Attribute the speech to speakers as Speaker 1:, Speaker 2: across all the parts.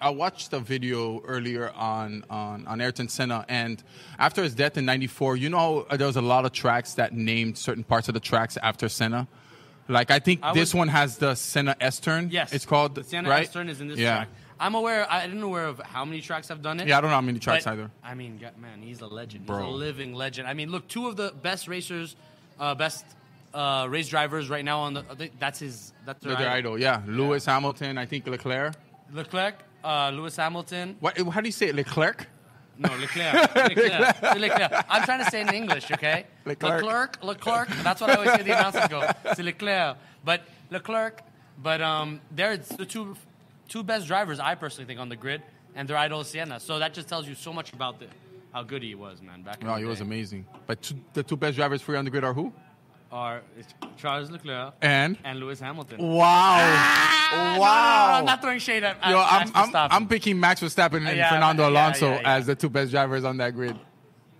Speaker 1: I watched a video earlier on on, on Ayrton Senna, and after his death in '94, you know there was a lot of tracks that named certain parts of the tracks after Senna. Like I think
Speaker 2: I
Speaker 1: this
Speaker 2: was-
Speaker 1: one has the Senna S turn.
Speaker 2: Yes,
Speaker 1: it's called
Speaker 2: The Santa
Speaker 1: right?
Speaker 2: S turn is in this
Speaker 1: yeah.
Speaker 2: track. I'm aware. I didn't aware of how many tracks I've done it.
Speaker 1: Yeah, I don't know how many tracks
Speaker 2: But,
Speaker 1: either.
Speaker 2: I mean, God, man, he's a legend.
Speaker 1: Bro.
Speaker 2: He's a living legend. I mean, look, two of the best racers, uh, best uh, race drivers right now on the. I think That's his. That's
Speaker 1: The
Speaker 2: their, idol.
Speaker 1: idol, yeah. Lewis Hamilton, I think Leclerc.
Speaker 2: Leclerc, uh, Lewis Hamilton.
Speaker 1: What? How do you say it? Leclerc?
Speaker 2: No, Leclerc. Leclerc. C'est Leclerc. I'm trying to say it in English, okay?
Speaker 1: Leclerc.
Speaker 2: Leclerc. Leclerc. That's what I always say. The announcers go. C'est Leclerc. But Leclerc. But um, they're the two two best drivers I personally think on the grid, and they're idol is Senna. So that just tells you so much about the, how good he was, man. Back.
Speaker 1: No,
Speaker 2: in
Speaker 1: Oh, he
Speaker 2: the
Speaker 1: was
Speaker 2: day.
Speaker 1: amazing. But two, the two best drivers free on the grid are who?
Speaker 2: Are it's Charles Leclerc
Speaker 1: And
Speaker 2: and Lewis Hamilton.
Speaker 1: wow, wow.
Speaker 2: No, no, no, I'm not throwing shade at. at
Speaker 1: Yo, I'm,
Speaker 2: Max
Speaker 1: I'm,
Speaker 2: Verstappen.
Speaker 1: I'm picking Max Verstappen and
Speaker 2: Yeah,
Speaker 1: Fernando
Speaker 2: yeah, yeah,
Speaker 1: Alonso
Speaker 2: yeah.
Speaker 1: as the two best drivers on that grid.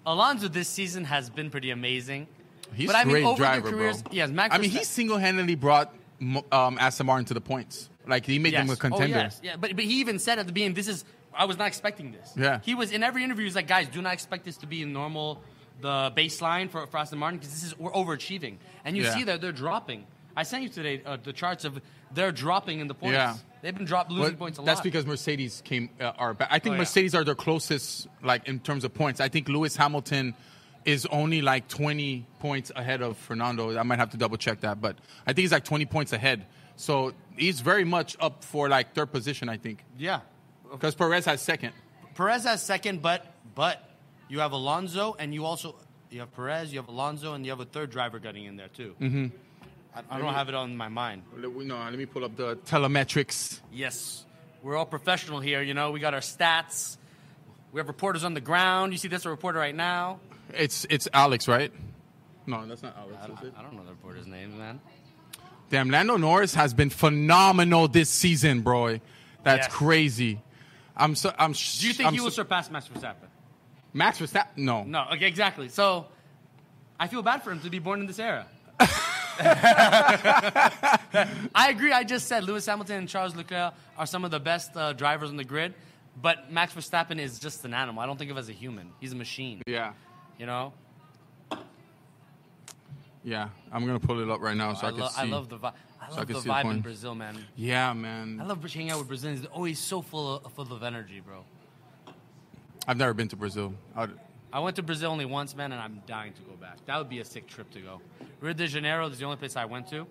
Speaker 2: Alonso this season has been pretty amazing.
Speaker 1: He's
Speaker 2: but I mean,
Speaker 1: great
Speaker 2: over their
Speaker 1: driver,
Speaker 2: careers,
Speaker 1: bro.
Speaker 2: Yes, Max.
Speaker 1: I mean, he
Speaker 2: Verstappen-
Speaker 1: single-handedly brought mo- um, Aston Martin to the points. Like he made them a
Speaker 2: Yes.
Speaker 1: contender.
Speaker 2: Oh, yes. Yeah, but, but he even said at the beginning, this is, I was not expecting this.
Speaker 1: Yeah.
Speaker 2: He was in every interview, he's like, guys, do not expect this to be normal, the baseline for, for Aston Martin, because this is, we're overachieving. And you
Speaker 1: Yeah.
Speaker 2: see that they're dropping. I sent you today uh, the charts of they're dropping in the points.
Speaker 1: Yeah.
Speaker 2: They've been drop, losing
Speaker 1: But
Speaker 2: points a lot.
Speaker 1: that's because Mercedes came uh, are. Back. I think
Speaker 2: Oh, yeah.
Speaker 1: Mercedes are their closest, like in terms of points. I think Lewis Hamilton is only like 20 points ahead of Fernando. I might have to double check that, but I think he's like 20 points ahead. So he's very much up for like third position. I think
Speaker 2: Yeah.
Speaker 1: because Perez has second.
Speaker 2: Perez has second, but but you have Alonso, and you also you have Perez, you have Alonso, and you have a third driver getting in there too. Mm-hmm. I, I don't have it on my mind.
Speaker 1: Let me- No, let me pull up the telemetrics.
Speaker 2: Yes, we're all professional here. You know, we got our stats. We have reporters on the ground. You see, that's a reporter right now.
Speaker 1: It's it's Alex, right? No, that's not Alex.
Speaker 2: I,
Speaker 1: is it?
Speaker 2: I don't know the reporter's name, man.
Speaker 1: Damn, Lando Norris has been phenomenal this season, bro. That's
Speaker 2: Yes.
Speaker 1: crazy. I'm so I'm.
Speaker 2: Do you think he will surpass Max Verstappen?
Speaker 1: Max Verstappen? No.
Speaker 2: No, okay, exactly. So, I feel bad for him to be born in this era. I agree. I just said Lewis Hamilton and Charles Leclerc are some of the best uh, drivers on the grid, but Max Verstappen is just an animal. I don't think of him as a human. He's a machine.
Speaker 1: Yeah,
Speaker 2: You know,
Speaker 1: yeah. I'm gonna pull it up right now so I,
Speaker 2: I,
Speaker 1: can
Speaker 2: lo-
Speaker 1: see.
Speaker 2: I love the vibe. I
Speaker 1: I
Speaker 2: love
Speaker 1: can see
Speaker 2: the
Speaker 1: the
Speaker 2: vibe in
Speaker 1: point.
Speaker 2: Brazil, man.
Speaker 1: Yeah, man.
Speaker 2: I love hanging out with Brazilians. They're always so full of, full of energy, bro.
Speaker 1: I've never been to Brazil. I'd,
Speaker 2: I went to Brazil only once, man, and I'm dying to go back. That would be a sick trip to go. Rio de Janeiro is the only place I went to,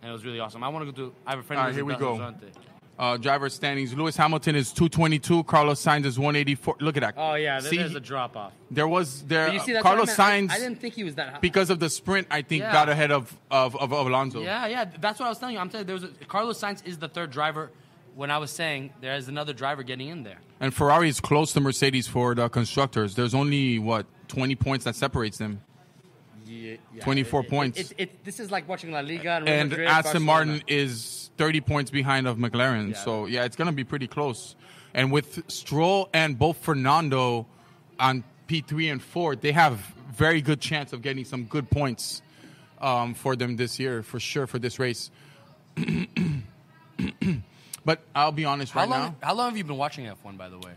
Speaker 2: and it was really awesome. I want to go to. I have a friend.
Speaker 1: All
Speaker 2: who
Speaker 1: right, here we
Speaker 2: lives in
Speaker 1: go.
Speaker 2: Belo Horizonte.
Speaker 1: uh, driver standings: Lewis Hamilton is 222. Carlos Sainz is 184. Look at that.
Speaker 2: Oh yeah, there,
Speaker 1: See,
Speaker 2: there's a drop off.
Speaker 1: there was there.
Speaker 2: But you see, that's
Speaker 1: Carlos
Speaker 2: what I meant.
Speaker 1: Sainz
Speaker 2: I, I didn't think he was that high.
Speaker 1: because of the sprint, I think,
Speaker 2: Yeah.
Speaker 1: got ahead of of, of of Alonso.
Speaker 2: yeah, yeah, that's what I was telling you. I'm telling you, there was a, Carlos Sainz is the third driver. When I was saying there is another driver getting in there.
Speaker 1: And Ferrari is close to Mercedes for the constructors. There's only what 20 points that separates them.
Speaker 2: Yeah,
Speaker 1: 24 points.
Speaker 2: It, it, this is like watching La Liga and, Real
Speaker 1: and
Speaker 2: Madrid,
Speaker 1: Aston
Speaker 2: Barcelona.
Speaker 1: Martin is 30 points behind of McLaren.
Speaker 2: Yeah.
Speaker 1: So yeah, it's gonna be pretty close. And with Stroll and both Fernando on P3 and four, they have very good chance of getting some good points um, for them this year, for sure, for this race. but I'll be honest
Speaker 2: How
Speaker 1: right
Speaker 2: long?
Speaker 1: now.
Speaker 2: How long have you been watching F1, by the way?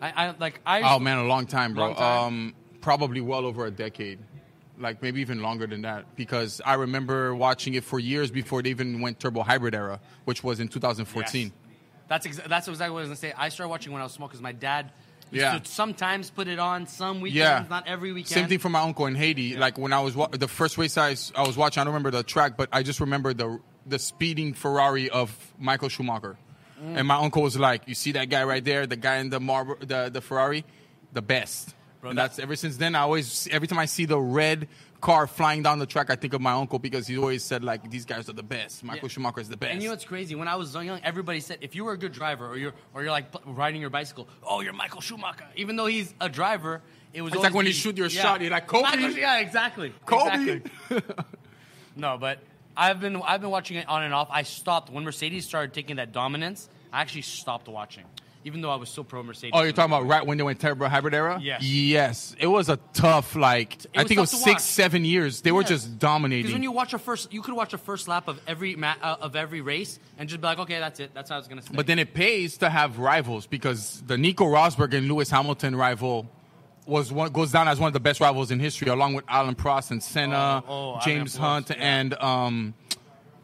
Speaker 2: I, I like I.
Speaker 1: Oh man, a long time, bro.
Speaker 2: Long time?
Speaker 1: Um, probably well over a decade, like maybe even longer than that. Because I remember watching it for years before they even went turbo hybrid era, which was in 2014.
Speaker 2: That's exa- that's exactly what I was gonna say. I started watching when I was small because my dad used
Speaker 1: Yeah.
Speaker 2: to sometimes put it on some weekends,
Speaker 1: Yeah,
Speaker 2: not every weekend.
Speaker 1: Same thing for my uncle in Haiti. Like when I was wa- the first race I, s- I was watching, I don't remember the track, but I just remember the the speeding Ferrari of Michael Schumacher.
Speaker 2: Mm.
Speaker 1: And my uncle was like, "You see that guy right there, the guy in the Marlboro, the the Ferrari, the best."
Speaker 2: Bro,
Speaker 1: and
Speaker 2: that-
Speaker 1: that's ever since then. I always, every time I see the red car flying down the track, I think of my uncle because he always said like, "These guys are the best. Michael
Speaker 2: Yeah.
Speaker 1: Schumacher is the best."
Speaker 2: And you know what's crazy? When I was so young, everybody said if you were a good driver or you're or you're like pl- riding your bicycle, oh, you're Michael Schumacher. Even though he's a driver, it was
Speaker 1: It's
Speaker 2: always
Speaker 1: like when you
Speaker 2: the-
Speaker 1: shoot your shot, you're like, Kobe?
Speaker 2: Michael- yeah, exactly.
Speaker 1: Kobe.
Speaker 2: Exactly. No, but I've been I've been watching it on and off. I stopped when Mercedes started taking that dominance. I actually stopped watching. even though I was so pro Mercedes.
Speaker 1: Oh, you're talking about right when they went terrible hybrid era?
Speaker 2: Yes.
Speaker 1: Yes. It was a tough, like, I
Speaker 2: was
Speaker 1: think it
Speaker 2: tough
Speaker 1: was
Speaker 2: to
Speaker 1: six,
Speaker 2: watch.
Speaker 1: seven years. They were
Speaker 2: Yeah.
Speaker 1: just
Speaker 2: Because
Speaker 1: dominating.
Speaker 2: when you watch a first, you could watch a first lap of every ma- uh, of every race and just be like, okay, that's it. That's how it's gonna stay.
Speaker 1: But then it pays to have rivals because the Nico Rosberg and Lewis Hamilton rival was one, goes down as one of the best rivals in history, along with Alan Prost and Senna,
Speaker 2: Oh, oh,
Speaker 1: James
Speaker 2: Alan Prost,
Speaker 1: Hunt,
Speaker 2: yeah.
Speaker 1: and um,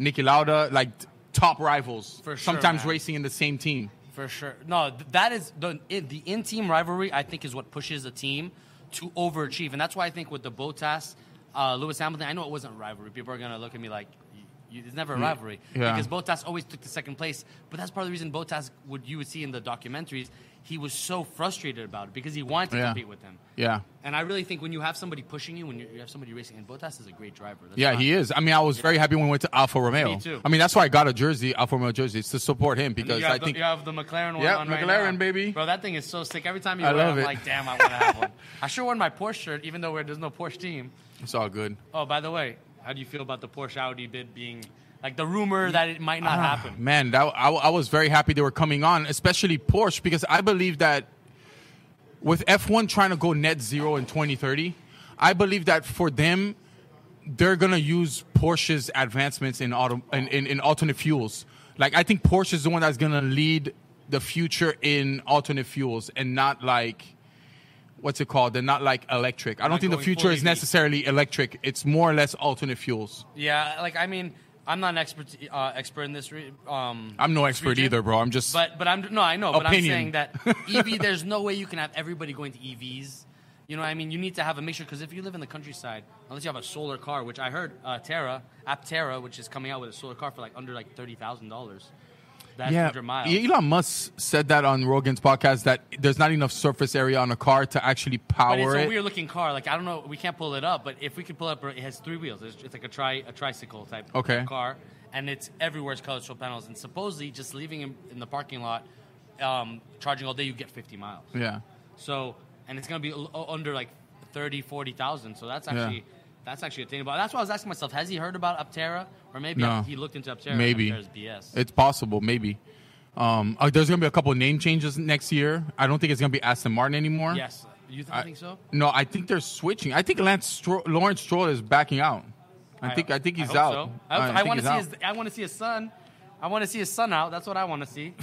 Speaker 1: Niki Lauda, like t- top rivals.
Speaker 2: For sure,
Speaker 1: sometimes
Speaker 2: man.
Speaker 1: racing in the same team.
Speaker 2: For sure. No, th- that is the it, the in team rivalry. I think is what pushes a team to overachieve, and that's why I think with the Botas, uh, Lewis Hamilton. I know it wasn't a rivalry. People are gonna look at me like. "You- You, it's never a rivalry
Speaker 1: Yeah.
Speaker 2: because Botas always took the second place, but that's part of the reason Botas, what you would see in the documentaries, he was so frustrated about it because he wanted to
Speaker 1: Yeah.
Speaker 2: compete with him.
Speaker 1: Yeah.
Speaker 2: And I really think when you have somebody pushing you, when you, you have somebody racing, and Botas is a great driver. That's
Speaker 1: Yeah,
Speaker 2: not-
Speaker 1: he is. I mean, I was very happy when we went to Alfa Romeo.
Speaker 2: Uh-huh. too.
Speaker 1: I mean, that's why I got a jersey, Alfa Romeo jersey, it's to support him
Speaker 2: You
Speaker 1: because
Speaker 2: have,
Speaker 1: I
Speaker 2: the,
Speaker 1: think
Speaker 2: you have the McLaren one.
Speaker 1: Yeah,
Speaker 2: on right
Speaker 1: McLaren,
Speaker 2: now.
Speaker 1: baby.
Speaker 2: Bro, that thing is so sick. Every time you
Speaker 1: I
Speaker 2: wear, it,
Speaker 1: love
Speaker 2: I'm
Speaker 1: it.
Speaker 2: like, damn, I want to have one. I sure wore my Porsche shirt, even though we're- there's no Porsche team.
Speaker 1: it's all good.
Speaker 2: Oh, by the way, how do you feel about the Porsche Audi bid being like the rumor that it might not
Speaker 1: Ah,
Speaker 2: happen?
Speaker 1: Man, that, I, I was very happy they were coming on, especially Porsche, because I believe that with F1 trying to go net zero in 2030, I believe that for them, they're going to use Porsche's advancements in, auto, in, in, in alternate fuels. Like, I think Porsche is the one that's going to lead the future in alternate fuels and not like. What's it called? They're not like electric. I don't
Speaker 2: Not
Speaker 1: think the
Speaker 2: going
Speaker 1: future
Speaker 2: full
Speaker 1: is
Speaker 2: EV.
Speaker 1: necessarily electric. It's more or less alternate fuels.
Speaker 2: Yeah, like I mean, I'm not an expert uh, expert in this. Re- um,
Speaker 1: I'm no expert
Speaker 2: region,
Speaker 1: either, bro. I'm just
Speaker 2: But but I'm no, I know. But I'm
Speaker 1: Opinion.
Speaker 2: saying that EV. There's no way you can have everybody going to EVs. You know, what I mean, you need to have a mixture because if you live in the countryside, unless you have a solar car, which I heard uh, Terra Aptera, which is coming out with a solar car for like under like thirty thousand dollars. That's
Speaker 1: yeah, E-
Speaker 2: hundred miles.
Speaker 1: Elon Musk said that on Rogan's podcast that there's not enough surface area on a car to actually
Speaker 2: But it's
Speaker 1: power
Speaker 2: a
Speaker 1: it.
Speaker 2: weird looking car. Like I don't know, we can't pull it up. But if we could pull it up, it has three wheels. It's, it's like a tri a tricycle type
Speaker 1: Okay.
Speaker 2: car, and it's everywhere's colored show panels. And supposedly, just leaving him in the parking lot, um, charging all day, you get fifty miles.
Speaker 1: yeah,
Speaker 2: So, and it's going to be l- o- under like 30, 40,000. So that's actually that's actually attainable. That's why I was asking myself, has he heard about Aptera or maybe
Speaker 1: No.
Speaker 2: he looked into Aptera? and
Speaker 1: Maybe.
Speaker 2: Aptera's BS.
Speaker 1: it's possible, maybe. Um, uh, there's gonna be a couple name changes next year. I don't think it's gonna be Aston Martin anymore.
Speaker 2: yes, you th-
Speaker 1: I-
Speaker 2: think so?
Speaker 1: No, I think they're switching. I think Lance Stro- Lawrence Stroll is backing out. I think I think he's
Speaker 2: hope
Speaker 1: out.
Speaker 2: So. I, hope so. I
Speaker 1: think
Speaker 2: want to
Speaker 1: he's
Speaker 2: see
Speaker 1: out.
Speaker 2: his I want to see his son. I want to see his son out. That's what I want to see.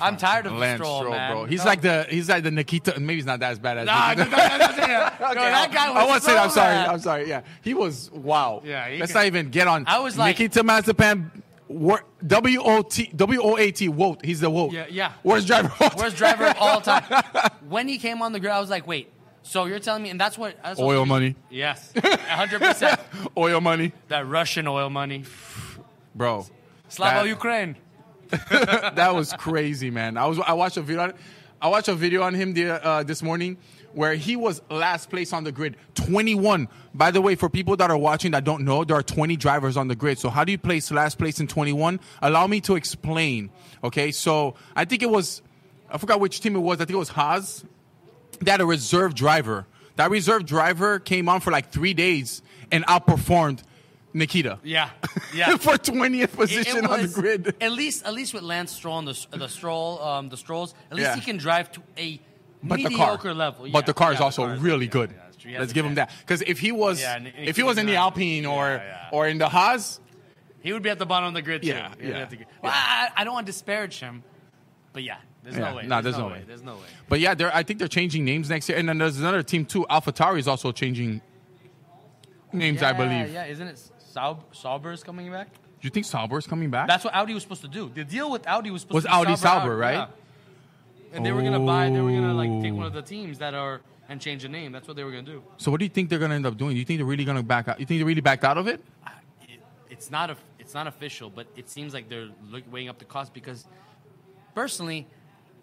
Speaker 2: I'm tired of
Speaker 1: Lance
Speaker 2: Stroll,
Speaker 1: Stroll,
Speaker 2: man.
Speaker 1: bro. He's
Speaker 2: No.
Speaker 1: like the he's like the Nikita. Maybe he's not that as bad as.
Speaker 2: Nah,
Speaker 1: Nikita.
Speaker 2: dude, don't- don't say that. Yo, that guy was
Speaker 1: I won't say that. I'm
Speaker 2: so
Speaker 1: sorry.
Speaker 2: bad.
Speaker 1: I'm sorry. Yeah, he was wow.
Speaker 2: Yeah, he
Speaker 1: let's
Speaker 2: can-
Speaker 1: not even get on.
Speaker 2: I was like-
Speaker 1: Nikita Mazepan. wor- W O T W O A T. Wolt. He's the Wolt.
Speaker 2: Yeah, yeah.
Speaker 1: Worst driver. of all time.
Speaker 2: Worst driver of all time. When he came on the grid, I was like, wait. So you're telling me, and that's what that's what-
Speaker 1: Oil money.
Speaker 2: Yes, hundred percent.
Speaker 1: Oil money,
Speaker 2: That Russian oil money.
Speaker 1: bro.
Speaker 2: Slava
Speaker 1: that,
Speaker 2: Ukraine.
Speaker 1: that was crazy, man. I was I watched a video. On, I watched a video on him the, uh, this morning where he was last place on the grid, 21. By the way, for people that are watching that don't know, there are 20 drivers on the grid. So how do you place last place in 21? Allow me to explain. Okay, so I think it was, I forgot which team it was. I think it was Haas that a reserve driver. That reserve driver came on for like three days and outperformed Nikita.
Speaker 2: Yeah, yeah.
Speaker 1: for 20th
Speaker 2: It- it
Speaker 1: position on the
Speaker 2: was-
Speaker 1: grid.
Speaker 2: At least, at least with Lance Stroll and the s- the stroll, um, the strolls. At least
Speaker 1: Yeah.
Speaker 2: he can drive to a
Speaker 1: but the
Speaker 2: mediocre
Speaker 1: car,
Speaker 2: level. Yeah,
Speaker 1: but the car
Speaker 2: yeah,
Speaker 1: is also
Speaker 2: car is-
Speaker 1: really
Speaker 2: yeah,
Speaker 1: good.
Speaker 2: yeah, that's true. He has
Speaker 1: Let's
Speaker 2: a
Speaker 1: give him
Speaker 2: chance.
Speaker 1: that because if he was,
Speaker 2: Yeah, and- and
Speaker 1: if he was in the
Speaker 2: he's not-
Speaker 1: Alpine or
Speaker 2: yeah, yeah.
Speaker 1: or in the Haas,
Speaker 2: He would be at the bottom of the grid too.
Speaker 1: Yeah,
Speaker 2: He'd be
Speaker 1: yeah,
Speaker 2: at the grid. Well, I, I I don't want to disparage him, but yeah, there's
Speaker 1: Yeah,
Speaker 2: no way.
Speaker 1: no, there's no way.
Speaker 2: There's no way.
Speaker 1: but yeah, they're, I think they're changing names next year. And then there's another team too. AlphaTauri is also changing names, I
Speaker 2: Yeah,
Speaker 1: believe.
Speaker 2: Yeah, isn't it Saub- Sauber's coming back?
Speaker 1: Do you think Sauber is coming back?
Speaker 2: That's what Audi was supposed to do. The deal with Audi was supposed
Speaker 1: Was
Speaker 2: to be
Speaker 1: Audi
Speaker 2: Sauber,
Speaker 1: Sauber,
Speaker 2: Audi,
Speaker 1: right?
Speaker 2: yeah. And they were gonna buy. They were gonna like take one of the teams that are and change the name. That's what they were gonna do.
Speaker 1: so what do you think they're gonna end up doing? Do you think they're really gonna back out? You think they really backed out of it?
Speaker 2: It, it's not a, It's not official, but it seems like they're look, weighing up the cost because, personally,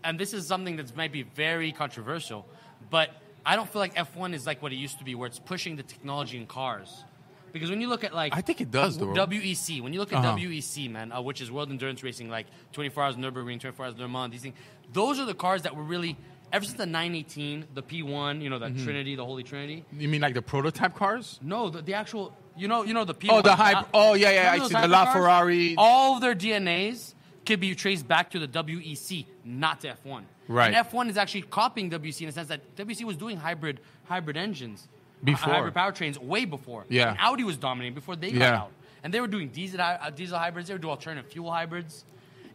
Speaker 2: and this is something that might be very controversial, but I don't feel like F1 is like what it used to be, where it's pushing the technology in cars. Because when you look at like
Speaker 1: I think it does, though.
Speaker 2: WEC. When you look at
Speaker 1: Uh-huh.
Speaker 2: WEC, man, uh, which is World Endurance Racing, like 24 Hours Nürburgring, 24 Hours Le Mans, these things. Those are the cars that were really ever since the 918, the P1, you know, the
Speaker 1: Mm-hmm.
Speaker 2: Trinity, the Holy Trinity.
Speaker 1: You mean like the prototype cars?
Speaker 2: No, the, the actual, you know, you know the P1.
Speaker 1: Oh, the hype-
Speaker 2: uh,
Speaker 1: oh, yeah, yeah,
Speaker 2: remember
Speaker 1: I
Speaker 2: those
Speaker 1: see, the
Speaker 2: hypercars?
Speaker 1: LaFerrari.
Speaker 2: All of their DNAs could be traced back to the WEC, not to F1.
Speaker 1: Right.
Speaker 2: And F1 is actually copying WEC in the sense that WEC was doing hybrid hybrid engines, uh,
Speaker 1: Before.
Speaker 2: hybrid powertrains way before.
Speaker 1: Yeah.
Speaker 2: And Audi was dominating before they got
Speaker 1: Yeah.
Speaker 2: out, and they were doing diesel hy- uh, diesel hybrids. They were doing alternative fuel hybrids,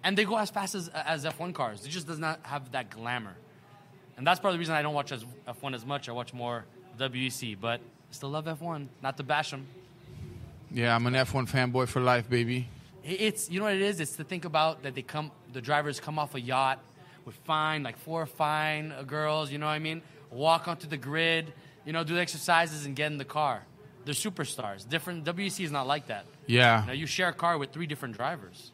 Speaker 2: and they go as fast as as F1 cars. It just does not have that glamour, and that's part of the reason I don't watch as F1 as much. I watch more WEC, but still love F1. Not to bash them.
Speaker 1: Yeah, I'm an F1 fanboy for life, baby.
Speaker 2: It- It's you know what it is. It's to think about that they come, the drivers come off a yacht with fine, like four fine uh, girls. You know what I mean? Walk onto the grid, you know, do the exercises and get in the car. They're superstars. Different WEC is not like that. Now
Speaker 1: Yeah,
Speaker 2: you share a car with three different drivers.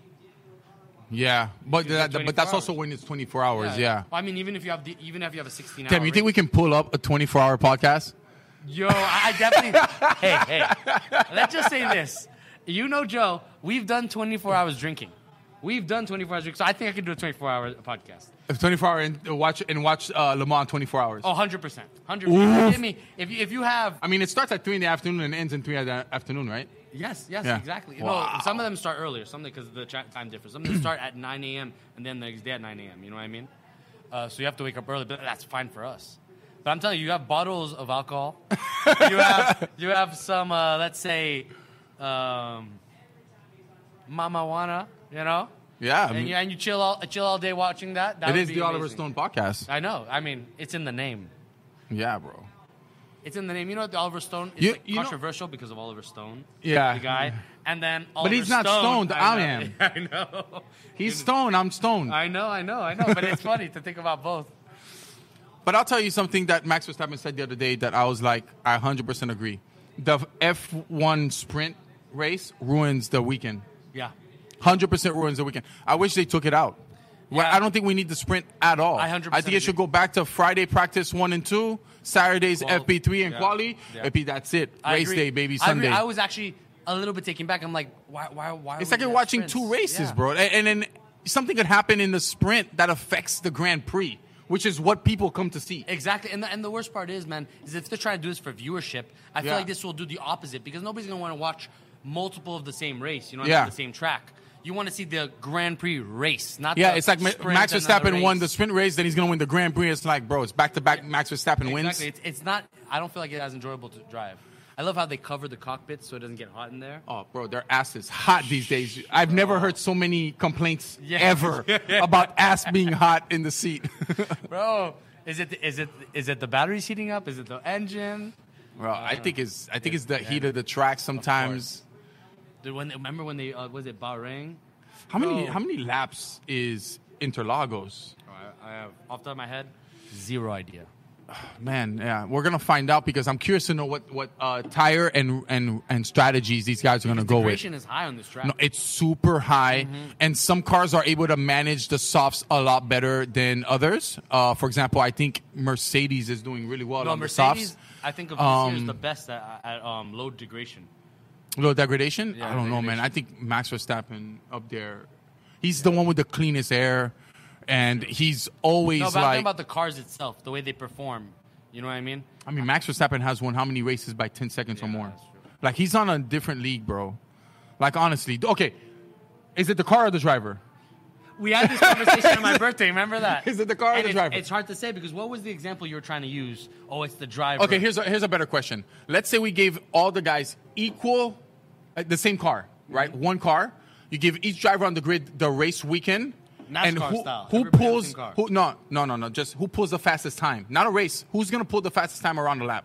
Speaker 1: yeah, but
Speaker 2: got
Speaker 1: that, but
Speaker 2: 24
Speaker 1: that's
Speaker 2: hours.
Speaker 1: also when it's 24 hours. Yeah.
Speaker 2: Well, I mean, even if you have the, even if you have a 16
Speaker 1: Damn,
Speaker 2: hour.
Speaker 1: you think we
Speaker 2: race-
Speaker 1: can pull up a 24 hour podcast?
Speaker 2: Yo, I I definitely. hey, hey. Let's just say this. You know, Joe, we've done 24 hours drinking. We've done 24 hours drinking, so I think I can do a 24 hour podcast.
Speaker 1: If 24 hour and uh, watch and watch uh, Le Mans 24 hours.
Speaker 2: Oh, 100 percent, hundred percent. Give me if you, if you have
Speaker 1: I mean, it starts at three in the afternoon and ends in three in the afternoon, right?
Speaker 2: yes, yes,
Speaker 1: Yeah.
Speaker 2: exactly.
Speaker 1: Wow.
Speaker 2: No, some of them start earlier, some because the tra- time difference. Some of them start at 9 a.m. and then the next day at 9 a.m. You know what I mean? Uh, so you have to wake up early, but that's fine for us. But I'm telling you, you have bottles of alcohol. you have you have some, uh, let's say, um, mamawana, you know,
Speaker 1: Yeah, I
Speaker 2: and you,
Speaker 1: mean,
Speaker 2: and you chill all chill all day watching that. that
Speaker 1: it
Speaker 2: would
Speaker 1: is
Speaker 2: be
Speaker 1: the Oliver
Speaker 2: amazing.
Speaker 1: Stone podcast.
Speaker 2: I know. I mean, it's in the name.
Speaker 1: Yeah, bro.
Speaker 2: It's in the name. You know, the Oliver Stone is
Speaker 1: You-
Speaker 2: like,
Speaker 1: you know-
Speaker 2: controversial because of Oliver Stone.
Speaker 1: Yeah.
Speaker 2: the guy. And then, Oliver
Speaker 1: he's not
Speaker 2: Stone-
Speaker 1: stoned. I am.
Speaker 2: I know.
Speaker 1: He's stoned. I'm stoned.
Speaker 2: I know. I know. I know. But it's funny to think about both.
Speaker 1: But I'll tell you something that Max Verstappen said the other day that I was like, I 100% agree. The F1 sprint race ruins the weekend.
Speaker 2: Yeah.
Speaker 1: 100% ruins the weekend. I wish they took it out. Well,
Speaker 2: Yeah.
Speaker 1: I don't think we need the sprint at all.
Speaker 2: I 100%
Speaker 1: I think
Speaker 2: agree.
Speaker 1: it should go back to Friday practice one and two, Saturdays
Speaker 2: Qual-
Speaker 1: FP3 and
Speaker 2: yeah.
Speaker 1: quali.
Speaker 2: Yeah.
Speaker 1: FP, that's it.
Speaker 2: I
Speaker 1: Race
Speaker 2: agree.
Speaker 1: day, baby.
Speaker 2: I agree.
Speaker 1: Sunday.
Speaker 2: I, was actually a little bit taken back. I'm like, why? Why? Why?
Speaker 1: It's
Speaker 2: would
Speaker 1: like
Speaker 2: you
Speaker 1: you're
Speaker 2: have
Speaker 1: watching
Speaker 2: sprints?
Speaker 1: two races,
Speaker 2: Yeah.
Speaker 1: bro. A- And, and then something could happen in the sprint that affects the Grand Prix, which is what people come to see.
Speaker 2: Exactly, and the, and the worst part is, man, is if they're trying to do this for viewership, I feel
Speaker 1: Yeah.
Speaker 2: like this will do the opposite because nobody's gonna want to watch multiple of the same race. You know, what I
Speaker 1: Yeah.
Speaker 2: mean, the same track. You want to see the Grand Prix race, not
Speaker 1: Yeah,
Speaker 2: the
Speaker 1: it's like Ma-
Speaker 2: sprint
Speaker 1: Max
Speaker 2: and another
Speaker 1: Verstappen won
Speaker 2: race.
Speaker 1: the sprint race, then he's going to win the Grand Prix. It's like, bro, it's back to back Max Verstappen
Speaker 2: Exactly.
Speaker 1: wins.
Speaker 2: It's, it's not. I don't feel like it's as enjoyable to drive. I love how they cover the cockpit so it doesn't get hot in there.
Speaker 1: Oh, bro, their ass is hot these days. I've never heard so many complaints
Speaker 2: Oh. Yeah.
Speaker 1: ever about ass being hot in the seat.
Speaker 2: Bro, is it is it is it the battery's heating up? Is it the engine?
Speaker 1: bro, I think it's I think it's the heat of the track sometimes.
Speaker 2: Dude, when remember when they uh, was it Bahrain?
Speaker 1: How many
Speaker 2: Bro.
Speaker 1: how many laps is Interlagos?
Speaker 2: Oh, I, I have off the top of my head, zero idea.
Speaker 1: Man, yeah, we're gonna find out because I'm curious to know what what uh, tire and and and strategies these guys are gonna go with.
Speaker 2: Vibration is high on this track.
Speaker 1: No, it's super high, and some cars are able to manage the softs a lot better than others. Uh, for example, I think Mercedes is doing really well
Speaker 2: no
Speaker 1: on
Speaker 2: Mercedes.
Speaker 1: the
Speaker 2: I think of this year is
Speaker 1: Um,
Speaker 2: the best at, at um, load degradation.
Speaker 1: softs. Low degradation.
Speaker 2: Yeah,
Speaker 1: I don't know, man. I think Max Verstappen up there, he's the one with the cleanest air, and he's always
Speaker 2: No, but I'm talking
Speaker 1: like.
Speaker 2: about the cars itself, the way they perform. You know what I mean?
Speaker 1: I mean, Max Verstappen has won how many races by 10 seconds or
Speaker 2: Yeah,
Speaker 1: more?
Speaker 2: that's true.
Speaker 1: Like, he's on a different league, bro. Like, honestly. Okay. Is it the car or the driver?
Speaker 2: We had this conversation on my birthday. Remember that?
Speaker 1: Is it the car or
Speaker 2: And
Speaker 1: the
Speaker 2: it's,
Speaker 1: driver?
Speaker 2: It's hard to say because what was the example you were trying to use? Oh, it's the driver.
Speaker 1: Okay, here's a, here's a better question. Let's say we gave all the guys equal, uh, the same car, right?
Speaker 2: Mm-hmm.
Speaker 1: One car. You give each driver on the grid the race weekend, and
Speaker 2: NASCAR
Speaker 1: who,
Speaker 2: style.
Speaker 1: who
Speaker 2: Everybody has the
Speaker 1: pulls?
Speaker 2: same car.
Speaker 1: Who no no no no? Just who pulls the fastest time? Not a race. Who's gonna pull the fastest time around the lap?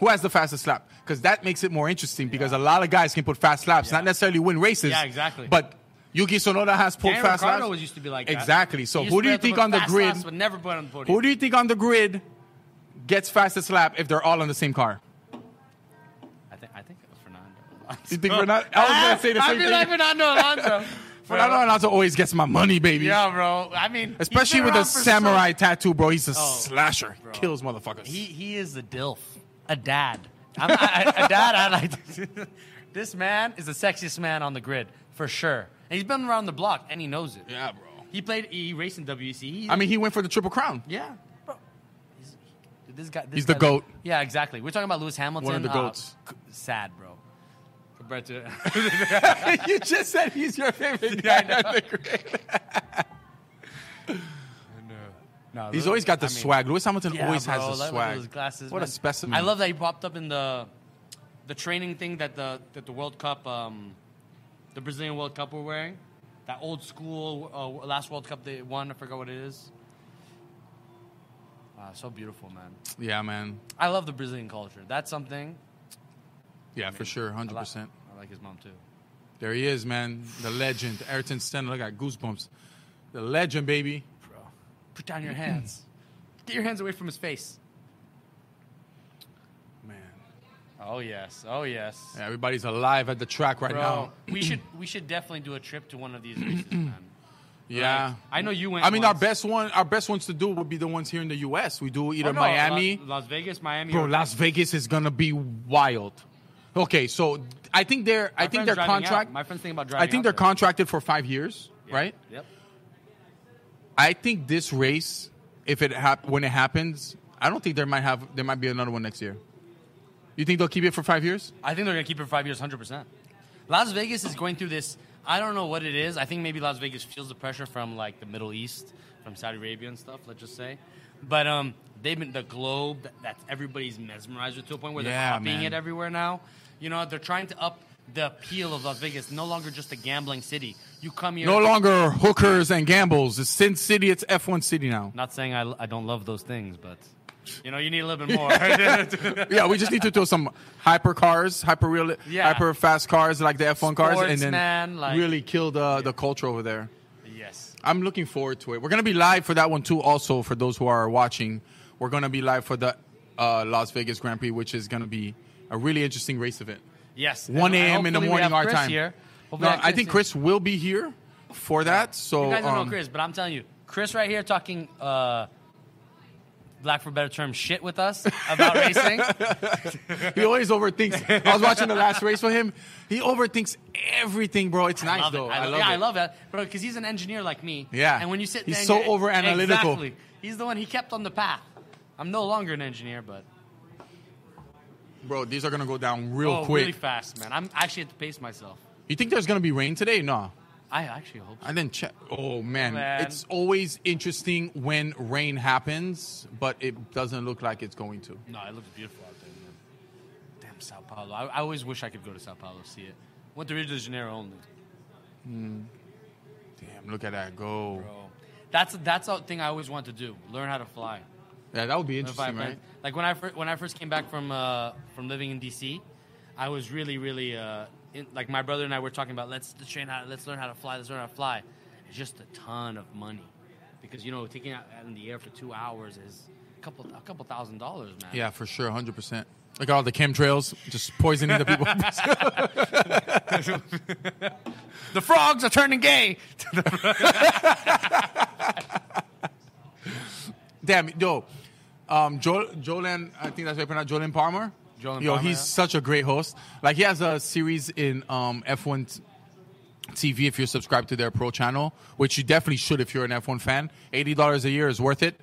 Speaker 1: Who has the fastest lap? Because that makes it more interesting. Because a lot of guys can put fast laps, not necessarily win races.
Speaker 2: Yeah, exactly.
Speaker 1: But Yuki Sonoda has pulled
Speaker 2: Dan
Speaker 1: fast
Speaker 2: Ricardo
Speaker 1: laps.
Speaker 2: was used to be like that.
Speaker 1: exactly. So
Speaker 2: He used
Speaker 1: who do
Speaker 2: to be
Speaker 1: you
Speaker 2: able to
Speaker 1: think
Speaker 2: put
Speaker 1: on the
Speaker 2: fast
Speaker 1: grid?
Speaker 2: laps, but never put on the podium.
Speaker 1: Who do you think on the grid gets fastest lap if they're all on the same car?
Speaker 2: I think I think Fernando.
Speaker 1: You think Fernando? I was gonna say the
Speaker 2: I
Speaker 1: same
Speaker 2: feel
Speaker 1: thing.
Speaker 2: like Fernando Alonso.
Speaker 1: Fernando
Speaker 2: Bro.
Speaker 1: Alonso always gets my money, baby.
Speaker 2: Yeah, bro. I mean, he's
Speaker 1: Especially with
Speaker 2: been
Speaker 1: a
Speaker 2: around for so-
Speaker 1: samurai tattoo, bro. He's a
Speaker 2: Oh,
Speaker 1: slasher. Kills motherfuckers.
Speaker 2: he he is a dilf, a dad. I'm, I, I- a dad. I like to- this man is the sexiest man on the grid for sure, and he's been around the block and he knows it.
Speaker 1: yeah, bro.
Speaker 2: He played. He raced in WEC. He-
Speaker 1: I mean, he went for the triple crown.
Speaker 2: Yeah, bro. He's, he- this guy. This
Speaker 1: He's the
Speaker 2: guy-
Speaker 1: GOAT.
Speaker 2: yeah, exactly. We're talking about Lewis Hamilton.
Speaker 1: One of the
Speaker 2: uh,
Speaker 1: GOATs.
Speaker 2: c- sad, Uh, bro. compared to.
Speaker 1: you just said he's your favorite guy. on the grid.
Speaker 2: no,
Speaker 1: He's always got the
Speaker 2: I mean,
Speaker 1: swag. Lewis Hamilton
Speaker 2: yeah,
Speaker 1: always
Speaker 2: bro,
Speaker 1: has the
Speaker 2: like, look at Those
Speaker 1: swag.
Speaker 2: glasses,
Speaker 1: What a
Speaker 2: man.
Speaker 1: specimen.
Speaker 2: I love that he popped up in the the training thing that the that the World Cup, um, the Brazilian World Cup, were wearing. That old school uh, last World Cup they won. I forgot what it is. Wow, so beautiful, man.
Speaker 1: Yeah, man.
Speaker 2: I love the Brazilian culture. That's something.
Speaker 1: Yeah, for sure,
Speaker 2: I
Speaker 1: hundred
Speaker 2: like-
Speaker 1: percent.
Speaker 2: I like his mom too.
Speaker 1: There he is, man. The legend, Ayrton Senna. Look, I got goosebumps. The legend, baby.
Speaker 2: Bro, put down your hands. Get your hands away from his face.
Speaker 1: Man,
Speaker 2: Oh yes. Oh yes.
Speaker 1: Yeah, everybody's alive at the track right
Speaker 2: Bro,
Speaker 1: now.
Speaker 2: we should we should definitely do a trip to one of these races, man.
Speaker 1: Yeah.
Speaker 2: Like, I know you went.
Speaker 1: I mean, our
Speaker 2: once.
Speaker 1: best one, our best ones to do would be the ones here in the U.S. We do either
Speaker 2: Oh, no,
Speaker 1: Miami,
Speaker 2: La- Las Vegas, Miami.
Speaker 1: bro.
Speaker 2: or-
Speaker 1: Las Vegas is gonna be wild. Okay, so I think they're,
Speaker 2: My
Speaker 1: I think
Speaker 2: friend's
Speaker 1: their
Speaker 2: driving out.
Speaker 1: contract,
Speaker 2: My friend's thinking about
Speaker 1: I
Speaker 2: driving.
Speaker 1: think
Speaker 2: out
Speaker 1: they're
Speaker 2: there.
Speaker 1: contracted for five years,
Speaker 2: Yeah.
Speaker 1: right?
Speaker 2: Yep.
Speaker 1: I think this race, if it hap- when it happens, I don't think there might have there might be another one next year. You think they'll keep it for five years?
Speaker 2: I think they're gonna keep it for five years, hundred percent. Las Vegas is going through this. I don't know what it is. I think maybe Las Vegas feels the pressure from like the Middle East, from Saudi Arabia and stuff. Let's just say, but um, they've been the globe that, that everybody's mesmerized with to a point where
Speaker 1: Yeah,
Speaker 2: they're copying
Speaker 1: man.
Speaker 2: it everywhere now. You know, they're trying to up the appeal of Las Vegas. No longer just a gambling city. You come here.
Speaker 1: No longer hookers and gambles. It's Sin City. It's F1 City now.
Speaker 2: Not saying I, I don't love those things, but you know, you need a little bit more.
Speaker 1: yeah, we just need to throw some hyper cars, hyper real,
Speaker 2: Yeah.
Speaker 1: hyper fast cars like the F1 cars, and then
Speaker 2: Sportsman, like-
Speaker 1: really kill the the culture over there.
Speaker 2: yes.
Speaker 1: I'm looking forward to it. We're gonna be live for that one too. Also, for those who are watching, we're gonna be live for the uh, Las Vegas Grand Prix, which is gonna be a really interesting race event.
Speaker 2: Yes.
Speaker 1: 1
Speaker 2: And
Speaker 1: a.m. in the
Speaker 2: hopefully we
Speaker 1: morning
Speaker 2: have
Speaker 1: our
Speaker 2: Chris
Speaker 1: time.
Speaker 2: Here.
Speaker 1: No,
Speaker 2: Hopefully we have
Speaker 1: I think
Speaker 2: here.
Speaker 1: Chris will be here for that. So
Speaker 2: You guys don't
Speaker 1: um,
Speaker 2: know Chris, but I'm telling you, Chris right here talking, uh, lack for a better term, shit with us about racing.
Speaker 1: he always overthinks. I was watching the last race with him. He overthinks everything, bro. It's nice
Speaker 2: Love it.
Speaker 1: though.
Speaker 2: I,
Speaker 1: I
Speaker 2: love,
Speaker 1: love
Speaker 2: yeah,
Speaker 1: it.
Speaker 2: I love that, bro, because he's an engineer like me.
Speaker 1: Yeah.
Speaker 2: And when you sit,
Speaker 1: He's
Speaker 2: there and
Speaker 1: so
Speaker 2: you're-
Speaker 1: over-analytical.
Speaker 2: Exactly. He's the one he kept on the path. I'm no longer an engineer, but
Speaker 1: bro. These are gonna go down real
Speaker 2: oh,
Speaker 1: quick.
Speaker 2: really fast, man. I'm I actually had to pace myself.
Speaker 1: you think there's gonna be rain today? No.
Speaker 2: I actually hope. So.
Speaker 1: I didn't check. Oh man.
Speaker 2: Man.
Speaker 1: it's always interesting when rain happens, but it doesn't look like it's going to.
Speaker 2: No, it looks beautiful out there, man. Damn Sao Paulo. I, I always wish I could go to Sao Paulo see it. Went to Rio de Janeiro only.
Speaker 1: Damn, look at that go.
Speaker 2: Bro. That's that's a thing I always wanted to do. Learn how to fly.
Speaker 1: Yeah, that would be
Speaker 2: Learn how to
Speaker 1: interesting,
Speaker 2: fly
Speaker 1: right?
Speaker 2: planes. Like when I fir- when I first came back from uh, from living in DC, I was really really uh, in, like my brother and I were talking about let's let's train how let's learn how to fly let's learn how to fly. It's just a ton of money because you know taking out out in the air for two hours is a couple a couple thousand dollars, man.
Speaker 1: Yeah, for sure, hundred percent. Look at all the chemtrails just poisoning the people.
Speaker 2: The frogs are turning gay.
Speaker 1: Damn, yo, um, jo- Jolan, I think that's how you pronounce Jolan Palmer.
Speaker 2: Jolene
Speaker 1: yo,
Speaker 2: Palmer,
Speaker 1: he's
Speaker 2: yeah.
Speaker 1: such a great host. Like he has a series in um, F1 t- TV if you're subscribed to their pro channel, which you definitely should if you're an F1 fan. Eighty dollars a year is worth it.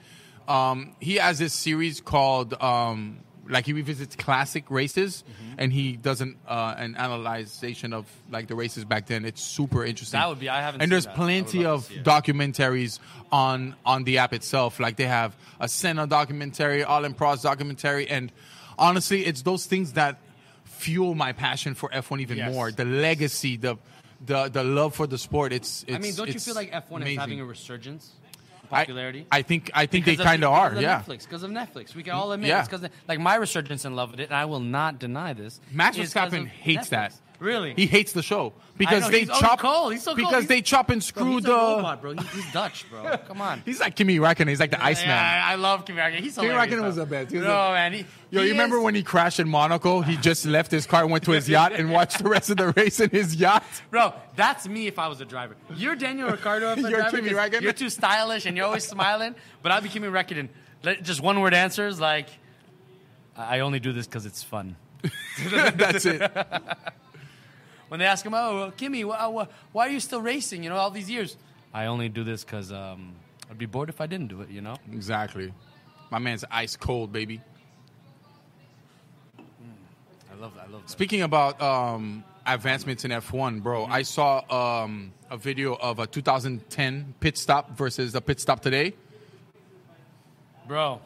Speaker 1: Um, he has this series called um, like he revisits classic races
Speaker 2: Mm-hmm.
Speaker 1: and he does an uh, an analyzation of like the races back then. It's super interesting.
Speaker 2: That would be- I haven't
Speaker 1: And
Speaker 2: seen
Speaker 1: there's
Speaker 2: that. I would
Speaker 1: plenty
Speaker 2: love
Speaker 1: of
Speaker 2: to see it.
Speaker 1: documentaries on on the app itself. Like they have a Senna documentary, All in Pros documentary, and honestly, it's those things that fuel my passion for F1 even
Speaker 2: Yes.
Speaker 1: more. The legacy, the the the love for the sport. It's, it's
Speaker 2: I mean, don't you
Speaker 1: it's
Speaker 2: feel like F1 is
Speaker 1: amazing.
Speaker 2: having a resurgence, in
Speaker 1: I-
Speaker 2: popularity?
Speaker 1: I, think I think
Speaker 2: Because
Speaker 1: they kind of
Speaker 2: because
Speaker 1: are. Yeah.
Speaker 2: Netflix, because of Netflix, we can all admit
Speaker 1: yeah.
Speaker 2: it's because like my resurgence in love with it, and I will not deny this.
Speaker 1: Max
Speaker 2: is 'cause
Speaker 1: Verstappen
Speaker 2: of
Speaker 1: hates
Speaker 2: Netflix.
Speaker 1: that.
Speaker 2: Really?
Speaker 1: He hates the show because
Speaker 2: know,
Speaker 1: they
Speaker 2: he's- oh, he's
Speaker 1: chop
Speaker 2: cold. He's so cold.
Speaker 1: because
Speaker 2: He's-
Speaker 1: they chop and
Speaker 2: Bro,
Speaker 1: screw
Speaker 2: he's
Speaker 1: the.
Speaker 2: a robot, bro. He- he's Dutch, bro. Come on.
Speaker 1: He's like Kimi Räikkönen. He's like the Iceman.
Speaker 2: Yeah, I I love Kimi Räikkönen. He's
Speaker 1: Kimi
Speaker 2: hilarious,
Speaker 1: Räikkönen
Speaker 2: though.
Speaker 1: was the best. He was
Speaker 2: no,
Speaker 1: the-
Speaker 2: man. He,
Speaker 1: Yo,
Speaker 2: he
Speaker 1: you remember
Speaker 2: is-
Speaker 1: when he crashed in Monaco? He just left his car, went to his yacht, and watched the rest of the race in his yacht.
Speaker 2: Bro, that's me if I was a driver. You're Daniel Ricardo. If I'm a
Speaker 1: You're
Speaker 2: driver,
Speaker 1: Kimi
Speaker 2: 'cause
Speaker 1: Räikkönen?
Speaker 2: You're too stylish and you're always smiling. But I'll be Kimi Räikkönen. Let- Just one word answers like, I I only do this because it's fun.
Speaker 1: That's it.
Speaker 2: when they ask him, "Oh, well, Kimmy, why, why, why are you still racing? You know, all these years." I only do this because um, I'd be bored if I didn't do it. You know.
Speaker 1: Exactly. My man's ice cold, baby.
Speaker 2: Mm. I love that. I love that.
Speaker 1: Speaking about um, advancements in F1, bro. I saw um, a video of a 2010 pit stop versus the pit stop today.
Speaker 2: bro.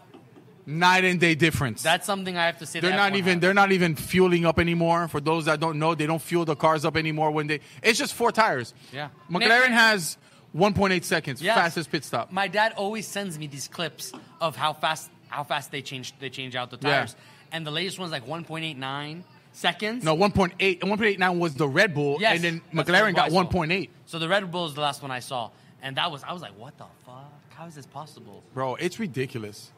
Speaker 1: Night and day difference.
Speaker 2: That's something I have to say.
Speaker 1: they're
Speaker 2: that
Speaker 1: not
Speaker 2: F1
Speaker 1: even
Speaker 2: has.
Speaker 1: they're not even fueling up anymore. For those that don't know, they don't fuel the cars up anymore when they. It's just four tires.
Speaker 2: Yeah.
Speaker 1: McLaren has 1.8 seconds
Speaker 2: Yes.
Speaker 1: fastest pit stop.
Speaker 2: My dad always sends me these clips of how fast how fast they change they change out the
Speaker 1: Yeah.
Speaker 2: tires, and the latest one's like 1.89 seconds.
Speaker 1: No, 1.8 and 1.89 was the Red Bull,
Speaker 2: Yes,
Speaker 1: and then
Speaker 2: that's
Speaker 1: McLaren
Speaker 2: what
Speaker 1: got
Speaker 2: I saw.
Speaker 1: 1.8.
Speaker 2: So the Red Bull is the last one I saw, and that was I was like, what the fuck? How is this possible?
Speaker 1: Bro, it's ridiculous.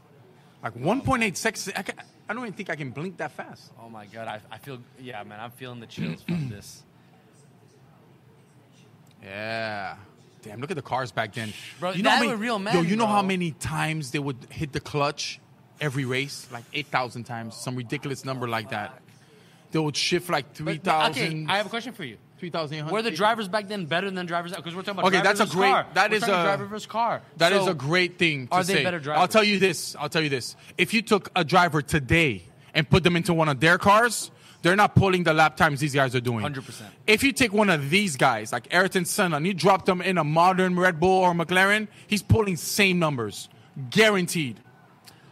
Speaker 1: Like 1.8 seconds. I, ca I don't even think I can blink that fast.
Speaker 2: Oh my god, I, I feel yeah, man, I'm feeling the chills from this.
Speaker 1: Yeah. Damn, look at the cars back then.
Speaker 2: Bro,
Speaker 1: how
Speaker 2: that
Speaker 1: many-
Speaker 2: were real
Speaker 1: Yo,
Speaker 2: men,
Speaker 1: you know how
Speaker 2: bro.
Speaker 1: many times they would hit the clutch every race? Like 8,000 times, some ridiculous number like that. They would shift like
Speaker 2: But-
Speaker 1: 3,000.
Speaker 2: Okay, I have a question for you.
Speaker 1: 3,800.
Speaker 2: Were the drivers back then better than drivers now? Because we're talking about
Speaker 1: Okay,
Speaker 2: driver
Speaker 1: that's a
Speaker 2: versus
Speaker 1: great-
Speaker 2: Car.
Speaker 1: that
Speaker 2: We're
Speaker 1: is
Speaker 2: talking
Speaker 1: a-
Speaker 2: driver versus car.
Speaker 1: That is
Speaker 2: So-
Speaker 1: a great thing to
Speaker 2: are they
Speaker 1: say.
Speaker 2: better
Speaker 1: I'll
Speaker 2: drivers?
Speaker 1: tell you this. I'll tell you this. If you took a driver today and put them into one of their cars, they're not pulling the lap times these guys are doing.
Speaker 2: 100%.
Speaker 1: If you take one of these guys, like Ayrton Senna, and you drop them in a modern Red Bull or McLaren, he's pulling same numbers. Guaranteed.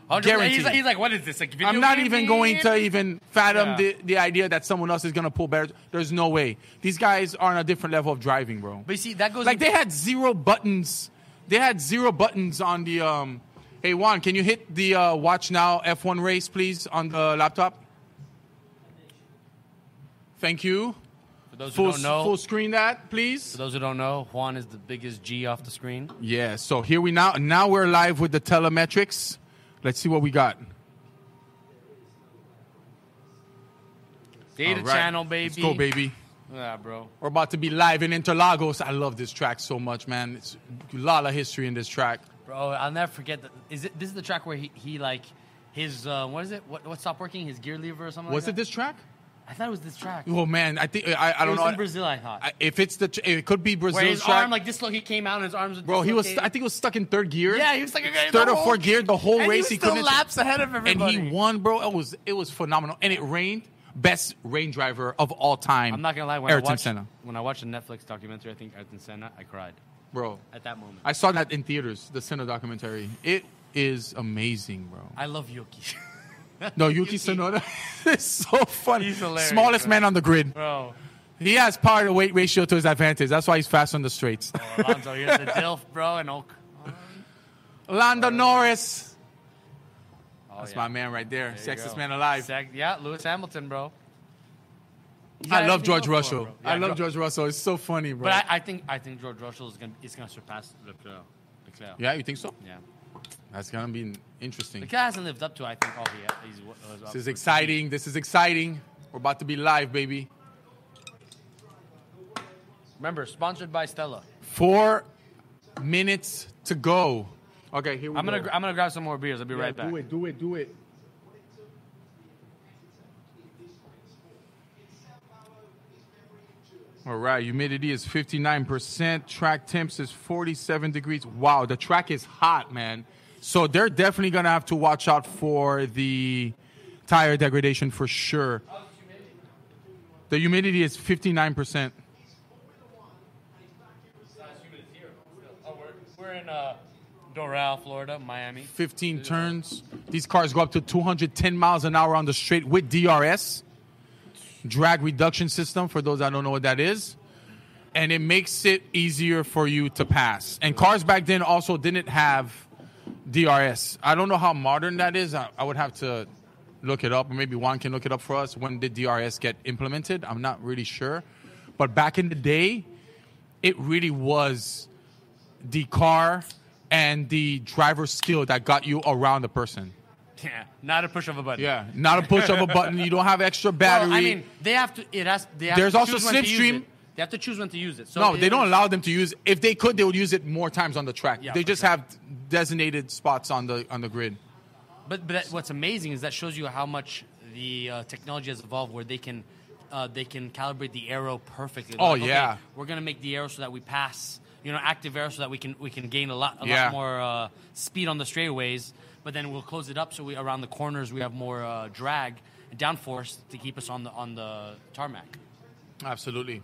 Speaker 2: 100%. He's
Speaker 1: guaranteed.
Speaker 2: like, he's like, what is this? Like,
Speaker 1: I'm
Speaker 2: video
Speaker 1: not
Speaker 2: game
Speaker 1: even
Speaker 2: thing?
Speaker 1: going to even fathom
Speaker 2: Yeah.
Speaker 1: the, the idea that someone else is going to pull better. There's no way. These guys are on a different level of driving, bro.
Speaker 2: But you see, that goes
Speaker 1: like
Speaker 2: into-
Speaker 1: they had zero buttons. They had zero buttons on the. Um, hey Juan, can you hit the uh, watch now F1 race, please, on the laptop? Thank you.
Speaker 2: For those who
Speaker 1: Full,
Speaker 2: don't know,
Speaker 1: full screen that, please.
Speaker 2: For those who don't know, Juan is the biggest G off the screen.
Speaker 1: Yeah. So here we now. Now we're live with the telemetrics. Let's see what we got.
Speaker 2: Data
Speaker 1: All right.
Speaker 2: channel, baby.
Speaker 1: Let's go, baby.
Speaker 2: Yeah, bro.
Speaker 1: We're about to be live in Interlagos. I love this track so much, man. It's a lot of history in this track.
Speaker 2: Bro, I'll never forget. The, is it? This is the track where he, he like his uh, what is it? What what stopped working? His gear lever or something.
Speaker 1: Was
Speaker 2: like
Speaker 1: it this track?
Speaker 2: That? I thought it was this track.
Speaker 1: Oh man, I think I, I
Speaker 2: it
Speaker 1: don't
Speaker 2: was
Speaker 1: know.
Speaker 2: in Brazil, I thought.
Speaker 1: I- if it's the, tr- it could be
Speaker 2: where
Speaker 1: Brazil's
Speaker 2: his
Speaker 1: track.
Speaker 2: arm like this look, he came out and his arms. were
Speaker 1: Bro, he was. I
Speaker 2: dislocated.
Speaker 1: think he was stuck in third gear.
Speaker 2: Yeah, he was like okay,
Speaker 1: third
Speaker 2: the
Speaker 1: or
Speaker 2: whole-
Speaker 1: fourth gear the whole
Speaker 2: and
Speaker 1: race.
Speaker 2: He,
Speaker 1: He
Speaker 2: was still
Speaker 1: couldn't.
Speaker 2: laps ahead of
Speaker 1: and
Speaker 2: everybody.
Speaker 1: he won, bro. It was it was phenomenal. And it rained. Best rain driver of all time.
Speaker 2: I'm not gonna lie. When
Speaker 1: Ayrton
Speaker 2: I watched
Speaker 1: Senna,
Speaker 2: when I watched the Netflix documentary, I think Ayrton Senna, I cried
Speaker 1: bro.
Speaker 2: at that moment.
Speaker 1: I saw that in theaters. The Senna documentary. It is amazing, bro.
Speaker 2: I love Yuki,
Speaker 1: No, Yuki, Tsunoda is so funny.
Speaker 2: He's hilarious,
Speaker 1: Smallest
Speaker 2: bro.
Speaker 1: man on the grid.
Speaker 2: bro.
Speaker 1: He has power to weight ratio to his advantage. That's why he's fast on the straights.
Speaker 2: Alonso, here's the Dilf, bro, and Oak.
Speaker 1: Lando Norris.
Speaker 2: Oh,
Speaker 1: That's
Speaker 2: yeah.
Speaker 1: my man right there.
Speaker 2: There you
Speaker 1: Sexiest
Speaker 2: go.
Speaker 1: man alive.
Speaker 2: Sec- yeah, Lewis Hamilton, bro. He's
Speaker 1: I
Speaker 2: got
Speaker 1: love
Speaker 2: everything
Speaker 1: George
Speaker 2: going for him,
Speaker 1: Russell.
Speaker 2: bro.
Speaker 1: I
Speaker 2: Yeah,
Speaker 1: love
Speaker 2: Gro-
Speaker 1: George Russell. It's so funny, bro.
Speaker 2: But I, I think I think George Russell is gonna is gonna surpass Leclerc. Leclerc.
Speaker 1: yeah, you think so?
Speaker 2: Yeah.
Speaker 1: That's gonna be interesting.
Speaker 2: Leclerc hasn't lived up to I think all he he's. what- was up
Speaker 1: This is
Speaker 2: for.
Speaker 1: exciting. This is exciting. We're about to be live, baby.
Speaker 2: Remember, sponsored by Stella.
Speaker 1: Four minutes to go. Okay, here we
Speaker 2: I'm
Speaker 1: go.
Speaker 2: gonna gr- I'm gonna grab some more beers. I'll be
Speaker 1: Yeah,
Speaker 2: right back.
Speaker 1: Do it. Do it. Do it. All right, humidity is 59%. Track temps is 47 degrees. Wow, the track is hot, man. So they're definitely going to have to watch out for the tire degradation for sure. The humidity is 59%.
Speaker 2: Oh, we're, we're in uh, Doral, Florida, Miami.
Speaker 1: 15 turns. These cars go up to 210 miles an hour on the straight with DRS, drag reduction system, for those that don't know what that is. And it makes it easier for you to pass. And cars back then also didn't have DRS. I don't know how modern that is. I, I would have to look it up, or maybe Juan can look it up for us. When did DRS get implemented? I'm not really sure. But back in the day, it really was the car and the driver skill that got you around the person.
Speaker 2: Yeah, not a push of a button.
Speaker 1: Yeah, not a push of a button. You don't have extra battery.
Speaker 2: Well, I mean, they have to. It has. They have
Speaker 1: There's
Speaker 2: to
Speaker 1: also
Speaker 2: choose when to use
Speaker 1: Slipstream.
Speaker 2: it. They have to choose when to use it. So
Speaker 1: no,
Speaker 2: it
Speaker 1: they don't
Speaker 2: is-
Speaker 1: allow them to use. If they could, they would use it more times on the track.
Speaker 2: Yeah,
Speaker 1: they
Speaker 2: for
Speaker 1: just
Speaker 2: sure.
Speaker 1: have designated spots on the on the grid.
Speaker 2: But, but that, what's amazing is that shows you how much the uh, technology has evolved, where they can uh, they can calibrate the arrow perfectly. They're
Speaker 1: Oh,
Speaker 2: okay,
Speaker 1: yeah.
Speaker 2: we're gonna make the arrow so that we pass, you know, active arrow so that we can we can gain a lot a
Speaker 1: Yeah.
Speaker 2: lot more uh, speed on the straightaways, but then we'll close it up so we around the corners we have more uh, drag and downforce to keep us on the on the tarmac.
Speaker 1: Absolutely.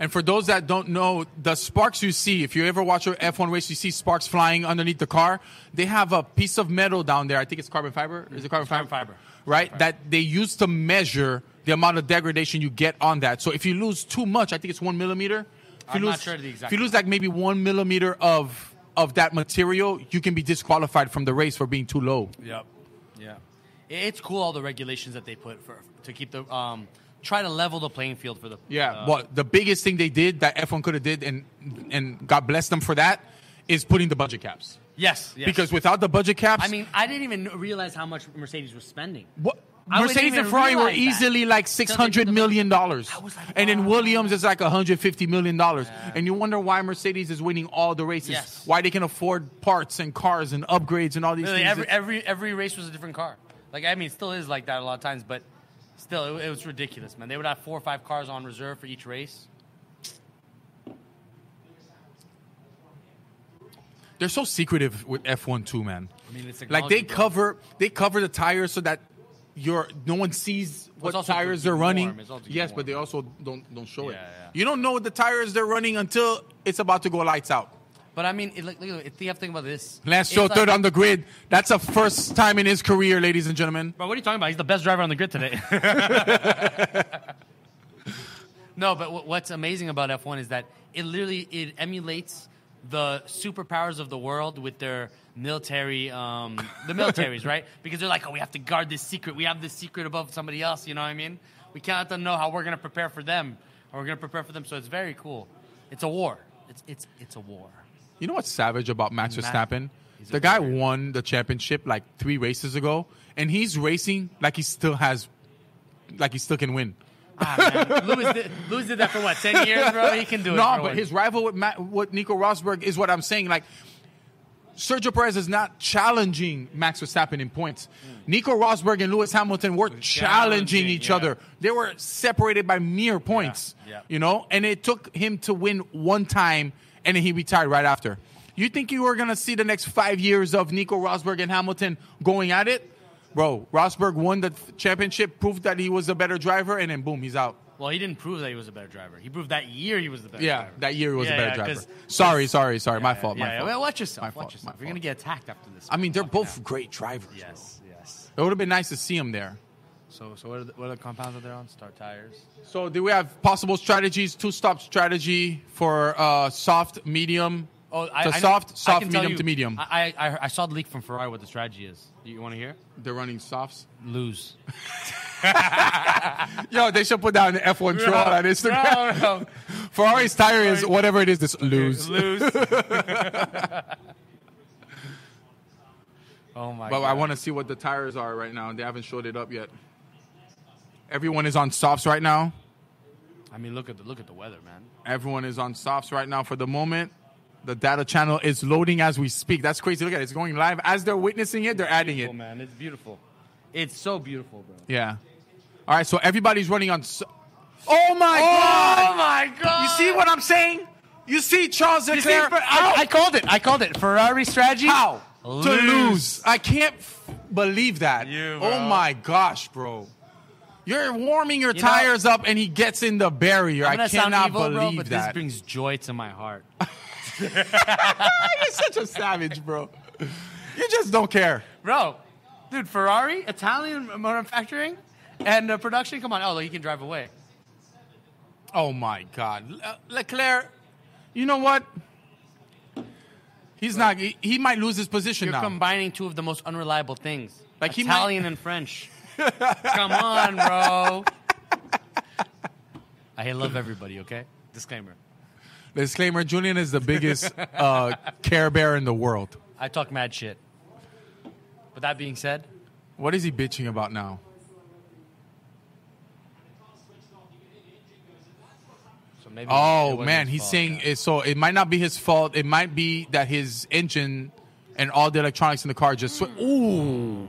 Speaker 1: And for those that don't know, the sparks you see, if you ever watch a F1 race, you see sparks flying underneath the car. They have a piece of metal down there. I think it's carbon fiber. Is it carbon
Speaker 2: carbon
Speaker 1: fiber?
Speaker 2: fiber.
Speaker 1: Right? That they use to measure the amount of degradation you get on that. So if you lose too much, I think it's one millimeter. If you
Speaker 2: I'm not
Speaker 1: lose-
Speaker 2: sure the exact
Speaker 1: If you lose like maybe one millimeter of of that material, you can be disqualified from the race for being too low.
Speaker 2: Yep. Yeah. I- It's cool all the regulations that they put for to keep the um try to level the playing field for the
Speaker 1: Yeah.
Speaker 2: uh,
Speaker 1: well, the biggest thing they did that F1 could have did, and and God bless them for that, is putting the budget caps.
Speaker 2: yes, yes.
Speaker 1: Because without the budget caps,
Speaker 2: I mean, I didn't even realize how much Mercedes was spending.
Speaker 1: what,
Speaker 2: I wouldn't
Speaker 1: Mercedes
Speaker 2: even
Speaker 1: and Ferrari were
Speaker 2: realize that.
Speaker 1: easily like
Speaker 2: they
Speaker 1: six
Speaker 2: put the
Speaker 1: hundred million dollars,
Speaker 2: was like,
Speaker 1: and then
Speaker 2: wow.
Speaker 1: Williams is like hundred fifty million dollars, and you wonder why Mercedes is winning all the races,
Speaker 2: Yes.
Speaker 1: why they can afford parts and cars and upgrades and all these
Speaker 2: Really,
Speaker 1: things.
Speaker 2: every every every race was a different car. Like I mean, it still is like that a lot of times, but still, it, it was ridiculous, man. They would have four or five cars on reserve for each race.
Speaker 1: They're so secretive with F one too, man.
Speaker 2: I mean, it's
Speaker 1: like they
Speaker 2: technology, bro.
Speaker 1: cover they cover the tires so that your no one sees what
Speaker 2: it's also to
Speaker 1: tires
Speaker 2: keep
Speaker 1: they're
Speaker 2: you
Speaker 1: running.
Speaker 2: warm. It's also to keep
Speaker 1: Yes,
Speaker 2: you
Speaker 1: but
Speaker 2: warm.
Speaker 1: they also don't don't show it.
Speaker 2: Yeah, yeah.
Speaker 1: You don't know what the tires they're running until it's about to go lights out.
Speaker 2: But I mean, it, like, look, if you have to think about this,
Speaker 1: Lance
Speaker 2: it's
Speaker 1: Stroll
Speaker 2: like-
Speaker 1: third on the grid. That's a first time in his career, ladies and gentlemen.
Speaker 2: Bro, what are you talking about? He's the best driver on the grid today. no, but wh- what's amazing about F1 is that it literally it emulates the superpowers of the world with their military, um, the militaries, right? Because they're like, oh, we have to guard this secret. We have this secret above somebody else. You know what I mean? We can't let them know how we're going to prepare for them, or we're going to prepare for them. So it's very cool. It's a war. It's it's it's a war.
Speaker 1: You know what's savage about Max
Speaker 2: Max
Speaker 1: Verstappen?
Speaker 2: is a
Speaker 1: The guy
Speaker 2: player.
Speaker 1: won the championship like three races ago, and he's racing like he still has, like he still can win.
Speaker 2: Ah, man. Lewis, did, Lewis did that for what ten years, bro. He can do it.
Speaker 1: No,
Speaker 2: for
Speaker 1: but
Speaker 2: one.
Speaker 1: his rival with Matt, with Nico Rosberg is what I'm saying. Like Sergio Perez is not challenging Max Verstappen in points. Nico Rosberg and Lewis Hamilton were challenging, each
Speaker 2: Hmm. yeah.
Speaker 1: other. They were separated by mere points.
Speaker 2: yeah.
Speaker 1: You know, and it took him to win one time, and then he retired right after. You think you were gonna see the next five years of Nico Rosberg and Hamilton going at it? Bro, Rosberg won the championship, proved that he was a better driver, and then boom, he's out.
Speaker 2: Well, he didn't prove that he was a better driver. He proved that year he was the better
Speaker 1: Yeah,
Speaker 2: driver.
Speaker 1: that year he was
Speaker 2: Yeah,
Speaker 1: a better
Speaker 2: yeah,
Speaker 1: driver.
Speaker 2: 'cause-
Speaker 1: Sorry, sorry, sorry. my
Speaker 2: Yeah,
Speaker 1: fault. my
Speaker 2: yeah,
Speaker 1: fault.
Speaker 2: Well, watch yourself.
Speaker 1: My
Speaker 2: watch
Speaker 1: fault,
Speaker 2: yourself.
Speaker 1: my
Speaker 2: You're going to get attacked after this.
Speaker 1: I mean, they're
Speaker 2: Fucking
Speaker 1: both
Speaker 2: hell.
Speaker 1: great drivers.
Speaker 2: Yes, yes.
Speaker 1: bro. It would have been nice to see him there.
Speaker 2: So, so what, are the, what are the compounds that they're on? Star tires.
Speaker 1: So, do we have possible strategies? Two stop strategy for uh, soft, medium. to
Speaker 2: know-
Speaker 1: soft, soft,
Speaker 2: can tell
Speaker 1: medium
Speaker 2: you-
Speaker 1: to medium.
Speaker 2: I, I, I- I saw the leak from Ferrari what the strategy is. You, want to hear?
Speaker 1: they're running softs.
Speaker 2: Lose.
Speaker 1: Yo, they should put down an F1 troll on Instagram.
Speaker 2: No, no.
Speaker 1: Ferrari's tire is
Speaker 2: Ferrari-
Speaker 1: whatever it is. This lose.
Speaker 2: Lose. oh, my
Speaker 1: But
Speaker 2: God.
Speaker 1: I want to see what the tires are right now. They haven't showed it up yet. Everyone is on softs right now.
Speaker 2: I mean, look at the, look at the weather, man.
Speaker 1: Everyone is on softs right now for the moment. The data channel is loading as we speak. That's crazy. Look at it. It's going live. As they're witnessing it, they're adding it.
Speaker 2: Beautiful, man. It's beautiful. It's so beautiful, bro.
Speaker 1: Yeah. All right. So everybody's running on. So- oh my
Speaker 2: Oh,
Speaker 1: god!
Speaker 2: my God.
Speaker 1: You see what I'm saying? You see Charles
Speaker 2: You see,
Speaker 1: Leclerc?
Speaker 2: Fer- I, I
Speaker 1: out?
Speaker 2: called it. I called it. Ferrari strategy.
Speaker 1: How?
Speaker 2: Lose.
Speaker 1: To lose. I can't f- believe that.
Speaker 2: You,
Speaker 1: oh
Speaker 2: bro.
Speaker 1: my gosh, bro. You're warming your
Speaker 2: You know-
Speaker 1: tires up and he gets in the barrier.
Speaker 2: I'm
Speaker 1: I
Speaker 2: gonna sound
Speaker 1: cannot
Speaker 2: evil, bro,
Speaker 1: believe
Speaker 2: but
Speaker 1: that.
Speaker 2: this brings joy to my heart.
Speaker 1: You're such a savage, bro. You just don't care.
Speaker 2: bro, dude, Ferrari, Italian manufacturing, and uh, production. Come on, oh, he can drive away.
Speaker 1: Oh my God, Le- Leclerc! You know what? He's not. He, he might lose his position
Speaker 2: You're
Speaker 1: now.
Speaker 2: combining two of the most unreliable things,
Speaker 1: Like, he might-
Speaker 2: Italian and French. Come on, bro. I love everybody. Okay, disclaimer.
Speaker 1: Disclaimer: Julian is the biggest uh, Care Bear in the world.
Speaker 2: I talk mad shit. But that being said,
Speaker 1: What is he bitching about now?
Speaker 2: so maybe. it
Speaker 1: Oh
Speaker 2: wasn't
Speaker 1: man,
Speaker 2: his
Speaker 1: he's
Speaker 2: fault,
Speaker 1: saying
Speaker 2: yeah.
Speaker 1: it, so. It might not be his fault. It might be that his engine and all the electronics in the car just. Sw- Ooh,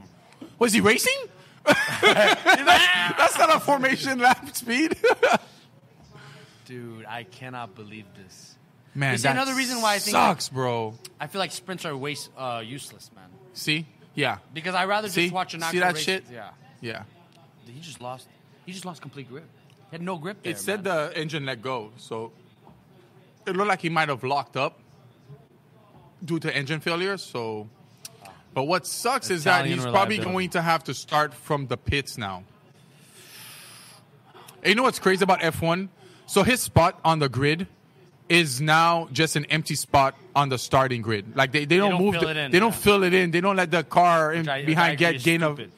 Speaker 1: was he racing? that's, that's not a formation lap speed.
Speaker 2: Dude, I cannot believe this.
Speaker 1: man,
Speaker 2: You see,
Speaker 1: that
Speaker 2: another reason why I think-
Speaker 1: sucks, bro.
Speaker 2: I feel like sprints are waste, uh, useless, man.
Speaker 1: See, yeah,
Speaker 2: Because I rather
Speaker 1: See?
Speaker 2: just watch an
Speaker 1: See
Speaker 2: actual
Speaker 1: that
Speaker 2: race.
Speaker 1: shit?
Speaker 2: Yeah,
Speaker 1: yeah.
Speaker 2: he just lost. He just lost complete grip. He had no grip there.
Speaker 1: It said
Speaker 2: man.
Speaker 1: the engine let go, so it looked like he might have locked up due to engine failure. So, but what sucks is that
Speaker 2: Italian
Speaker 1: he's probably
Speaker 2: reliability.
Speaker 1: going to have to start from the pits now. And you know what's crazy about F1? So his spot on the grid is now just an empty spot on the starting grid. Like they, they, don't,
Speaker 2: don't
Speaker 1: move
Speaker 2: fill
Speaker 1: the-
Speaker 2: it in,
Speaker 1: they don't
Speaker 2: yeah.
Speaker 1: fill it in. They don't let the car in,
Speaker 2: Which I- which I
Speaker 1: behind
Speaker 2: agree
Speaker 1: get
Speaker 2: is
Speaker 1: gain of
Speaker 2: stupid.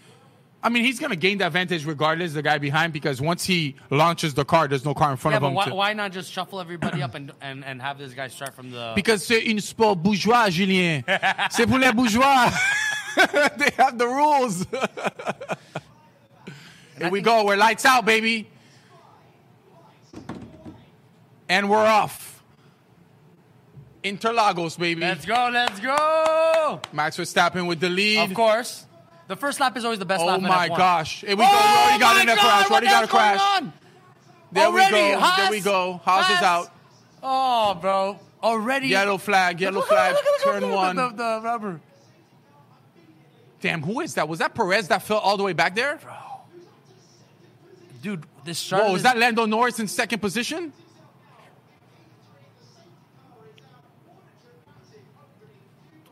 Speaker 1: I mean, he's going to gain the advantage regardless, the guy behind, because once he launches the car, there's no car in front
Speaker 2: Yeah,
Speaker 1: of
Speaker 2: but
Speaker 1: him.
Speaker 2: why,
Speaker 1: to-
Speaker 2: why not just shuffle everybody up and, and, and have this guy start from the?
Speaker 1: Because c'est une sport bourgeois, Julien. C'est pour les bourgeois. they have the rules. Here we go. We're lights out, baby. And we're off. Interlagos, baby.
Speaker 2: let's go, let's go.
Speaker 1: Max Verstappen with the lead.
Speaker 2: Of course, the first lap is always the best
Speaker 1: Oh
Speaker 2: lap. in
Speaker 1: my
Speaker 2: F1.
Speaker 1: gosh. Here we go.
Speaker 2: Oh
Speaker 1: We already got
Speaker 2: my
Speaker 1: in a
Speaker 2: God,
Speaker 1: crash.
Speaker 2: what
Speaker 1: Already got a
Speaker 2: the hell's
Speaker 1: crash.
Speaker 2: going on?
Speaker 1: There
Speaker 2: Already,
Speaker 1: we go.
Speaker 2: Haas,
Speaker 1: there we go. Haas, is
Speaker 2: Haas.
Speaker 1: out.
Speaker 2: Oh, bro, already.
Speaker 1: Yellow flag. Yellow
Speaker 2: Look at-
Speaker 1: flag.
Speaker 2: look at- look at-
Speaker 1: turn
Speaker 2: look
Speaker 1: one.
Speaker 2: at The, the rubber.
Speaker 1: Damn, who is that? Was that Perez that fell all the way back there?
Speaker 2: Dude, this start.
Speaker 1: Whoa,
Speaker 2: of
Speaker 1: is
Speaker 2: this-
Speaker 1: that Lando Norris in second position?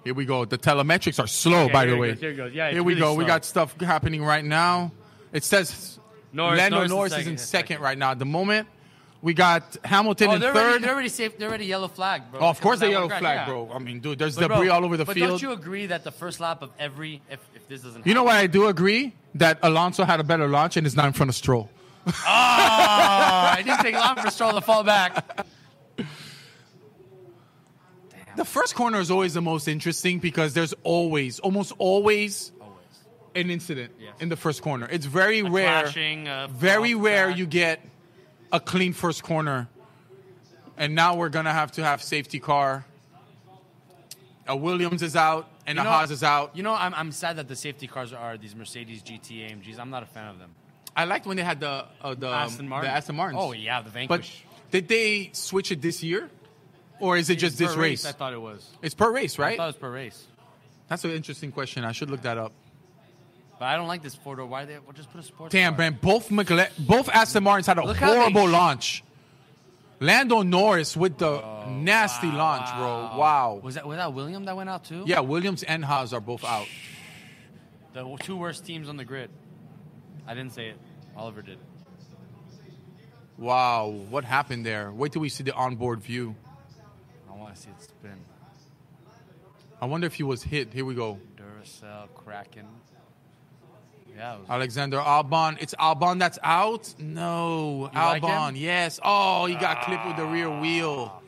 Speaker 1: Here we go. The telemetrics are slow,
Speaker 2: Okay,
Speaker 1: by
Speaker 2: here
Speaker 1: the
Speaker 2: it
Speaker 1: way.
Speaker 2: goes, here it goes. Yeah, it's
Speaker 1: Here we
Speaker 2: really
Speaker 1: go. We
Speaker 2: slow.
Speaker 1: got stuff happening right now. It says
Speaker 2: Norris-
Speaker 1: Lando
Speaker 2: Norris
Speaker 1: Norris,
Speaker 2: in
Speaker 1: is in
Speaker 2: second, yeah,
Speaker 1: second
Speaker 2: second.
Speaker 1: right now at the moment. We got Hamilton
Speaker 2: Oh,
Speaker 1: in
Speaker 2: they're
Speaker 1: third.
Speaker 2: already, they're already safe. They're already yellow flag, bro.
Speaker 1: oh, of
Speaker 2: Because
Speaker 1: course,
Speaker 2: that
Speaker 1: the
Speaker 2: one
Speaker 1: yellow
Speaker 2: crash,
Speaker 1: flag,
Speaker 2: yeah.
Speaker 1: bro. I mean, dude, there's
Speaker 2: But,
Speaker 1: debris
Speaker 2: bro,
Speaker 1: all over the
Speaker 2: but
Speaker 1: field.
Speaker 2: don't you agree that the first lap of every, if, if this doesn't,
Speaker 1: You know what I do agree? That Alonso had a better launch and is not in front of Stroll.
Speaker 2: happen, it didn't take long for Stroll to fall back.
Speaker 1: The first corner is always the most interesting because there's always, almost always,
Speaker 2: Always
Speaker 1: an incident
Speaker 2: Yes.
Speaker 1: in the first corner. It's very rare,
Speaker 2: crashing, uh,
Speaker 1: very
Speaker 2: off
Speaker 1: rare
Speaker 2: track.
Speaker 1: you get a clean first corner. And now we're gonna have to have safety car. A Williams is out and
Speaker 2: You
Speaker 1: a
Speaker 2: know-
Speaker 1: Haas is out.
Speaker 2: You know, I'm, I'm sad that the safety cars are these Mercedes GT AMGs. I'm not a fan of them.
Speaker 1: I liked when they had the uh, the, um,
Speaker 2: Aston Martin.
Speaker 1: the Aston Martins.
Speaker 2: Oh yeah, the
Speaker 1: but
Speaker 2: Vanquish.
Speaker 1: did they switch it this year, or is it just
Speaker 2: Per
Speaker 1: this race?
Speaker 2: I thought it was.
Speaker 1: It's per race,
Speaker 2: I thought it
Speaker 1: right?
Speaker 2: was per race.
Speaker 1: That's an interesting question. I should look that up.
Speaker 2: But I don't like this four door. Why they? Well, just put a sports.
Speaker 1: Damn,
Speaker 2: car.
Speaker 1: man. Both McLe- both Aston Martins had a
Speaker 2: Look how they
Speaker 1: horrible
Speaker 2: sh-
Speaker 1: launch. Lando Norris with the nasty
Speaker 2: Oh, Wow,
Speaker 1: launch,
Speaker 2: wow.
Speaker 1: bro. Wow.
Speaker 2: Was that was that William that went out too?
Speaker 1: Yeah, Williams and Haas are both out.
Speaker 2: The w- two worst teams on the grid. I didn't say it. Oliver did.
Speaker 1: Wow, what happened there? Wait till we see the onboard view.
Speaker 2: I want to see it spin.
Speaker 1: I wonder if he was hit. Here we go.
Speaker 2: Duracell, Kraken. Yeah. It was,
Speaker 1: Alexander Albon. It's Albon that's out? No.
Speaker 2: You like
Speaker 1: Albon,
Speaker 2: him? Ah.
Speaker 1: yes. Oh, he got clipped with the rear wheel.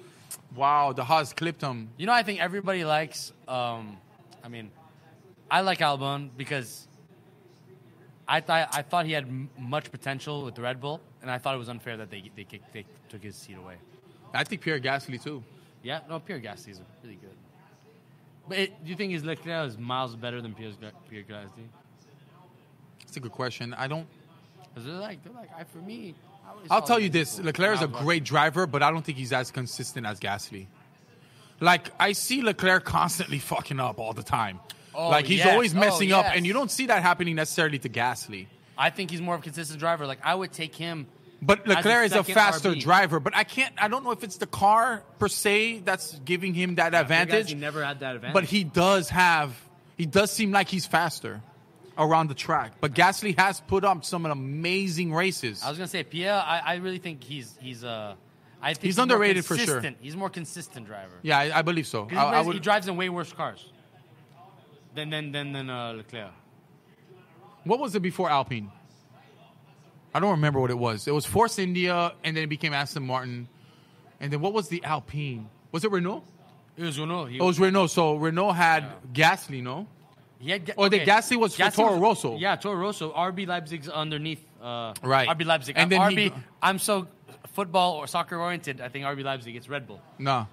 Speaker 1: Wow, the Haas clipped him.
Speaker 2: you know, I think everybody likes. Um, I mean, I like Albon because I thought I thought he had m- much potential with the Red Bull, and I thought it was unfair that they they, kicked, they took his seat away.
Speaker 1: I think Pierre Gasly, too.
Speaker 2: Yeah, no, Pierre Gasly is really good. But it, do you think his Leclerc is miles better than Pierre, Pierre Gasly?
Speaker 1: That's a good question. I don't.
Speaker 2: Because they're like, they're like, I, for me, I always
Speaker 1: I'll
Speaker 2: thought
Speaker 1: tell
Speaker 2: he
Speaker 1: you this:
Speaker 2: was cool.
Speaker 1: Leclerc is a
Speaker 2: Miles better.
Speaker 1: great driver, but I don't think he's as consistent as Gasly. Like I see Leclerc constantly fucking up all the time.
Speaker 2: Oh,
Speaker 1: like he's
Speaker 2: yes.
Speaker 1: always
Speaker 2: Oh,
Speaker 1: messing up,
Speaker 2: yes.
Speaker 1: and you don't see that happening necessarily to Gasly.
Speaker 2: I think he's more of a consistent driver. Like I would take him.
Speaker 1: But
Speaker 2: a
Speaker 1: Leclerc is a
Speaker 2: second
Speaker 1: faster
Speaker 2: RB.
Speaker 1: driver. But I can't. I don't know if it's the car per se that's giving him that advantage.
Speaker 2: He never had that advantage.
Speaker 1: but he does have. He does seem like he's faster around the track. But Gasly has put up some amazing races.
Speaker 2: I was gonna say Pierre. I, I really think he's he's uh, I think
Speaker 1: He's
Speaker 2: more
Speaker 1: underrated for sure.
Speaker 2: consistent. He's more consistent driver.
Speaker 1: yeah, I, I believe so.
Speaker 2: 'Cause He,
Speaker 1: I, I
Speaker 2: plays- he
Speaker 1: would,
Speaker 2: drives in way worse cars than than than than uh, Leclerc.
Speaker 1: What was it before Alpine? I don't remember what it was. It was Force India, and then it became Aston Martin. And then what was the Alpine? Was it Renault?
Speaker 2: It was Renault. He,
Speaker 1: It was Renault. So Renault had Gasly, no?
Speaker 2: he had, Ga-
Speaker 1: oh, the Gasly was for Toro Rosso.
Speaker 2: Yeah, Toro Rosso. RB Leipzig's underneath. Uh,
Speaker 1: Right.
Speaker 2: RB Leipzig.
Speaker 1: And
Speaker 2: And
Speaker 1: then
Speaker 2: RB.
Speaker 1: he-
Speaker 2: I'm so football or soccer oriented. I think RB Leipzig. It's Red Bull.
Speaker 1: No.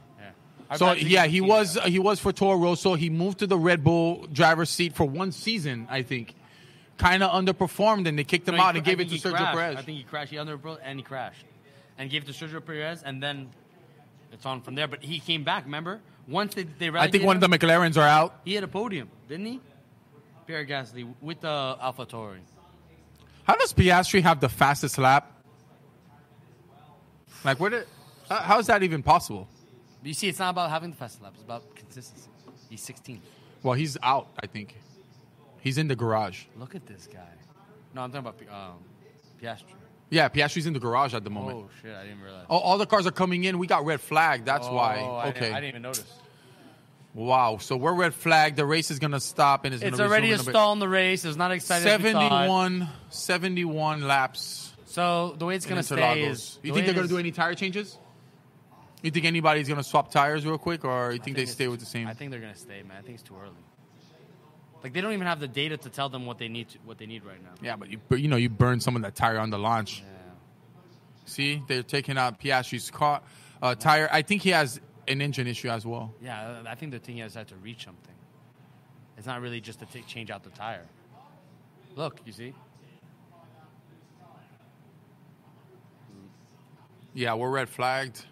Speaker 2: Yeah.
Speaker 1: So
Speaker 2: RB Leipzig
Speaker 1: yeah,
Speaker 2: is
Speaker 1: he
Speaker 2: the-
Speaker 1: was he was for Toro Rosso. He moved to the Red Bull driver's seat for one season, I think. Kind of underperformed, and they kicked him
Speaker 2: No, he
Speaker 1: out and
Speaker 2: cra- I
Speaker 1: gave it to
Speaker 2: think
Speaker 1: Sergio
Speaker 2: he crashed.
Speaker 1: Perez.
Speaker 2: I think he crashed. He underbroke and he crashed, and gave it to Sergio Perez, and then it's on from there. But he came back. Remember, once they they
Speaker 1: I think one of the McLarens are out.
Speaker 2: He had a podium, didn't he? Pierre Gasly with the uh, AlphaTauri.
Speaker 1: How does Piastri have the fastest lap? Like, where did, how, how is that even possible?
Speaker 2: But you see, it's not about having the fast lap; it's about consistency. He's 16.
Speaker 1: Well, he's out, I think. He's in the garage.
Speaker 2: Look at this guy. No, I'm talking about Pi- um, Piastri.
Speaker 1: Yeah, Piastri's in the garage at the moment.
Speaker 2: Oh shit! I didn't realize.
Speaker 1: Oh, all the cars are coming in. We got red flag. That's
Speaker 2: Oh,
Speaker 1: why.
Speaker 2: I didn't-
Speaker 1: Okay.
Speaker 2: I didn't even notice.
Speaker 1: Wow. So we're red flag. The race is gonna stop, and it's,
Speaker 2: It's
Speaker 1: gonna
Speaker 2: already a
Speaker 1: resume in
Speaker 2: stall in the race. It's not
Speaker 1: bit.
Speaker 2: exciting.
Speaker 1: 71, 71 laps.
Speaker 2: So the way it's
Speaker 1: in
Speaker 2: gonna stay is.
Speaker 1: Interlagos. You think they're gonna do any tire changes? You think anybody's gonna swap tires real quick, or you think, they stay with the same?
Speaker 2: I think they're gonna stay, man. I think it's too early. Like they don't even have the data to tell them what they need. To, what they need right now.
Speaker 1: yeah, but you but you know you burn some of that tire on the launch. See, they're taking out Piastri's car uh, tire. I think he has an engine issue as well.
Speaker 2: Yeah, I I think they're thinking is that to reach something. It's not really just to t- change out the tire. Look, you see,
Speaker 1: Yeah, we're red flagged.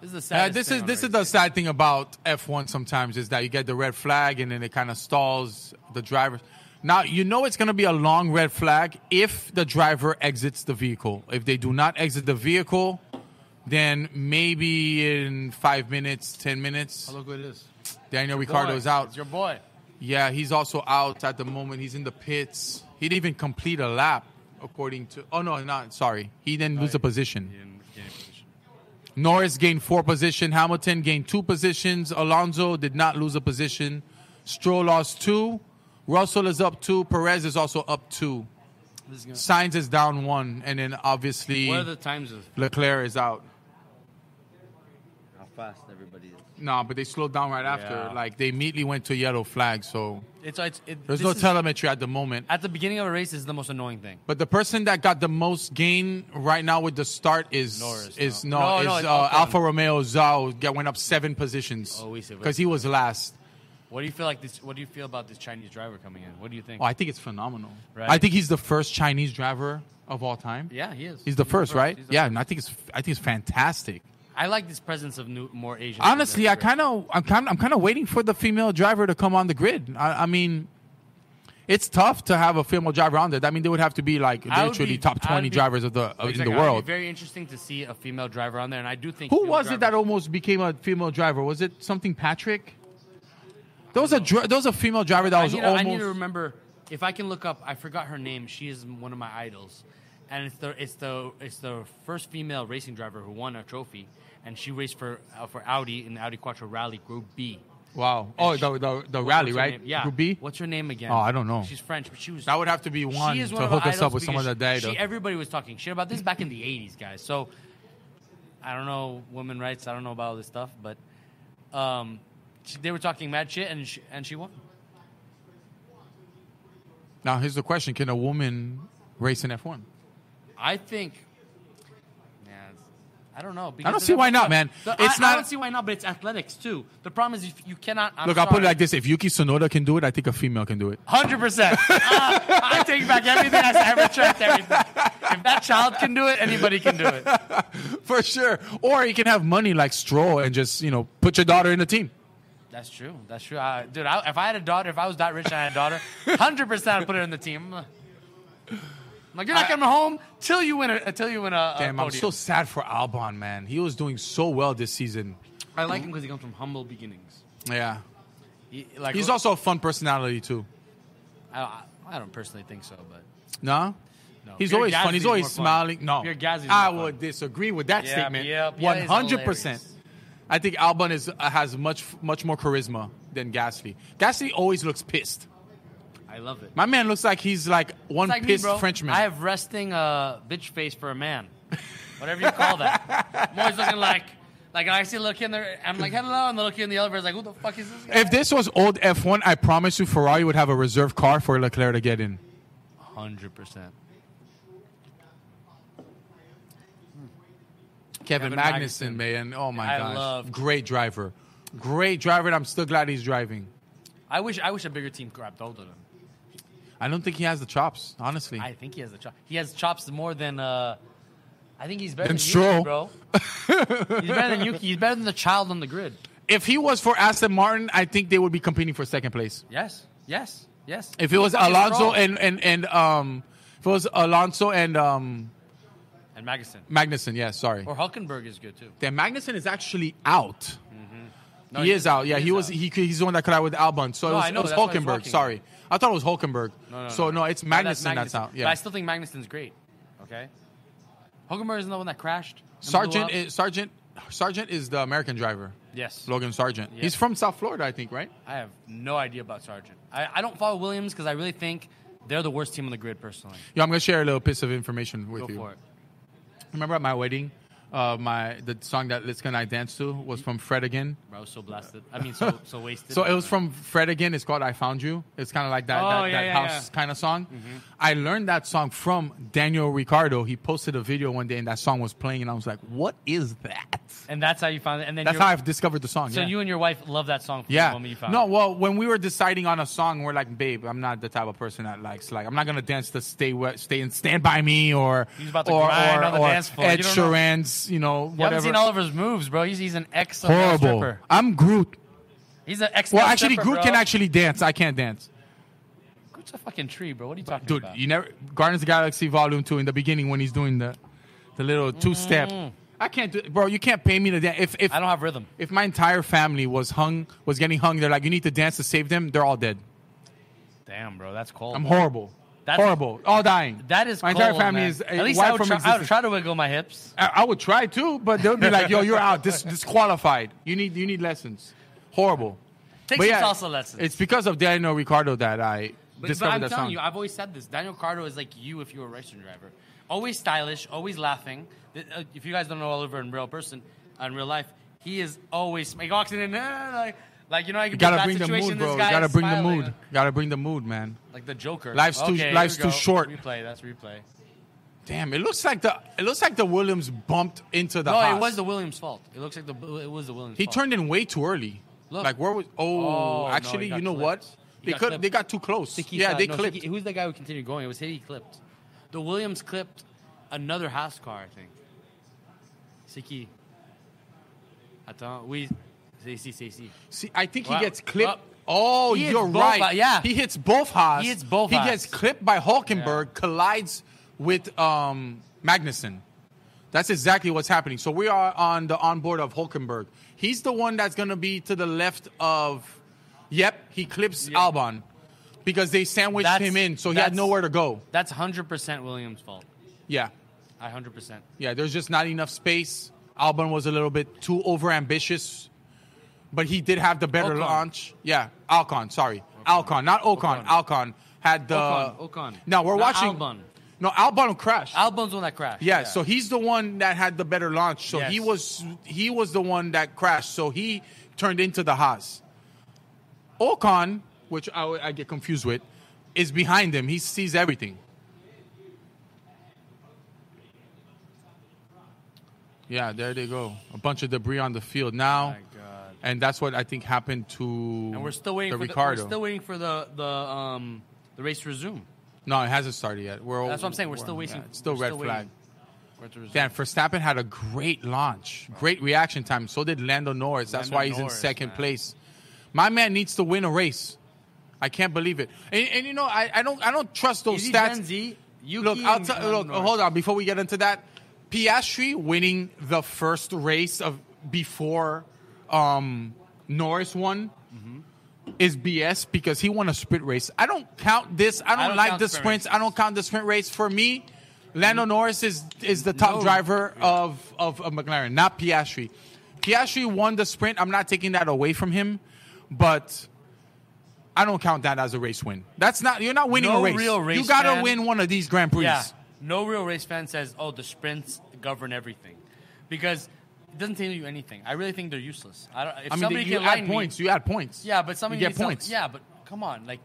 Speaker 2: this is the
Speaker 1: Yeah,
Speaker 2: saddest
Speaker 1: Uh, this
Speaker 2: thing
Speaker 1: is
Speaker 2: on
Speaker 1: this is
Speaker 2: radio.
Speaker 1: the sad thing about F1 sometimes is that you get the red flag and then it kind of stalls the driver. Now you know it's going to be a long red flag if the driver exits the vehicle. If they do not exit the vehicle, then maybe in five minutes, ten minutes,
Speaker 3: Look who it is.
Speaker 1: Daniel
Speaker 2: Boy,
Speaker 1: Ricciardo's
Speaker 2: It's
Speaker 1: out.
Speaker 2: your boy.
Speaker 1: Yeah, he's also out at the moment. He's in the pits. He didn't even complete a lap, according to. Oh no, not sorry. He didn't lose a position. Norris gained four position. Hamilton gained two positions. Alonso did not lose a position. Stroll lost two. Russell is up two. Perez is also up two.
Speaker 2: This is gonna,
Speaker 1: Sainz is down one, and then obviously
Speaker 2: what are the times of?
Speaker 1: Leclerc is out.
Speaker 3: How fast everybody is.
Speaker 1: No, but they slowed down right after.
Speaker 2: Yeah.
Speaker 1: Like they immediately went to yellow flag. So
Speaker 2: It's it's it,
Speaker 1: there's
Speaker 2: this
Speaker 1: no
Speaker 2: is-
Speaker 1: telemetry at the moment.
Speaker 2: At the beginning of a race is the most annoying thing.
Speaker 1: But the person that got the most gain right now with the start is
Speaker 2: Norris,
Speaker 1: is
Speaker 2: no.
Speaker 1: no,
Speaker 2: No,
Speaker 1: is
Speaker 2: no, it's
Speaker 1: uh,
Speaker 2: Ocon.
Speaker 1: Alfa Romeo Zhao got went up seven positions
Speaker 2: Oh, we see.
Speaker 1: because he was last.
Speaker 2: What do you feel like this? What do you feel about this Chinese driver coming in? What do you think?
Speaker 1: Oh, I think it's phenomenal.
Speaker 2: Right.
Speaker 1: I think he's the first Chinese driver of all time.
Speaker 2: yeah, he is.
Speaker 1: He's the first, right?
Speaker 2: He's the
Speaker 1: Yeah,
Speaker 2: first.
Speaker 1: and I think it's I think it's fantastic.
Speaker 2: I like this presence of new, more Asian.
Speaker 1: Honestly, I kind of I'm kind I'm kind of waiting for the female driver to come on the grid. I, I mean, it's tough to have a female driver on there. I mean, they would have to be like
Speaker 2: I would
Speaker 1: literally
Speaker 2: be-
Speaker 1: top
Speaker 2: I
Speaker 1: 20
Speaker 2: would be-
Speaker 1: drivers of the of, in the world.
Speaker 2: Very interesting to see a female driver on there, and I do think
Speaker 1: Who
Speaker 2: female
Speaker 1: was it that
Speaker 2: drivers-
Speaker 1: almost became a female driver? Was it something Patrick? There was a dr- there was a female driver that
Speaker 2: I
Speaker 1: was
Speaker 2: need, to- I
Speaker 1: almost.
Speaker 2: need to remember if I can look up. I forgot her name. She is one of my idols, and it's the it's the it's the first female racing driver who won a trophy, and she raced for uh, for Audi in the Audi Quattro Rally Group B.
Speaker 1: wow! Oh, the the, the rally
Speaker 2: What's her
Speaker 1: right?
Speaker 2: name? Yeah.
Speaker 1: Group B?
Speaker 2: What's her name again?
Speaker 1: Oh, I don't know.
Speaker 2: She's French, but she was.
Speaker 1: That would have to be one
Speaker 2: she is
Speaker 1: to
Speaker 2: one of
Speaker 1: hook
Speaker 2: our
Speaker 1: us up
Speaker 2: idols
Speaker 1: with someone
Speaker 2: because
Speaker 1: that died.
Speaker 2: she-
Speaker 1: though.
Speaker 2: She, everybody was talking shit about this back in the '80s, guys. So I don't know women rights. I don't know about all this stuff, but um, she- they were talking mad shit, and she, and she won.
Speaker 1: Now here's the question: Can a woman race in F1?
Speaker 2: I think. Yeah, it's- I don't know. because
Speaker 1: don't
Speaker 2: there's
Speaker 1: see why
Speaker 2: nothing
Speaker 1: not, man.
Speaker 2: The-
Speaker 1: It's
Speaker 2: I, I
Speaker 1: not-
Speaker 2: don't see why not, but it's athletics too. The problem is if you cannot. I'm
Speaker 1: Look, I'll put it like this: If Yuki Tsunoda can do it, I think a female can do it.
Speaker 2: Hundred percent. Uh, I take back everything I said. I retract everything. If that child can do it, anybody can do it.
Speaker 1: For sure. Or you can have money like Stroll and just you know put your daughter in the team.
Speaker 2: That's true. That's true. I, dude, I, if I had a daughter, if I was that rich and I had a daughter, 100% I'd put her in the team. I'm like, you're not coming home till you win a, till you win a, a
Speaker 1: Damn, I'm so
Speaker 2: podium.
Speaker 1: sad for Albon, man. He was doing so well this season.
Speaker 2: I like him because he comes from humble beginnings.
Speaker 1: Yeah,
Speaker 2: He, like,
Speaker 1: he's also a fun personality too.
Speaker 2: I, I, I don't personally think so, but
Speaker 1: No.
Speaker 2: no.
Speaker 1: He's
Speaker 2: Pierre
Speaker 1: always
Speaker 2: Gasly's
Speaker 1: fun. He's
Speaker 2: more
Speaker 1: always smiling. No,
Speaker 2: Pierre Gasly's
Speaker 1: I
Speaker 2: more fun.
Speaker 1: would disagree with that
Speaker 2: Yeah,
Speaker 1: statement.
Speaker 2: yep, yeah,
Speaker 1: One
Speaker 2: he's
Speaker 1: hundred percent.
Speaker 2: hilarious.
Speaker 1: I think Albon is uh, has much much more charisma than Gasly. Gasly always looks pissed.
Speaker 2: I love it.
Speaker 1: My man looks like he's like one
Speaker 2: It's like me,
Speaker 1: pissed
Speaker 2: bro.
Speaker 1: Frenchman.
Speaker 2: I have resting uh, bitch face for a man. Whatever you call that. I'm always looking like, like I see a little kid in there. I'm like, hello. And the little kid in the elevator is like, who the fuck is this guy?
Speaker 1: if this was old F1, I promise you Ferrari would have a reserve car for Leclerc to get in.
Speaker 2: 100%. Kevin,
Speaker 1: Kevin,
Speaker 2: Kevin
Speaker 1: Magnussen,
Speaker 2: Magnussen.
Speaker 1: man. Oh my
Speaker 2: I
Speaker 1: gosh.
Speaker 2: love-
Speaker 1: Great driver. Great driver, and I'm still glad he's driving.
Speaker 2: I wish I wish a bigger team grabbed hold of him.
Speaker 1: I don't think he has the chops, honestly.
Speaker 2: I think he has the chops. He has chops more than. Uh, I think he's better
Speaker 1: Than
Speaker 2: than, Yuki,
Speaker 1: Stroll.
Speaker 2: bro. he's better than Yuki. He's better than the child on the grid.
Speaker 1: if he was for Aston Martin, I think they would be competing for second place.
Speaker 2: Yes, yes, yes.
Speaker 1: If it was
Speaker 2: Fucking
Speaker 1: Alonso
Speaker 2: Stroll.
Speaker 1: and, and and um, if it was Alonso and um,
Speaker 2: and Magnussen.
Speaker 1: Magnussen, yeah, sorry.
Speaker 2: Or Hulkenberg is good too.
Speaker 1: Oh, Then Magnussen is actually out.
Speaker 2: Mm-hmm. No,
Speaker 1: he, is out. Yeah, he, was.
Speaker 2: out.
Speaker 1: He, could- he's the one that collided with Albon. So
Speaker 2: No,
Speaker 1: it was,
Speaker 2: I know,
Speaker 1: it was
Speaker 2: that's what I was
Speaker 1: Hulkenberg.
Speaker 2: talking
Speaker 1: Sorry, I thought it was Hulkenberg.
Speaker 2: No, no,
Speaker 1: so no, it's Magnussen that's, out.
Speaker 2: But
Speaker 1: Yeah.
Speaker 2: I still think Magnuson's great. Okay. Hulkenberg isn't the one that crashed. and blew
Speaker 1: Sergeant
Speaker 2: up?
Speaker 1: is Sergeant. Sergeant is the American driver.
Speaker 2: Yes.
Speaker 1: Logan Sargent.
Speaker 2: Yeah.
Speaker 1: He's from South Florida, I think, right?
Speaker 2: I have no idea about Sargent. I, I don't follow Williams because I really think they're the worst team on the grid personally.
Speaker 1: Yeah, I'm gonna share a little piece of information with
Speaker 2: Go
Speaker 1: you.
Speaker 2: for it.
Speaker 1: Remember at my wedding, uh, my the song that Litzka and I danced to was from Fred again.
Speaker 2: Bro, I was so blasted. I mean, so so wasted.
Speaker 1: So it was from Fred again. It's called "I Found You." It's kind of like that,
Speaker 2: Oh,
Speaker 1: that,
Speaker 2: yeah,
Speaker 1: that
Speaker 2: yeah,
Speaker 1: house
Speaker 2: yeah. Mm-hmm.
Speaker 1: kind of song. I learned that song from Daniel Ricardo. He posted a video one day, and that song was playing, and I was like, "What is that?"
Speaker 2: and that's how you found it. And then
Speaker 1: That's
Speaker 2: your-
Speaker 1: how I've discovered the song.
Speaker 2: so
Speaker 1: yeah.
Speaker 2: you and your wife love that song. From
Speaker 1: yeah.
Speaker 2: The moment you found
Speaker 1: no,
Speaker 2: it.
Speaker 1: well, when we were deciding on a song, we're like, "Babe, I'm not the type of person that likes like I'm not gonna dance to stay Wet- stay and stand by me or
Speaker 2: He's about to
Speaker 1: or,
Speaker 2: grind
Speaker 1: or,
Speaker 2: on the
Speaker 1: or
Speaker 2: dance floor.
Speaker 1: Ed
Speaker 2: You don't know.
Speaker 1: Sheeran's, you know,
Speaker 2: You haven't
Speaker 1: whatever."
Speaker 2: seen Oliver's moves, bro. He's, he's an ex
Speaker 1: Horrible.
Speaker 2: stripper.
Speaker 1: I'm Groot.
Speaker 2: He's an ex.
Speaker 1: Well, actually,
Speaker 2: stripper,
Speaker 1: Groot
Speaker 2: bro.
Speaker 1: can actually dance. I can't dance.
Speaker 2: Groot's a fucking tree, bro. What are you talking
Speaker 1: Dude,
Speaker 2: about?
Speaker 1: you never Guardians of the Galaxy Volume Two in the beginning when he's doing the the little two step. I can't do, bro. You can't pay me to dance. If if
Speaker 2: Mm-hmm. I don't have rhythm.
Speaker 1: if my entire family was hung was getting hung, they're like, you need to dance to save them. They're all dead.
Speaker 2: Damn, bro, that's cold.
Speaker 1: I'm horrible.
Speaker 2: That's-
Speaker 1: horrible. All dying.
Speaker 2: That is
Speaker 1: my
Speaker 2: cold,
Speaker 1: entire family
Speaker 2: man.
Speaker 1: is uh,
Speaker 2: At least
Speaker 1: wiped
Speaker 2: I would,
Speaker 1: from
Speaker 2: try, I would
Speaker 1: existence.
Speaker 2: try to wiggle my hips.
Speaker 1: I, I would try too, but they'll be like, yo, you're out. Dis- disqualified. You need you need lessons. Horrible.
Speaker 2: Take
Speaker 1: But
Speaker 2: some
Speaker 1: yeah,
Speaker 2: salsa lessons.
Speaker 1: It's because of Daniel Ricardo that I
Speaker 2: But, but
Speaker 1: discovered
Speaker 2: I'm
Speaker 1: that
Speaker 2: telling
Speaker 1: song.
Speaker 2: you, I've always said this. Daniel Cardo is like you if you were a racing driver. Always stylish, always laughing. Th- uh, If you guys don't know Oliver in real person, uh, in real life, he is always he walks in and uh, like, like you know, I could
Speaker 1: You
Speaker 2: be in
Speaker 1: gotta
Speaker 2: a bad
Speaker 1: bring the
Speaker 2: situation.
Speaker 1: mood,
Speaker 2: this
Speaker 1: bro. You
Speaker 2: guy
Speaker 1: gotta
Speaker 2: is
Speaker 1: bring
Speaker 2: smiling,
Speaker 1: the mood. Gotta bring the mood, man.
Speaker 2: like the Joker.
Speaker 1: Life's too-
Speaker 2: Okay, here
Speaker 1: life's
Speaker 2: we
Speaker 1: too
Speaker 2: go.
Speaker 1: short.
Speaker 2: Replay. That's replay.
Speaker 1: Damn, it looks like the it looks like the Williams bumped into the.
Speaker 2: No,
Speaker 1: Haas.
Speaker 2: it was the Williams' fault. It looks like the it was the Williams.
Speaker 1: He
Speaker 2: fault.
Speaker 1: turned in way too early.
Speaker 2: Look.
Speaker 1: Like where was?
Speaker 2: Oh,
Speaker 1: Oh,
Speaker 2: no,
Speaker 1: actually,
Speaker 2: he got
Speaker 1: you know
Speaker 2: clipped.
Speaker 1: what?
Speaker 2: He
Speaker 1: They
Speaker 2: got
Speaker 1: could.
Speaker 2: clipped.
Speaker 1: They got too close.
Speaker 2: Siki
Speaker 1: yeah,
Speaker 2: side.
Speaker 1: they
Speaker 2: No,
Speaker 1: clipped.
Speaker 2: Siki- who's the guy who continued going? It was Hiddy clipped. The Williams clipped another Haas car, I think. Siki. Attends, oui. C'est ici, c'est ici.
Speaker 1: See, I think
Speaker 2: Wow.
Speaker 1: he gets clipped.
Speaker 2: Well,
Speaker 1: Oh,
Speaker 2: he hits
Speaker 1: you're
Speaker 2: both
Speaker 1: right.
Speaker 2: Haas, yeah.
Speaker 1: he hits both Haas.
Speaker 2: He hits both
Speaker 1: He
Speaker 2: Haas.
Speaker 1: gets clipped by Hulkenberg, collides with um, Magnussen. That's exactly what's happening. So we are on the onboard of Hulkenberg. He's the one that's going to be to the left of. Yep, he clips Albon because they sandwiched
Speaker 2: That's-
Speaker 1: him in, so he had
Speaker 2: that's-
Speaker 1: nowhere to go.
Speaker 2: That's 100% Williams' fault.
Speaker 1: Yeah,
Speaker 2: I 100%.
Speaker 1: Yeah, there's just not enough space. Albon was a little bit too overambitious, but he did have the better
Speaker 2: Ocon.
Speaker 1: launch. Yeah, Alcon, sorry. Alcon, not Ocon.
Speaker 2: Ocon.
Speaker 1: Alcon had the.
Speaker 2: Ocon, Ocon.
Speaker 1: No, we're
Speaker 2: Not
Speaker 1: watching.
Speaker 2: Albon.
Speaker 1: No, Albon crashed.
Speaker 2: Albon's the one that crashed.
Speaker 1: yeah, so he's the one that had the better launch. So he
Speaker 2: Yes.
Speaker 1: was he was the one that crashed. So he turned into the Haas. Ocon, which I, I get confused with, is behind him. He sees everything. Yeah, there they go. A bunch of debris on the field now.
Speaker 2: My God.
Speaker 1: And that's what I think happened to
Speaker 2: And we're still waiting
Speaker 1: the
Speaker 2: for
Speaker 1: Ricardo.
Speaker 2: the we're still waiting for the the um the race to resume.
Speaker 1: no, it hasn't started yet. We're
Speaker 2: That's what I'm saying. We're still waiting.
Speaker 1: yeah, it's still
Speaker 2: we're
Speaker 1: red
Speaker 2: waiting
Speaker 1: flag.
Speaker 2: for it to resume.
Speaker 1: Damn, Verstappen had a great launch, great reaction time. So did Lando Norris. That's
Speaker 2: Lando
Speaker 1: why he's
Speaker 2: Norris,
Speaker 1: in second
Speaker 2: man.
Speaker 1: place. My man needs to win a race. I can't believe it. And, and you know, I, I don't I don't trust those
Speaker 2: Is he Gen
Speaker 1: stats.
Speaker 2: Z? Yuki
Speaker 1: Look,
Speaker 2: and
Speaker 1: I'll t-
Speaker 2: Lando
Speaker 1: look.
Speaker 2: Norris.
Speaker 1: Hold on, before we get into that, Piastri winning the first race of before um, Norris won.
Speaker 2: Mm-hmm.
Speaker 1: Is BS because he won a sprint race. I don't count this. I don't,
Speaker 2: don't
Speaker 1: like
Speaker 2: count
Speaker 1: the
Speaker 2: sprint
Speaker 1: sprints. I don't count the sprint race. For me, Lando Norris is is the top
Speaker 2: No.
Speaker 1: driver of, of of McLaren, not Piastri. Piastri won the sprint. I'm not taking that away from him, but I don't count that as a race win. That's not you're not winning
Speaker 2: No
Speaker 1: a race.
Speaker 2: real
Speaker 1: you
Speaker 2: race
Speaker 1: gotta
Speaker 2: fan-
Speaker 1: win one of these Grand Prix.
Speaker 2: Yeah. No real race fan says, oh, the sprints govern everything. Because it doesn't tell you anything. I really think they're useless. I don't, if
Speaker 1: I mean,
Speaker 2: somebody
Speaker 1: you
Speaker 2: can
Speaker 1: add
Speaker 2: line
Speaker 1: points.
Speaker 2: me.
Speaker 1: You add points.
Speaker 2: Yeah, but somebody
Speaker 1: You get
Speaker 2: needs to-
Speaker 1: points.
Speaker 2: yeah, but come on. Like,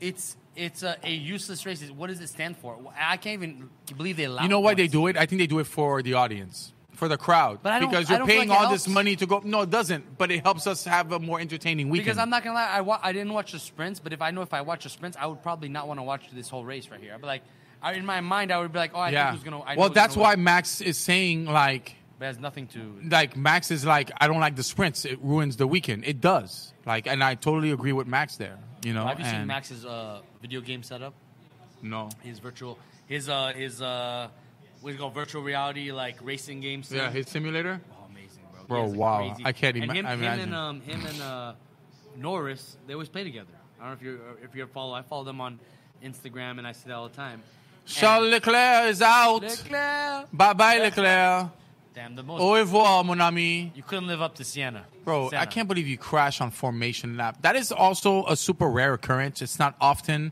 Speaker 2: it's it's a, a useless race. What does it stand for? I can't even believe they allow
Speaker 1: You know why they
Speaker 2: points.
Speaker 1: do it? I think they do it for the audience, for the crowd,
Speaker 2: But I don't-
Speaker 1: because
Speaker 2: I
Speaker 1: you're
Speaker 2: don't feel
Speaker 1: paying
Speaker 2: like it
Speaker 1: all this
Speaker 2: helps.
Speaker 1: money to go. No, it doesn't. But it helps us have a more entertaining weekend.
Speaker 2: Because I'm not gonna lie, I, wa- I didn't watch the sprints, but if I know if I watch the sprints, I would probably not want to watch this whole race right here. I'd be like, I, in my mind, I would be like, oh, I
Speaker 1: yeah.
Speaker 2: think who's gonna. I know
Speaker 1: well,
Speaker 2: who's
Speaker 1: that's
Speaker 2: gonna
Speaker 1: why
Speaker 2: win.
Speaker 1: Max is saying like,
Speaker 2: But it has nothing to.
Speaker 1: like Max is like, I don't like the sprints. It ruins the weekend. It does. Like, and I totally agree with Max there. You know,
Speaker 2: Have you seen
Speaker 1: and-
Speaker 2: Max's uh, video game setup?
Speaker 1: No.
Speaker 2: his virtual his uh his uh we go virtual reality like racing games. thing.
Speaker 1: Yeah, his simulator.
Speaker 2: Oh, amazing, bro.
Speaker 1: Bro,
Speaker 2: He has a
Speaker 1: wow.
Speaker 2: crazy-
Speaker 1: I can't
Speaker 2: and
Speaker 1: ima-
Speaker 2: him, him
Speaker 1: imagine.
Speaker 2: and um, him and uh, Norris, they always play together. I don't know if you are if you follow. I follow them on Instagram, and I see that all the time.
Speaker 1: Charles Leclerc is out.
Speaker 2: Leclerc.
Speaker 1: Bye bye, Leclerc.
Speaker 2: Damn, the most.
Speaker 1: Au revoir, mon ami.
Speaker 2: You couldn't live up to Sienna,
Speaker 1: Oh, Bro, I
Speaker 2: Senna.
Speaker 1: can't believe you crashed on formation lap. That is also a super rare occurrence. It's not often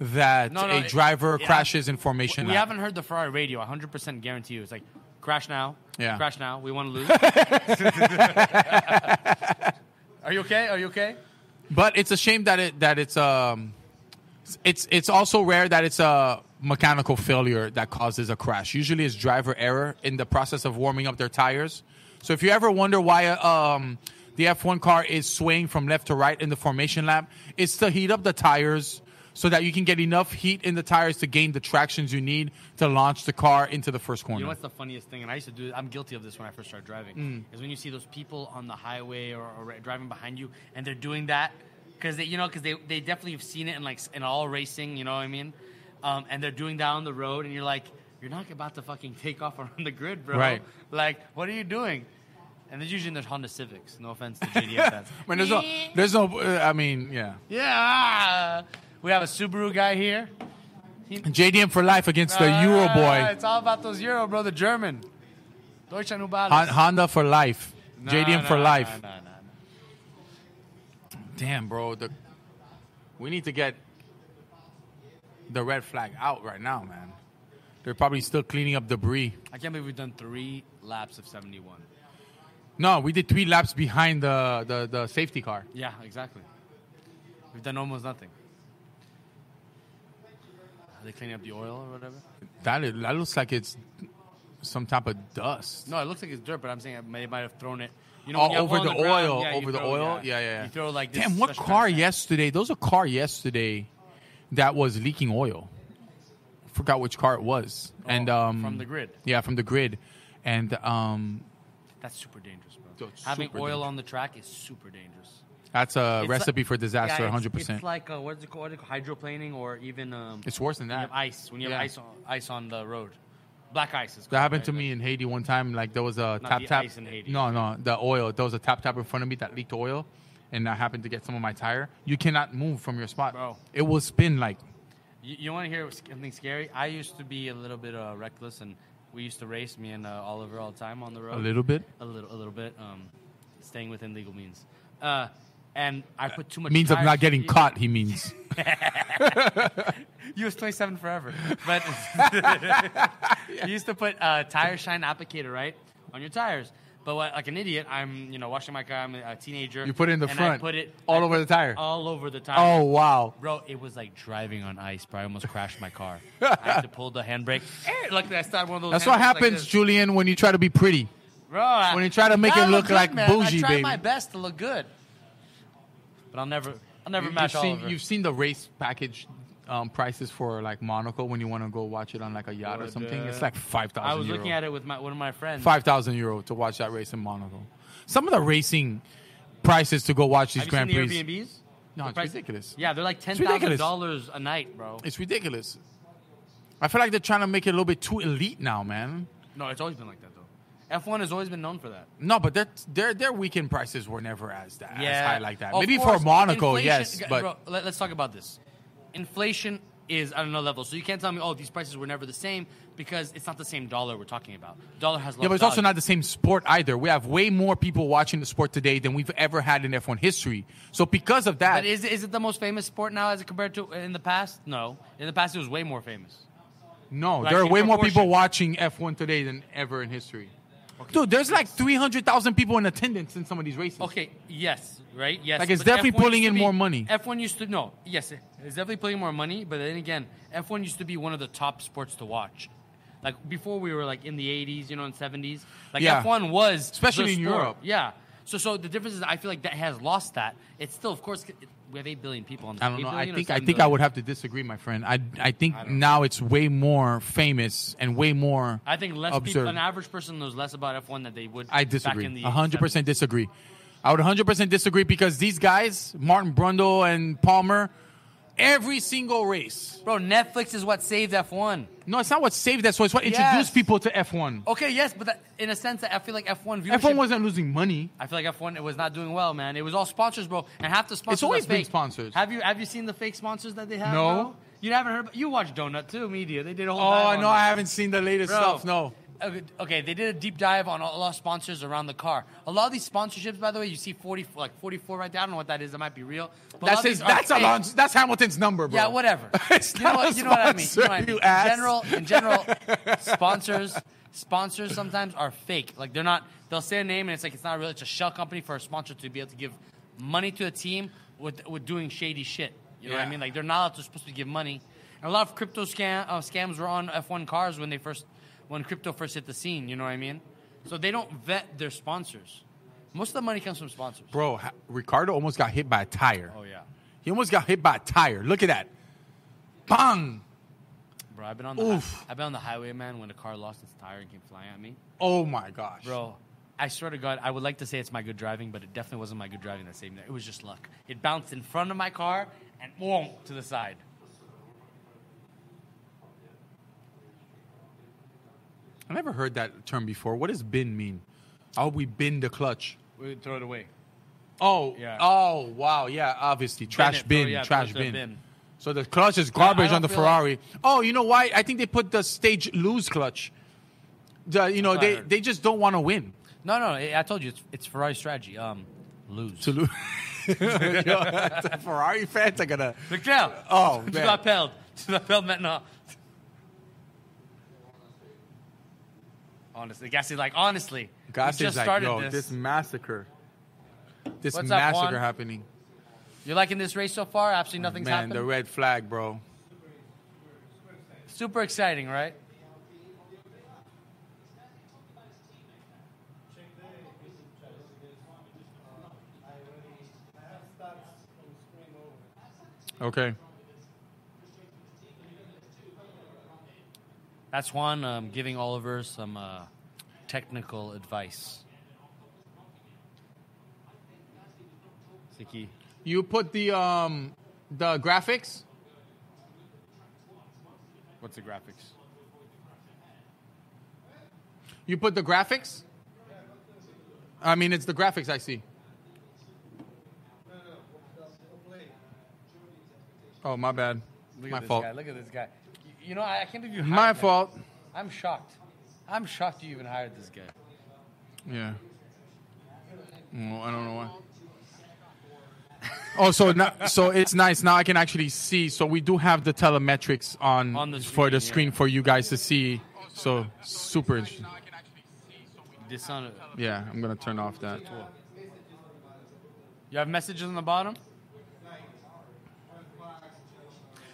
Speaker 1: that
Speaker 2: No, no,
Speaker 1: a
Speaker 2: it-
Speaker 1: driver
Speaker 2: yeah.
Speaker 1: crashes in formation
Speaker 2: We
Speaker 1: lap.
Speaker 2: haven't heard the Ferrari radio. 100% guarantee you. It's like crash now.
Speaker 1: Yeah.
Speaker 2: Crash now. We want to lose. Are you okay? Are you okay?
Speaker 1: But it's a shame that it that it's um it's it's also rare that it's a mechanical failure that causes a crash. Usually it's driver error in the process of warming up their tires. So if you ever wonder why uh, um the F1 car is swaying from left to right in the formation lap, it's to heat up the tires so that you can get enough heat in the tires to gain the tractions you need to launch the car into the first corner.
Speaker 2: You know what's the funniest thing? And I used to do. I'm guilty of this when I first started driving.
Speaker 1: Mm.
Speaker 2: Is when you see those people on the highway or, or ri- driving behind you, and they're doing that because they, you know, because they, they definitely have seen it in like s- in all racing. You know what I mean? Um, and they're doing down the road, and you're like, you're not about to fucking take off around the grid, bro.
Speaker 1: Right.
Speaker 2: Like, what are you doing? And there's usually in there's Honda Civics. No offense to JDM fans.
Speaker 1: I mean, there's no, there's no. Uh, I mean, yeah.
Speaker 2: yeah, we have a Subaru guy here.
Speaker 1: JDM for life against the
Speaker 2: Ah,
Speaker 1: Euro boy.
Speaker 2: It's all about those Euro, bro. The German. Deutsche Nubalis.
Speaker 1: Hon- Honda for life.
Speaker 2: No,
Speaker 1: JDM for
Speaker 2: no,
Speaker 1: life.
Speaker 2: no, no, no, no.
Speaker 1: Damn, bro. The, we need to get the red flag out right now, man. They're probably still cleaning up debris.
Speaker 2: I can't believe we've done three laps of 71.
Speaker 1: No, we did three laps behind the, the, the safety car.
Speaker 2: Yeah, exactly. We've done almost nothing. Are they cleaning up the oil or whatever?
Speaker 1: That, is, that looks like it's some type of dust.
Speaker 2: No, it looks like it's dirt, but I'm saying it may- they might have thrown it. You
Speaker 1: Oh,
Speaker 2: when you have
Speaker 1: over
Speaker 2: on
Speaker 1: the
Speaker 2: ground,
Speaker 1: oil,
Speaker 2: yeah, you
Speaker 1: over the
Speaker 2: throw-
Speaker 1: oil? Yeah, yeah, yeah.
Speaker 2: You throw like this
Speaker 1: Damn, what
Speaker 2: special
Speaker 1: car
Speaker 2: kind of-
Speaker 1: yesterday? There was a car yesterday that was leaking oil. Forgot which car it was. and um,
Speaker 2: Oh, from the grid.
Speaker 1: Yeah, from the grid. And um,
Speaker 2: That's super dangerous, bro.
Speaker 1: That's
Speaker 2: Having
Speaker 1: super
Speaker 2: oil
Speaker 1: dangerous.
Speaker 2: on the track is super dangerous.
Speaker 1: that's a
Speaker 2: It's
Speaker 1: recipe
Speaker 2: like-
Speaker 1: for disaster,
Speaker 2: yeah, it's-
Speaker 1: 100%. It's,
Speaker 2: It's like uh what's it called? Hydroplaning or even um,
Speaker 1: worse than that.
Speaker 2: when you have ice. When you have
Speaker 1: Yeah.
Speaker 2: ice on ice on the road, black ice is.
Speaker 1: That happened to me in Haiti one time. Like there was a
Speaker 2: Not
Speaker 1: tap
Speaker 2: the
Speaker 1: tap.
Speaker 2: ice in Haiti.
Speaker 1: No, no, the oil. There was a tap tap in front of me that leaked oil, and I happened to get some of my tire. You cannot move from your spot.
Speaker 2: Bro.
Speaker 1: It will spin like.
Speaker 2: You, you want to hear something scary? I used to be a little bit uh, reckless, and we used to race me and uh, Oliver all the time on the road.
Speaker 1: A little bit?
Speaker 2: a little, a little bit. Um, staying within legal means. Uh, and I put too much
Speaker 1: Means of
Speaker 2: tires-
Speaker 1: not getting
Speaker 2: you-
Speaker 1: caught. He means.
Speaker 2: You was 27 forever, but you used to put uh, tire shine applicator right on your tires. But what, like an idiot, I'm you know washing my car. I'm a teenager.
Speaker 1: You put it in the
Speaker 2: and I
Speaker 1: front.
Speaker 2: put it
Speaker 1: all
Speaker 2: I
Speaker 1: over the tire.
Speaker 2: all over the tire.
Speaker 1: oh wow.
Speaker 2: Bro, it was like driving on ice, bro. I almost crashed my car. I had to pull the handbrake. Eh, Luckily, I started one of those.
Speaker 1: That's what
Speaker 2: handbrakes like
Speaker 1: happens,
Speaker 2: this.
Speaker 1: Julian, when you try to be pretty.
Speaker 2: bro. I-
Speaker 1: when you try to make
Speaker 2: I
Speaker 1: it look
Speaker 2: good,
Speaker 1: like
Speaker 2: man.
Speaker 1: bougie,
Speaker 2: I try
Speaker 1: baby.
Speaker 2: my best to look good, but I'll never, I'll never
Speaker 1: You-
Speaker 2: match
Speaker 1: you've, seen,
Speaker 2: Oliver.
Speaker 1: you've seen the race package um, prices for like Monaco when you want to go watch it on like a yacht or
Speaker 2: What,
Speaker 1: something.
Speaker 2: uh,
Speaker 1: It's like five thousand.
Speaker 2: I was looking at it with my one of my friends.
Speaker 1: five thousand euro to watch that race in Monaco. Some of the racing prices to go watch these
Speaker 2: Have you
Speaker 1: Grand
Speaker 2: seen
Speaker 1: Prix.
Speaker 2: the Airbnbs?
Speaker 1: No,
Speaker 2: The
Speaker 1: it's
Speaker 2: price-
Speaker 1: ridiculous.
Speaker 2: Yeah, they're like ten thousand
Speaker 1: ridiculous.
Speaker 2: dollars a night, bro.
Speaker 1: It's ridiculous. I feel like they're trying to make it a little bit too elite now, man.
Speaker 2: No, it's always been like that though. F one has always been known for that.
Speaker 1: No, but their their their weekend prices were never as that as high like that.
Speaker 2: Of
Speaker 1: Maybe
Speaker 2: course,
Speaker 1: for Monaco,
Speaker 2: inflation-
Speaker 1: yes,
Speaker 2: g-
Speaker 1: but
Speaker 2: bro, let, us talk about this. Inflation is at another level, so you can't tell me, oh, these prices were never the same because it's not the same dollar we're talking about. Dollar has
Speaker 1: yeah, but it's also not the same sport either. We have way more people watching the sport today than we've ever had in F1 history. So because of that,
Speaker 2: But is it- is it the most famous sport now as compared to in the past? No, in the past it was way more famous.
Speaker 1: No,
Speaker 2: Like,
Speaker 1: there are
Speaker 2: in
Speaker 1: way more
Speaker 2: proportion.
Speaker 1: people watching F1 today than ever in history. Dude, there's like 300,000 people in attendance in some of these races.
Speaker 2: Okay, yes, right, yes.
Speaker 1: Like, it's
Speaker 2: but
Speaker 1: definitely
Speaker 2: F1
Speaker 1: pulling
Speaker 2: used to
Speaker 1: in
Speaker 2: be-
Speaker 1: more money.
Speaker 2: F1 used to no, yes, it- it's definitely pulling more money. But then again, F1 used to be one of the top sports to watch. Like before, we were like in the '80s, you know, and '70s. Like
Speaker 1: Yeah.
Speaker 2: F1 was
Speaker 1: Especially
Speaker 2: the
Speaker 1: in
Speaker 2: sport.
Speaker 1: Europe.
Speaker 2: Yeah. So, so the difference is, I feel like that has lost that. It's still, of course, it- we have eight billion people on. The
Speaker 1: I don't know. I think I think I
Speaker 2: would.
Speaker 1: would have to disagree, my friend. I, I think now it's way more famous and way more
Speaker 2: I think less
Speaker 1: observed.
Speaker 2: people, an average person knows less about F1 than they would.
Speaker 1: I disagree.
Speaker 2: Back in the
Speaker 1: 100% disagree. I would 100% disagree because these guys, Martin Brundle and Palmer, every single race.
Speaker 2: Bro, Netflix is what saved F1.
Speaker 1: No, it's not what saved that. So it's what
Speaker 2: Yes.
Speaker 1: introduced people to F1.
Speaker 2: Okay, yes, but that, in a sense, I feel like F1 viewership.
Speaker 1: F1 wasn't losing money.
Speaker 2: I feel like F1 it was not doing well, man. It was all sponsors, bro, and half the sponsors.
Speaker 1: always
Speaker 2: are
Speaker 1: been
Speaker 2: fake.
Speaker 1: sponsors.
Speaker 2: Have you have you seen the fake sponsors that they have?
Speaker 1: No.
Speaker 2: now? you haven't heard. About, you watch Donut too Media. They did a whole.
Speaker 1: Oh
Speaker 2: dive
Speaker 1: no,
Speaker 2: on
Speaker 1: I
Speaker 2: that.
Speaker 1: haven't seen the latest
Speaker 2: Bro.
Speaker 1: stuff. No.
Speaker 2: Okay, okay, they did a deep dive on all our sponsors around the car. A lot of these sponsorships, by the way, you see forty like forty four right there. I don't know what that is. That might be real. But a lot
Speaker 1: That's
Speaker 2: of
Speaker 1: his,
Speaker 2: these are
Speaker 1: that's
Speaker 2: fake.
Speaker 1: Alonso, that's Hamilton's number, bro.
Speaker 2: Yeah, whatever.
Speaker 1: It's
Speaker 2: you know
Speaker 1: not
Speaker 2: what,
Speaker 1: a
Speaker 2: you know what I mean. You know what I
Speaker 1: sponsor,
Speaker 2: mean.
Speaker 1: you
Speaker 2: In
Speaker 1: ass.
Speaker 2: general, in general, sponsors sponsors sometimes are fake. Like they're not. They'll say a name and it's like it's not real. It's a shell company for a sponsor to be able to give money to a team with with doing shady shit. You know what
Speaker 1: Yeah.
Speaker 2: I mean? Like they're not allowed to- supposed to give money. And a lot of crypto scam uh, scams were on F1 cars when they first when crypto first hit the scene. You know what I mean? So they don't vet their sponsors. Most of the money comes from sponsors.
Speaker 1: Bro, Ha- Ricardo almost got hit by a tire.
Speaker 2: Oh yeah,
Speaker 1: He almost got hit by a tire. Look at that. Bang.
Speaker 2: bro. I've been on the
Speaker 1: Oof.
Speaker 2: I've been on the highway, man. When a car lost its tire and came flying at me.
Speaker 1: Oh my gosh.
Speaker 2: Bro, I swear to God, I would like to say it's my good driving, but it definitely wasn't my good driving that saved me. It was just luck. It bounced in front of my car and boom to the side.
Speaker 1: I never heard that term before. What does bin mean? Oh, we bin the clutch.
Speaker 2: We would throw it away.
Speaker 1: Oh,
Speaker 2: Yeah.
Speaker 1: oh, wow, yeah, obviously, trash
Speaker 2: it,
Speaker 1: bin,
Speaker 2: throw- yeah,
Speaker 1: trash
Speaker 2: throw it to
Speaker 1: bin.
Speaker 2: a bin.
Speaker 1: So the clutch is garbage
Speaker 2: don't
Speaker 1: on the
Speaker 2: feel
Speaker 1: Ferrari. oh, you know why? I think they put the stage lose clutch. The, you know,
Speaker 2: That's what I
Speaker 1: they,
Speaker 2: heard.
Speaker 1: they just don't want to win.
Speaker 2: No, no, I I told you, it's, it's Ferrari's strategy. Um, lose.
Speaker 1: To lose, the Ferrari fans are gonna.
Speaker 2: Leclerc.
Speaker 1: Oh,
Speaker 2: tu
Speaker 1: man.
Speaker 2: m'appelles. Tu m'appelles maintenant. Honestly, Gasly's like, honestly, we
Speaker 1: Gosh,
Speaker 2: just
Speaker 1: is like,
Speaker 2: started
Speaker 1: yo,
Speaker 2: this.
Speaker 1: this. massacre, this
Speaker 2: What's up,
Speaker 1: massacre
Speaker 2: Juan?
Speaker 1: happening.
Speaker 2: You're liking this race so far? Absolutely nothing's
Speaker 1: Man,
Speaker 2: happened.
Speaker 1: the red flag, bro.
Speaker 2: Super exciting, right?
Speaker 1: Okay.
Speaker 2: That's Juan um, giving Oliver some uh, technical advice. Siki.
Speaker 1: You put the um the graphics.
Speaker 2: What's the graphics?
Speaker 1: You put the graphics. I mean, it's the graphics I see. Oh, my bad.
Speaker 2: Look
Speaker 1: my
Speaker 2: at this
Speaker 1: fault.
Speaker 2: guy. Look at this guy. You- You know, I, I can't believe you hired
Speaker 1: My
Speaker 2: him.
Speaker 1: fault.
Speaker 2: I'm shocked. I'm shocked you even hired this guy.
Speaker 1: Yeah. Well, I don't know why. Oh, so now, so it's nice. Now I can actually see. So we do have the telemetrics on,
Speaker 2: On the
Speaker 1: for the
Speaker 2: screen,
Speaker 1: screen
Speaker 2: yeah.
Speaker 1: for you guys to see. So super interesting.
Speaker 2: This sound, uh,
Speaker 1: Yeah, I'm gonna turn off that.
Speaker 2: you have messages on the bottom?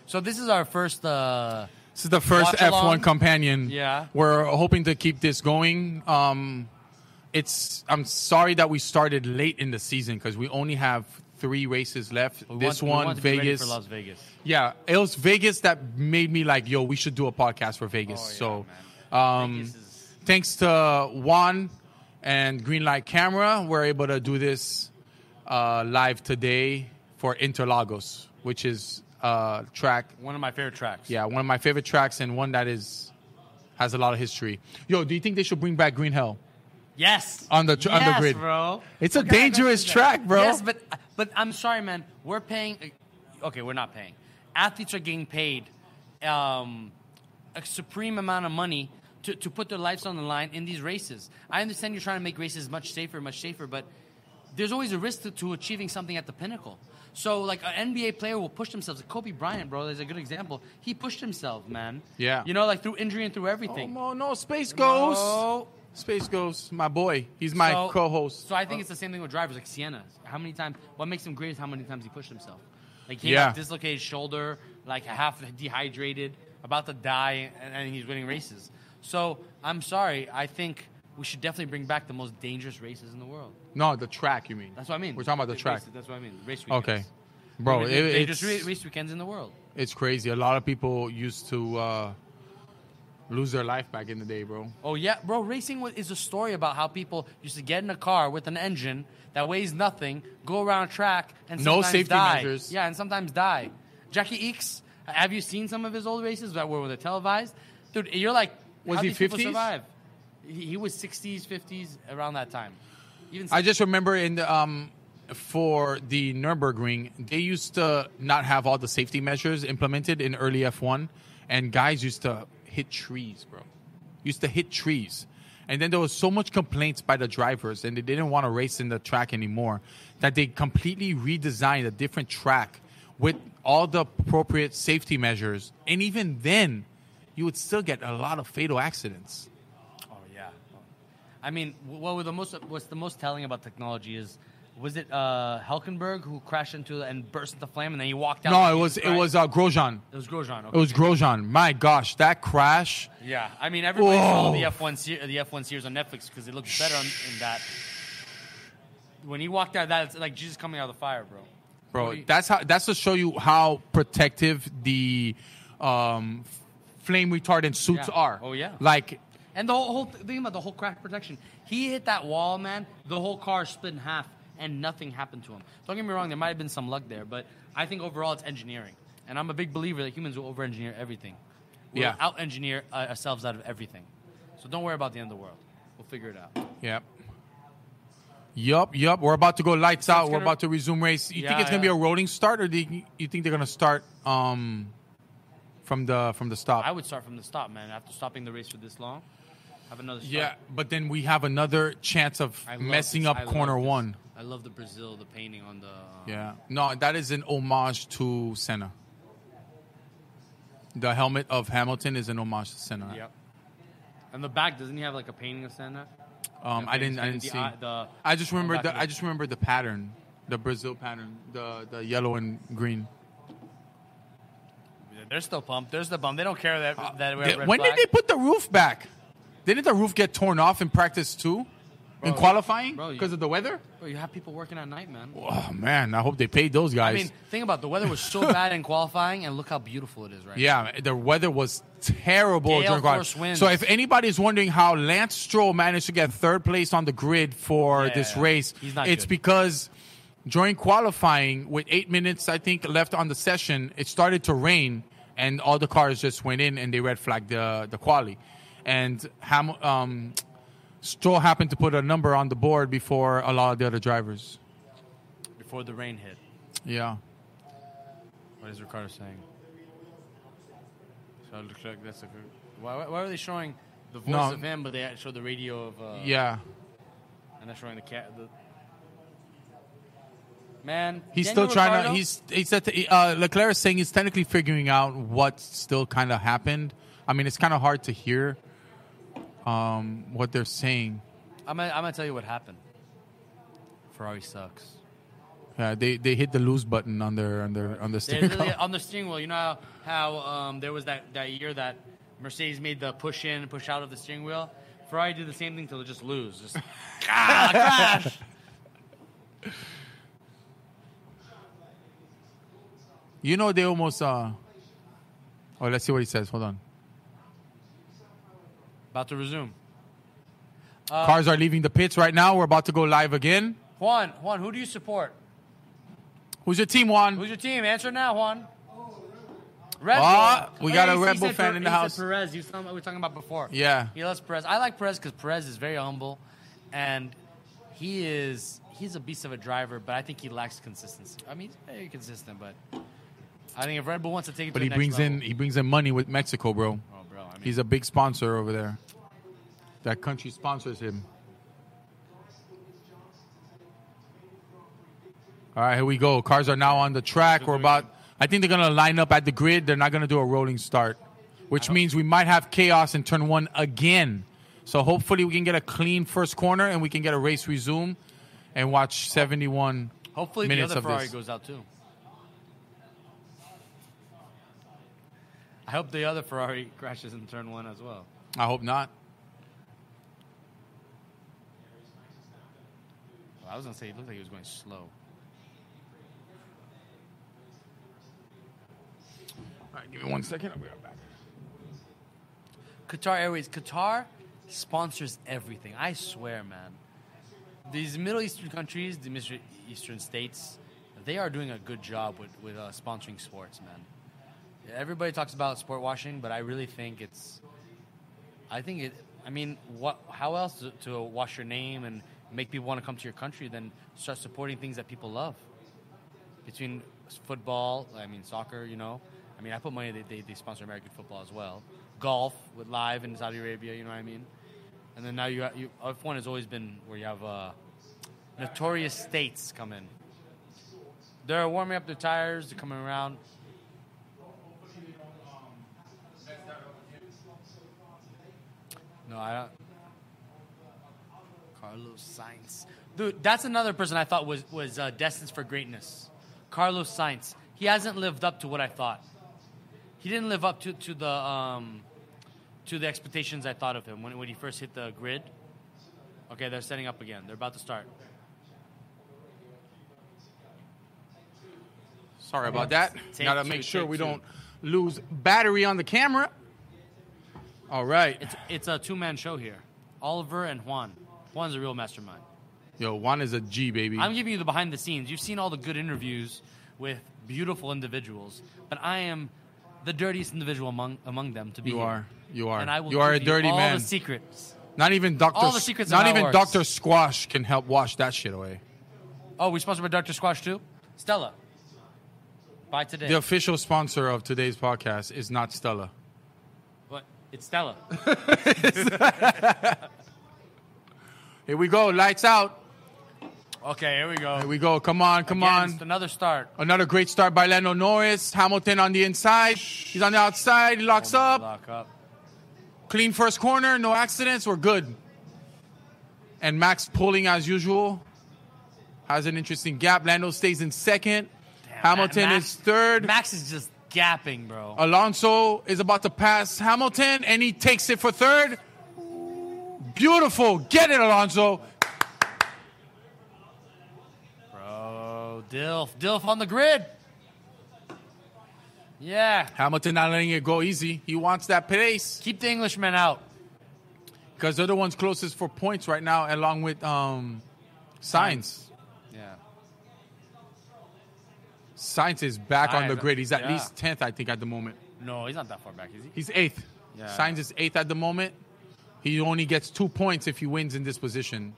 Speaker 2: So this is our first. Uh,
Speaker 1: This is the first
Speaker 2: Watch
Speaker 1: F1
Speaker 2: along.
Speaker 1: companion.
Speaker 2: Yeah.
Speaker 1: We're hoping to keep this going. Um, it's I'm sorry that we started late in the season because we only have three races left.
Speaker 2: we
Speaker 1: this
Speaker 2: want- we
Speaker 1: one,
Speaker 2: want to be ready
Speaker 1: Vegas.
Speaker 2: for Las Vegas.
Speaker 1: Yeah, it was Vegas that made me like, yo, we should do a podcast for Vegas.
Speaker 2: Oh, yeah,
Speaker 1: so,
Speaker 2: man.
Speaker 1: um,
Speaker 2: Vegas is-
Speaker 1: thanks to Juan and Greenlight Camera, we're able to do this uh, live today for Interlagos, which is uh, track.
Speaker 2: One of my favorite tracks.
Speaker 1: Yeah, one of my favorite tracks and one that is has a lot of history. Yo, do you think they should bring back Green Hell?
Speaker 2: Yes.
Speaker 1: On the tr- on the
Speaker 2: Yes,
Speaker 1: grid.
Speaker 2: bro.
Speaker 1: It's a
Speaker 2: Forgot about
Speaker 1: dangerous
Speaker 2: that.
Speaker 1: track, bro.
Speaker 2: Yes, but but I'm sorry, man. We're paying. Okay, we're not paying. Athletes are getting paid um, a supreme amount of money to, to put their lives on the line in these races. I understand you're trying to make races much safer, much safer, but there's always a risk to, to achieving something at the pinnacle. So, like an NBA player will push themselves. Like Kobe Bryant, bro, is a good example. He pushed himself, man.
Speaker 1: Yeah.
Speaker 2: You know, like through injury and through everything.
Speaker 1: Oh, no, Space Ghost.
Speaker 2: No.
Speaker 1: Space Ghost, my boy. He's my
Speaker 2: So-
Speaker 1: co-host.
Speaker 2: So I think it's the same thing with drivers, like Sienna. How many times? What makes him great is how many times he pushed himself. Like he
Speaker 1: Yeah.
Speaker 2: had dislocated shoulder, like half dehydrated, about to die, and, and he's winning races. So I'm sorry. I think we should definitely bring back the most dangerous races in the world.
Speaker 1: No, the track. You mean?
Speaker 2: That's what I mean.
Speaker 1: We're talking about the
Speaker 2: Race-
Speaker 1: track.
Speaker 2: that's what I mean. Race weekends.
Speaker 1: Okay, bro.
Speaker 2: They-
Speaker 1: it-
Speaker 2: they
Speaker 1: it's,
Speaker 2: just re- race weekends in the world.
Speaker 1: it's crazy. A lot of people used to uh, lose their life back in the day, bro.
Speaker 2: Oh yeah, bro. Racing wa- is a story about how people used to get in a car with an engine that weighs nothing, go around a track, and
Speaker 1: No
Speaker 2: sometimes
Speaker 1: safety
Speaker 2: die.
Speaker 1: measures.
Speaker 2: Yeah, and sometimes die. Jackie Eeks, have you seen some of his old races that were, were televised? Dude, you're like,
Speaker 1: Was
Speaker 2: how
Speaker 1: he
Speaker 2: these people
Speaker 1: 50s?
Speaker 2: survive? He, he was 60s, 50s, around that time. Even
Speaker 1: I just remember in the, um, for the Nurburgring, they used to not have all the safety measures implemented in early F1, and guys used to hit trees, bro. Used to hit trees. And then there was so much complaints by the drivers, and they didn't want to race in the track anymore, that they completely redesigned a different track with all the appropriate safety measures. And even then, you would still get a lot of fatal accidents.
Speaker 2: Oh yeah. I mean, wh- what were the most what's the most telling about technology is was it uh, Helkenberg who crashed into and burst into flame and then he walked out?
Speaker 1: No, it was it was uh, Grosjean.
Speaker 2: it was Grosjean.
Speaker 1: It
Speaker 2: Okay.
Speaker 1: was Grosjean. My gosh, that crash.
Speaker 2: yeah, I mean everybody saw
Speaker 1: Whoa.
Speaker 2: the F one se- the F one series on Netflix because it looks better on, in that. When he walked out, that's like Jesus coming out of the fire, bro.
Speaker 1: Bro, that's how that's to show you how protective the um, flame retardant suits
Speaker 2: Yeah.
Speaker 1: are.
Speaker 2: Oh, yeah.
Speaker 1: Like
Speaker 2: And the whole, whole th- think about the whole crash protection. He hit that wall, man. The whole car split in half, and nothing happened to him. Don't get me wrong. There might have been some luck there, but I think overall it's engineering. And I'm a big believer that humans will over-engineer everything. We'll
Speaker 1: Yeah.
Speaker 2: out-engineer uh, ourselves out of everything. So don't worry about the end of the world. We'll figure it out.
Speaker 1: Yep. Yup, yup. We're about to go lights out. We're
Speaker 2: gonna-
Speaker 1: about to resume race. You
Speaker 2: Yeah,
Speaker 1: think it's gonna
Speaker 2: yeah.
Speaker 1: be a rolling start or do you, you think they're gonna start um, from the from the stop?
Speaker 2: I would start from the stop, man. After stopping the race for this long, have another. Start.
Speaker 1: yeah, but then we have another chance of
Speaker 2: I love
Speaker 1: messing
Speaker 2: this.
Speaker 1: up
Speaker 2: I love
Speaker 1: corner
Speaker 2: this.
Speaker 1: one.
Speaker 2: I love the Brazil, the uh, painting on the.
Speaker 1: Yeah. No, that is an homage to Senna. The helmet of Hamilton is an homage to Senna.
Speaker 2: Yep. And the back doesn't he have like a painting of Santa?
Speaker 1: Um,
Speaker 2: Yeah,
Speaker 1: I didn't.
Speaker 2: it's
Speaker 1: I
Speaker 2: gonna
Speaker 1: didn't
Speaker 2: be
Speaker 1: see.
Speaker 2: eye- the-
Speaker 1: I just remember.
Speaker 2: back
Speaker 1: The,
Speaker 2: of the-
Speaker 1: I just remember the pattern, the Brazil pattern, the the yellow and green.
Speaker 2: They're still pumped. There's the bum. They don't care that that we're
Speaker 1: Did-
Speaker 2: a red
Speaker 1: Uh, when
Speaker 2: flag.
Speaker 1: did they put the roof back? Didn't the roof get torn off in practice too, in qualifying
Speaker 2: bro, you-
Speaker 1: because of the weather?
Speaker 2: Bro, you have people working at night, man.
Speaker 1: Oh man, I hope they paid those
Speaker 2: I
Speaker 1: guys.
Speaker 2: mean, think about it. the weather was so bad in qualifying, and look how beautiful it is right
Speaker 1: yeah, the weather was terrible
Speaker 2: Gale
Speaker 1: during quali-
Speaker 2: force winds.
Speaker 1: So if anybody's wondering how Lance Stroll managed to get third place on the grid for
Speaker 2: Yeah,
Speaker 1: this
Speaker 2: yeah.
Speaker 1: race,
Speaker 2: He's not
Speaker 1: it's
Speaker 2: good.
Speaker 1: because during qualifying, with eight minutes I think left on the session, it started to rain, and all the cars just went in and they red flagged the the quali, and Ham, um, Stroll happened to put a number on the board before a lot of the other drivers.
Speaker 2: now. Before the rain hit.
Speaker 1: Yeah.
Speaker 2: What is Ricardo saying? So it looks like that's a good. Why, why- why are they showing the voice
Speaker 1: No.
Speaker 2: of him, but they show the radio of? Uh,
Speaker 1: Yeah,
Speaker 2: And they're showing the cat. The... Man,
Speaker 1: he's
Speaker 2: Daniel
Speaker 1: still trying
Speaker 2: Ricciardo-
Speaker 1: to. He's he's at the, uh, Leclerc is saying he's technically figuring out what still kind of happened. I mean, it's kind of hard to hear um, what they're saying.
Speaker 2: I'm gonna, I'm gonna tell you what happened. Ferrari sucks.
Speaker 1: Yeah, they they hit the lose button on their on their on their
Speaker 2: They
Speaker 1: steering
Speaker 2: literally
Speaker 1: column.
Speaker 2: on the steering wheel. You know how, how um, there was that, that year that Mercedes made the push in, push out of the steering wheel. Ferrari did the same thing till they just lose. Just ah, crash.
Speaker 1: You know, they almost. Uh, oh, let's see what he says. Hold on.
Speaker 2: About to resume. Uh,
Speaker 1: Cars are leaving the pits right now. We're about to go live again.
Speaker 2: Juan, Juan, who do you support?
Speaker 1: Who's your team, Juan?
Speaker 2: Who's your team? Answer now, Juan. Red Bull.
Speaker 1: Ah, we got
Speaker 2: yeah,
Speaker 1: a
Speaker 2: he-
Speaker 1: Red
Speaker 2: he
Speaker 1: Bull
Speaker 2: said
Speaker 1: fan
Speaker 2: Per-
Speaker 1: in the
Speaker 2: he said
Speaker 1: house.
Speaker 2: Perez. He was talking about, we were talking about before.
Speaker 1: Yeah.
Speaker 2: He loves Perez. I like Perez because Perez is very humble, and he is he's a beast of a driver. But I think he lacks consistency. I mean, he's very consistent, but I think if Red Bull wants to take it,
Speaker 1: But
Speaker 2: to
Speaker 1: he
Speaker 2: the
Speaker 1: brings
Speaker 2: next
Speaker 1: in he brings in money with Mexico, bro.
Speaker 2: level- Oh, bro, I mean,
Speaker 1: He's a big sponsor over there. That country sponsors him. All right, here we go. Cars are now on the track. We're about. I think they're gonna line up at the grid. They're not gonna do a rolling start, which means we might have chaos in turn one again. So hopefully we can get a clean first corner and we can get a race resume and watch 71
Speaker 2: hopefully the
Speaker 1: minutes
Speaker 2: other
Speaker 1: of
Speaker 2: Ferrari
Speaker 1: this.
Speaker 2: goes out too. I hope the other Ferrari crashes in turn one as well.
Speaker 1: I hope not.
Speaker 2: well I was gonna say it looked like he was going slow.
Speaker 1: All right, give me one second. I'll be right back.
Speaker 2: Qatar Airways. Qatar sponsors everything. I swear, man. These Middle Eastern countries, the Middle Eastern states, they are doing a good job with, with uh, sponsoring sports, man. Everybody talks about sport washing, but I really think it's. I think it. I mean, what? How else to, to wash your name and make people want to come to your country than start supporting things that people love? Between s- football, I mean soccer, you know. I mean, I put money that they, they sponsor American football as well. Golf with live in Saudi Arabia, you know what I mean. And then now you, you F1 has always been where you have uh, notorious states come in. They're warming up their tires. They're coming around. No, I don't. Carlos Sainz, dude, that's another person I thought was was uh, destined for greatness. Carlos Sainz. He hasn't lived up to what I thought. He didn't live up to to the um, to the expectations I thought of him when when he first hit the grid. Okay, they're setting up again. They're about to start.
Speaker 1: Sorry about that.
Speaker 2: Take
Speaker 1: Gotta
Speaker 2: two,
Speaker 1: make sure
Speaker 2: take
Speaker 1: we
Speaker 2: two.
Speaker 1: don't lose battery on the camera. All right.
Speaker 2: It's it's a two man show here. Oliver and Juan. Juan's a real mastermind.
Speaker 1: Yo, Juan is a G, baby.
Speaker 2: I'm giving you the behind the scenes. You've seen all the good interviews with beautiful individuals, but I am the dirtiest individual among among them to be.
Speaker 1: you
Speaker 2: here.
Speaker 1: are. You are.
Speaker 2: And I will
Speaker 1: you are a
Speaker 2: give
Speaker 1: dirty
Speaker 2: all
Speaker 1: man.
Speaker 2: the secrets.
Speaker 1: not even Dr.
Speaker 2: all the secrets of
Speaker 1: not
Speaker 2: how it
Speaker 1: even
Speaker 2: works.
Speaker 1: Dr. Squash can help wash that shit away.
Speaker 2: Oh, we sponsored by Dr. Squash too? Stella. Buy today.
Speaker 1: The official sponsor of today's podcast is not Stella.
Speaker 2: What? It's Stella.
Speaker 1: Here we go. Lights out.
Speaker 2: okay, here we go.
Speaker 1: Here we go. Come on. Come
Speaker 2: Again,
Speaker 1: on.
Speaker 2: it's Another start.
Speaker 1: Another great start by Lando Norris. Hamilton on the inside. He's on the outside. He locks up.
Speaker 2: Lock up.
Speaker 1: Clean first corner. No accidents. We're good. And Max pulling as usual. Has an interesting gap. Lando stays in second.
Speaker 2: Damn,
Speaker 1: Hamilton
Speaker 2: Max-
Speaker 1: is third. Uh,
Speaker 2: Max is just gapping, bro.
Speaker 1: Alonso is about to pass Hamilton, and he takes it for third. Beautiful. Get it, Alonso.
Speaker 2: Bro, Dilf. Dilf on the grid. Yeah.
Speaker 1: Hamilton not letting it go easy. He wants that pace.
Speaker 2: Keep the Englishmen out.
Speaker 1: Because they're the ones closest for points right now, along with um, Science.
Speaker 2: Yeah.
Speaker 1: Science is back on the
Speaker 2: Sainz,
Speaker 1: grid. He's at
Speaker 2: yeah.
Speaker 1: least 10th, I think, at the moment.
Speaker 2: No, he's not that far back, is he?
Speaker 1: He's eighth.
Speaker 2: Yeah.
Speaker 1: Science is eighth at the moment. He only gets two points if he wins in this position.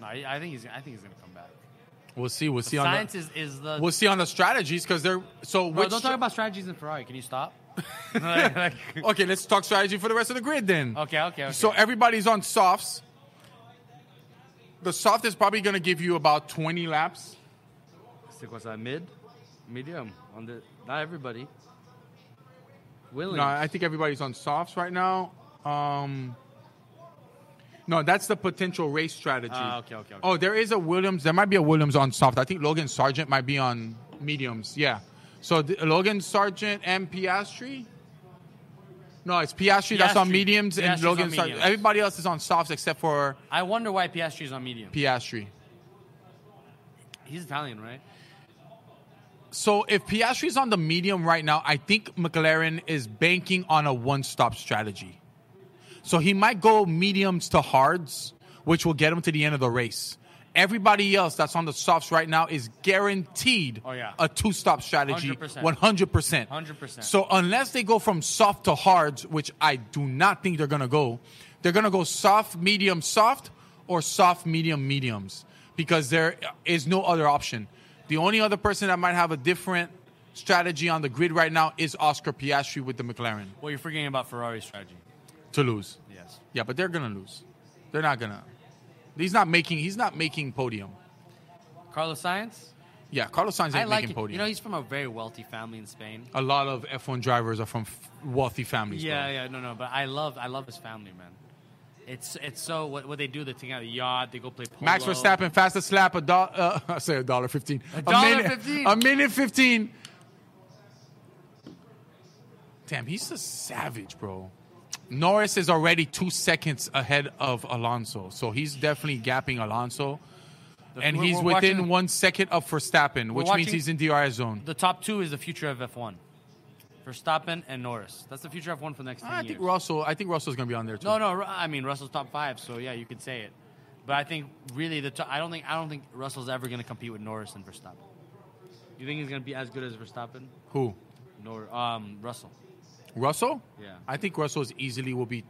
Speaker 2: No, I I think he's. I think he's gonna come back.
Speaker 1: We'll see. We'll see on
Speaker 2: Science
Speaker 1: the,
Speaker 2: is, is the.
Speaker 1: we'll see on the strategies because they're so.
Speaker 2: Bro,
Speaker 1: Which,
Speaker 2: don't talk about strategies in Ferrari. Can you stop? Like- like-
Speaker 1: okay, let's talk strategy for the rest of the grid then.
Speaker 2: okay, okay, okay.
Speaker 1: So everybody's on softs. The soft is probably going to give you about 20 laps.
Speaker 2: Stick what's that? Mid, medium. On the not everybody. Willing.
Speaker 1: No, I think everybody's on softs right now. Um, no, that's the potential race strategy.
Speaker 2: Ah, okay, okay, okay.
Speaker 1: Oh, there is a Williams. There might be a Williams on soft. I think Logan Sargent might be on mediums. Yeah. So th- Logan Sargent and Piastri. No, it's Piastri, that's on
Speaker 2: Piastri.
Speaker 1: mediums, and
Speaker 2: Piastri's
Speaker 1: Logan
Speaker 2: on
Speaker 1: Sargent.
Speaker 2: mediums.
Speaker 1: Everybody else is on softs except for
Speaker 2: I wonder why Piastri is on medium.
Speaker 1: Piastri.
Speaker 2: He's Italian, right?
Speaker 1: So if Piastri's on the medium right now, I think McLaren is banking on a one-stop strategy. So he might go mediums to hards, which will get him to the end of the race. Everybody else that's on the softs right now is guaranteed
Speaker 2: Oh, yeah.
Speaker 1: a two-stop strategy,
Speaker 2: 100%.
Speaker 1: 100%.
Speaker 2: 100%.
Speaker 1: So unless they go from soft to hards, which I do not think they're going to go, they're going to go soft, medium, soft, or soft, medium, mediums, because there is no other option. The only other person that might have a different strategy on the grid right now is Oscar Piastri with the McLaren
Speaker 2: Well, you're forgetting about Ferrari's strategy.
Speaker 1: to lose.
Speaker 2: Yes.
Speaker 1: Yeah, but they're going to lose. They're not going to. He's not making. He's not making podium.
Speaker 2: Carlos Sainz.
Speaker 1: Yeah, Carlos Sainz ain't
Speaker 2: I like
Speaker 1: making
Speaker 2: it.
Speaker 1: podium. Oh,
Speaker 2: You know, he's from a very wealthy family in Spain.
Speaker 1: a lot of F1 drivers are from f- wealthy families.
Speaker 2: Yeah,
Speaker 1: bro.
Speaker 2: yeah, no, no, but I love, I love his family, man. It's, it's so what, what they do. They take out a yacht. They go play polo.
Speaker 1: Max Verstappen fastest slap a dollar. Uh, I say a dollar fifteen. A
Speaker 2: dollar
Speaker 1: minute-
Speaker 2: 15.
Speaker 1: A minute fifteen. Damn, he's a savage, bro. Norris is already two seconds ahead of Alonso, so he's definitely gapping Alonso, and
Speaker 2: we're-
Speaker 1: he's
Speaker 2: we're
Speaker 1: within
Speaker 2: watching-
Speaker 1: one second of Verstappen, which means
Speaker 2: watching-
Speaker 1: he's in DRS zone.
Speaker 2: The top two is the future of F1. Verstappen and Norris. That's the future of F1 for the next 10
Speaker 1: I
Speaker 2: years.
Speaker 1: think Russell. I think Russell's gonna be on there too.
Speaker 2: No, no. Ru- I mean Russell's top five, so yeah, you could say it. But I think really the top, I don't think I don't think Russell's ever going to compete with Norris and Verstappen. You think he's gonna be as good as Verstappen?
Speaker 1: Who?
Speaker 2: Nor um Russell.
Speaker 1: Russell?
Speaker 2: Yeah.
Speaker 1: I think Russell is easily will be.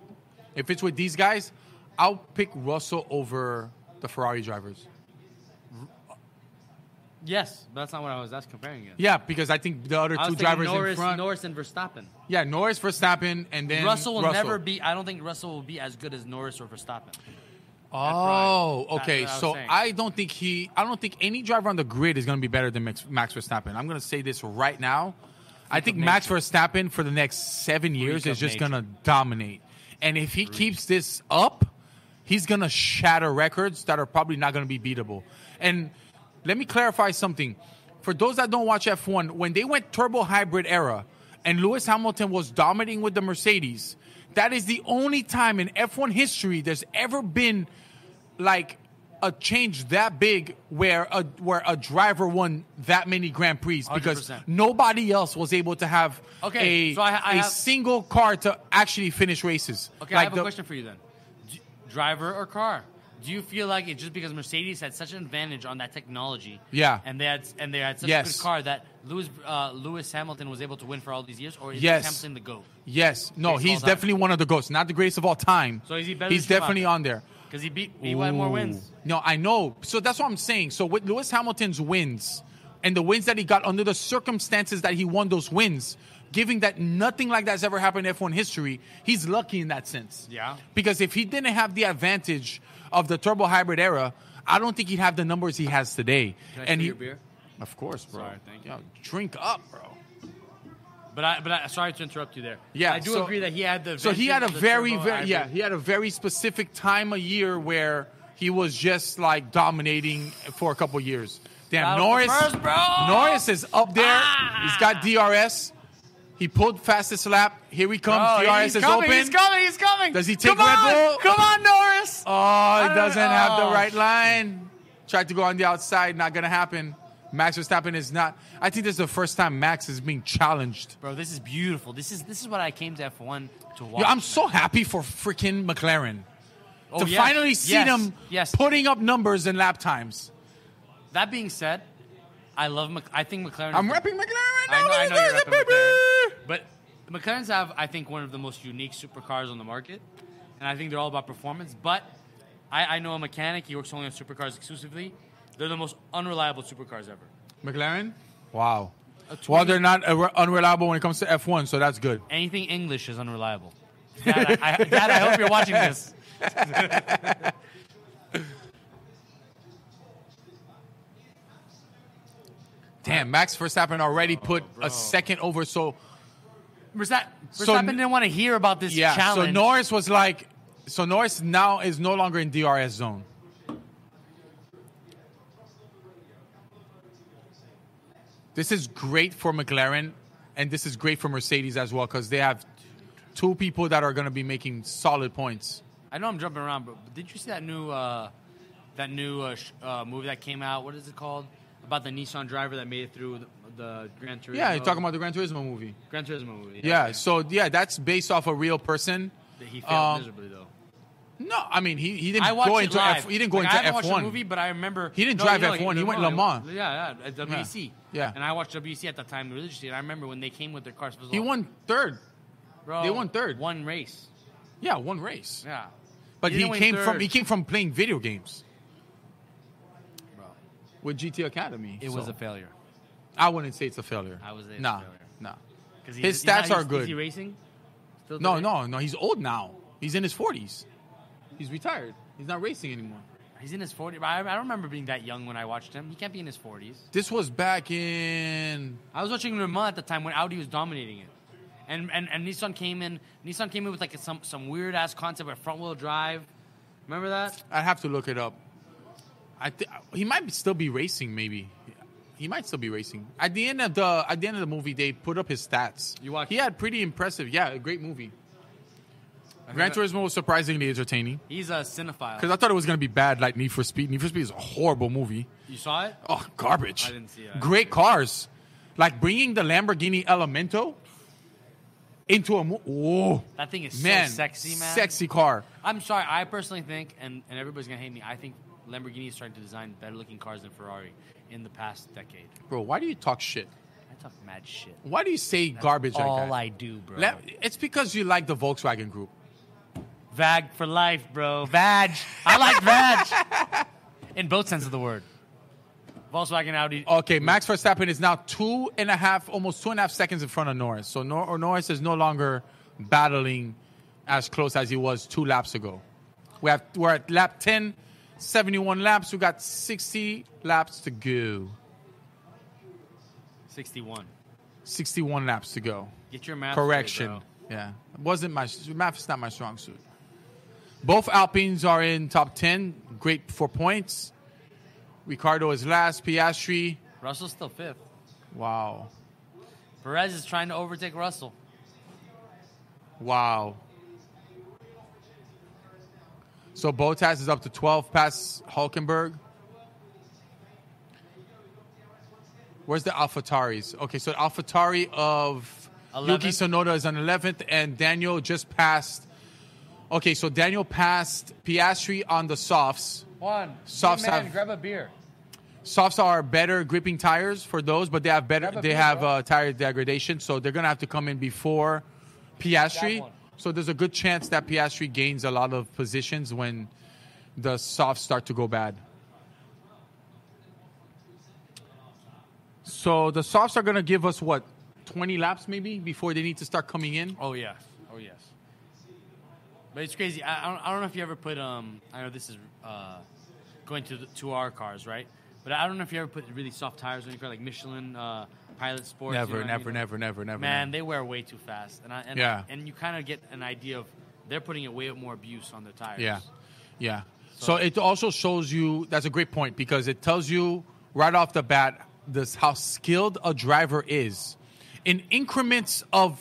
Speaker 1: If it's with these guys, I'll pick Russell over the Ferrari drivers.
Speaker 2: Yes, but that's not what I was. That's comparing it.
Speaker 1: Yeah, because I think the other
Speaker 2: I
Speaker 1: two
Speaker 2: was
Speaker 1: drivers
Speaker 2: thinking Norris,
Speaker 1: in front.
Speaker 2: Norris and Verstappen.
Speaker 1: yeah, Norris Verstappen and then
Speaker 2: Russell will never be. I don't think Russell will be as good as Norris or Verstappen.
Speaker 1: Oh,
Speaker 2: That's
Speaker 1: okay.
Speaker 2: what I was
Speaker 1: so
Speaker 2: saying.
Speaker 1: I don't think he. I don't think any driver on the grid is going to be better than Max, Max Verstappen. I'm going to say this right now. I think Max Verstappen for the next seven years
Speaker 2: of
Speaker 1: is just
Speaker 2: nature.
Speaker 1: going to dominate, and if he keeps this up, he's going to shatter records that are probably not going to be beatable. And let me clarify something. For those that don't watch F1, when they went turbo hybrid era and Lewis Hamilton was dominating with the Mercedes, that is the only time in F1 history there's ever been like a change that big where a where a driver won that many Grand Prix because
Speaker 2: 100%.
Speaker 1: nobody else was able to have
Speaker 2: Okay,
Speaker 1: a,
Speaker 2: so I ha- I
Speaker 1: a
Speaker 2: have-
Speaker 1: single car to actually finish races.
Speaker 2: Okay, I
Speaker 1: Like
Speaker 2: have
Speaker 1: the-
Speaker 2: a question for you then. Do, driver or car? Do you feel like it just because Mercedes had such an advantage on that technology?
Speaker 1: Yeah.
Speaker 2: and they had and they had such a
Speaker 1: Yes.
Speaker 2: good car that Lewis uh, Lewis Hamilton was able to win for all these years, or is
Speaker 1: Yes.
Speaker 2: Hamilton the goat?
Speaker 1: Yes, no,
Speaker 2: Greatest of
Speaker 1: he's
Speaker 2: all time.
Speaker 1: definitely one of the ghosts, not the greatest of all time.
Speaker 2: So is he better
Speaker 1: He's
Speaker 2: than
Speaker 1: definitely
Speaker 2: Schumacher?
Speaker 1: on there.
Speaker 2: Because he beat he won more wins.
Speaker 1: No, I know. So that's what I'm saying. So with Lewis Hamilton's wins and the wins that he got under the circumstances that he won those wins, giving that nothing like that's ever happened in F1 history, he's lucky in that sense.
Speaker 2: Yeah.
Speaker 1: Because if he didn't have the advantage of the turbo hybrid era, I don't think he'd have the numbers he has today.
Speaker 2: Can I
Speaker 1: and
Speaker 2: steal
Speaker 1: he,
Speaker 2: your beer?
Speaker 1: of course, bro.
Speaker 2: Sorry, thank you.
Speaker 1: Yo, drink up, bro.
Speaker 2: But I but I, sorry to interrupt you there.
Speaker 1: Yeah,
Speaker 2: I do
Speaker 1: so-
Speaker 2: agree that he had the.
Speaker 1: So he had a
Speaker 2: advantage of the
Speaker 1: very,
Speaker 2: turbo
Speaker 1: very
Speaker 2: hybrid.
Speaker 1: yeah, he had a very specific time of year where he was just like dominating for a couple years. Damn,
Speaker 2: Battle for
Speaker 1: Norris,
Speaker 2: first, bro!
Speaker 1: Norris is up there.
Speaker 2: Ah!
Speaker 1: He's got DRS. He pulled fastest lap. Here he comes.
Speaker 2: Oh,
Speaker 1: DRS
Speaker 2: he's
Speaker 1: is
Speaker 2: coming,
Speaker 1: open.
Speaker 2: He's coming. He's coming.
Speaker 1: Does he take
Speaker 2: Come
Speaker 1: Red
Speaker 2: on,
Speaker 1: Bull?
Speaker 2: Come on, Norris.
Speaker 1: Oh,
Speaker 2: don't
Speaker 1: he doesn't
Speaker 2: know.
Speaker 1: have the
Speaker 2: Oh,
Speaker 1: right
Speaker 2: shit.
Speaker 1: line. Tried to go on the outside. Not gonna happen. Max Verstappen is not. I think this is the first time Max is being challenged.
Speaker 2: Bro, this is beautiful. This is this is what I came to F1 to watch.
Speaker 1: Yo, I'm so happy for freaking McLaren.
Speaker 2: Oh,
Speaker 1: to
Speaker 2: yes,
Speaker 1: finally see
Speaker 2: yes,
Speaker 1: them
Speaker 2: Yes.
Speaker 1: putting up numbers and lap times.
Speaker 2: that being said, I love. Mc- I think McLaren.
Speaker 1: I'm repping McLaren right
Speaker 2: Mm-hmm. I
Speaker 1: now.
Speaker 2: know, I know you're
Speaker 1: baby.
Speaker 2: repping McLaren. But McLarens have, I think, one of the most unique supercars on the market, and I think they're all about performance. But I, I know a mechanic. He works only on supercars exclusively. They're the most unreliable supercars ever.
Speaker 1: McLaren? Wow.
Speaker 2: A 20
Speaker 1: Well, they're not uh, unreliable when it comes to F1, so that's good.
Speaker 2: Anything English is unreliable. Dad, I, I- Dad, I hope you're watching this.
Speaker 1: Damn, Max Verstappen already put a second over, so
Speaker 2: Verstappen,
Speaker 1: So-
Speaker 2: Verstappen didn't want to hear about this
Speaker 1: yeah.
Speaker 2: challenge.
Speaker 1: So Norris was like, so Norris now is no longer in DRS zone. This is great for McLaren, and this is great for Mercedes as well because they have two people that are going to be making solid points.
Speaker 2: I know I'm jumping around, but did you see that new uh, that new uh, sh- uh, movie that came out? What is it called? About the Nissan driver that made it through the, the Gran Turismo.
Speaker 1: Yeah, you're talking about the Gran Turismo movie.
Speaker 2: Gran Turismo movie.
Speaker 1: Yeah,
Speaker 2: okay.
Speaker 1: so yeah, that's based off a real person.
Speaker 2: he failed
Speaker 1: um,
Speaker 2: miserably though.
Speaker 1: No, I mean he, he didn't
Speaker 2: I watched
Speaker 1: go
Speaker 2: it
Speaker 1: into
Speaker 2: live.
Speaker 1: F he didn't go
Speaker 2: Like, I haven't
Speaker 1: into F
Speaker 2: watched the
Speaker 1: one.
Speaker 2: movie, but I remember
Speaker 1: He didn't drive
Speaker 2: like,
Speaker 1: F1, he went Le Mans.
Speaker 2: Yeah, yeah, at WEC.
Speaker 1: Yeah.
Speaker 2: and I watched WEC at the time religiously, and I remember when they came with their cars. it was
Speaker 1: He
Speaker 2: like,
Speaker 1: won third.
Speaker 2: Bro,
Speaker 1: they won third.
Speaker 2: one race.
Speaker 1: Yeah, one race.
Speaker 2: Yeah,
Speaker 1: But he,
Speaker 2: didn't win
Speaker 1: came
Speaker 2: third.
Speaker 1: from he came from playing video games
Speaker 2: Bro,
Speaker 1: with GT Academy.
Speaker 2: it
Speaker 1: so
Speaker 2: was a failure
Speaker 1: I wouldn't say it's a failure.
Speaker 2: I would say it's a
Speaker 1: nah,
Speaker 2: failure.
Speaker 1: nah.
Speaker 2: because
Speaker 1: His stats are good.
Speaker 2: Is he racing? Still
Speaker 1: No,
Speaker 2: today?
Speaker 1: no, no. He's old now. He's in his forties. He's retired. He's not racing anymore.
Speaker 2: He's in his 40s. I, I don't remember being that young when I watched him. He can't be in his 40s.
Speaker 1: This was back in
Speaker 2: I was watching Le Mans at the time when Audi was dominating it. And, and, and Nissan came in. Nissan came in with like some, some weird ass concept of front wheel drive. Remember that?
Speaker 1: I'd have to look it up. I th- he might be- still be racing. Maybe he might still be racing. At the end of the at the end of the movie, they put up his stats.
Speaker 2: You watched
Speaker 1: He
Speaker 2: it?
Speaker 1: had pretty impressive. Yeah, a great movie. Gran Turismo was surprisingly entertaining
Speaker 2: He's a cinephile.
Speaker 1: because I thought it was going to be bad, like Need for Speed. Need for Speed is a horrible movie.
Speaker 2: You saw it?
Speaker 1: Oh, garbage.
Speaker 2: I didn't see it.
Speaker 1: Great cars, like bringing the Lamborghini Elemento into a mo- whoa
Speaker 2: That thing is
Speaker 1: man,
Speaker 2: so sexy, man.
Speaker 1: sexy car.
Speaker 2: I'm sorry. I personally think, and, and everybody's going to hate me, I think Lamborghini is starting to design better looking cars than Ferrari in the past decade.
Speaker 1: Bro, why do you talk shit?
Speaker 2: I talk mad shit.
Speaker 1: Why do you say garbage like
Speaker 2: All
Speaker 1: that?
Speaker 2: I do, bro.
Speaker 1: Let- it's because you like the Volkswagen Group.
Speaker 2: Vag for life, bro. Vag. I like vag. In both sense of the word. Volkswagen Audi.
Speaker 1: Okay, Max Verstappen is now two and a half, almost two and a half seconds in front of Norris. So Nor- or Norris is no longer battling as close as he was two laps ago. We have we're at lap 10, 71 laps. We got 60 laps to go.
Speaker 2: 61.
Speaker 1: 61 laps to go.
Speaker 2: Get your math. straight,
Speaker 1: Correction.
Speaker 2: bro.
Speaker 1: Yeah, it wasn't my math is not my strong suit. Both Alpines are in top 10. Great for points. Ricardo is last. Piastri.
Speaker 2: Russell's still fifth.
Speaker 1: Wow.
Speaker 2: Perez is trying to overtake Russell.
Speaker 1: Wow. So Botas is up to 12 past Hulkenberg. Where's the AlphaTaris? Okay, so AlphaTari of Yuki
Speaker 2: 11th.
Speaker 1: Sonoda is on 11th, and Daniel just passed. Okay, so Daniel passed Piastri on the softs.
Speaker 2: Juan,
Speaker 1: Soft man, side. grab
Speaker 2: grab a beer.
Speaker 1: Softs are better gripping tires for those, but they have better
Speaker 2: Grab a
Speaker 1: they
Speaker 2: beer,
Speaker 1: have
Speaker 2: bro.
Speaker 1: uh, tire degradation, so they're gonna have to come in before
Speaker 2: Grab
Speaker 1: Piastri.
Speaker 2: one.
Speaker 1: So there's a good chance that Piastri gains a lot of positions when the softs start to go bad. So the softs are gonna give us what 20 laps maybe before they need to start coming in.
Speaker 2: Oh yes, oh yes. But it's crazy. I, I, don't, I don't know if you ever put. Um, I know this is uh, going to the, to our cars, right? But I don't know if you ever put really soft tires on your car, like Michelin uh, Pilot Sports. you know
Speaker 1: Never,
Speaker 2: what I
Speaker 1: never,
Speaker 2: mean?
Speaker 1: never, never, never.
Speaker 2: Man,
Speaker 1: never.
Speaker 2: they wear way too fast, and I, and,
Speaker 1: Yeah.
Speaker 2: and you kind of get an idea of they're putting a way more abuse on their tires.
Speaker 1: Yeah, yeah. So, it also shows you that's a great point because it tells you right off the bat this how skilled a driver is in increments of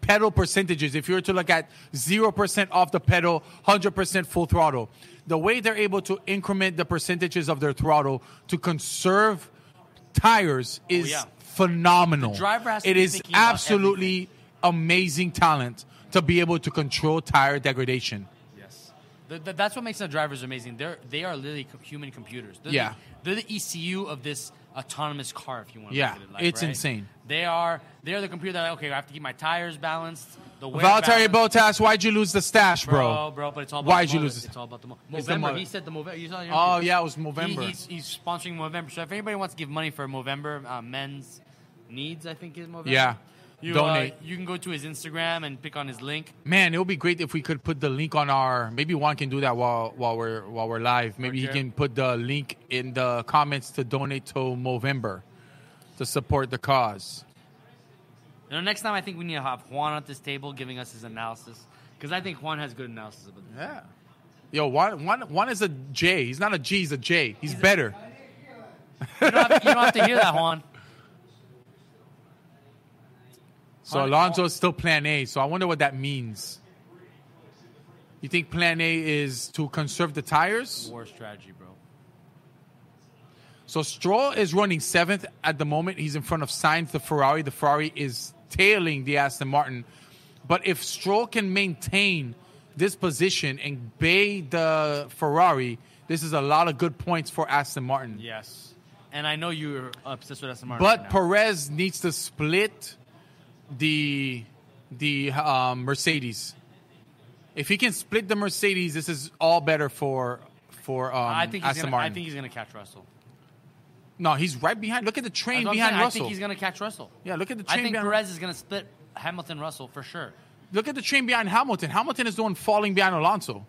Speaker 1: pedal percentages. If you were to look at zero percent off the pedal, hundred percent full throttle, the way they're able to increment the percentages of their throttle to conserve tires is
Speaker 2: Oh, yeah.
Speaker 1: phenomenal.
Speaker 2: driver has to
Speaker 1: It
Speaker 2: be
Speaker 1: is
Speaker 2: thinking about
Speaker 1: absolutely amazing talent to be able to control tire degradation.
Speaker 2: Yes. Th th that's what makes the drivers amazing. They're they are literally co- human computers. They're
Speaker 1: Yeah.
Speaker 2: The, they're the ECU of this autonomous car, if you want. to
Speaker 1: Yeah,
Speaker 2: look at it like,
Speaker 1: it's
Speaker 2: right?
Speaker 1: insane.
Speaker 2: They are they are the computer that okay, I have to keep my tires balanced. The wear
Speaker 1: Voluntary
Speaker 2: balanced,
Speaker 1: Botas, why'd you lose the stash, bro?
Speaker 2: bro, bro. But it's all about
Speaker 1: Why'd
Speaker 2: the
Speaker 1: you
Speaker 2: motor.
Speaker 1: lose this?
Speaker 2: It's all about the mo-
Speaker 1: It's the
Speaker 2: Movember.
Speaker 1: motor.
Speaker 2: he said the Movember. You saw your
Speaker 1: Oh
Speaker 2: video.
Speaker 1: yeah, it was
Speaker 2: He-
Speaker 1: November.
Speaker 2: he's, he's sponsoring Movember. So if anybody wants to give money for Movember uh, men's needs, I think is Movember.
Speaker 1: Yeah.
Speaker 2: You,
Speaker 1: Donate.
Speaker 2: Uh, you can go to his Instagram and pick on his link.
Speaker 1: Man, it would be great if we could put the link on our. Maybe Juan can do that while while we're while we're live. Maybe
Speaker 2: Okay.
Speaker 1: he can put the link in the comments to donate to Movember to support the cause.
Speaker 2: You know, next time I think we need to have Juan at this table giving us his analysis because I think Juan has good analysis about this.
Speaker 1: Yeah. Yo, Juan, Juan, Juan is a J. He's not a G. He's a J. He's, better.
Speaker 2: You don't have, you don't have to hear that, Juan.
Speaker 1: so
Speaker 2: Juan-
Speaker 1: Alonso is still Plan A. So I wonder what that means. You think Plan A is to conserve the tires?
Speaker 2: War strategy, bro.
Speaker 1: So Stroll is running seventh at the moment. He's in front of Sainz, the Ferrari. The Ferrari is tailing the Aston Martin. But if Stroll can maintain this position and bay the Ferrari, this is a lot of good points for Aston Martin.
Speaker 2: Yes. And I know you're obsessed with SMR.
Speaker 1: But
Speaker 2: right now.
Speaker 1: Perez needs to split the the um, Mercedes. If he can split the Mercedes, this is all better for for um,
Speaker 2: I think he's
Speaker 1: Aston
Speaker 2: gonna,
Speaker 1: Martin.
Speaker 2: I think he's gonna catch Russell.
Speaker 1: no, he's right behind. Look at the
Speaker 2: That's
Speaker 1: train
Speaker 2: what I'm
Speaker 1: behind
Speaker 2: saying. I
Speaker 1: Russell.
Speaker 2: think he's gonna catch Russell.
Speaker 1: yeah, look at the train
Speaker 2: I think
Speaker 1: behind
Speaker 2: Perez is gonna split Hamilton Russell for sure.
Speaker 1: Look at the train behind Hamilton. Hamilton is the one falling behind Alonso.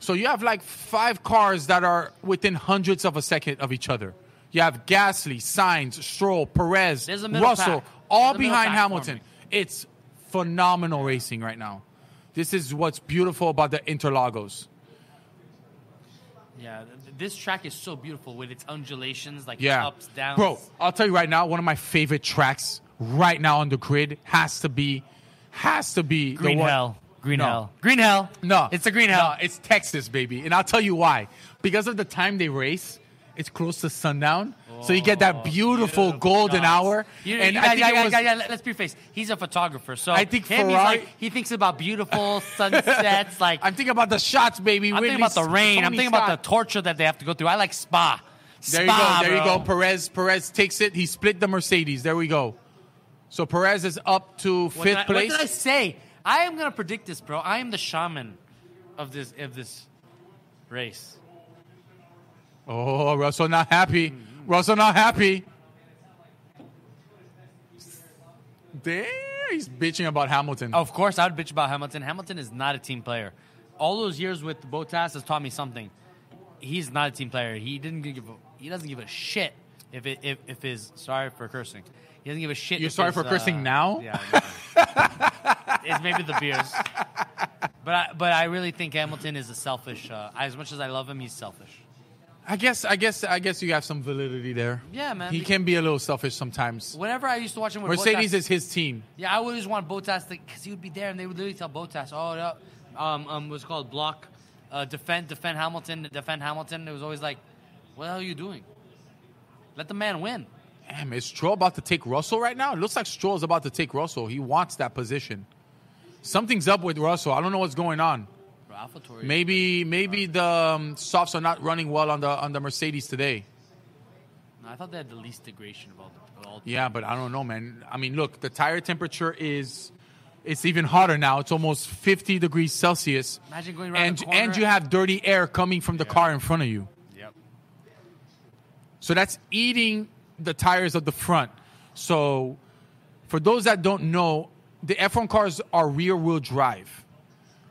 Speaker 1: So you have like five cars that are within hundreds of a second of each other. You have Gasly, Sainz, Stroll, Perez,
Speaker 2: There's a middle
Speaker 1: Russell,
Speaker 2: pack.
Speaker 1: all
Speaker 2: There's a middle
Speaker 1: behind
Speaker 2: pack
Speaker 1: Hamilton. It's phenomenal racing right now. This is what's beautiful about the Interlagos.
Speaker 2: Yeah, th- th- this track is so beautiful with its undulations, like
Speaker 1: Yeah.
Speaker 2: ups, downs.
Speaker 1: Bro, I'll tell you right now, one of my favorite tracks right now on the grid has to be has to be the
Speaker 2: green
Speaker 1: one-
Speaker 2: hell, green
Speaker 1: No.
Speaker 2: hell, green hell.
Speaker 1: No,
Speaker 2: it's the green
Speaker 1: No,
Speaker 2: hell.
Speaker 1: it's Texas, baby, and I'll tell you why. Because of the time they race, it's close to sundown, so you get that beautiful, golden
Speaker 2: Oh, shots.
Speaker 1: hour.
Speaker 2: You-
Speaker 1: and
Speaker 2: yeah,
Speaker 1: I think
Speaker 2: yeah,
Speaker 1: it
Speaker 2: yeah,
Speaker 1: was-
Speaker 2: yeah, yeah, let- Let's preface. He's a photographer, so
Speaker 1: I think
Speaker 2: him, he's
Speaker 1: Ferrari-
Speaker 2: like, he thinks about beautiful sunsets. Like
Speaker 1: I'm thinking about the shots, baby.
Speaker 2: I'm thinking
Speaker 1: Ridley
Speaker 2: about the rain. I'm
Speaker 1: Tony
Speaker 2: thinking
Speaker 1: Scott.
Speaker 2: about the torture that they have to go through. I like spa.
Speaker 1: There you
Speaker 2: Spa,
Speaker 1: go. There
Speaker 2: bro.
Speaker 1: you go. Perez. Perez takes it. He split the Mercedes. There we go. So Perez is up to
Speaker 2: What
Speaker 1: fifth
Speaker 2: did I-
Speaker 1: place.
Speaker 2: What did I say? I am gonna predict this, bro. I am the shaman of this of this race.
Speaker 1: Oh, Russell not happy. Russell not happy. There, he's bitching about Hamilton.
Speaker 2: Of course, I would bitch about Hamilton. Hamilton is not a team player. All those years with Bottas has taught me something. He's not a team player. He didn't give. A, he doesn't give a shit if it, if if his sorry for cursing. He doesn't give a shit.
Speaker 1: You're
Speaker 2: if
Speaker 1: sorry
Speaker 2: his,
Speaker 1: for
Speaker 2: uh,
Speaker 1: cursing now?
Speaker 2: Yeah. I know. it's maybe the beers. But I, but I really think Hamilton is a selfish. Uh, as much as I love him, he's selfish.
Speaker 1: I guess, I guess, I guess you have some validity there.
Speaker 2: Yeah, man.
Speaker 1: He can be a little selfish sometimes.
Speaker 2: Whenever I used to watch him with
Speaker 1: Mercedes
Speaker 2: Bottas,
Speaker 1: is his team.
Speaker 2: Yeah, I always want Botas because he would be there, and they would literally tell Botas, "Oh, no, um, um, what's it called block, uh, defend, defend Hamilton, defend Hamilton." It was always like, "What the hell are you doing? Let the man win."
Speaker 1: Damn, is Stroll about to take Russell right now? It looks like Stroll's about to take Russell. He wants that position. Something's up with Russell. I don't know what's going on.
Speaker 2: Bro, AlphaTauri.
Speaker 1: Maybe, maybe the um, softs are not running well on the on the Mercedes today.
Speaker 2: No, I thought they had the least degradation of all. The, of all
Speaker 1: Yeah, but I don't know, man. I mean, look, the tire temperature is it's even hotter now. It's almost 50 degrees Celsius.
Speaker 2: Imagine going around
Speaker 1: And
Speaker 2: the corner.
Speaker 1: and you have dirty air coming from the car in front of you.
Speaker 2: Yep.
Speaker 1: So that's eating the tires of the front. So for those that don't know, the F1 cars are rear wheel drive.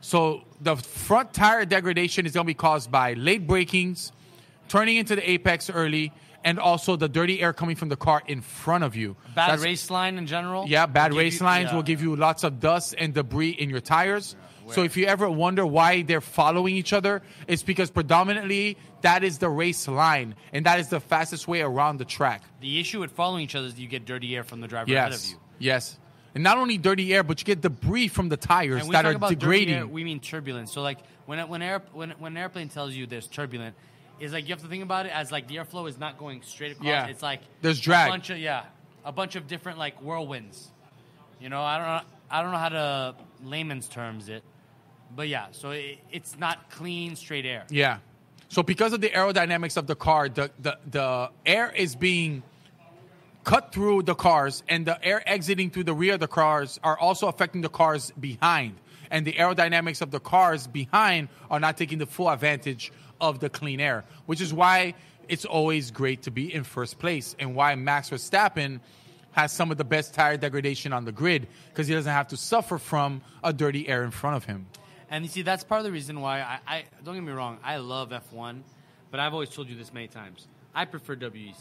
Speaker 1: So the front tire degradation is going to be caused by late brakings, turning into the apex early, and also the dirty air coming from the car in front of you.
Speaker 2: Bad
Speaker 1: That's-
Speaker 2: race line in general.
Speaker 1: yeah, bad
Speaker 2: will give
Speaker 1: race
Speaker 2: you-
Speaker 1: lines
Speaker 2: yeah.
Speaker 1: will give you lots of dust and debris in your tires. so if you ever wonder why they're following each other, it's because predominantly that is the race line and that is the fastest way around the track.
Speaker 2: The issue with following each other is you get dirty air from the driver ahead of
Speaker 1: Yes.
Speaker 2: you.
Speaker 1: Yes. And not only dirty air, but you get debris from the tires
Speaker 2: And
Speaker 1: that
Speaker 2: talk
Speaker 1: are
Speaker 2: about dirty
Speaker 1: degrading.
Speaker 2: air, we mean turbulence. So like when it- when air when when an airplane tells you there's turbulent, it's like you have to think about it as like the airflow is not going straight across.
Speaker 1: Yeah.
Speaker 2: It's like
Speaker 1: There's drag.
Speaker 2: A bunch of yeah, a bunch of different like whirlwinds. You know, I don't know, I don't know how to layman's terms it, but yeah. So it, it's not clean straight air.
Speaker 1: Yeah. So because of the aerodynamics of the car, the, the, the air is being cut through the cars and the air exiting through the rear of the cars are also affecting the cars behind. And the aerodynamics of the cars behind are not taking the full advantage of the clean air, which is why it's always great to be in first place and why Max Verstappen has some of the best tire degradation on the grid because he doesn't have to suffer from a dirty air in front of him.
Speaker 2: And you see, that's part of the reason why I, I don't get me wrong. I love F1, but I've always told you this many times. I prefer E WEC.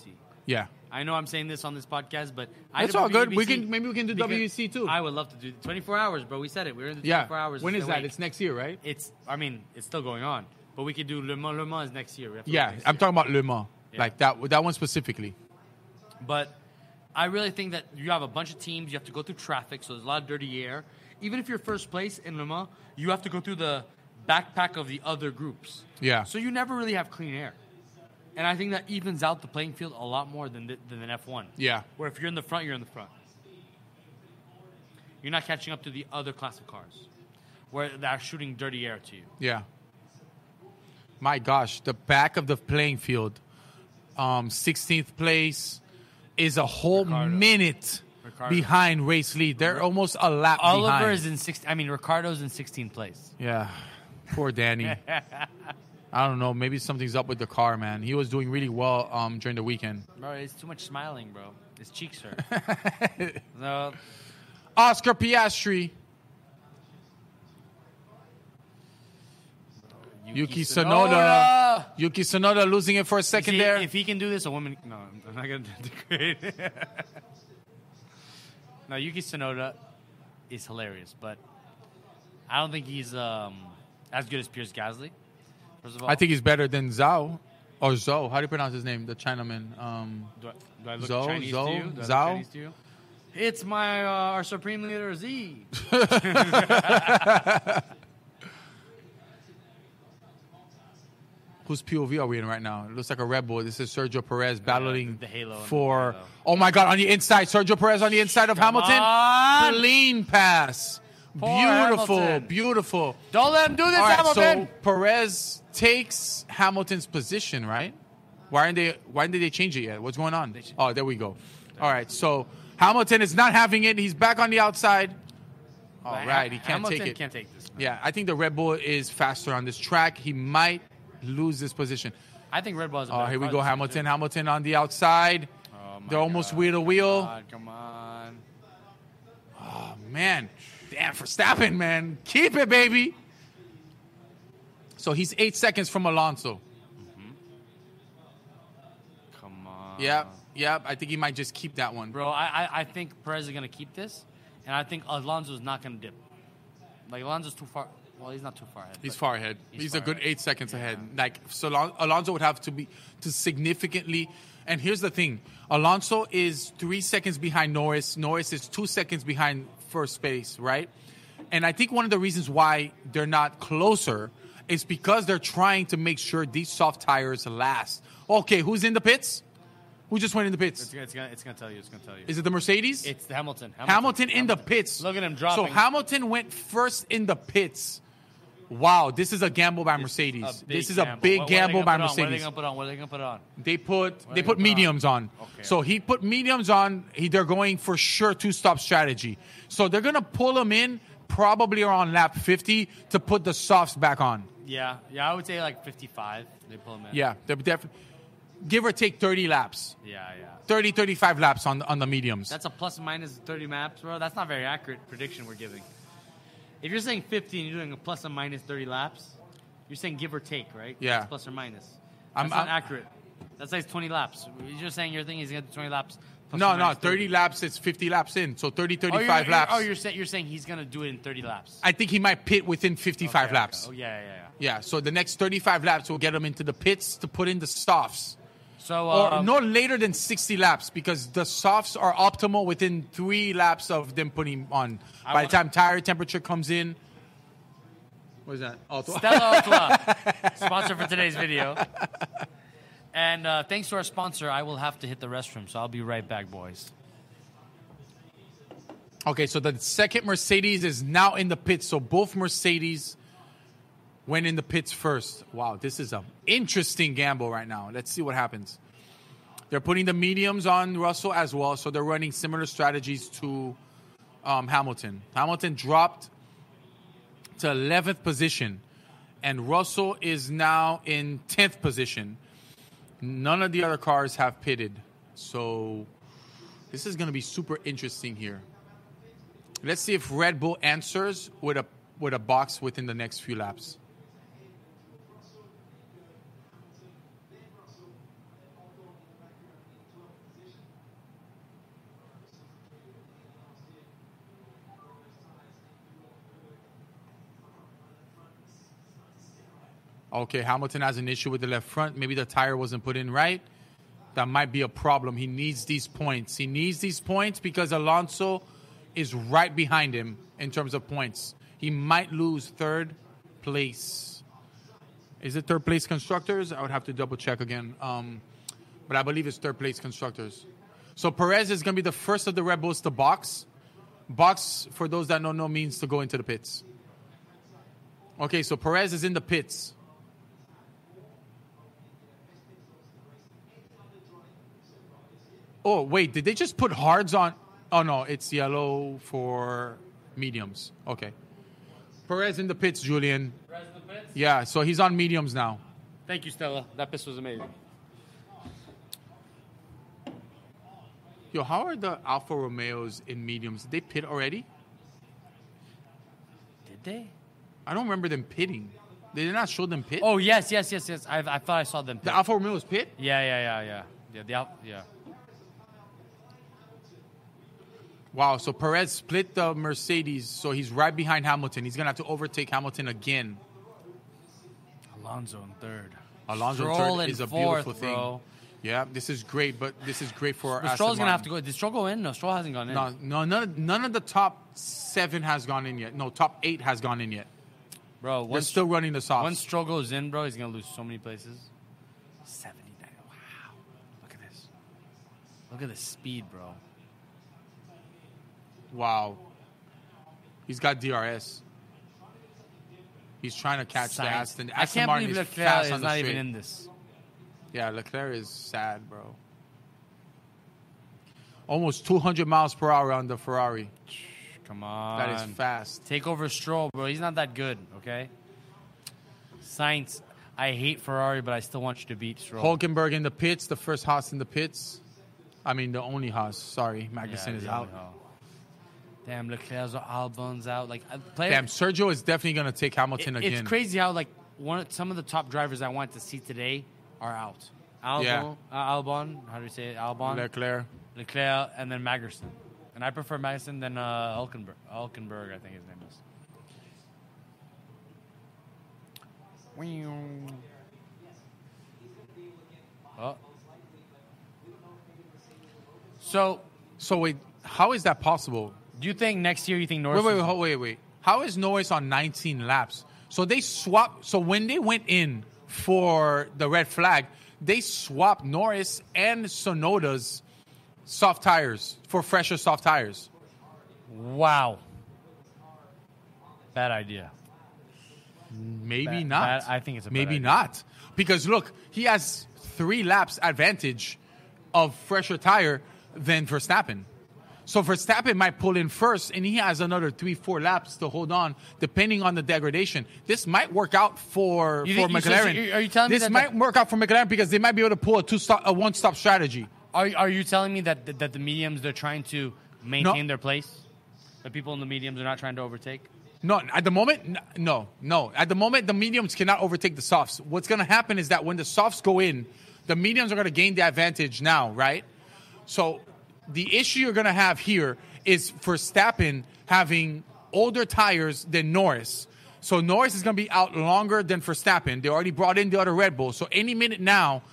Speaker 1: Yeah.
Speaker 2: I know I'm saying this on this podcast, but I
Speaker 1: That's
Speaker 2: don't
Speaker 1: all
Speaker 2: prefer
Speaker 1: good. We
Speaker 2: WBC
Speaker 1: can- maybe we can do
Speaker 2: because
Speaker 1: WBC too.
Speaker 2: I would love to do 24 hours, bro. We said it. We're in the 24
Speaker 1: Yeah.
Speaker 2: hours.
Speaker 1: When
Speaker 2: It's
Speaker 1: is
Speaker 2: the
Speaker 1: that?
Speaker 2: week.
Speaker 1: It's next year, right?
Speaker 2: It's. I mean, it's still going on, but we could do Le Mans. Le Mans is next year. We have to look
Speaker 1: Yeah,
Speaker 2: next
Speaker 1: I'm
Speaker 2: year.
Speaker 1: talking about Le Mans,
Speaker 2: Yeah.
Speaker 1: like that that one specifically.
Speaker 2: But I really think that you have a bunch of teams. You have to go through traffic, so there's a lot of dirty air. Even if you're first place in Le Mans, you have to go through the backpack of the other groups.
Speaker 1: Yeah.
Speaker 2: So you never really have clean air. And I think that evens out the playing field a lot more than, th- than an F1.
Speaker 1: Yeah.
Speaker 2: Where if you're in the front, you're in the front. You're not catching up to the other class of cars where they're shooting dirty air to you.
Speaker 1: Yeah. My gosh, the back of the playing field, um, 16th place, is a whole
Speaker 2: Ricardo.
Speaker 1: minute
Speaker 2: Ricardo.
Speaker 1: behind race lead. They're almost a lap
Speaker 2: Oliver
Speaker 1: behind.
Speaker 2: is in six. I mean, Ricardo's in 16th place.
Speaker 1: yeah. Poor Danny. I don't know. Maybe something's up with the car, man. He was doing really well um, during the weekend.
Speaker 2: Bro, it's too much smiling, bro. His cheeks hurt. so,
Speaker 1: Oscar Piastri, Yuki Tsunoda. Yuki Tsunoda losing it for a
Speaker 2: You see,
Speaker 1: second there.
Speaker 2: Oh, If he can do this, a woman. No, I'm I'm not going to degrade. no, Yuki Tsunoda is hilarious, but I don't think he's um, as good as Pierce Gasly. First of all,
Speaker 1: I think he's better than Zhao or Zhou. How do you pronounce his name? The Chinaman. Um,
Speaker 2: Do I, do I look
Speaker 1: Zhou,
Speaker 2: Chinese to
Speaker 1: Zhou,
Speaker 2: you? Do I look
Speaker 1: Zhao?
Speaker 2: Chinese to you? It's my uh, our supreme leader Z.
Speaker 1: whose POV are we in right now? It looks like a Red Bull. This is Sergio Perez battling
Speaker 2: the halo and the
Speaker 1: for.
Speaker 2: halo.
Speaker 1: Oh my God! On the inside, Sergio Perez on the inside of
Speaker 2: Come
Speaker 1: Hamilton.
Speaker 2: on!
Speaker 1: Clean pass.
Speaker 2: Poor
Speaker 1: beautiful,
Speaker 2: Hamilton.
Speaker 1: beautiful.
Speaker 2: Don't let him do this,
Speaker 1: All right,
Speaker 2: Hamilton.
Speaker 1: so Perez takes Hamilton's position, right? Why aren't they? Why did they change it yet? What's going on? Oh, there we go. All right, so Hamilton is not having it. He's back on the outside. All right,
Speaker 2: But Ha-
Speaker 1: he can't
Speaker 2: Hamilton
Speaker 1: take it.
Speaker 2: Can't take this.
Speaker 1: Yeah, I think the Red Bull is faster on this track. He might lose this position.
Speaker 2: I think Red Bull is.
Speaker 1: Oh, here we go, Hamilton. Hamilton on the outside. They're almost wheel to wheel.
Speaker 2: Oh
Speaker 1: Oh,
Speaker 2: Come on.
Speaker 1: Man, damn, Verstappen, man. Keep it, baby. So he's eight seconds from Alonso.
Speaker 2: Mm-hmm. Come on.
Speaker 1: Yep, yep. I think he might just keep that one.
Speaker 2: Bro, I, I, I think Perez is going to keep this, and I think Alonso's not going to dip. Like, Alonso's too far. Well, he's not too far ahead.
Speaker 1: He's
Speaker 2: but-
Speaker 1: far ahead.
Speaker 2: He's
Speaker 1: He's,
Speaker 2: far
Speaker 1: a good
Speaker 2: ahead.
Speaker 1: eight seconds ahead. Like so, Alon- Alonso would have to be to significantly. And here's the thing: Alonso is three seconds behind Norris. Norris is two seconds behind first base, right? And I think one of the reasons why they're not closer is because they're trying to make sure these soft tires last. Okay, who's in the pits? Who just went in the
Speaker 2: It's
Speaker 1: pits?
Speaker 2: going to it's gonna tell you. It's going to tell you.
Speaker 1: Is it the Mercedes?
Speaker 2: it's the Hamilton.
Speaker 1: Hamilton in the pits.
Speaker 2: Look at him dropping.
Speaker 1: So Hamilton went first in the pits. Wow, this is a gamble by Mercedes.
Speaker 2: A big
Speaker 1: This is a big
Speaker 2: What- what are they
Speaker 1: gamble
Speaker 2: gonna
Speaker 1: by
Speaker 2: put on? What are they
Speaker 1: Mercedes.
Speaker 2: going to put on? What are they going to put on?
Speaker 1: they put
Speaker 2: are
Speaker 1: they put
Speaker 2: they gonna put on?
Speaker 1: mediums on.
Speaker 2: Okay.
Speaker 1: So he put mediums on. He, they're going for sure two stop strategy. So they're gonna pull him in probably around lap fifty to put the softs back on.
Speaker 2: Yeah. Yeah, I would say like 55. They pull him in.
Speaker 1: Yeah, they're definitely give or take thirty laps.
Speaker 2: Yeah, yeah.
Speaker 1: 30, 35 laps on the- on the mediums.
Speaker 2: That's a plus minus 30 maps, bro. That's not very accurate prediction we're giving. If you're saying 15, you're doing a plus and minus 30 laps. You're saying give or take, right?
Speaker 1: Yeah.
Speaker 2: That's plus or minus. That's
Speaker 1: I'm- I'm-
Speaker 2: not accurate. That's like 20 laps. You're just saying you're thinking he's going to do 20 laps. plus
Speaker 1: no,
Speaker 2: or
Speaker 1: no,
Speaker 2: minus
Speaker 1: 30 laps is 50 laps in. So 30,
Speaker 2: Oh,
Speaker 1: 35
Speaker 2: you're- you're-
Speaker 1: laps.
Speaker 2: Oh, you're, say, you're saying he's going to do it in 30 laps.
Speaker 1: I think he might pit within 55
Speaker 2: Okay,
Speaker 1: laps.
Speaker 2: okay. Oh, yeah, yeah, yeah.
Speaker 1: Yeah, so the next 35 laps will get him into the pits to put in the softs.
Speaker 2: So,
Speaker 1: Or
Speaker 2: um,
Speaker 1: no later than 60 laps because the softs are optimal within three laps of them putting on.
Speaker 2: I
Speaker 1: By
Speaker 2: wanna-
Speaker 1: the time tire temperature comes in. What is that? Alto.
Speaker 2: Stella Artois, sponsor for today's video. And uh, thanks to our sponsor, I will have to hit the restroom, so I'll be right back, boys.
Speaker 1: Okay, so the second Mercedes is now in the pits. So both Mercedes went in the pits first. Wow, this is an interesting gamble right now. Let's see what happens. They're putting the mediums on Russell as well, so they're running similar strategies to um, Hamilton. Hamilton dropped to 11th position, and Russell is now in 10th position. None of the other cars have pitted, so this is going to be super interesting here. Let's see if Red Bull answers with a with a box within the next few laps. Okay, Hamilton has an issue with the left front. Maybe the tire wasn't put in right. That might be a problem. He needs these points. He needs these points because Alonso is right behind him in terms of points. He might lose third place. Is it third place constructors? I would have to double check again. Um, but I believe it's third place constructors. So Perez is going to be the first of the Red Bulls to box. Box, for those that don't know, means to go into the pits. Okay, so Perez is in the pits. Oh wait, did they just put hards on? Oh no, it's yellow for mediums. Okay, Perez in the pits, Julian. Yeah, so he's on mediums now.
Speaker 2: Thank you, Stella. That piss was amazing.
Speaker 1: Yo, how are the Alfa Romeos in mediums? Did they pit already?
Speaker 2: Did they?
Speaker 1: I don't remember them pitting. They did not show them pit.
Speaker 2: Oh yes, yes, yes, yes. I, I thought I saw them.
Speaker 1: the Alfa Romeos pit.
Speaker 2: yeah, yeah, yeah, yeah, yeah. The out, yeah.
Speaker 1: Wow, so Perez split the Mercedes, so he's right behind Hamilton. He's gonna have to overtake Hamilton again.
Speaker 2: Alonso in third.
Speaker 1: Alonso in
Speaker 2: Stroll
Speaker 1: third
Speaker 2: in
Speaker 1: is a
Speaker 2: fourth,
Speaker 1: beautiful thing.
Speaker 2: bro.
Speaker 1: Yeah, this is great, but this is great for.
Speaker 2: But
Speaker 1: Aston
Speaker 2: Stroll's gonna
Speaker 1: Martin.
Speaker 2: have to go. Did Stroll go in? No, Stroll hasn't gone in.
Speaker 1: No, no, none of, none of the top seven has gone in yet. No, top eight has gone in yet.
Speaker 2: Bro,
Speaker 1: They're
Speaker 2: once
Speaker 1: still running the softs.
Speaker 2: Once Stroll goes in, bro, he's gonna lose so many places. Seventy-nine. Wow. Look at this. Look at the speed, bro.
Speaker 1: wow. He's got DRS. He's trying to catch the
Speaker 2: Science.
Speaker 1: Aston.
Speaker 2: I
Speaker 1: Aston
Speaker 2: can't
Speaker 1: Martin
Speaker 2: believe
Speaker 1: is fast
Speaker 2: Leclerc
Speaker 1: on
Speaker 2: is
Speaker 1: the
Speaker 2: not
Speaker 1: straight.
Speaker 2: even in this.
Speaker 1: Yeah, Leclerc is sad, bro. Almost 200 miles per hour on the Ferrari.
Speaker 2: Come on.
Speaker 1: That is fast.
Speaker 2: Take over Stroll, bro. He's not that good, okay? Science. I hate Ferrari, but I still want you to beat Stroll.
Speaker 1: Hulkenberg in the pits, the first Haas in the pits. I mean, the only Haas. Sorry,
Speaker 2: Yeah,
Speaker 1: Magnussen is
Speaker 2: the
Speaker 1: out.
Speaker 2: only hell. Damn, Leclerc's Albon's out. Like, I- players,
Speaker 1: Damn, Sergio is definitely going to take
Speaker 2: it-
Speaker 1: Hamilton again.
Speaker 2: it's crazy how like one some of the top drivers I want to see today are out. Albon,
Speaker 1: Yeah.
Speaker 2: uh, Albon, how do you say it? Albon,
Speaker 1: Leclerc.
Speaker 2: Leclerc, and then Magerson. And I prefer Magerson than uh, Hulkenberg. Hulkenberg, I think his name is. Oh. So,
Speaker 1: So wait, how is that possible?
Speaker 2: do you think next year you think Norris?
Speaker 1: Wait, wait,
Speaker 2: is-
Speaker 1: wait, hold- wait, wait. How is Norris on 19 laps? So they swap. So when they went in for the red flag, they swapped Norris and Sonoda's soft tires for fresher soft tires.
Speaker 2: Wow. Bad idea.
Speaker 1: Maybe
Speaker 2: Bad-
Speaker 1: not.
Speaker 2: bad- I think it's a bad
Speaker 1: maybe
Speaker 2: idea.
Speaker 1: not because look, he has three laps advantage of fresher tire than Verstappen. So Verstappen might pull in first, and he has another three, four laps to hold on, depending on the degradation. This might work out for
Speaker 2: You
Speaker 1: for
Speaker 2: think- you- so
Speaker 1: McLaren.
Speaker 2: you- are you telling me
Speaker 1: this
Speaker 2: that the-
Speaker 1: might work out for McLaren because they might be able to pull a two stop, a one stop strategy.
Speaker 2: Are, are you telling me that, that the mediums they're trying to maintain their place? The people in the mediums are not trying to overtake.
Speaker 1: No, at the moment, n- no, no. At the moment, the mediums cannot overtake the softs. What's going to happen is that when the softs go in, the mediums are going to gain the advantage now, right? So the issue you're going to have here is for Stappen having older tires than Norris. So Norris is going to be out longer than Verstappen. They already brought in the other Red Bull. So any minute now,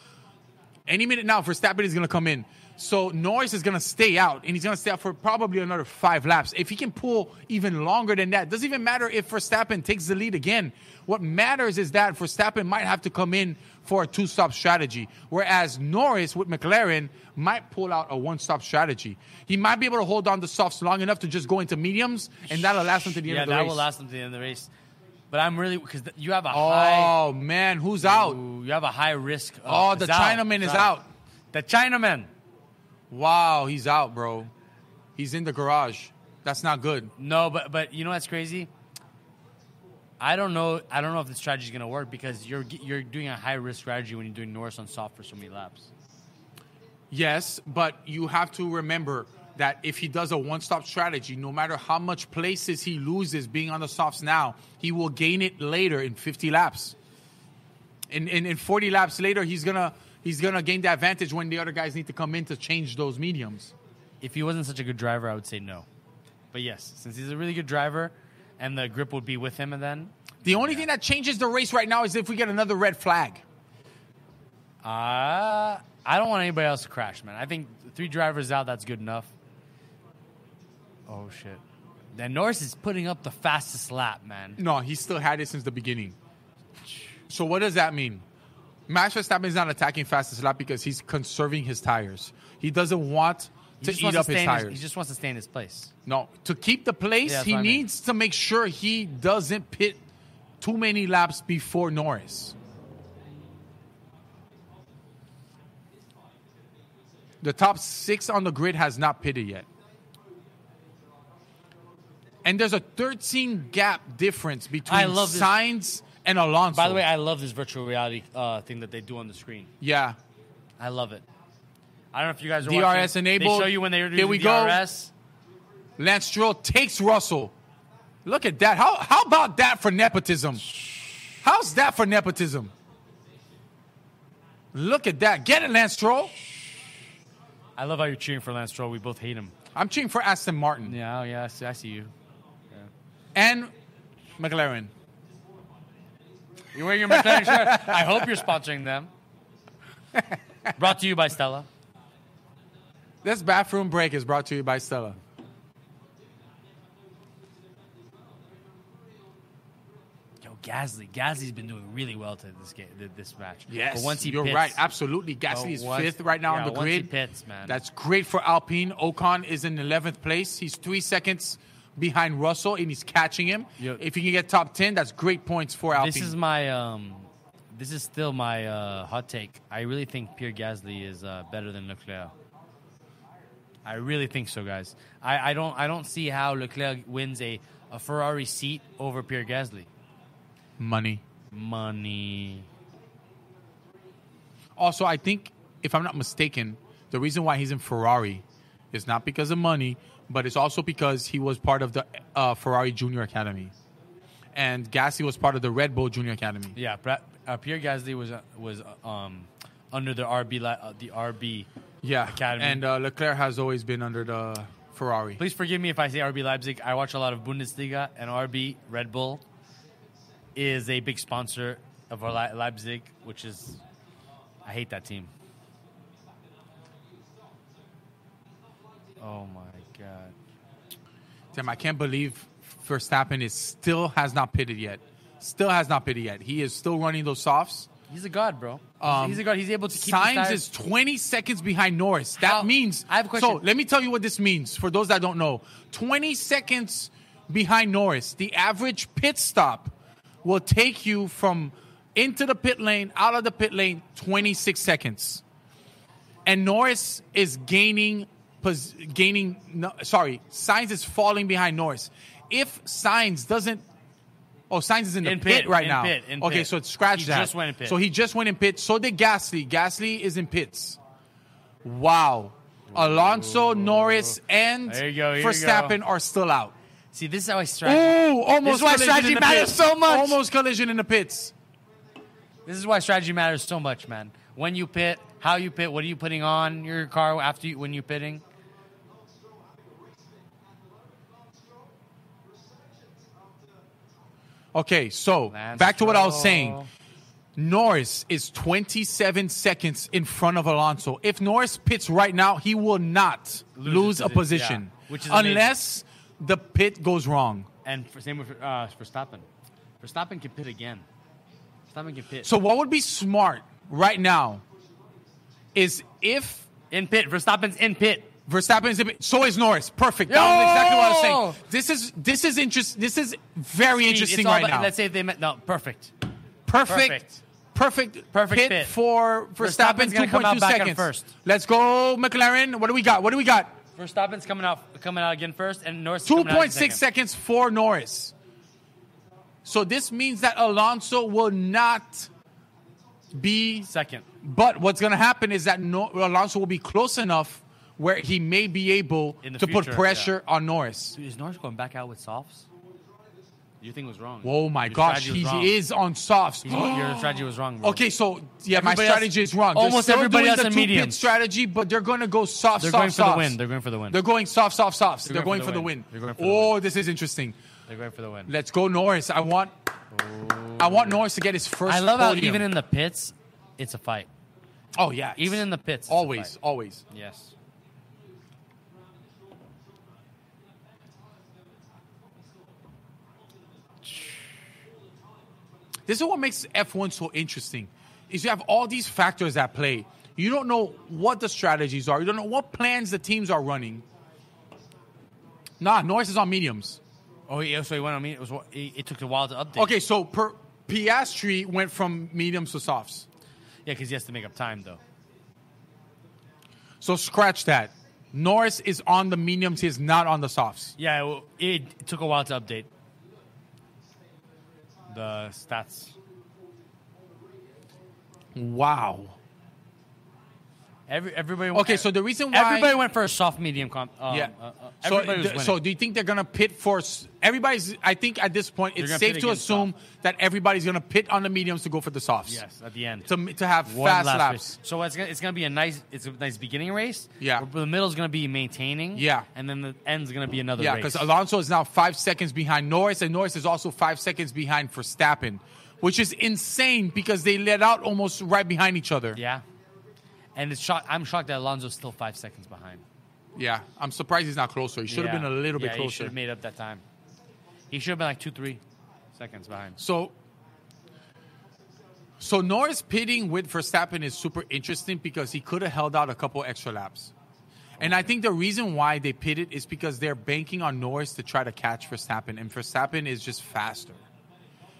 Speaker 1: any minute now, Verstappen is going to come in. So Norris is going to stay out, and he's going to stay out for probably another five laps. If he can pull even longer than that, doesn't even matter if Verstappen takes the lead again. What matters is that Verstappen might have to come in for a two-stop strategy, whereas Norris with McLaren might pull out a one-stop strategy. He might be able to hold on to softs long enough to just go into mediums, and that'll last him to the end
Speaker 2: yeah,
Speaker 1: of the
Speaker 2: that
Speaker 1: race.
Speaker 2: will last them to the end of the race. But I'm really because you have a high,
Speaker 1: Oh man, who's out?
Speaker 2: Ooh, you have a high risk. Of,
Speaker 1: Oh, the
Speaker 2: it's out,
Speaker 1: Chinaman
Speaker 2: it's
Speaker 1: is out.
Speaker 2: The Chinaman.
Speaker 1: Wow, he's out, bro. He's in the garage. That's not good.
Speaker 2: No, but but you know what's crazy? I don't know. I don't know if the strategy is going to work because you're g- you're doing a high risk strategy when you're doing Norris on soft for so many laps.
Speaker 1: Yes, but you have to remember that if he does a one stop strategy, no matter how much places he loses being on the softs now, he will gain it later in 50 laps. In, in, in 40 laps later, he's going to he's gonna gain the advantage when the other guys need to come in to change those mediums.
Speaker 2: if he wasn't such a good driver, I would say no. But yes, since he's a really good driver, and the grip would be with him, and then
Speaker 1: The only thing that changes the race right now is if we get another red flag.
Speaker 2: uh, I don't want anybody else to crash, man. I think three drivers out, that's good enough. Oh shit! Then Norris is putting up the fastest lap, man.
Speaker 1: No, he still had it since the beginning. So what does that mean? Max Verstappen is not attacking fastest lap because he's conserving his tires. He doesn't want
Speaker 2: He
Speaker 1: to
Speaker 2: just
Speaker 1: eat
Speaker 2: wants
Speaker 1: up
Speaker 2: to
Speaker 1: his
Speaker 2: stay in
Speaker 1: tires.
Speaker 2: he just wants to stay in his place.
Speaker 1: no, to keep the place,
Speaker 2: Yeah, that's
Speaker 1: he
Speaker 2: what I mean.
Speaker 1: needs to make sure he doesn't pit too many laps before Norris. The top six on the grid has not pitted yet. And there's a 13 gap difference between
Speaker 2: love this.
Speaker 1: Sainz and Alonso.
Speaker 2: By the way, I love this virtual reality uh, thing that they do on the screen.
Speaker 1: yeah,
Speaker 2: I love it. I don't know if you guys are
Speaker 1: DRS
Speaker 2: watching. They
Speaker 1: enabled.
Speaker 2: show you when they're
Speaker 1: Here
Speaker 2: doing
Speaker 1: we go.
Speaker 2: DRS.
Speaker 1: Lance Stroll takes Russell. Look at that. How how about that for nepotism? How's that for nepotism? Look at that. Get it, Lance Stroll.
Speaker 2: I love how you're cheering for Lance Stroll. We both hate him.
Speaker 1: I'm cheering for Aston Martin
Speaker 2: Yeah, oh, yeah, I see, I see you.
Speaker 1: and McLaren.
Speaker 2: You wear your McLaren shirt. I hope you're sponsoring them. Brought to you by Stella.
Speaker 1: This bathroom break is brought to you by Stella.
Speaker 2: Yo, Gasly. Gasly's been doing really well to this game, th- this match.
Speaker 1: Yes,
Speaker 2: but once he
Speaker 1: you're
Speaker 2: pits,
Speaker 1: right. Absolutely, Gasly is
Speaker 2: But once-
Speaker 1: fifth right now
Speaker 2: yeah,
Speaker 1: on the
Speaker 2: once he
Speaker 1: grid.
Speaker 2: pits, man.
Speaker 1: That's great for Alpine. Ocon is in eleventh place. He's three seconds behind Russell, and he's catching him.
Speaker 2: Yep.
Speaker 1: If he can get top ten, that's great points for Alpine.
Speaker 2: This is my um, this is still my uh, hot take. I really think Pierre Gasly is uh, better than Leclerc. I really think so, guys. I, I don't I don't see how Leclerc wins a, a Ferrari seat over Pierre Gasly.
Speaker 1: money.
Speaker 2: Money.
Speaker 1: Also, I think if I'm not mistaken, the reason why he's in Ferrari is not because of money, but it's also because he was part of the uh, Ferrari Junior Academy, and Gasly was part of the Red Bull Junior Academy.
Speaker 2: Yeah, Pra- uh, Pierre Gasly was uh, was uh, um, under the RB li- uh, the RB.
Speaker 1: Yeah,
Speaker 2: Academy.
Speaker 1: and uh, Leclerc has always been under the Ferrari.
Speaker 2: Please forgive me if I say RB Leipzig. I watch a lot of Bundesliga, and RB Red Bull is a big sponsor of our Le- Leipzig, which is I hate that team. Oh my god!
Speaker 1: Damn, I can't believe Verstappen is still has not pitted yet. Still has not pitted yet. He is still running those softs.
Speaker 2: He's a god, bro. He's-
Speaker 1: Um,
Speaker 2: he's a god. He's able to keep. his
Speaker 1: Signs
Speaker 2: tires-
Speaker 1: is 20 seconds behind Norris. That
Speaker 2: How-
Speaker 1: means
Speaker 2: I have a question.
Speaker 1: So let me tell you what this means for those that don't know. 20 seconds behind Norris. The average pit stop will take you from into the pit lane, out of the pit lane, 26 seconds. And Norris is gaining, pos- gaining. No, sorry, Signs is falling behind Norris. If Signs doesn't, oh, Signs is in the
Speaker 2: In
Speaker 1: pit,
Speaker 2: pit,
Speaker 1: right
Speaker 2: in
Speaker 1: now.
Speaker 2: pit, in
Speaker 1: okay,
Speaker 2: pit.
Speaker 1: so it's scratch
Speaker 2: He
Speaker 1: that.
Speaker 2: just went in pit.
Speaker 1: So he just went in pit. So did Gasly. Gasly is in pits. Wow. Alonso, Norris, and
Speaker 2: There you go, here you
Speaker 1: Verstappen are still out.
Speaker 2: See, this is how I
Speaker 1: Ooh,
Speaker 2: strategy. This
Speaker 1: almost
Speaker 2: is why
Speaker 1: collision
Speaker 2: strategy
Speaker 1: in the
Speaker 2: matters
Speaker 1: pits.
Speaker 2: so much.
Speaker 1: Almost collision in the pits.
Speaker 2: This is why strategy matters so much, man. When you pit, how you pit, what are you putting on your car after you, when you pitting?
Speaker 1: Okay, so
Speaker 2: Lance
Speaker 1: back to what I was
Speaker 2: Stroll.
Speaker 1: saying. Norris is 27 seconds in front of Alonso. If Norris pits right now, he will not
Speaker 2: Lose
Speaker 1: lose,
Speaker 2: his
Speaker 1: a
Speaker 2: posi-
Speaker 1: position,
Speaker 2: yeah, which is amazing.
Speaker 1: unless the pit goes wrong.
Speaker 2: And for, same with uh, Verstappen. Verstappen can pit again. Verstappen can pit.
Speaker 1: So what would be smart right now is if
Speaker 2: in pit. Verstappen's in pit.
Speaker 1: Verstappen is in pit, so is Norris. Perfect. That was
Speaker 2: Yo!
Speaker 1: exactly what I was saying. This is this is interest. This is very
Speaker 2: Speed.
Speaker 1: interesting
Speaker 2: It's all
Speaker 1: right
Speaker 2: about-
Speaker 1: now.
Speaker 2: Let's say they met. No, perfect.
Speaker 1: perfect. Perfect,
Speaker 2: Perfect
Speaker 1: pit,
Speaker 2: pit.
Speaker 1: for Verstappen.
Speaker 2: Verstappen's gonna come out
Speaker 1: 2.2
Speaker 2: back
Speaker 1: seconds.
Speaker 2: at first.
Speaker 1: Let's go, McLaren. What do we got? What do we got?
Speaker 2: Verstappen's coming out, coming out again first, and Norris. is
Speaker 1: Two
Speaker 2: coming out
Speaker 1: point
Speaker 2: in
Speaker 1: six
Speaker 2: second.
Speaker 1: seconds for Norris. So this means that Alonso will not be
Speaker 2: Second.
Speaker 1: But what's going to happen is that no, Alonso will be close enough where he may be able
Speaker 2: In the
Speaker 1: to
Speaker 2: future,
Speaker 1: put pressure on Norris.
Speaker 2: Dude, is Norris going back out with softs? Your thing was wrong.
Speaker 1: Oh my
Speaker 2: Your
Speaker 1: gosh,
Speaker 2: strategy was
Speaker 1: he
Speaker 2: wrong.
Speaker 1: is on softs.
Speaker 2: He's- Your strategy was wrong. Bro.
Speaker 1: okay, so yeah, my
Speaker 2: Everybody else-
Speaker 1: strategy is wrong. They're
Speaker 2: almost
Speaker 1: still
Speaker 2: everybody
Speaker 1: doing
Speaker 2: else
Speaker 1: the
Speaker 2: in
Speaker 1: two-pit
Speaker 2: mediums.
Speaker 1: strategy, but they're going to go soft,
Speaker 2: they're
Speaker 1: soft,
Speaker 2: going for the
Speaker 1: softs.
Speaker 2: win. They're going for the win.
Speaker 1: They're going soft, soft, softs. They're, going, for the win.
Speaker 2: They're going for the
Speaker 1: oh, this is interesting.
Speaker 2: They're going for the win.
Speaker 1: Let's go, Norris. I want, I want Norris to get his first.
Speaker 2: Oh. I love how
Speaker 1: podium.
Speaker 2: even in the pits, it's a fight.
Speaker 1: oh yeah,
Speaker 2: Even in the pits, it's a
Speaker 1: always,
Speaker 2: fight.
Speaker 1: always.
Speaker 2: Yes.
Speaker 1: This is what makes F1 so interesting. Is you have all these factors at play. You don't know what the strategies are. You don't know what plans the teams are running. Nah, Norris is on mediums.
Speaker 2: Oh yeah. So you want to mean it was? It, it took a while to update.
Speaker 1: Okay, so per, Piastri went from mediums to softs.
Speaker 2: Yeah, because he has to make up time though.
Speaker 1: So scratch that. Norris is on the mediums. He is not on the softs.
Speaker 2: Yeah, it, w- it took a while to update the stats.
Speaker 1: Wow.
Speaker 2: Every everybody.
Speaker 1: Okay, so the reason why
Speaker 2: everybody went for a soft medium comp. Um,
Speaker 1: yeah.
Speaker 2: uh, uh,
Speaker 1: so,
Speaker 2: everybody was
Speaker 1: th-
Speaker 2: winning.
Speaker 1: so do you think they're gonna pit for? s- Everybody's. I think at this point,
Speaker 2: They're
Speaker 1: it's
Speaker 2: gonna
Speaker 1: safe
Speaker 2: pit
Speaker 1: to
Speaker 2: against
Speaker 1: assume that everybody's gonna pit on the mediums to go for the softs.
Speaker 2: yes, at the end.
Speaker 1: to, to have
Speaker 2: One
Speaker 1: fast
Speaker 2: last
Speaker 1: laps.
Speaker 2: race. So it's gonna, it's gonna be a nice it's a nice beginning race.
Speaker 1: Yeah.
Speaker 2: But the middle's gonna be maintaining.
Speaker 1: Yeah.
Speaker 2: And then the end's gonna be another
Speaker 1: Yeah,
Speaker 2: race.
Speaker 1: because Alonso is now five seconds behind Norris, and Norris is also five seconds behind Verstappen, which is insane because they let out almost right behind each other.
Speaker 2: yeah. And it's shock. I'm shocked that Alonso's still five seconds behind.
Speaker 1: Yeah, I'm surprised he's not closer. He should have
Speaker 2: Yeah.
Speaker 1: been a little
Speaker 2: Yeah,
Speaker 1: bit
Speaker 2: He should
Speaker 1: closer.
Speaker 2: have made up that time. He should have been like two three seconds behind.
Speaker 1: so So Norris pitting with Verstappen is super interesting because he could have held out a couple extra laps. And I think the reason why they pitted is because they're banking on Norris to try to catch Verstappen, and Verstappen is just faster.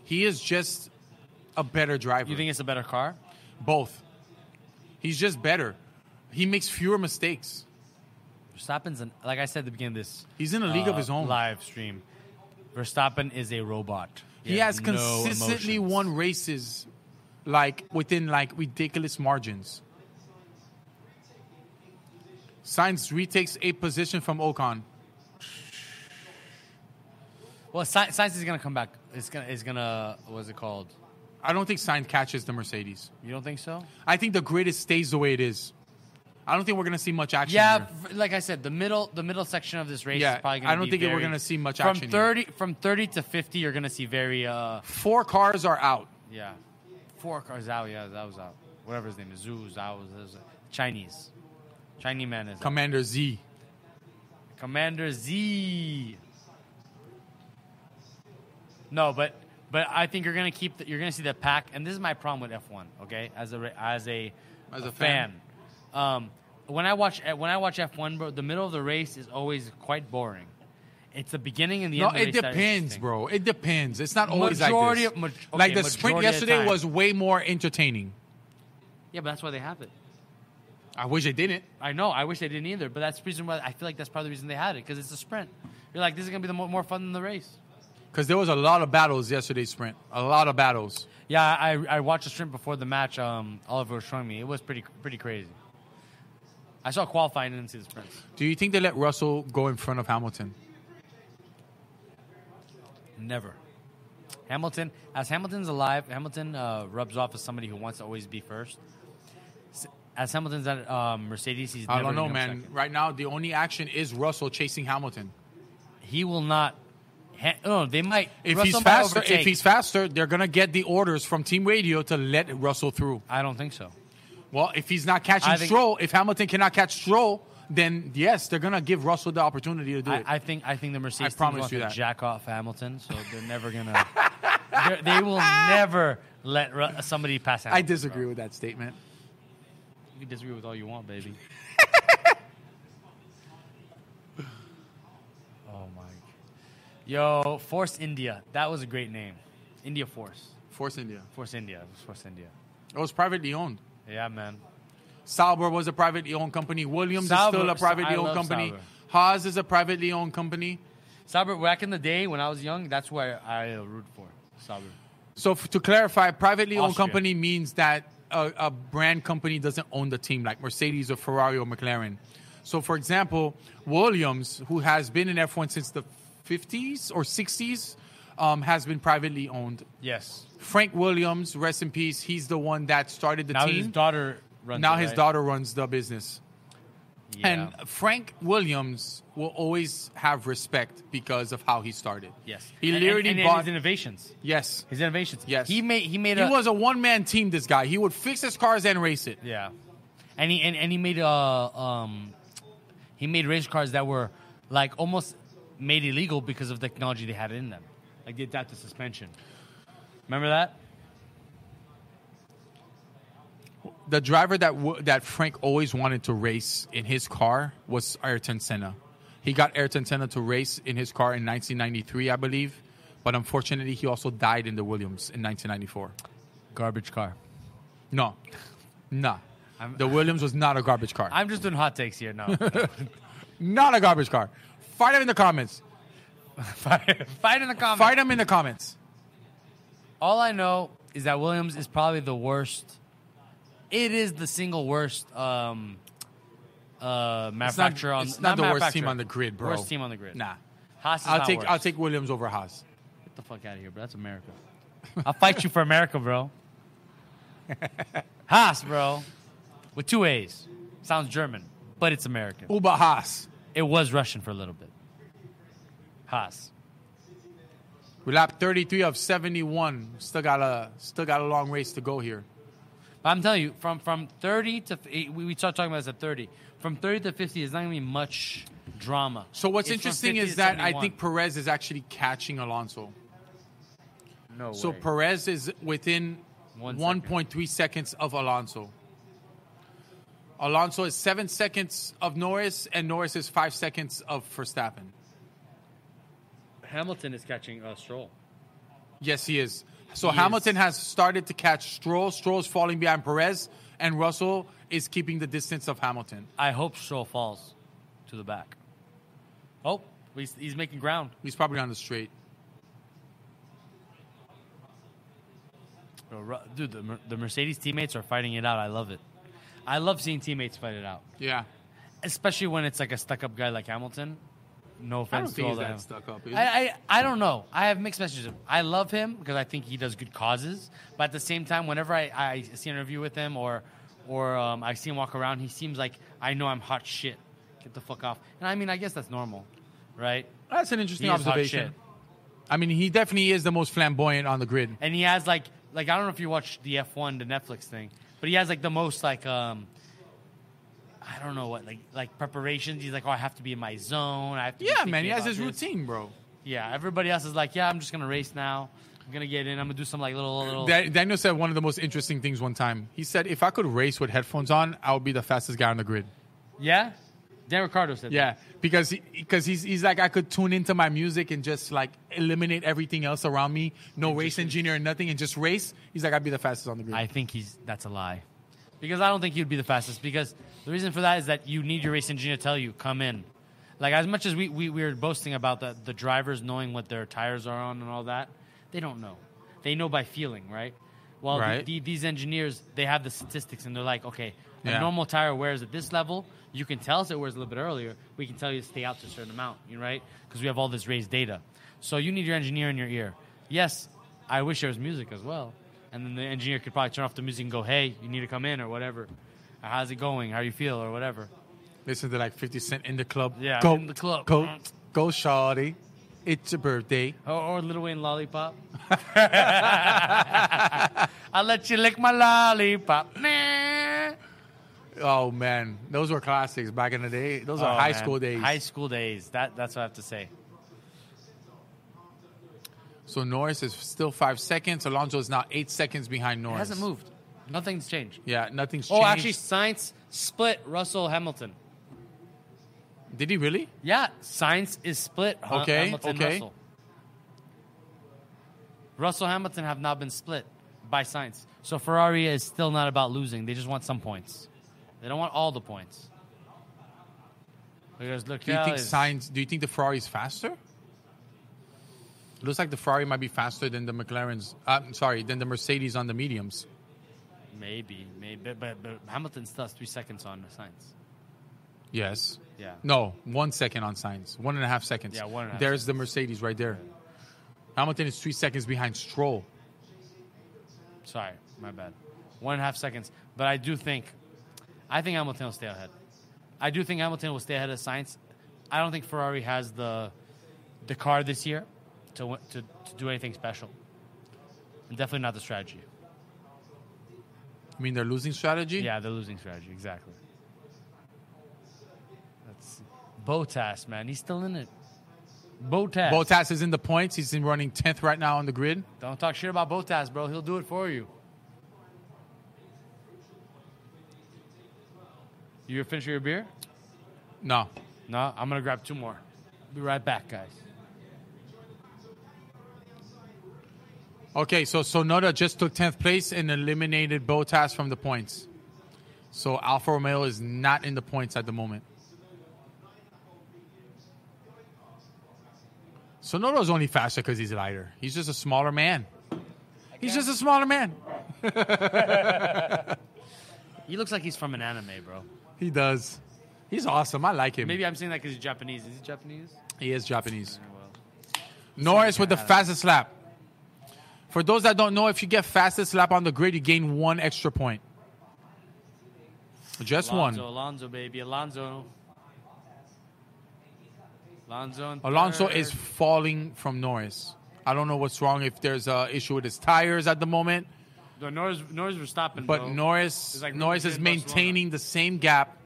Speaker 1: He is just a better driver.
Speaker 2: You think it's a better car?
Speaker 1: Both. He's just better. He makes fewer mistakes.
Speaker 2: Verstappen's an, like I said at the beginning of this.
Speaker 1: He's in a
Speaker 2: Uh,
Speaker 1: league of his own.
Speaker 2: Live stream. Verstappen is a robot.
Speaker 1: He has
Speaker 2: no
Speaker 1: consistently
Speaker 2: emotions.
Speaker 1: won races like within like ridiculous margins. Sainz retakes a position from Ocon.
Speaker 2: Well, Sci- Sainz is gonna come back. It's gonna is gonna what's it called?
Speaker 1: I don't think Sainz catches the Mercedes.
Speaker 2: You don't think so?
Speaker 1: I think the grid is stays the way it is. I don't think we're gonna see much action.
Speaker 2: Yeah,
Speaker 1: here.
Speaker 2: v- like I said, the middle the middle section of this race
Speaker 1: Yeah,
Speaker 2: is probably gonna
Speaker 1: I don't
Speaker 2: be
Speaker 1: think that we're
Speaker 2: very-
Speaker 1: gonna see much
Speaker 2: from
Speaker 1: action here.
Speaker 2: thirty from thirty to fifty. You're gonna see very uh
Speaker 1: four cars are out.
Speaker 2: yeah, four cars out. Yeah, that was out. Whatever his name is, Zhu Zhao, Zhu- Zhu- Chinese, Chinese man is out.
Speaker 1: Commander Z.
Speaker 2: Commander Z. No, but but I think you're gonna keep the, you're gonna see the pack, and this is my problem with F1. Okay, as a ra- as a
Speaker 1: As a
Speaker 2: fan, Um, when I watch when I watch F1, bro, the middle of the race is always quite boring. It's the beginning and the
Speaker 1: No,
Speaker 2: end. of the
Speaker 1: it
Speaker 2: race that are
Speaker 1: depends,
Speaker 2: interesting.
Speaker 1: bro. It depends. It's not always
Speaker 2: Majority
Speaker 1: like
Speaker 2: of-
Speaker 1: this.
Speaker 2: ma-
Speaker 1: like
Speaker 2: okay,
Speaker 1: the sprint
Speaker 2: majority of
Speaker 1: yesterday
Speaker 2: time.
Speaker 1: was way more entertaining.
Speaker 2: Yeah, but that's why they have it.
Speaker 1: I wish they didn't.
Speaker 2: I know. I wish they didn't either, but that's the reason why I feel like that's probably the reason they had it because it's a sprint. You're like, this is gonna be the mo- more fun than the race.
Speaker 1: Because there was a lot of battles yesterday, sprint. A lot of battles.
Speaker 2: Yeah, I, I watched the stream before the match. Um, Oliver was showing me. It was pretty pretty crazy. I saw qualifying and didn't see the sprints.
Speaker 1: Do you think they let Russell go in front of Hamilton?
Speaker 2: Never. Hamilton, as Hamilton's alive, Hamilton uh, rubs off as somebody who wants to always be first. S- As Hamilton's at um, Mercedes, he's.
Speaker 1: I
Speaker 2: never
Speaker 1: don't know,
Speaker 2: gonna come
Speaker 1: man.
Speaker 2: second.
Speaker 1: Right now, the only action is Russell chasing Hamilton.
Speaker 2: He will not. Ha- no, they might.
Speaker 1: If
Speaker 2: Russell
Speaker 1: he's
Speaker 2: might
Speaker 1: faster, if
Speaker 2: overtake.
Speaker 1: he's faster, they're gonna get the orders from team radio to let Russell through.
Speaker 2: I don't think so.
Speaker 1: Well, if he's not catching
Speaker 2: I think-
Speaker 1: Stroll, if Hamilton cannot catch Stroll, then yes, they're gonna give Russell the opportunity to do it.
Speaker 2: I, I think I think the Mercedes team
Speaker 1: promise
Speaker 2: wants
Speaker 1: you
Speaker 2: to
Speaker 1: that.
Speaker 2: jack off Hamilton, so they're never gonna. they're, they will never let Ru- somebody pass. Hamilton,
Speaker 1: I
Speaker 2: bro.
Speaker 1: disagree with that statement.
Speaker 2: You can disagree with all you want, baby. oh my. Yo, Force India. That was a great name. India Force.
Speaker 1: Force India.
Speaker 2: Force India. It was Force India.
Speaker 1: It was privately owned.
Speaker 2: Yeah, man.
Speaker 1: Sauber was a privately owned company. Williams
Speaker 2: Sauber-
Speaker 1: is still a privately
Speaker 2: I
Speaker 1: owned
Speaker 2: love
Speaker 1: company.
Speaker 2: Sauber.
Speaker 1: Haas is a privately owned company.
Speaker 2: Sabr, back in the day when I was young, that's where I uh, root for. Sabr.
Speaker 1: So f- to clarify, privately owned
Speaker 2: Austria.
Speaker 1: company means that a, a brand company doesn't own the team, like Mercedes or Ferrari or McLaren. So, for example, Williams, who has been in F1 since the 50s or 60s, um, has been privately owned.
Speaker 2: Yes.
Speaker 1: Frank Williams, rest in peace. He's the one that started the
Speaker 2: Now
Speaker 1: team.
Speaker 2: his daughter runs.
Speaker 1: now
Speaker 2: it,
Speaker 1: his
Speaker 2: right?
Speaker 1: daughter runs the business.
Speaker 2: Yeah.
Speaker 1: And uh, Frank Williams will always have respect because of how he started.
Speaker 2: yes,
Speaker 1: He
Speaker 2: And- and-
Speaker 1: literally
Speaker 2: and, and
Speaker 1: bought.
Speaker 2: his innovations.
Speaker 1: yes.
Speaker 2: His innovations.
Speaker 1: Yes.
Speaker 2: He made. He made.
Speaker 1: He
Speaker 2: a,
Speaker 1: was a one man team, this guy. He would fix his cars and race it.
Speaker 2: Yeah, and he and, and he made uh um, he made race cars that were like almost made illegal because of the technology they had in them, like the adaptive suspension. Remember that?
Speaker 1: The driver that w- that Frank always wanted to race in his car was Ayrton Senna. He got Ayrton Senna to race in his car in 1993, I believe. But unfortunately, he also died in the Williams in 1994.
Speaker 2: Garbage car.
Speaker 1: No. Nah.
Speaker 2: I'm-
Speaker 1: the Williams was not a garbage car.
Speaker 2: I'm just doing hot takes here now.
Speaker 1: not a garbage car. Fight him in the comments.
Speaker 2: Fight fight in the comments.
Speaker 1: Fight him in the comments.
Speaker 2: All I know is that Williams is probably the worst. It is the single worst um, uh, manufacturer on
Speaker 1: it's not the worst team
Speaker 2: manufacturer.
Speaker 1: on the grid, bro.
Speaker 2: Worst team on the grid.
Speaker 1: Nah.
Speaker 2: Haas is
Speaker 1: I'll
Speaker 2: not
Speaker 1: take
Speaker 2: worse.
Speaker 1: I'll take Williams over Haas.
Speaker 2: Get the fuck out of here, bro. That's America. I'll fight you for America, bro. Haas, bro. With two A's. Sounds German, but it's American.
Speaker 1: Uber Haas.
Speaker 2: It was Russian for a little bit. Haas.
Speaker 1: We lap 33 of 71. Still got a still got a long race to go here.
Speaker 2: But I'm telling you, from, from 30 to. f- eh, We, we start talking about this at 30. From 30 to 50, it's not going to be much drama.
Speaker 1: So what's
Speaker 2: It's from
Speaker 1: interesting
Speaker 2: 50
Speaker 1: is
Speaker 2: to
Speaker 1: that I
Speaker 2: 71.
Speaker 1: think Perez is actually catching Alonso.
Speaker 2: No
Speaker 1: So Perez is within
Speaker 2: One second.
Speaker 1: 1.3 seconds of Alonso. Alonso is seven seconds of Norris, and Norris is five seconds of Verstappen.
Speaker 2: Hamilton is catching uh, Stroll.
Speaker 1: Yes, he is. So Hamilton has started to catch Stroll. Stroll's falling behind Perez, and Russell is keeping the distance of Hamilton.
Speaker 2: I hope Stroll falls to the back. Oh, he's, he's making ground.
Speaker 1: He's probably on the straight.
Speaker 2: Bro, Ru- Dude, the, Mer- the Mercedes teammates are fighting it out. I love it. I love seeing teammates fight it out,
Speaker 1: Yeah.
Speaker 2: especially when it's like a stuck-up guy like Hamilton. No
Speaker 1: I don't
Speaker 2: offense to
Speaker 1: think
Speaker 2: all
Speaker 1: he's
Speaker 2: the
Speaker 1: that
Speaker 2: Ham-
Speaker 1: stuck up. is he?
Speaker 2: I, I I don't know. I have mixed messages. I love him because I think he does good causes, but at the same time, whenever I, I see an interview with him or or um, I see him walk around, he seems like I know I'm hot shit. Get the fuck off. And I mean, I guess that's normal, right?
Speaker 1: That's an
Speaker 2: He
Speaker 1: interesting
Speaker 2: is hot
Speaker 1: observation.
Speaker 2: shit.
Speaker 1: I mean, he definitely is the most flamboyant on the grid.
Speaker 2: and he has like like I don't know if you watch the F1 the Netflix thing, but he has like the most like um I don't know what like like preparations. He's like, oh, I have to be in my zone. I have to be
Speaker 1: Yeah, man,
Speaker 2: thinking
Speaker 1: he has
Speaker 2: about
Speaker 1: his
Speaker 2: this."
Speaker 1: routine, bro.
Speaker 2: Yeah, everybody else is like, yeah, I'm just gonna race now. I'm gonna get in. I'm gonna do some like little little.
Speaker 1: Da- Daniel said one of the most interesting things one time. He said, "If I could race with headphones on, I would be the fastest guy on the grid."
Speaker 2: yeah, Dan Ricardo said.
Speaker 1: Yeah, because he, because he's he's like I could tune into my music and just like eliminate everything else around me, no race engineer and nothing, and just race. He's like I'd be the fastest on the grid.
Speaker 2: I think he's that's a lie, because I don't think he'd be the fastest. Because the reason for that is that you need your race engineer to tell you come in. Like as much as we we, we were boasting about the the drivers knowing what their tires are on and all that, they don't know. They know by feeling, right? Well, the-
Speaker 1: Right.
Speaker 2: the- these engineers they have the statistics and they're like, okay, a
Speaker 1: Yeah.
Speaker 2: normal tire wears at this level. You can tell us it wears a little bit earlier. We can tell you to stay out to a certain amount, you right? Because we have all this raised data. So you need your engineer in your ear. Yes, I wish there was music as well. And then the engineer could probably turn off the music and go, hey, you need to come in or whatever. Or, How's it going? How you feel or whatever.
Speaker 1: Listen to like Fifty Cent in the club.
Speaker 2: Yeah,
Speaker 1: go
Speaker 2: in the club. Mm.
Speaker 1: Go, go, shawty. It's your birthday.
Speaker 2: Or, or Little Wayne Lollipop. I'll let you lick my lollipop. Nah.
Speaker 1: Oh man, those were classics back in the day. Those are
Speaker 2: Oh,
Speaker 1: high
Speaker 2: man.
Speaker 1: school days.
Speaker 2: High school days. That, that's what I have to say.
Speaker 1: so Norris is still five seconds. Alonso is now eight seconds behind Norris.
Speaker 2: It hasn't moved. Nothing's changed.
Speaker 1: Yeah, nothing's
Speaker 2: Oh,
Speaker 1: changed.
Speaker 2: actually, Science split Russell Hamilton.
Speaker 1: did he really?
Speaker 2: Yeah, Science is split. Ha-
Speaker 1: Okay,
Speaker 2: Hamilton,
Speaker 1: okay.
Speaker 2: Russell. Russell Hamilton have not been split by Science, so Ferrari is still not about losing. They just want some points. They don't want all the points. Because look,
Speaker 1: Do you think signs? Do you think the Ferrari is faster? Looks like the Ferrari might be faster than the McLarens. Uh, I'm sorry, than the Mercedes on the mediums.
Speaker 2: maybe, maybe, but, but, but Hamilton still has three seconds on Science.
Speaker 1: Yes.
Speaker 2: Yeah.
Speaker 1: No, one second on signs. One and a half seconds.
Speaker 2: Yeah, one and a half
Speaker 1: There's the Mercedes right there. Hamilton is three seconds behind Stroll.
Speaker 2: Sorry, my bad. One and a half seconds. But I do think, I think Hamilton will stay ahead. I do think Hamilton will stay ahead of Science. I don't think Ferrari has the the car this year to w- to, to do anything special. And definitely not the strategy.
Speaker 1: I mean, they're losing strategy.
Speaker 2: Yeah, the losing strategy exactly. That's Botas, man. He's still in it. Botas.
Speaker 1: Bottas is in the points. He's in running tenth right now on the grid.
Speaker 2: Don't talk shit about Botas, bro. He'll do it for you. You finishing your beer?
Speaker 1: No,
Speaker 2: No, I'm gonna grab two more. Be right back, guys.
Speaker 1: Okay, so Sonoda just took 10th place and eliminated Botas from the points. So Alfa Romeo is not in the points at the moment. Sonoda's only faster because he's lighter. He's just a smaller man. He's just a smaller man.
Speaker 2: He looks like he's from an anime, bro.
Speaker 1: He does. He's awesome. I like him.
Speaker 2: Maybe I'm saying that because he's Japanese. Is he Japanese?
Speaker 1: he is Japanese.
Speaker 2: Yeah, well.
Speaker 1: Norris with the fastest lap. For those that don't know, if you get fastest lap on the grid, you gain one extra point. Just
Speaker 2: Alonso,
Speaker 1: one.
Speaker 2: Alonso, baby, Alonso. Alonso. in
Speaker 1: Alonso
Speaker 2: third.
Speaker 1: is falling from Norris. I don't know what's wrong if there's a issue with his tires at the moment,
Speaker 2: No, Norris, Norris was stopping,
Speaker 1: but
Speaker 2: bro.
Speaker 1: Norris
Speaker 2: It's like
Speaker 1: Norris
Speaker 2: Rubio
Speaker 1: is
Speaker 2: in Barcelona.
Speaker 1: maintaining the same gap.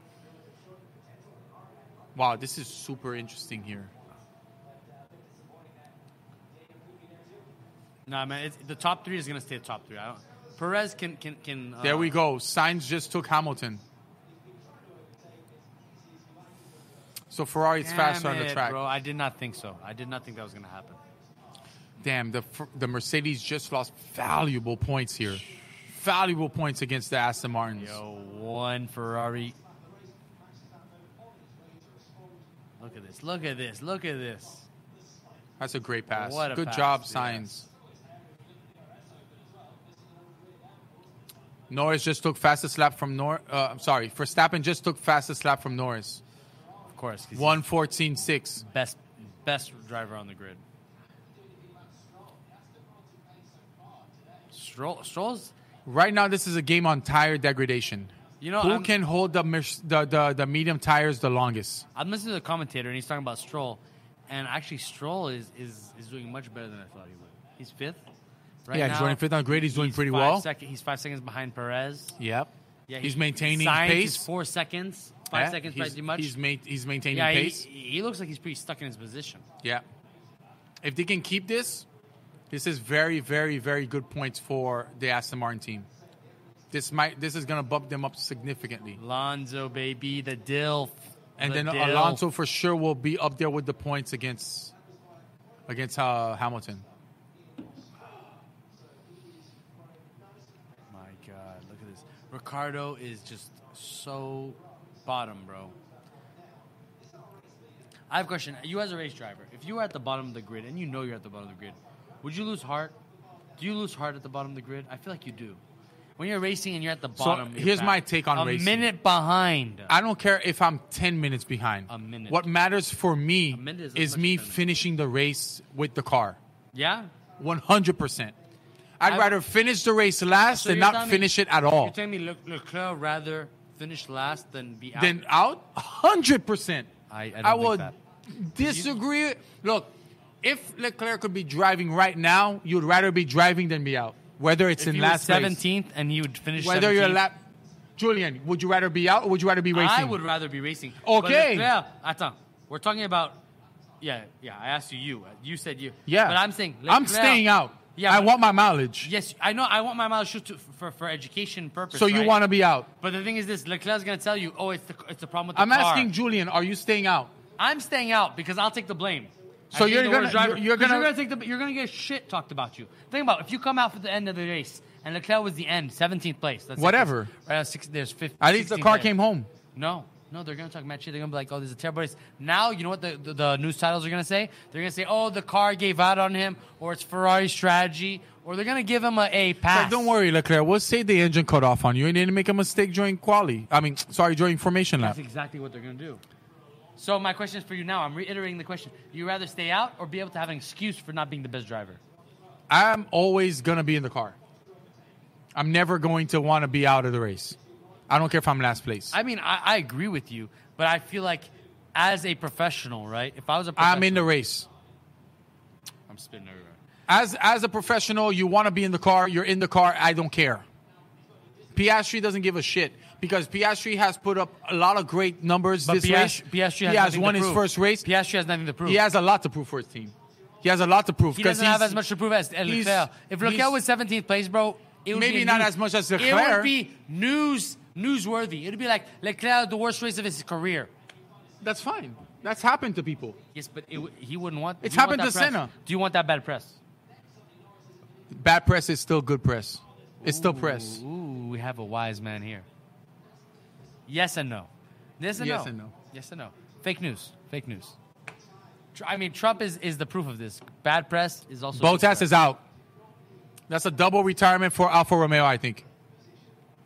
Speaker 1: Wow, this is super interesting here.
Speaker 2: Nah, man, it's, the top three is gonna stay the top three. I don't. Perez can can can. Uh,
Speaker 1: There we go. Signs just took Hamilton. So Ferrari's
Speaker 2: damn
Speaker 1: faster on the
Speaker 2: it,
Speaker 1: track.
Speaker 2: bro. I did not think so. I did not think that was gonna happen.
Speaker 1: Damn, the Fer- the Mercedes just lost valuable points here. Valuable points against the Aston Martins.
Speaker 2: Yo, one Ferrari. Look at this! Look at this! Look at this!
Speaker 1: That's a great pass.
Speaker 2: What a
Speaker 1: Good
Speaker 2: pass,
Speaker 1: job,
Speaker 2: yeah.
Speaker 1: Signs. Norris just took fastest lap from Nor. Uh, I'm sorry, Verstappen just took fastest lap from Norris.
Speaker 2: Of course, 'cause
Speaker 1: One fourteen six.
Speaker 2: he's best best driver on the grid. Stroll, Stroll's,
Speaker 1: Right now, this is a game on tire degradation.
Speaker 2: you know,
Speaker 1: Who
Speaker 2: I'm,
Speaker 1: can hold the, mis- the the the medium tires the longest?
Speaker 2: I'm listening to the commentator and he's talking about Stroll, and actually Stroll is is, is doing much better than I thought he would. He's fifth. Right
Speaker 1: yeah,
Speaker 2: now,
Speaker 1: he's running fifth on the grid. He's doing pretty
Speaker 2: five
Speaker 1: well.
Speaker 2: sec- he's five seconds behind Perez.
Speaker 1: Yep.
Speaker 2: Yeah,
Speaker 1: he's
Speaker 2: he-
Speaker 1: maintaining
Speaker 2: Sainz
Speaker 1: pace.
Speaker 2: Is four seconds, five
Speaker 1: Yeah,
Speaker 2: seconds,
Speaker 1: he's,
Speaker 2: pretty much.
Speaker 1: He's, ma- he's maintaining
Speaker 2: yeah, he,
Speaker 1: pace.
Speaker 2: he looks like he's pretty stuck in his position.
Speaker 1: Yeah. If they can keep this, this is very, very, very good points for the Aston Martin team. This might this is gonna bump them up significantly.
Speaker 2: Lonzo, baby, the dill.
Speaker 1: And
Speaker 2: the
Speaker 1: then uh,
Speaker 2: dill.
Speaker 1: Alonso for sure will be up there with the points against against uh, Hamilton.
Speaker 2: My God, look at this. Ricardo is just so bottom, bro. I have a question. You as a race driver, if you were at the bottom of the grid and you know you're at the bottom of the grid, would you lose heart? Do you lose heart at the bottom of the grid? I feel like you do. When you're racing and you're at the bottom, you're
Speaker 1: here's
Speaker 2: back.
Speaker 1: my take on
Speaker 2: a
Speaker 1: racing.
Speaker 2: minute behind.
Speaker 1: I don't care if I'm ten minutes behind.
Speaker 2: A minute.
Speaker 1: What matters for me
Speaker 2: A minute is as
Speaker 1: is
Speaker 2: much
Speaker 1: me
Speaker 2: as ten minutes.
Speaker 1: finishing the race with the car.
Speaker 2: yeah.
Speaker 1: One hundred percent. I'd
Speaker 2: I-
Speaker 1: rather finish the race last
Speaker 2: So
Speaker 1: than
Speaker 2: you're
Speaker 1: not
Speaker 2: telling me-
Speaker 1: finish it at
Speaker 2: You're
Speaker 1: all.
Speaker 2: telling me Le- Leclerc rather finish last than be out.
Speaker 1: Then out hundred percent.
Speaker 2: I- I don't
Speaker 1: I
Speaker 2: think
Speaker 1: will
Speaker 2: that.
Speaker 1: disagree. Look, if Leclerc could be driving right now, you'd rather be driving than be out. Whether it's
Speaker 2: if
Speaker 1: in
Speaker 2: he
Speaker 1: last
Speaker 2: was
Speaker 1: place,
Speaker 2: 17th and he would finish
Speaker 1: whether you're
Speaker 2: 17th,
Speaker 1: lap, Julian, would you rather be out or would you rather be racing?
Speaker 2: I would rather be racing.
Speaker 1: Okay.
Speaker 2: Yeah, attends. We're talking about. Yeah, yeah. I asked you. You. You said you.
Speaker 1: yeah,
Speaker 2: But I'm saying.
Speaker 1: I'm
Speaker 2: Leclerc-
Speaker 1: staying out.
Speaker 2: Yeah,
Speaker 1: I
Speaker 2: but-
Speaker 1: want my mileage.
Speaker 2: Yes, I know. I want my mileage shoot to, for for education purpose.
Speaker 1: so you
Speaker 2: right?
Speaker 1: want to be out?
Speaker 2: But the thing is, this Leclerc's gonna tell you, oh, it's the it's the problem with the
Speaker 1: I'm
Speaker 2: car.
Speaker 1: asking Julian, are you staying out?
Speaker 2: I'm staying out because I'll take the blame.
Speaker 1: So
Speaker 2: I'm being
Speaker 1: you're
Speaker 2: the
Speaker 1: gonna-
Speaker 2: worst driver.
Speaker 1: you're- you're
Speaker 2: 'Cause
Speaker 1: gonna-
Speaker 2: take the you're gonna get shit talked about you. Think about it, if you come out for the end of the race and Leclerc was the end, 17th place. That's
Speaker 1: Whatever.
Speaker 2: Like, right, six, there's 15.
Speaker 1: At least the car came home.
Speaker 2: No, no, they're gonna talk mad shit. They're gonna be like, "Oh, this is a terrible race." Now, you know what the, the, the news titles are gonna say? They're gonna say, "Oh, the car gave out on him," or "It's Ferrari's strategy," or they're gonna give him a, a pass.
Speaker 1: Like, don't worry, Leclerc. We'll say the engine cut off on you and you didn't make a mistake during quali. I mean, sorry, during formation lap.
Speaker 2: That's exactly what they're gonna do. So my question is for you now. I'm reiterating the question: You rather stay out or be able to have an excuse for not being the best driver?
Speaker 1: I'm always gonna be in the car. I'm never going to want to be out of the race. I don't care if I'm last place.
Speaker 2: I mean, I, I agree with you, but I feel like as a professional, right? If I was a professional,
Speaker 1: I'm in the race.
Speaker 2: I'm spinning everywhere.
Speaker 1: As as a professional, you want to be in the car. You're in the car. I don't care. Piastri doesn't give a shit because Piastri has put up a lot of great numbers
Speaker 2: But
Speaker 1: this race.
Speaker 2: Piastri, Piastri has
Speaker 1: he has
Speaker 2: nothing
Speaker 1: won
Speaker 2: to
Speaker 1: his
Speaker 2: prove.
Speaker 1: first race.
Speaker 2: Piastri has nothing to prove.
Speaker 1: He has a lot to prove for his team. He has a lot to prove
Speaker 2: He
Speaker 1: because
Speaker 2: doesn't have
Speaker 1: he's-
Speaker 2: as much to prove as as
Speaker 1: he's-
Speaker 2: Leclerc. If
Speaker 1: he's-
Speaker 2: Leclerc was 17th place, bro, it would
Speaker 1: Maybe
Speaker 2: be a
Speaker 1: not
Speaker 2: news-
Speaker 1: as much as
Speaker 2: It
Speaker 1: Leclerc.
Speaker 2: would be news newsworthy. It'd be like Leclerc, the worst race of his career.
Speaker 1: That's fine. That's happened to people.
Speaker 2: Yes, but it, w- he wouldn't want. do
Speaker 1: It's
Speaker 2: you want
Speaker 1: happened
Speaker 2: that
Speaker 1: to
Speaker 2: press?
Speaker 1: Senna.
Speaker 2: Do you want that bad press?
Speaker 1: Bad press is still good press. It's still press.
Speaker 2: Ooh, we have a wise man here. Yes and no. Yes and
Speaker 1: Yes
Speaker 2: no.
Speaker 1: and no.
Speaker 2: Yes and no. Fake news. Fake news. Tr- I mean, Trump is, is the proof of this. Bad press is also. good
Speaker 1: Botas
Speaker 2: press.
Speaker 1: is out. That's a double retirement for Alfa Romeo, I think.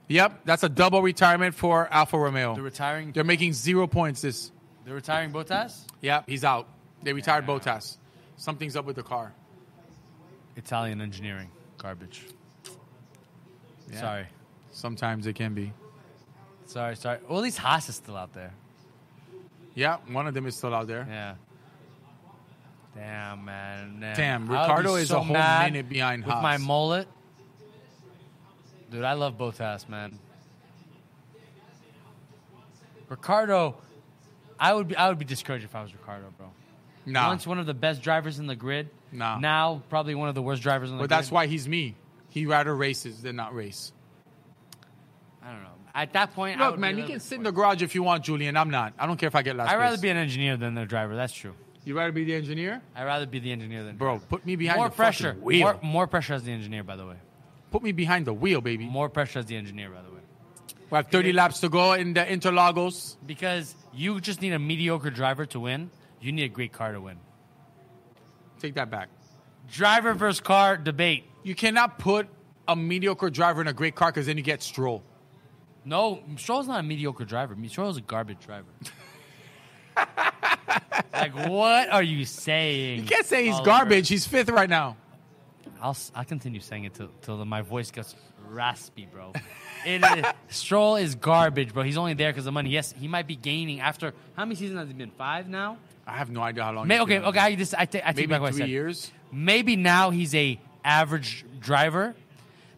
Speaker 1: Yep, that's a double retirement for Alfa Romeo.
Speaker 2: They're retiring.
Speaker 1: They're making zero points this.
Speaker 2: They're retiring Botas.
Speaker 1: Yep, he's out. They retired Botas. Something's up with the car.
Speaker 2: Italian engineering garbage.
Speaker 1: Yeah.
Speaker 2: Sorry,
Speaker 1: Sometimes it can be.
Speaker 2: sorry, sorry. Well, at least Haas is still out there.
Speaker 1: Yeah, one of them is still out there.
Speaker 2: Yeah. Damn man. man.
Speaker 1: Damn,
Speaker 2: I would be
Speaker 1: Ricardo is
Speaker 2: so
Speaker 1: a whole
Speaker 2: mad
Speaker 1: minute behind
Speaker 2: with
Speaker 1: Haas.
Speaker 2: my mullet. Dude, I love Botas, man. Ricardo, I would be I would be discouraged if I was Ricardo, bro.
Speaker 1: nah,
Speaker 2: Once one of the best drivers in the grid.
Speaker 1: Nah.
Speaker 2: Now probably one of the worst drivers in the
Speaker 1: but
Speaker 2: grid.
Speaker 1: that's why he's me. He rather races than not race.
Speaker 2: I don't know. At that point, I
Speaker 1: Look,
Speaker 2: would
Speaker 1: man, you
Speaker 2: be a little
Speaker 1: can sit in the
Speaker 2: disappointed.
Speaker 1: garage if you want, Julian. I'm not. I don't care if I get last.
Speaker 2: I'd rather
Speaker 1: place.
Speaker 2: be an engineer than the driver. That's true.
Speaker 1: You rather be the engineer,
Speaker 2: I'd rather be the engineer than
Speaker 1: bro. Put me behind
Speaker 2: more
Speaker 1: the fucking
Speaker 2: pressure.
Speaker 1: wheel.
Speaker 2: More, more pressure as the engineer, by the way.
Speaker 1: Put me behind the wheel, baby.
Speaker 2: More pressure as the engineer, by the way.
Speaker 1: We have 30 laps to go in the Interlagos.
Speaker 2: Because you just need a mediocre driver to win. You need a great car to win.
Speaker 1: Take that back.
Speaker 2: Driver versus car debate.
Speaker 1: You cannot put a mediocre driver in a great car because then you get Stroll.
Speaker 2: No, Stroll's not a mediocre driver. Stroll's a garbage driver. like, what are you saying?
Speaker 1: You can't say he's
Speaker 2: Oliver?
Speaker 1: garbage. He's fifth right now.
Speaker 2: I'll, s- I'll continue saying it till, till my voice gets raspy, bro. It is, Stroll is garbage, bro. He's only there because of money. Yes, he might be gaining after how many seasons has it been? Five now?
Speaker 1: I have no idea how long.
Speaker 2: May,
Speaker 1: he's
Speaker 2: okay,
Speaker 1: been on.
Speaker 2: okay. I, just, I, ta- I take
Speaker 1: Maybe
Speaker 2: back what I
Speaker 1: three
Speaker 2: said.
Speaker 1: years.
Speaker 2: Maybe now he's a average driver,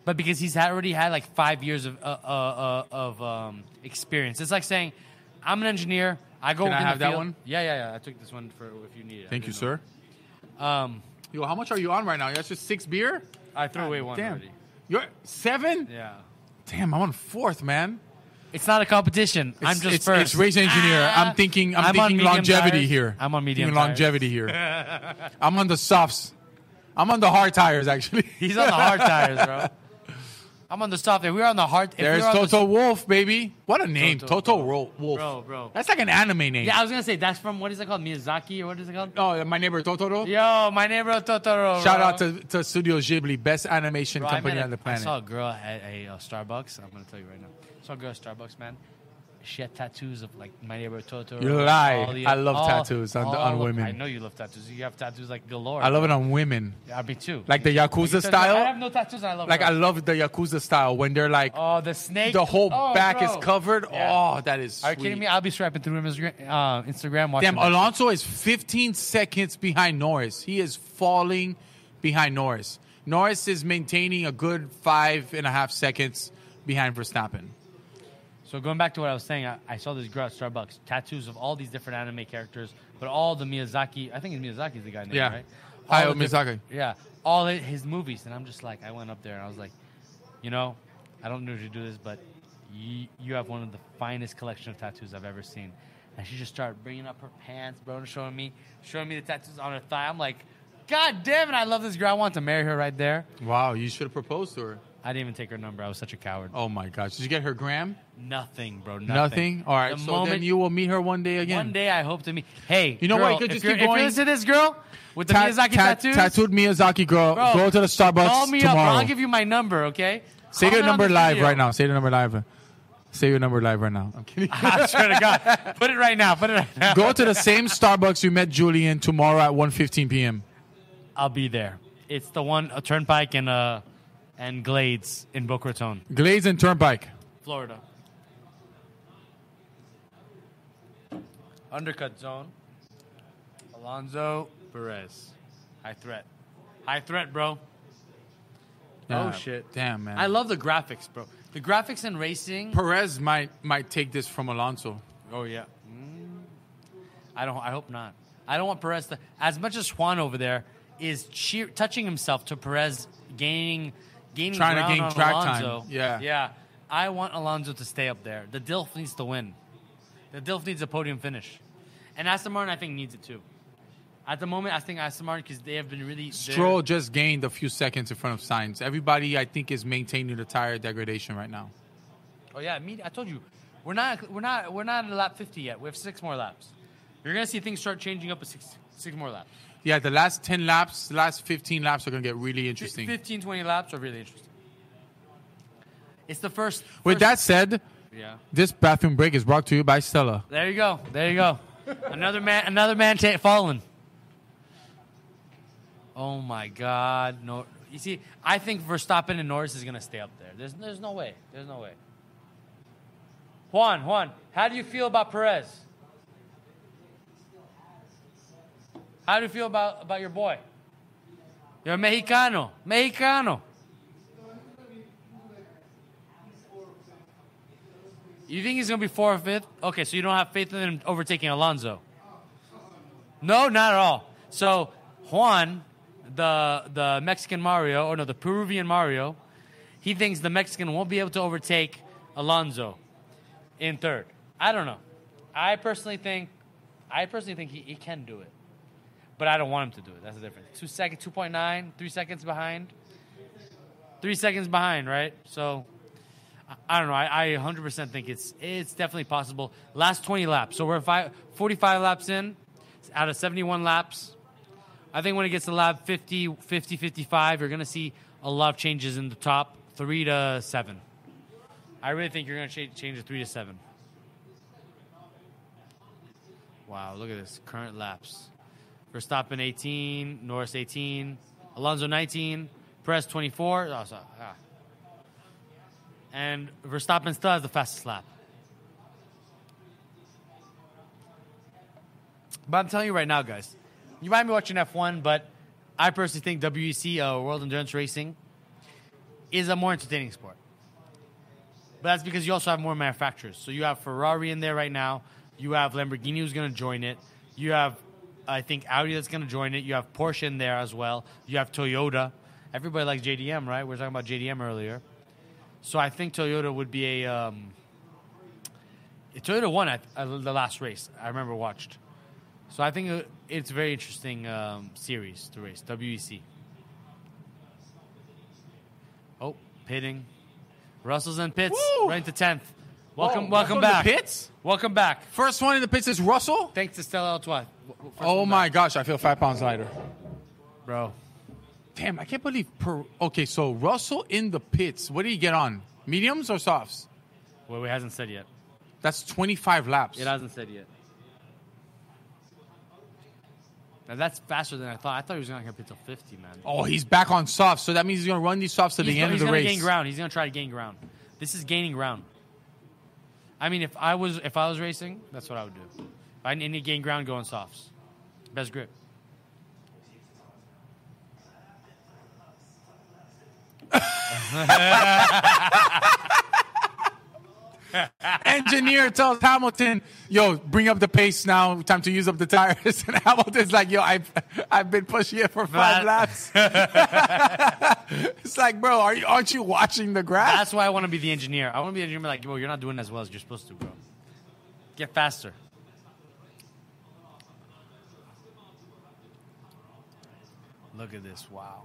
Speaker 2: but because he's had- already had like five years of uh, uh, uh, of um, experience, it's like saying, "I'm an engineer. I go."
Speaker 1: Can I
Speaker 2: in the
Speaker 1: have that
Speaker 2: field-
Speaker 1: one?
Speaker 2: Yeah, yeah, yeah. I took this one for if you need it. I
Speaker 4: Thank you,
Speaker 2: didn't know.
Speaker 4: sir.
Speaker 2: Um,
Speaker 1: Yo, how much are you on right now? That's just six beer.
Speaker 2: I threw away Oh, one
Speaker 1: Damn,
Speaker 2: already.
Speaker 1: you're seven.
Speaker 2: Yeah.
Speaker 1: Damn, I'm on fourth, man.
Speaker 2: It's not a competition. I'm just
Speaker 1: it's,
Speaker 2: first. Ah.
Speaker 1: It's race engineer. I'm thinking. I'm,
Speaker 2: I'm on
Speaker 1: thinking
Speaker 2: medium
Speaker 1: longevity
Speaker 2: tires.
Speaker 1: here.
Speaker 2: I'm on medium
Speaker 1: Thinking
Speaker 2: tires.
Speaker 1: longevity here. I'm on the softs. I'm on the hard tires actually.
Speaker 2: He's on the hard tires, bro. I'm on the soft. If we were on the hard, if we
Speaker 1: There's
Speaker 2: were on the-
Speaker 1: Toto Wolf, baby. What a name, Toto,
Speaker 2: Toto,
Speaker 1: Ro- Wolf.
Speaker 2: Bro, bro.
Speaker 1: That's like an anime name.
Speaker 2: yeah, I was gonna say that's from what is it called, Miyazaki or what is it called?
Speaker 1: Oh, my neighbor Totoro.
Speaker 2: Yo, my neighbor Totoro.
Speaker 1: Shout
Speaker 2: bro.
Speaker 1: out to, to Studio Ghibli, best animation
Speaker 2: Bro, I
Speaker 1: company
Speaker 2: met a-
Speaker 1: on the
Speaker 2: I
Speaker 1: planet.
Speaker 2: saw a girl at a uh, Starbucks. I'm gonna tell you right now. I saw a girl at Starbucks, man. She had tattoos of like my neighbor Totoro.
Speaker 1: You lie.
Speaker 2: all
Speaker 1: I love tattoos on the- on
Speaker 2: of-
Speaker 1: women.
Speaker 2: I know you love tattoos. You have tattoos like galore.
Speaker 1: I love it on women,
Speaker 2: Yeah, me too.
Speaker 1: like the yakuza
Speaker 2: I
Speaker 1: style.
Speaker 2: have no tattoos. And I love.
Speaker 1: Like I
Speaker 2: girls.
Speaker 1: love the yakuza style when they're like
Speaker 2: Oh, the snake.
Speaker 1: the whole
Speaker 2: Oh,
Speaker 1: back
Speaker 2: bro.
Speaker 1: is covered.
Speaker 2: Yeah.
Speaker 1: Oh, that is. Sweet.
Speaker 2: Are you kidding me? I'll be swiping through Instagram, uh, Instagram watching.
Speaker 1: Damn,
Speaker 2: that.
Speaker 1: Alonso is 15 seconds behind Norris. He is falling behind Norris. Norris is maintaining a good five and a half seconds behind Verstappen.
Speaker 2: So going back to what I was saying, I, I saw this girl at Starbucks, tattoos of all these different anime characters, but all the Miyazaki. I think it's Miyazaki's the guy name,
Speaker 1: Yeah.
Speaker 2: right?
Speaker 1: Hayao
Speaker 2: All the diff-
Speaker 1: Miyazaki.
Speaker 2: Yeah, all hi- his movies, and I'm just like, I went up there and I was like, you know, I don't know if you do this, but you, you have one of the finest collection of tattoos I've ever seen. And she just started bringing up her pants, bro, and showing me, showing me the tattoos on her thigh. I'm like, God damn it, I love this girl. I want to marry her right there.
Speaker 1: Wow, you should have proposed to her.
Speaker 2: I didn't even take her number. I was such a coward.
Speaker 1: Oh my gosh. Did you get her gram?
Speaker 2: Nothing, bro. Nothing.
Speaker 1: Nothing. All right,
Speaker 2: The
Speaker 1: so then
Speaker 2: moment-
Speaker 1: you will meet her one day again.
Speaker 2: One day I hope to meet. Hey,
Speaker 1: You know what?
Speaker 2: girl,
Speaker 1: You could
Speaker 2: if
Speaker 1: just
Speaker 2: you're-
Speaker 1: keep
Speaker 2: if
Speaker 1: going.
Speaker 2: you listen to this girl with the
Speaker 1: Ta-
Speaker 2: Miyazaki
Speaker 1: ta-
Speaker 2: tattoos,
Speaker 1: Tattooed Miyazaki girl.
Speaker 2: bro,
Speaker 1: Go to the Starbucks
Speaker 2: Call me
Speaker 1: tomorrow.
Speaker 2: up. Bro. I'll give you my number. Okay.
Speaker 1: Say your
Speaker 2: Comment on
Speaker 1: number
Speaker 2: this
Speaker 1: live
Speaker 2: video.
Speaker 1: right now. Say your number live. Say your number live right now. I'm kidding.
Speaker 2: I swear to God, put it right now. Put it right now.
Speaker 1: Go to the same Starbucks you met Julian tomorrow at 1.15 p.m.
Speaker 2: I'll be there. It's the one uh, Turnpike and uh and Glades in Boca Raton,
Speaker 1: Glades and Turnpike.
Speaker 2: Florida. Undercut zone. Alonzo Perez. High threat. High threat, bro.
Speaker 1: Yeah.
Speaker 2: Oh shit.
Speaker 1: Damn, man.
Speaker 2: I love the graphics, bro. The graphics in racing.
Speaker 1: Perez might might take this from Alonso.
Speaker 2: Oh yeah. I don't. I hope not. I don't want Perez to. As much as Juan over there is cheer, touching himself to Perez gaining, gaining
Speaker 1: Trying to
Speaker 2: ground
Speaker 1: gain
Speaker 2: on
Speaker 1: track time.
Speaker 2: Alonso.
Speaker 1: Yeah.
Speaker 2: Yeah. I want Alonso to stay up there. The Dilf needs to win. The Dilf needs a podium finish, and Aston Martin I think needs it too. At the moment, I think Aston Martin because they have been really they're-
Speaker 1: Stroll just gained a few seconds in front of Sainz. Everybody, I think, is maintaining the tire degradation right now.
Speaker 2: Oh yeah, me. I told you, we're not we're not we're not at lap fifty yet. We have six more laps. You're gonna see things start changing up at six six more laps.
Speaker 1: Yeah, the last 10 laps, last 15 laps are going to get really interesting.
Speaker 2: 15, 20 laps are really interesting. It's the first.
Speaker 1: With
Speaker 2: first-
Speaker 1: that said,
Speaker 2: yeah.
Speaker 1: this bathroom break is brought to you by Stella.
Speaker 2: There you go. There you go. another man. Another man ta falling. Oh my God! No, you see, I think Verstappen and Norris is gonna stay up there. There's, there's no way. There's no way. Juan, Juan, how do you feel about Perez? How do you feel about, about your boy? You're Mexicano, Mexicano. You think he's gonna be fourth or fifth? Okay, so you don't have faith in him overtaking Alonso. No, not at all. So Juan, the the Mexican Mario, or no, the Peruvian Mario, he thinks the Mexican won't be able to overtake Alonso in third. I don't know. I personally think, I personally think he, he can do it, but I don't want him to do it. That's the difference. Two second, two point nine, three seconds behind, three seconds behind, right? So. I- I don't know. I, I 100% think it's it's definitely possible. Last 20 laps. So we're five, 45 laps in out of 71 laps. I think when it gets to lap 50, 50, 55, you're going to see a lot of changes in the top three to seven. I really think you're going to cha- change the three to seven. Wow, look at this. Current laps. Verstappen 18, Norris 18, Alonso 19, Perez 24. Oh, sorry. Ah. And Verstappen still has the fastest lap. But I'm telling you right now, guys, you might be watching F1, but I personally think WEC, uh, World Endurance Racing, is a more entertaining sport. But that's because you also have more manufacturers. So you have Ferrari in there right now. You have Lamborghini who's going to join it. You have, I think, Audi that's going to join it. You have Porsche in there as well. You have Toyota. Everybody likes JDM, right? We were talking about JDM earlier. So I think Toyota would be a. Um, eh, Toyota won at, at the last race I remember watched. So I think uh, it's a very interesting um, series to race E WEC. Oh, pitting. Russell's in pits,
Speaker 1: Woo!
Speaker 2: right to tenth. Welcome,
Speaker 1: Whoa,
Speaker 2: welcome
Speaker 1: Russell
Speaker 2: back.
Speaker 1: in the pits?
Speaker 2: Welcome back.
Speaker 1: First one in the pits is Russell.
Speaker 2: Thanks to Stella Artois. W- w- first
Speaker 1: Oh
Speaker 2: one
Speaker 1: my
Speaker 2: back.
Speaker 1: gosh, I feel five pounds lighter.
Speaker 2: bro.
Speaker 1: Damn, I can't believe. Per- okay, so Russell in the pits. What did he get on? Mediums or softs?
Speaker 2: Well, he hasn't said yet.
Speaker 1: That's 25 laps.
Speaker 2: It hasn't said yet. Now that's faster than I thought. I thought he was going to pit till fifty, man.
Speaker 1: Oh, he's back on softs, so that means he's going to run these softs to
Speaker 2: he's
Speaker 1: the end
Speaker 2: go-
Speaker 1: of
Speaker 2: he's
Speaker 1: the
Speaker 2: gonna
Speaker 1: race.
Speaker 2: gain ground. He's gonna try to gain ground. This is gaining ground. I mean, if I was if I was racing, that's what I would do. If I need to gain ground, going softs, best grip.
Speaker 1: Engineer tells Hamilton, "Yo, bring up the pace now. Time to use up the tires." And Hamilton's like, "Yo, I've I've been pushing it for five
Speaker 2: That-
Speaker 1: laps." it's like, bro, are you, aren't you watching the graph?
Speaker 2: That's why I want to be the engineer. I want to be the engineer. Like, well, you're not doing as well as you're supposed to, bro. Get faster. Look at this! Wow,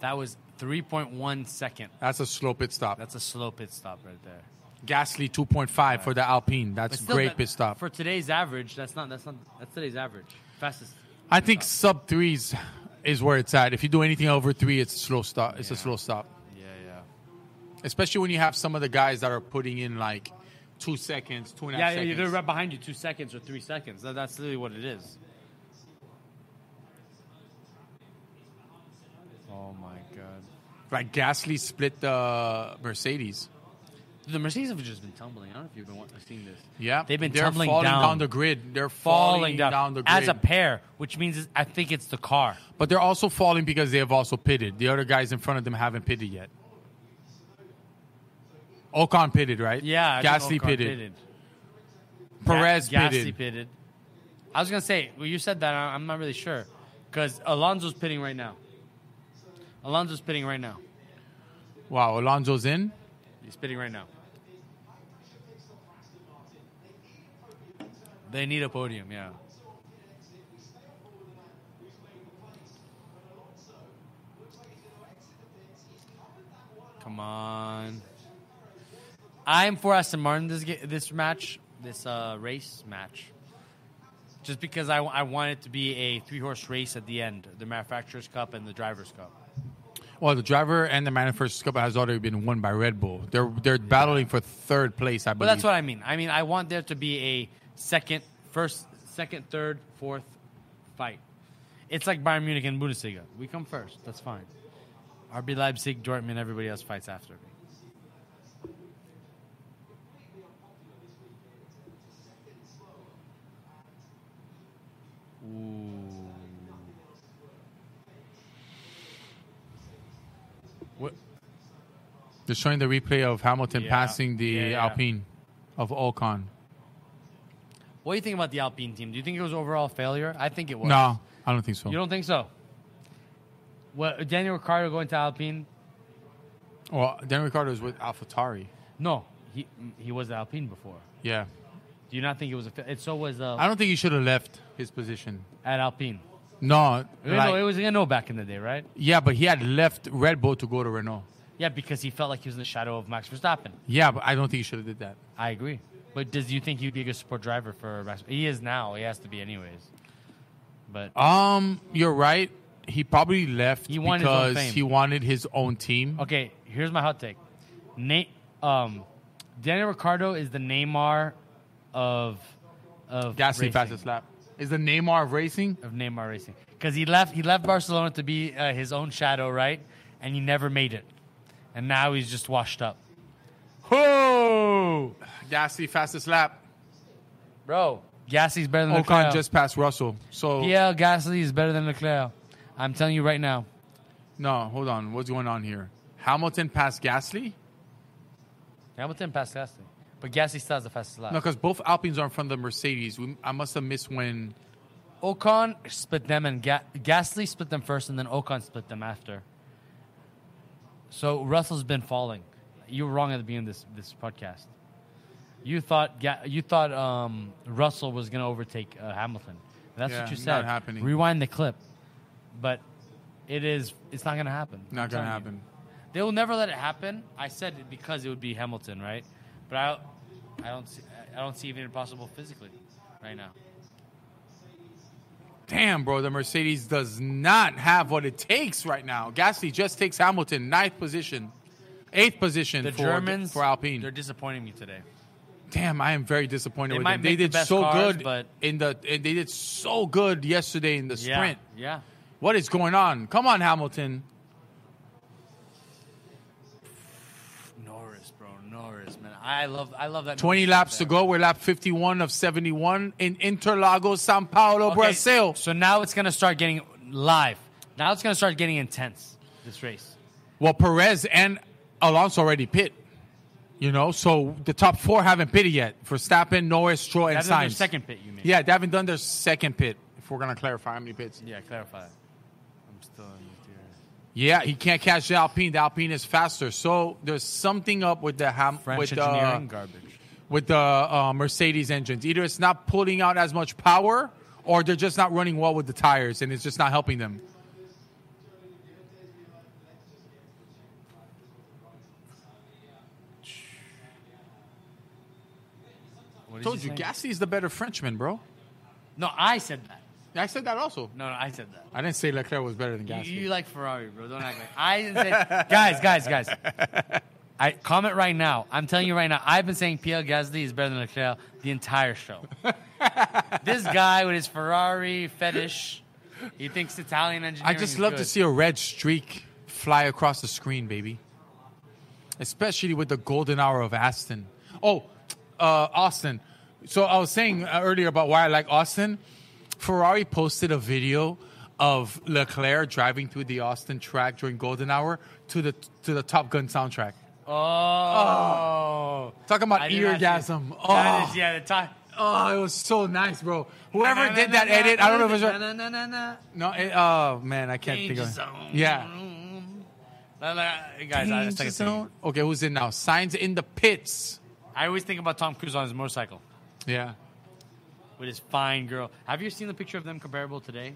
Speaker 2: that was 3.1 second.
Speaker 1: That's a slow pit stop.
Speaker 2: That's a slow pit stop right there.
Speaker 1: Gasly 2.5 for the Alpine. That's
Speaker 2: But still,
Speaker 1: great
Speaker 2: that-
Speaker 1: pit stop.
Speaker 2: For today's average, that's not that's not that's today's average. Fastest.
Speaker 1: I think sub threes is where it's at. If you do anything over three, it's a slow stop. It's a
Speaker 2: Yeah.
Speaker 1: slow stop,
Speaker 2: Yeah, yeah.
Speaker 1: especially when you have some of the guys that are putting in like two seconds, two and a half
Speaker 2: Yeah, yeah,
Speaker 1: seconds.
Speaker 2: they're right behind you two seconds or three seconds. That, that's literally what it is. Oh my god.
Speaker 1: Like Gasly split the Mercedes.
Speaker 2: The Mercedes have just been tumbling. I don't know if you've been watching, seeing this.
Speaker 1: Yeah,
Speaker 2: They've been
Speaker 1: They're
Speaker 2: tumbling
Speaker 1: falling
Speaker 2: down.
Speaker 1: the grid. They're falling,
Speaker 2: Falling,
Speaker 1: down. the grid.
Speaker 2: as a pair, which means it's- I think it's the car.
Speaker 1: but they're also falling because they have also pitted. The other guys in front of them haven't pitted yet. Ocon pitted, right?
Speaker 2: Yeah, I think
Speaker 1: Gasly
Speaker 2: Ocon
Speaker 1: pitted. Perez
Speaker 2: Ga- Gasly
Speaker 1: pitted.
Speaker 2: pitted. I was gonna say, well, you said that. I- I'm not really sure because Alonso's pitting right now. Alonso's pitting right now.
Speaker 1: Wow, Alonso's in.
Speaker 2: He's pitting right now. They need a podium, yeah. Come on. I'm for Aston Martin this ga- this match, this uh, race match. Just because I, I want it to be a three horse race at the end the Manufacturers' Cup and the Drivers' Cup.
Speaker 1: Well, the driver and the manufacturer's cup has already been won by Red Bull. They're they're battling for third place, I
Speaker 2: But
Speaker 1: believe.
Speaker 2: that's what I mean. I mean, I want there to be a second, first, second, third, fourth fight. It's like Bayern Munich and Bundesliga. We come first. That's fine. RB Leipzig, Dortmund, everybody else fights after me. Ooh. What?
Speaker 1: They're showing the replay of Hamilton
Speaker 2: Yeah.
Speaker 1: passing the
Speaker 2: Yeah, yeah.
Speaker 1: Alpine of Ocon.
Speaker 2: What do you think about the Alpine team? Do you think it was overall failure? I think it was.
Speaker 1: No, I don't think so.
Speaker 2: You don't think so? What Daniel Ricciardo going to Alpine?
Speaker 1: Well, Dan Ricardo is with AlphaTauri.
Speaker 2: No, he he was at Alpine before.
Speaker 1: Yeah,
Speaker 2: Do you not think it was a? fa- It so was uh,
Speaker 1: I don't think he should have left his position.
Speaker 2: at Alpine.
Speaker 1: No, like-
Speaker 2: Renault, it was Renault back in the day, right?
Speaker 1: yeah, but he had left Red Bull to go to Renault.
Speaker 2: Yeah, because he felt like he was in the shadow of Max Verstappen.
Speaker 1: Yeah, but I don't think he should have did that.
Speaker 2: I agree. But does you think he'd be a good support driver for Max? He is now. He has to be anyways. But
Speaker 1: Um, you're right. He probably left
Speaker 2: He wanted his own
Speaker 1: because
Speaker 2: fame.
Speaker 1: he wanted his own team.
Speaker 2: okay, here's my hot take. Nate, um, Daniel Ricciardo is the Neymar of of
Speaker 1: Gasly
Speaker 2: racing.
Speaker 1: fastest lap is the Neymar of racing.
Speaker 2: of Neymar racing because he left he left Barcelona to be uh, his own shadow, right? And he never made it, and now he's just washed up.
Speaker 1: Who? Gasly fastest lap.
Speaker 2: Bro, Gasly's better than
Speaker 1: Ocon
Speaker 2: Leclerc.
Speaker 1: just passed Russell. So
Speaker 2: yeah, Gasly is better than Leclerc. I'm telling you right now.
Speaker 1: no, hold on. What's going on here? Hamilton passed Gasly.
Speaker 2: Hamilton passed Gasly, but Gasly still has the fastest lap.
Speaker 1: No, because both Alpines are in front of the Mercedes. We, I must have missed when.
Speaker 2: Ocon split them, and Ga- Gasly split them first, and then Ocon split them after. So Russell's been falling. You were wrong at the beginning of this this podcast. You thought Ga- you thought um, Russell was going to overtake uh, Hamilton. That's
Speaker 1: Yeah,
Speaker 2: what you
Speaker 1: not
Speaker 2: said.
Speaker 1: happening.
Speaker 2: Rewind the clip, but it is it's not going to happen. I'm
Speaker 1: Not gonna
Speaker 2: telling you.
Speaker 1: happen.
Speaker 2: They will never let it happen. I said it because it would be Hamilton, right? But I, I don't see I don't see even impossible physically right now.
Speaker 1: Damn, bro, the Mercedes does not have what it takes right now. Gasly just takes Hamilton ninth position, eighth position
Speaker 2: The
Speaker 1: for
Speaker 2: Germans
Speaker 1: for Alpine.
Speaker 2: They're disappointing me today.
Speaker 1: Damn, I am very disappointed
Speaker 2: They
Speaker 1: with
Speaker 2: might
Speaker 1: them. They
Speaker 2: make the
Speaker 1: did
Speaker 2: best
Speaker 1: so
Speaker 2: cars,
Speaker 1: good
Speaker 2: but-
Speaker 1: in the and they did so good yesterday in the sprint.
Speaker 2: Yeah.
Speaker 1: What is going on? Come on, Hamilton.
Speaker 2: Norris, bro. Norris, man. I love I love that.
Speaker 1: 20
Speaker 2: Norris
Speaker 1: laps to
Speaker 2: there.
Speaker 1: go. We're lap 51 of 71 in Interlagos, Sao Paulo,
Speaker 2: Okay,
Speaker 1: Brazil.
Speaker 2: So now it's gonna start getting live. Now it's gonna start getting intense, this race.
Speaker 1: Well, Perez and Alonso already pit. You know, so the top four haven't pitted yet. Verstappen, Norris, Stroll, and
Speaker 2: That's their
Speaker 1: Sainz.
Speaker 2: second pit, you mean.
Speaker 1: Yeah, they haven't done their second pit. If we're gonna clarify how many pits.
Speaker 2: Yeah, clarify. that. I'm still in your theory.
Speaker 1: Yeah, he can't catch the Alpine. The Alpine is faster. So there's something up with the ham
Speaker 2: French
Speaker 1: with the
Speaker 2: engineering garbage.
Speaker 1: with the uh, Mercedes engines. Either it's not pulling out as much power, or they're just not running well with the tires, and it's just not helping them.
Speaker 2: What
Speaker 1: I
Speaker 2: is
Speaker 1: told
Speaker 2: he
Speaker 1: you,
Speaker 2: saying?
Speaker 1: Gasly is the better Frenchman, bro.
Speaker 2: No, I said that.
Speaker 1: I said that also.
Speaker 2: No, no, I said that.
Speaker 1: I didn't say Leclerc was better than Gasly.
Speaker 2: You, you like Ferrari, bro. Don't act like I didn't say. guys, guys, guys. I comment right now. I'm telling you right now. I've been saying Pierre Gasly is better than Leclerc the entire show. this guy with his Ferrari fetish, he thinks Italian
Speaker 1: I
Speaker 2: engineering.
Speaker 1: just
Speaker 2: is
Speaker 1: love
Speaker 2: good.
Speaker 1: to see a red streak fly across the screen, baby. Especially with the golden hour of Aston. Oh, uh, Austin. So I was saying uh, earlier about why I like Austin. Ferrari posted a video of Leclerc driving through the Austin track during golden hour to the to the Top Gun soundtrack.
Speaker 2: Oh,
Speaker 1: Talking about
Speaker 2: I did not see-
Speaker 1: eargasm.
Speaker 2: That
Speaker 1: Oh,
Speaker 2: is, yeah, the time.
Speaker 1: oh, it was so nice, bro. Whoever did that edit, I don't know if it's right.
Speaker 2: right.
Speaker 1: No, it, oh man, I can't think of it. Yeah.
Speaker 2: Guys, I,
Speaker 1: Danger
Speaker 2: second
Speaker 1: zone. Okay, who's in now? Signs in the pits.
Speaker 2: I always think about Tom Cruise on his motorcycle.
Speaker 1: Yeah.
Speaker 2: with his fine girl. Have you seen the picture of them comparable today?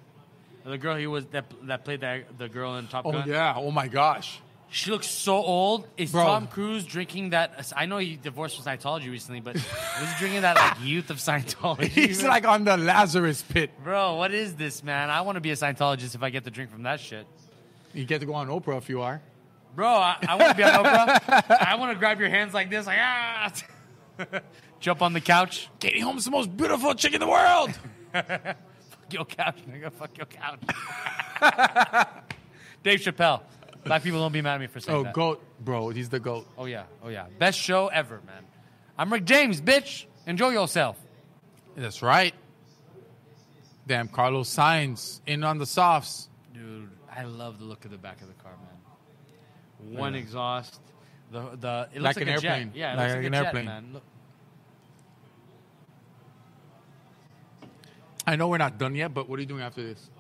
Speaker 2: The girl he was that that played the the girl in Top
Speaker 1: Oh
Speaker 2: Gun.
Speaker 1: yeah. Oh my gosh.
Speaker 2: She looks so old. Is
Speaker 1: Bro.
Speaker 2: Tom Cruise drinking that? I know he divorced from Scientology recently, but was he drinking that like youth of Scientology?
Speaker 1: He's
Speaker 2: man?
Speaker 1: like on the Lazarus pit.
Speaker 2: bro, what is this, man? I want to be a Scientologist if I get to drink from that shit.
Speaker 1: You get to go on Oprah if you are.
Speaker 2: Bro, I, I want to be on Oprah. I want to grab your hands like this, like ah, jump on the couch.
Speaker 1: Katie Holmes is the most beautiful chick in the world.
Speaker 2: Fuck your couch, nigga. Fuck your couch. Dave Chappelle. Black people don't be mad at me for saying
Speaker 1: oh,
Speaker 2: that.
Speaker 1: goat, bro. He's the goat.
Speaker 2: Oh yeah, oh yeah. Best show ever, man. I'm Rick James, bitch. Enjoy yourself.
Speaker 1: That's right. Damn, Carlos Signs in on the softs.
Speaker 2: Dude, I love the look of the back of the car, man. One exhaust. The the it
Speaker 1: Like
Speaker 2: looks like,
Speaker 1: an
Speaker 2: a jet.
Speaker 1: airplane.
Speaker 2: Yeah, it
Speaker 1: Like
Speaker 2: looks like
Speaker 1: an
Speaker 2: a jet,
Speaker 1: airplane.
Speaker 2: man. Look,
Speaker 1: I know we're not done yet, but what are you doing after this?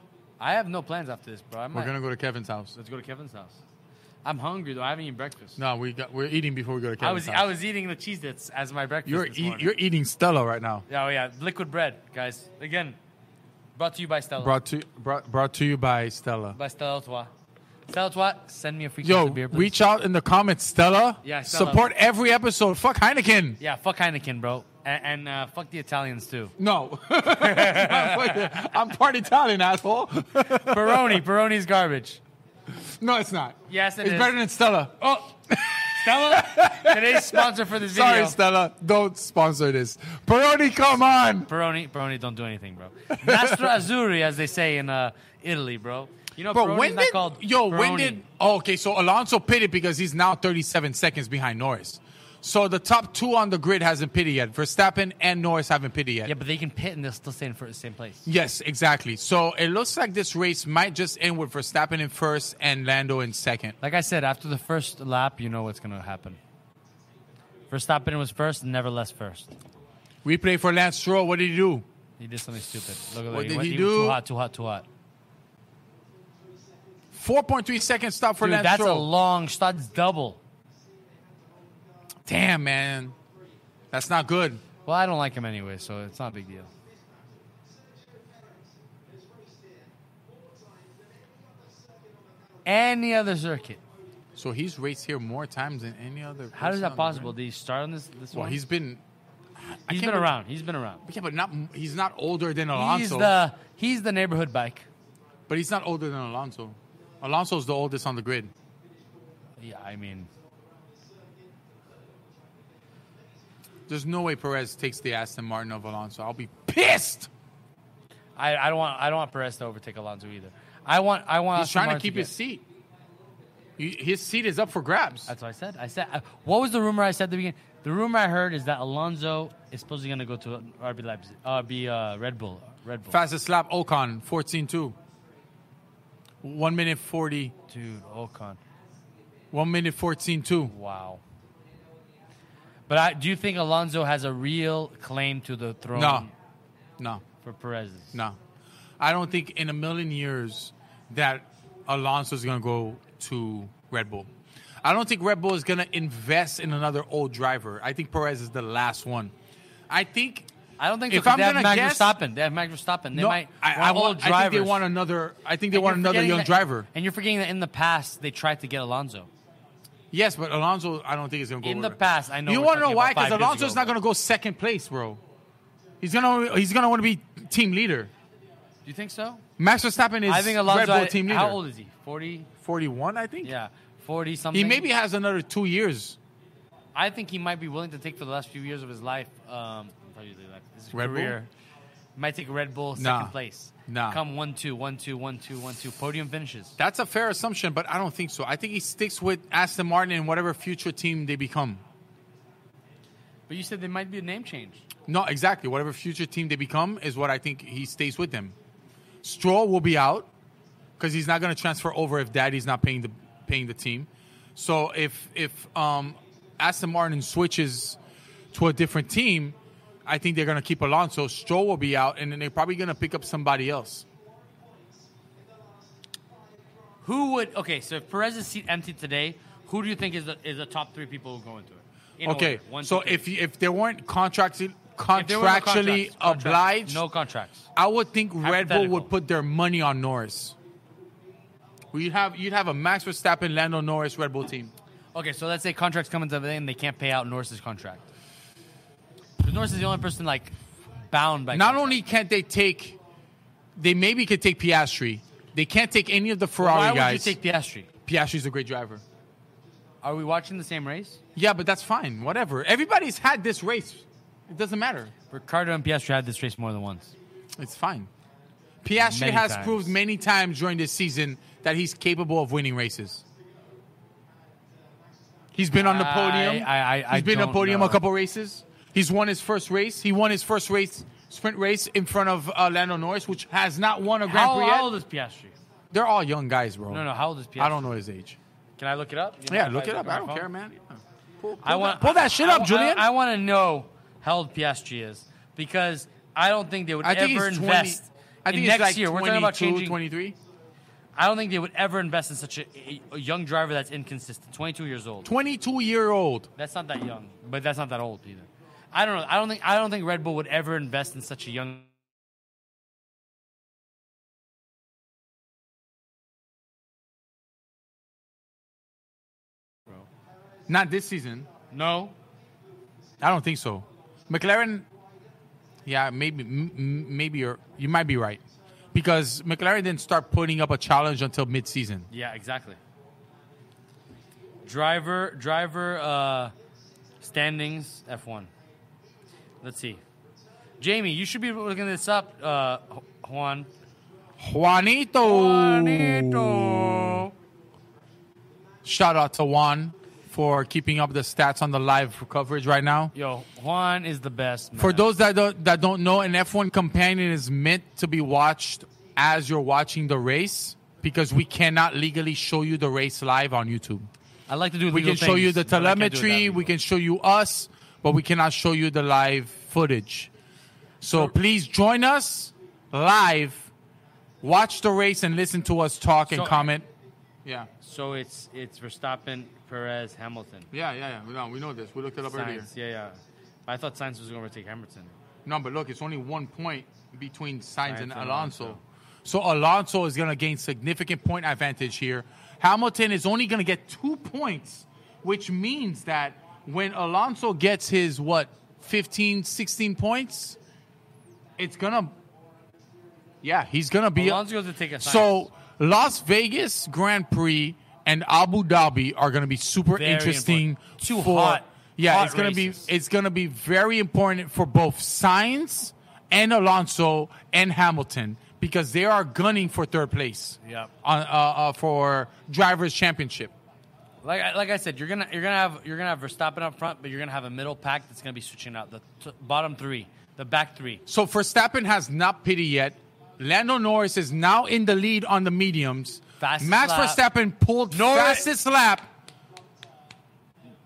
Speaker 2: I have no plans after this, bro. I might.
Speaker 1: We're gonna go to Kevin's house.
Speaker 2: Let's go to Kevin's house. I'm hungry though. I haven't eaten breakfast.
Speaker 1: No, we got, we're eating before we go to Kevin's
Speaker 2: I was
Speaker 1: house.
Speaker 2: I was eating the cheese dits as my breakfast.
Speaker 1: you're
Speaker 2: this
Speaker 1: e-
Speaker 2: morning.
Speaker 1: you're eating Stella right now.
Speaker 2: Yeah, oh yeah, liquid bread, guys. Again, brought to you by Stella.
Speaker 1: Brought to brought, brought to you by Stella.
Speaker 2: by Stella Trois. Stella Trois, send me a free
Speaker 1: Yo,
Speaker 2: case of beer, please.
Speaker 1: reach out in the comments, Stella.
Speaker 2: Yeah, Stella.
Speaker 1: Support every episode. Fuck Heineken.
Speaker 2: Yeah, fuck Heineken, bro, and, and uh, fuck the Italians too.
Speaker 1: No, I'm part Italian, asshole.
Speaker 2: Peroni, Peroni's garbage.
Speaker 1: No, it's not.
Speaker 2: Yes, it
Speaker 1: it's
Speaker 2: is.
Speaker 1: better than Stella.
Speaker 2: Oh, Stella, today's sponsor for this video.
Speaker 1: Sorry, Stella. Don't sponsor this. Peroni, come on.
Speaker 2: Peroni, Peroni, don't do anything, bro. Nastro Azzurri, as they say in uh, Italy, bro. You know,
Speaker 1: Bro,
Speaker 2: Peroni's
Speaker 1: when
Speaker 2: not
Speaker 1: did
Speaker 2: called
Speaker 1: yo? When
Speaker 2: Peroni.
Speaker 1: did oh, okay? So Alonso pitted because he's now 37 seconds behind Norris. So the top two on the grid hasn't pitted yet. Verstappen and Norris haven't pitted yet.
Speaker 2: Yeah, but they can pit and they'll still stay in first, same place.
Speaker 1: Yes, exactly. So it looks like this race might just end with Verstappen in first and Lando in second.
Speaker 2: Like I said, after the first lap, you know what's gonna happen. Verstappen was first, nevertheless first.
Speaker 1: Replay for Lance Stroll. What did he do?
Speaker 2: He did something stupid. Look at
Speaker 1: What
Speaker 2: that.
Speaker 1: did
Speaker 2: went-
Speaker 1: he
Speaker 2: was
Speaker 1: do?
Speaker 2: Too hot, too hot, too hot.
Speaker 1: 4.3 second stop for
Speaker 2: Dude,
Speaker 1: Lance
Speaker 2: that's a
Speaker 1: Stroll.
Speaker 2: long shot. That's double.
Speaker 1: Damn, man. That's not good.
Speaker 2: Well, I don't like him anyway, so it's not a big deal. Any other circuit?
Speaker 1: So he's raced here more times than any other.
Speaker 2: How
Speaker 1: person
Speaker 2: is
Speaker 1: on
Speaker 2: that
Speaker 1: the
Speaker 2: possible?
Speaker 1: grid.
Speaker 2: Did he start on this? This
Speaker 1: Well,
Speaker 2: one?
Speaker 1: he's been
Speaker 2: he's
Speaker 1: can't
Speaker 2: been
Speaker 1: believe-
Speaker 2: around. He's been around.
Speaker 1: yeah, but not he's not older than Alonso.
Speaker 2: He's the he's the neighborhood bike.
Speaker 1: But he's not older than Alonso. Alonso's the oldest on the grid.
Speaker 2: Yeah, I mean,
Speaker 1: There's no way Perez takes the Aston Martin of Alonso. I'll be pissed.
Speaker 2: I, I don't want I don't want Perez to overtake Alonso either. I want I want.
Speaker 1: He's
Speaker 2: Aston
Speaker 1: trying
Speaker 2: Martin
Speaker 1: to keep
Speaker 2: get-
Speaker 1: his seat. You- His seat is up for grabs.
Speaker 2: That's what I said. I said. I, what was the rumor I said at the beginning? The rumor I heard is that Alonso is supposedly going to go to RB Leipzig, RB uh, Red Bull, Red Bull.
Speaker 1: Fastest lap, Ocon, 14.2. 1 minute 40.
Speaker 2: Dude, Ocon.
Speaker 1: 1 minute 14.2.
Speaker 2: Wow. But I, do you think Alonso has a real claim to the throne
Speaker 1: No. No,
Speaker 2: for Perez's?
Speaker 1: no. I don't think in a million years that Alonso's going to go to Red Bull. I don't think Red Bull is going to invest in another old driver. I think Perez is the last one. I think
Speaker 2: I don't think
Speaker 1: If
Speaker 2: so, 'cause
Speaker 1: I'm
Speaker 2: they have
Speaker 1: gonna
Speaker 2: Max
Speaker 1: guess-
Speaker 2: Verstappen. They have Max Verstappen. They
Speaker 1: no,
Speaker 2: might
Speaker 1: I,
Speaker 2: want
Speaker 1: I
Speaker 2: old
Speaker 1: want, I
Speaker 2: drivers.
Speaker 1: think they want another. I think they
Speaker 2: And
Speaker 1: want
Speaker 2: you're
Speaker 1: another
Speaker 2: forgetting
Speaker 1: young
Speaker 2: that-
Speaker 1: driver.
Speaker 2: And you're forgetting that in the past they tried to get Alonso.
Speaker 1: Yes, but Alonso, I don't think is going to go
Speaker 2: In
Speaker 1: over.
Speaker 2: the past, I know
Speaker 1: You
Speaker 2: we're
Speaker 1: want to know
Speaker 2: talking
Speaker 1: why?
Speaker 2: about five
Speaker 1: Because
Speaker 2: years
Speaker 1: Alonso's
Speaker 2: ago,
Speaker 1: not
Speaker 2: but-
Speaker 1: going to go second place, bro. He's gonna he's gonna want to be team leader.
Speaker 2: Do you think so?
Speaker 1: Max Verstappen is
Speaker 2: I think Alonso.
Speaker 1: Red Bull
Speaker 2: I-
Speaker 1: team leader.
Speaker 2: how old is he? Forty.
Speaker 1: Forty one, I think.
Speaker 2: Yeah, forty something.
Speaker 1: He maybe has another two years.
Speaker 2: I think he might be willing to take for the last few years of his life, um, not usually life, his
Speaker 1: Red Bull?
Speaker 2: career. Might take Red Bull second
Speaker 1: Nah.
Speaker 2: place.
Speaker 1: Nah.
Speaker 2: Come one two, one two, one two, one two. Podium finishes.
Speaker 1: That's a fair assumption, but I don't think so. I think he sticks with Aston Martin and whatever future team they become.
Speaker 2: But you said there might be a name change.
Speaker 1: No, exactly. Whatever future team they become is what I think he stays with them. Stroll will be out because he's not going to transfer over if Daddy's not paying the paying the team. So if if um, Aston Martin switches to a different team, I think they're going to keep Alonso. Stroll will be out, and then they're probably going to pick up somebody else.
Speaker 2: Who would? Okay, so if Perez's seat emptied today, who do you think is the, is the top three people who go into it? In
Speaker 1: okay,
Speaker 2: order. One,
Speaker 1: so
Speaker 2: two, three.
Speaker 1: if if they weren't contracted
Speaker 2: If there were no contracts,
Speaker 1: contractually
Speaker 2: contracts,
Speaker 1: obliged,
Speaker 2: no contracts.
Speaker 1: I would think Red Bull
Speaker 2: Hypothetical.
Speaker 1: would put their money on Norris. We'd have you'd have a Max Verstappen, Lando Norris, Red Bull team.
Speaker 2: Okay, so let's say contracts come into play and they can't pay out Norris's contract. Because Norris is the only person like bound by.
Speaker 1: Not
Speaker 2: contract.
Speaker 1: only can't they take, they maybe could take Piastri. They can't take any of the Ferrari
Speaker 2: Why
Speaker 1: guys.
Speaker 2: would you take Piastri?
Speaker 1: Piastri's a great driver.
Speaker 2: Are we watching the same race?
Speaker 1: Yeah, but that's fine. Whatever. Everybody's had this race. It doesn't matter.
Speaker 2: Ricardo and Piastri had this race more than once.
Speaker 1: It's fine. Piastri
Speaker 2: Many
Speaker 1: has
Speaker 2: times.
Speaker 1: proved many times during this season that he's capable of winning races. He's been on the
Speaker 2: I-
Speaker 1: podium.
Speaker 2: I- I- I
Speaker 1: he's been on the
Speaker 2: don't
Speaker 1: podium
Speaker 2: know.
Speaker 1: a couple races. He's won his first race. He won his first race sprint race in front of uh, Lando Norris, which has not won a Grand
Speaker 2: How,
Speaker 1: Prix
Speaker 2: how
Speaker 1: yet.
Speaker 2: old is Piastri?
Speaker 1: They're all young guys, bro.
Speaker 2: No, no. How old is Piastri?
Speaker 1: I don't know his age.
Speaker 2: Can I look it up? You
Speaker 1: Yeah,
Speaker 2: mind if
Speaker 1: look it up.
Speaker 2: on
Speaker 1: I
Speaker 2: my
Speaker 1: don't
Speaker 2: phone?
Speaker 1: care, man. Yeah. Pull,
Speaker 2: I
Speaker 1: pull
Speaker 2: want
Speaker 1: that, pull that shit
Speaker 2: I-
Speaker 1: up,
Speaker 2: I-
Speaker 1: Julian.
Speaker 2: I, want to know how old Piastri is because I don't think they would
Speaker 1: I think
Speaker 2: ever
Speaker 1: he's 20.
Speaker 2: invest
Speaker 1: I I think
Speaker 2: in
Speaker 1: it's
Speaker 2: next
Speaker 1: like
Speaker 2: year, we're talking about
Speaker 1: 22,
Speaker 2: changing-
Speaker 1: 23.
Speaker 2: I don't think they would ever invest in such a, a- a young driver that's inconsistent. 22 years old.
Speaker 1: 22 year old.
Speaker 2: That's not that young, but that's not that old either. I don't know. I don't think I don't think Red Bull would ever invest in such a young.
Speaker 1: Not this season.
Speaker 2: No,
Speaker 1: I don't think so. McLaren, yeah, maybe, m- m- maybe you're, you might be right because McLaren didn't start putting up a challenge until mid-season.
Speaker 2: Yeah, exactly. Driver, driver uh, standings F1. Let's see. Jamie, you should be looking this up, uh, Ju- Juan.
Speaker 1: Juanito,
Speaker 2: Juanito.
Speaker 1: shout out to Juan for keeping up the stats on the live coverage right now.
Speaker 2: Yo, Juan is the best. Man.
Speaker 1: For those that don't, that don't know, an F1 companion is meant to be watched as you're watching the race because we cannot legally show you the race live on YouTube.
Speaker 2: I like to do.
Speaker 1: We can
Speaker 2: legal
Speaker 1: show you
Speaker 2: things,
Speaker 1: the
Speaker 2: but I can't do it that
Speaker 1: telemetry, we
Speaker 2: legally.
Speaker 1: can show you us, but we cannot show you the live footage. So please join us live, watch the race, and listen to us talk and
Speaker 2: So-
Speaker 1: comment. Yeah,
Speaker 2: So it's it's Verstappen, Perez, Hamilton.
Speaker 1: yeah, yeah, yeah. No, we know this. We looked it up
Speaker 2: Sainz, yeah, yeah. I thought Science was going to overtake Hamilton.
Speaker 1: No, but look, it's only one point between Sainz
Speaker 2: Sainz
Speaker 1: and
Speaker 2: and
Speaker 1: Alonso.
Speaker 2: Alonso.
Speaker 1: So Alonso is going to gain significant point advantage here. Hamilton is only going to get two points, which means that when Alonso gets his, what, 15, 16 points, it's going to. Yeah, he's going to be.
Speaker 2: Alonso goes to take a
Speaker 1: so Las Vegas Grand Prix and Abu Dhabi are going to be super
Speaker 2: Very
Speaker 1: interesting.
Speaker 2: important. Two
Speaker 1: for,
Speaker 2: hot-
Speaker 1: yeah,
Speaker 2: hot
Speaker 1: it's going to be
Speaker 2: races.
Speaker 1: it's going to be very important for both Science and Alonso and Hamilton because they are gunning for third place.
Speaker 2: Yep.
Speaker 1: On, uh, uh, for drivers championship.
Speaker 2: Like I, like I said, you're gonna you're gonna have you're gonna have Verstappen up front, but you're gonna have a middle pack that's gonna be switching out the t- bottom three, the back three.
Speaker 1: So Verstappen has not pitted yet. Lando Norris is now in the lead on the mediums.
Speaker 2: Fastest
Speaker 1: Max
Speaker 2: lap.
Speaker 1: Verstappen pulled
Speaker 2: Norris-
Speaker 1: fastest lap.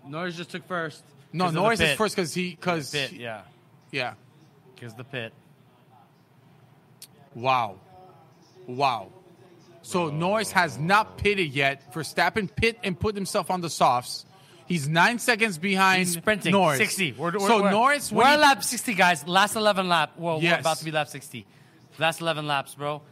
Speaker 2: Norris just took first.
Speaker 1: No,
Speaker 2: 'cause of the
Speaker 1: Norris is
Speaker 2: pit.
Speaker 1: first because he because
Speaker 2: Pit, yeah,
Speaker 1: yeah.
Speaker 2: because the pit.
Speaker 1: Wow. Wow. So Norris has not pitted yet. Verstappen pit and put himself on the softs. He's nine seconds behind
Speaker 2: He's sprinting
Speaker 1: Norris.
Speaker 2: sixty. We're, we're,
Speaker 1: so
Speaker 2: we're,
Speaker 1: Norris,
Speaker 2: we're
Speaker 1: when
Speaker 2: at
Speaker 1: he-
Speaker 2: lap sixty, guys. Last eleven lap. Well,
Speaker 1: Yes.
Speaker 2: we're about to be lap sixty. Last eleven laps, bro.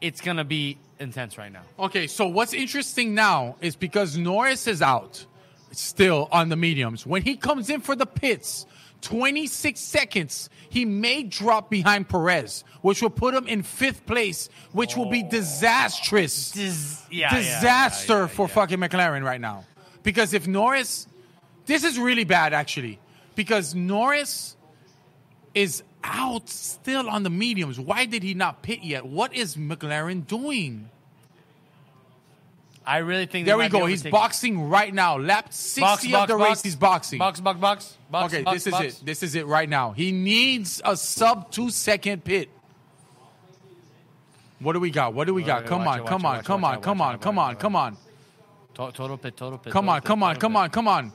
Speaker 2: It's gonna be intense right now.
Speaker 1: okay. So what's interesting now is because Norris is out still on the mediums. When he comes in for the pits, 26 seconds, he may drop behind Perez, which will put him in fifth place, which will be
Speaker 2: Oh.
Speaker 1: disastrous.
Speaker 2: Dis- yeah, yeah, yeah,
Speaker 1: disaster
Speaker 2: yeah,
Speaker 1: for
Speaker 2: yeah.
Speaker 1: fucking McLaren right now. Because if Norris, this is really bad actually. Because Norris is out still on the mediums. Why did he not pit yet? What is McLaren doing?
Speaker 2: I really think they
Speaker 1: There
Speaker 2: might
Speaker 1: we
Speaker 2: be
Speaker 1: go.
Speaker 2: able to
Speaker 1: He's
Speaker 2: take-
Speaker 1: boxing right now. Lap 60
Speaker 2: Box,
Speaker 1: of
Speaker 2: box,
Speaker 1: the
Speaker 2: box.
Speaker 1: race, he's boxing.
Speaker 2: Box, box, box, box.
Speaker 1: okay,
Speaker 2: box,
Speaker 1: this is
Speaker 2: box.
Speaker 1: it. This is it right now. He needs a sub two second pit. What do we got? What do we got?
Speaker 2: Okay,
Speaker 1: Come
Speaker 2: watch
Speaker 1: on,
Speaker 2: it,
Speaker 1: come
Speaker 2: watch it,
Speaker 1: on,
Speaker 2: watch
Speaker 1: come
Speaker 2: it,
Speaker 1: on,
Speaker 2: watch
Speaker 1: come
Speaker 2: it,
Speaker 1: on,
Speaker 2: watch it,
Speaker 1: come
Speaker 2: watch
Speaker 1: on,
Speaker 2: it.
Speaker 1: come on.
Speaker 2: To- total pit. Total pit.
Speaker 1: Come
Speaker 2: total
Speaker 1: on,
Speaker 2: pit,
Speaker 1: come on,
Speaker 2: total
Speaker 1: come
Speaker 2: pit.
Speaker 1: on, come on.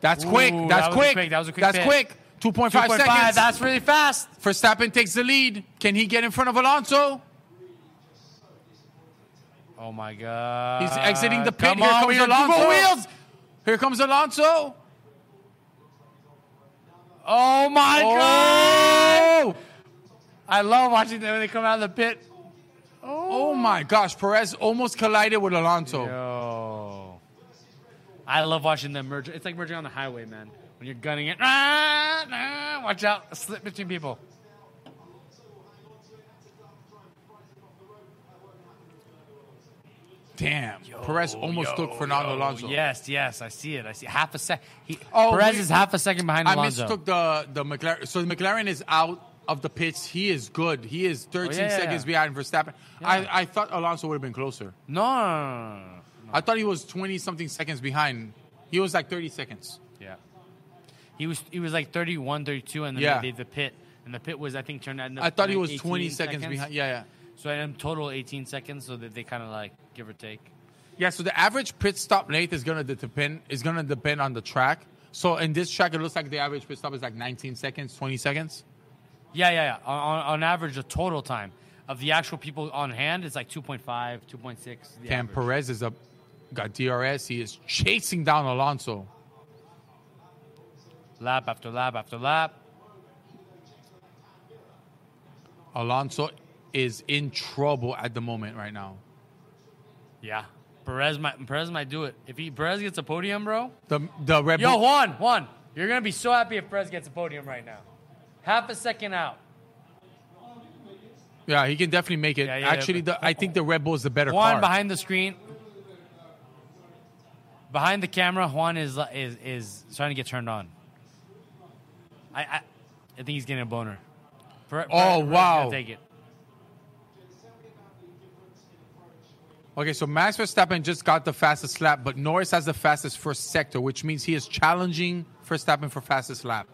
Speaker 1: That's quick. That's
Speaker 2: Ooh, that was a
Speaker 1: quick.
Speaker 2: quick- that was a quick
Speaker 1: That's
Speaker 2: pit.
Speaker 1: quick. 2.5
Speaker 2: 2.5,
Speaker 1: seconds.
Speaker 2: That's really fast.
Speaker 1: Verstappen takes the lead. Can he get in front of Alonso?
Speaker 2: Oh my god.
Speaker 1: He's exiting the pit.
Speaker 2: Uh, Come
Speaker 1: Here
Speaker 2: on,
Speaker 1: comes
Speaker 2: we are
Speaker 1: Alonso.
Speaker 2: Google wheels.
Speaker 1: Here comes Alonso.
Speaker 2: Oh my
Speaker 1: Oh,
Speaker 2: god. I love watching them when they come out of the pit.
Speaker 1: oh my gosh. Perez almost collided with
Speaker 2: Oh.
Speaker 1: Alonso.
Speaker 2: Yo. I love watching them merge. It's like merging on the highway, man. When you're gunning it. Ah, ah, watch out. Slip between people.
Speaker 1: Damn. Perez almost took Fernando Alonso.
Speaker 2: Oh, Yes, yes, I see it. I see half a sec. He,
Speaker 1: Oh,
Speaker 2: Perez
Speaker 1: wait.
Speaker 2: is half a second behind
Speaker 1: I
Speaker 2: Alonso.
Speaker 1: mistook the, the McLaren. So the McLaren is out of the pits. He is good. He is 13
Speaker 2: Oh, yeah, yeah,
Speaker 1: seconds
Speaker 2: yeah.
Speaker 1: behind Verstappen. I, I thought Alonso would have been closer.
Speaker 2: No, no, no, no, no, no.
Speaker 1: I thought he was 20 something seconds behind. He was like 30 seconds.
Speaker 2: Yeah. He was he was like 31, 32, and then
Speaker 1: Yeah.
Speaker 2: they did the pit. And the pit was, I think, turned out.
Speaker 1: I thought he was 20 seconds, behind. Yeah, yeah.
Speaker 2: So in total, 18 seconds, so that they kind of like give or take.
Speaker 1: Yeah, so the average pit stop length is going to depend is going to depend on the track. So in this track it looks like the average pit stop is like 19 seconds, 20 seconds.
Speaker 2: Yeah, yeah, yeah. On, on, on average, the total time. of the actual people on hand, it's like 2.5, 2.6. the
Speaker 1: Cam
Speaker 2: average.
Speaker 1: Perez is up, got DRS. He is chasing down Alonso.
Speaker 2: Lap after lap after lap.
Speaker 1: Alonso is in trouble at the moment right now.
Speaker 2: Yeah. Perez might Perez might do it. If he Perez gets a podium, bro.
Speaker 1: The the Red
Speaker 2: Yo,
Speaker 1: Bull.
Speaker 2: Juan, Juan, you're gonna be so happy if Perez gets a podium right now. Half a second out.
Speaker 1: Yeah, he can definitely make it.
Speaker 2: Yeah, yeah,
Speaker 1: Actually,
Speaker 2: yeah.
Speaker 1: the, I think the Red Bull is the better
Speaker 2: Juan
Speaker 1: car.
Speaker 2: behind the screen. Behind the camera, Juan is is is trying to get turned on. I I, I think he's getting a boner. Per-
Speaker 1: Oh,
Speaker 2: Perez is
Speaker 1: wow.
Speaker 2: gonna Take it.
Speaker 1: Okay, so Max Verstappen just got the fastest lap, but Norris has the fastest first sector, which means he is challenging Verstappen for fastest lap.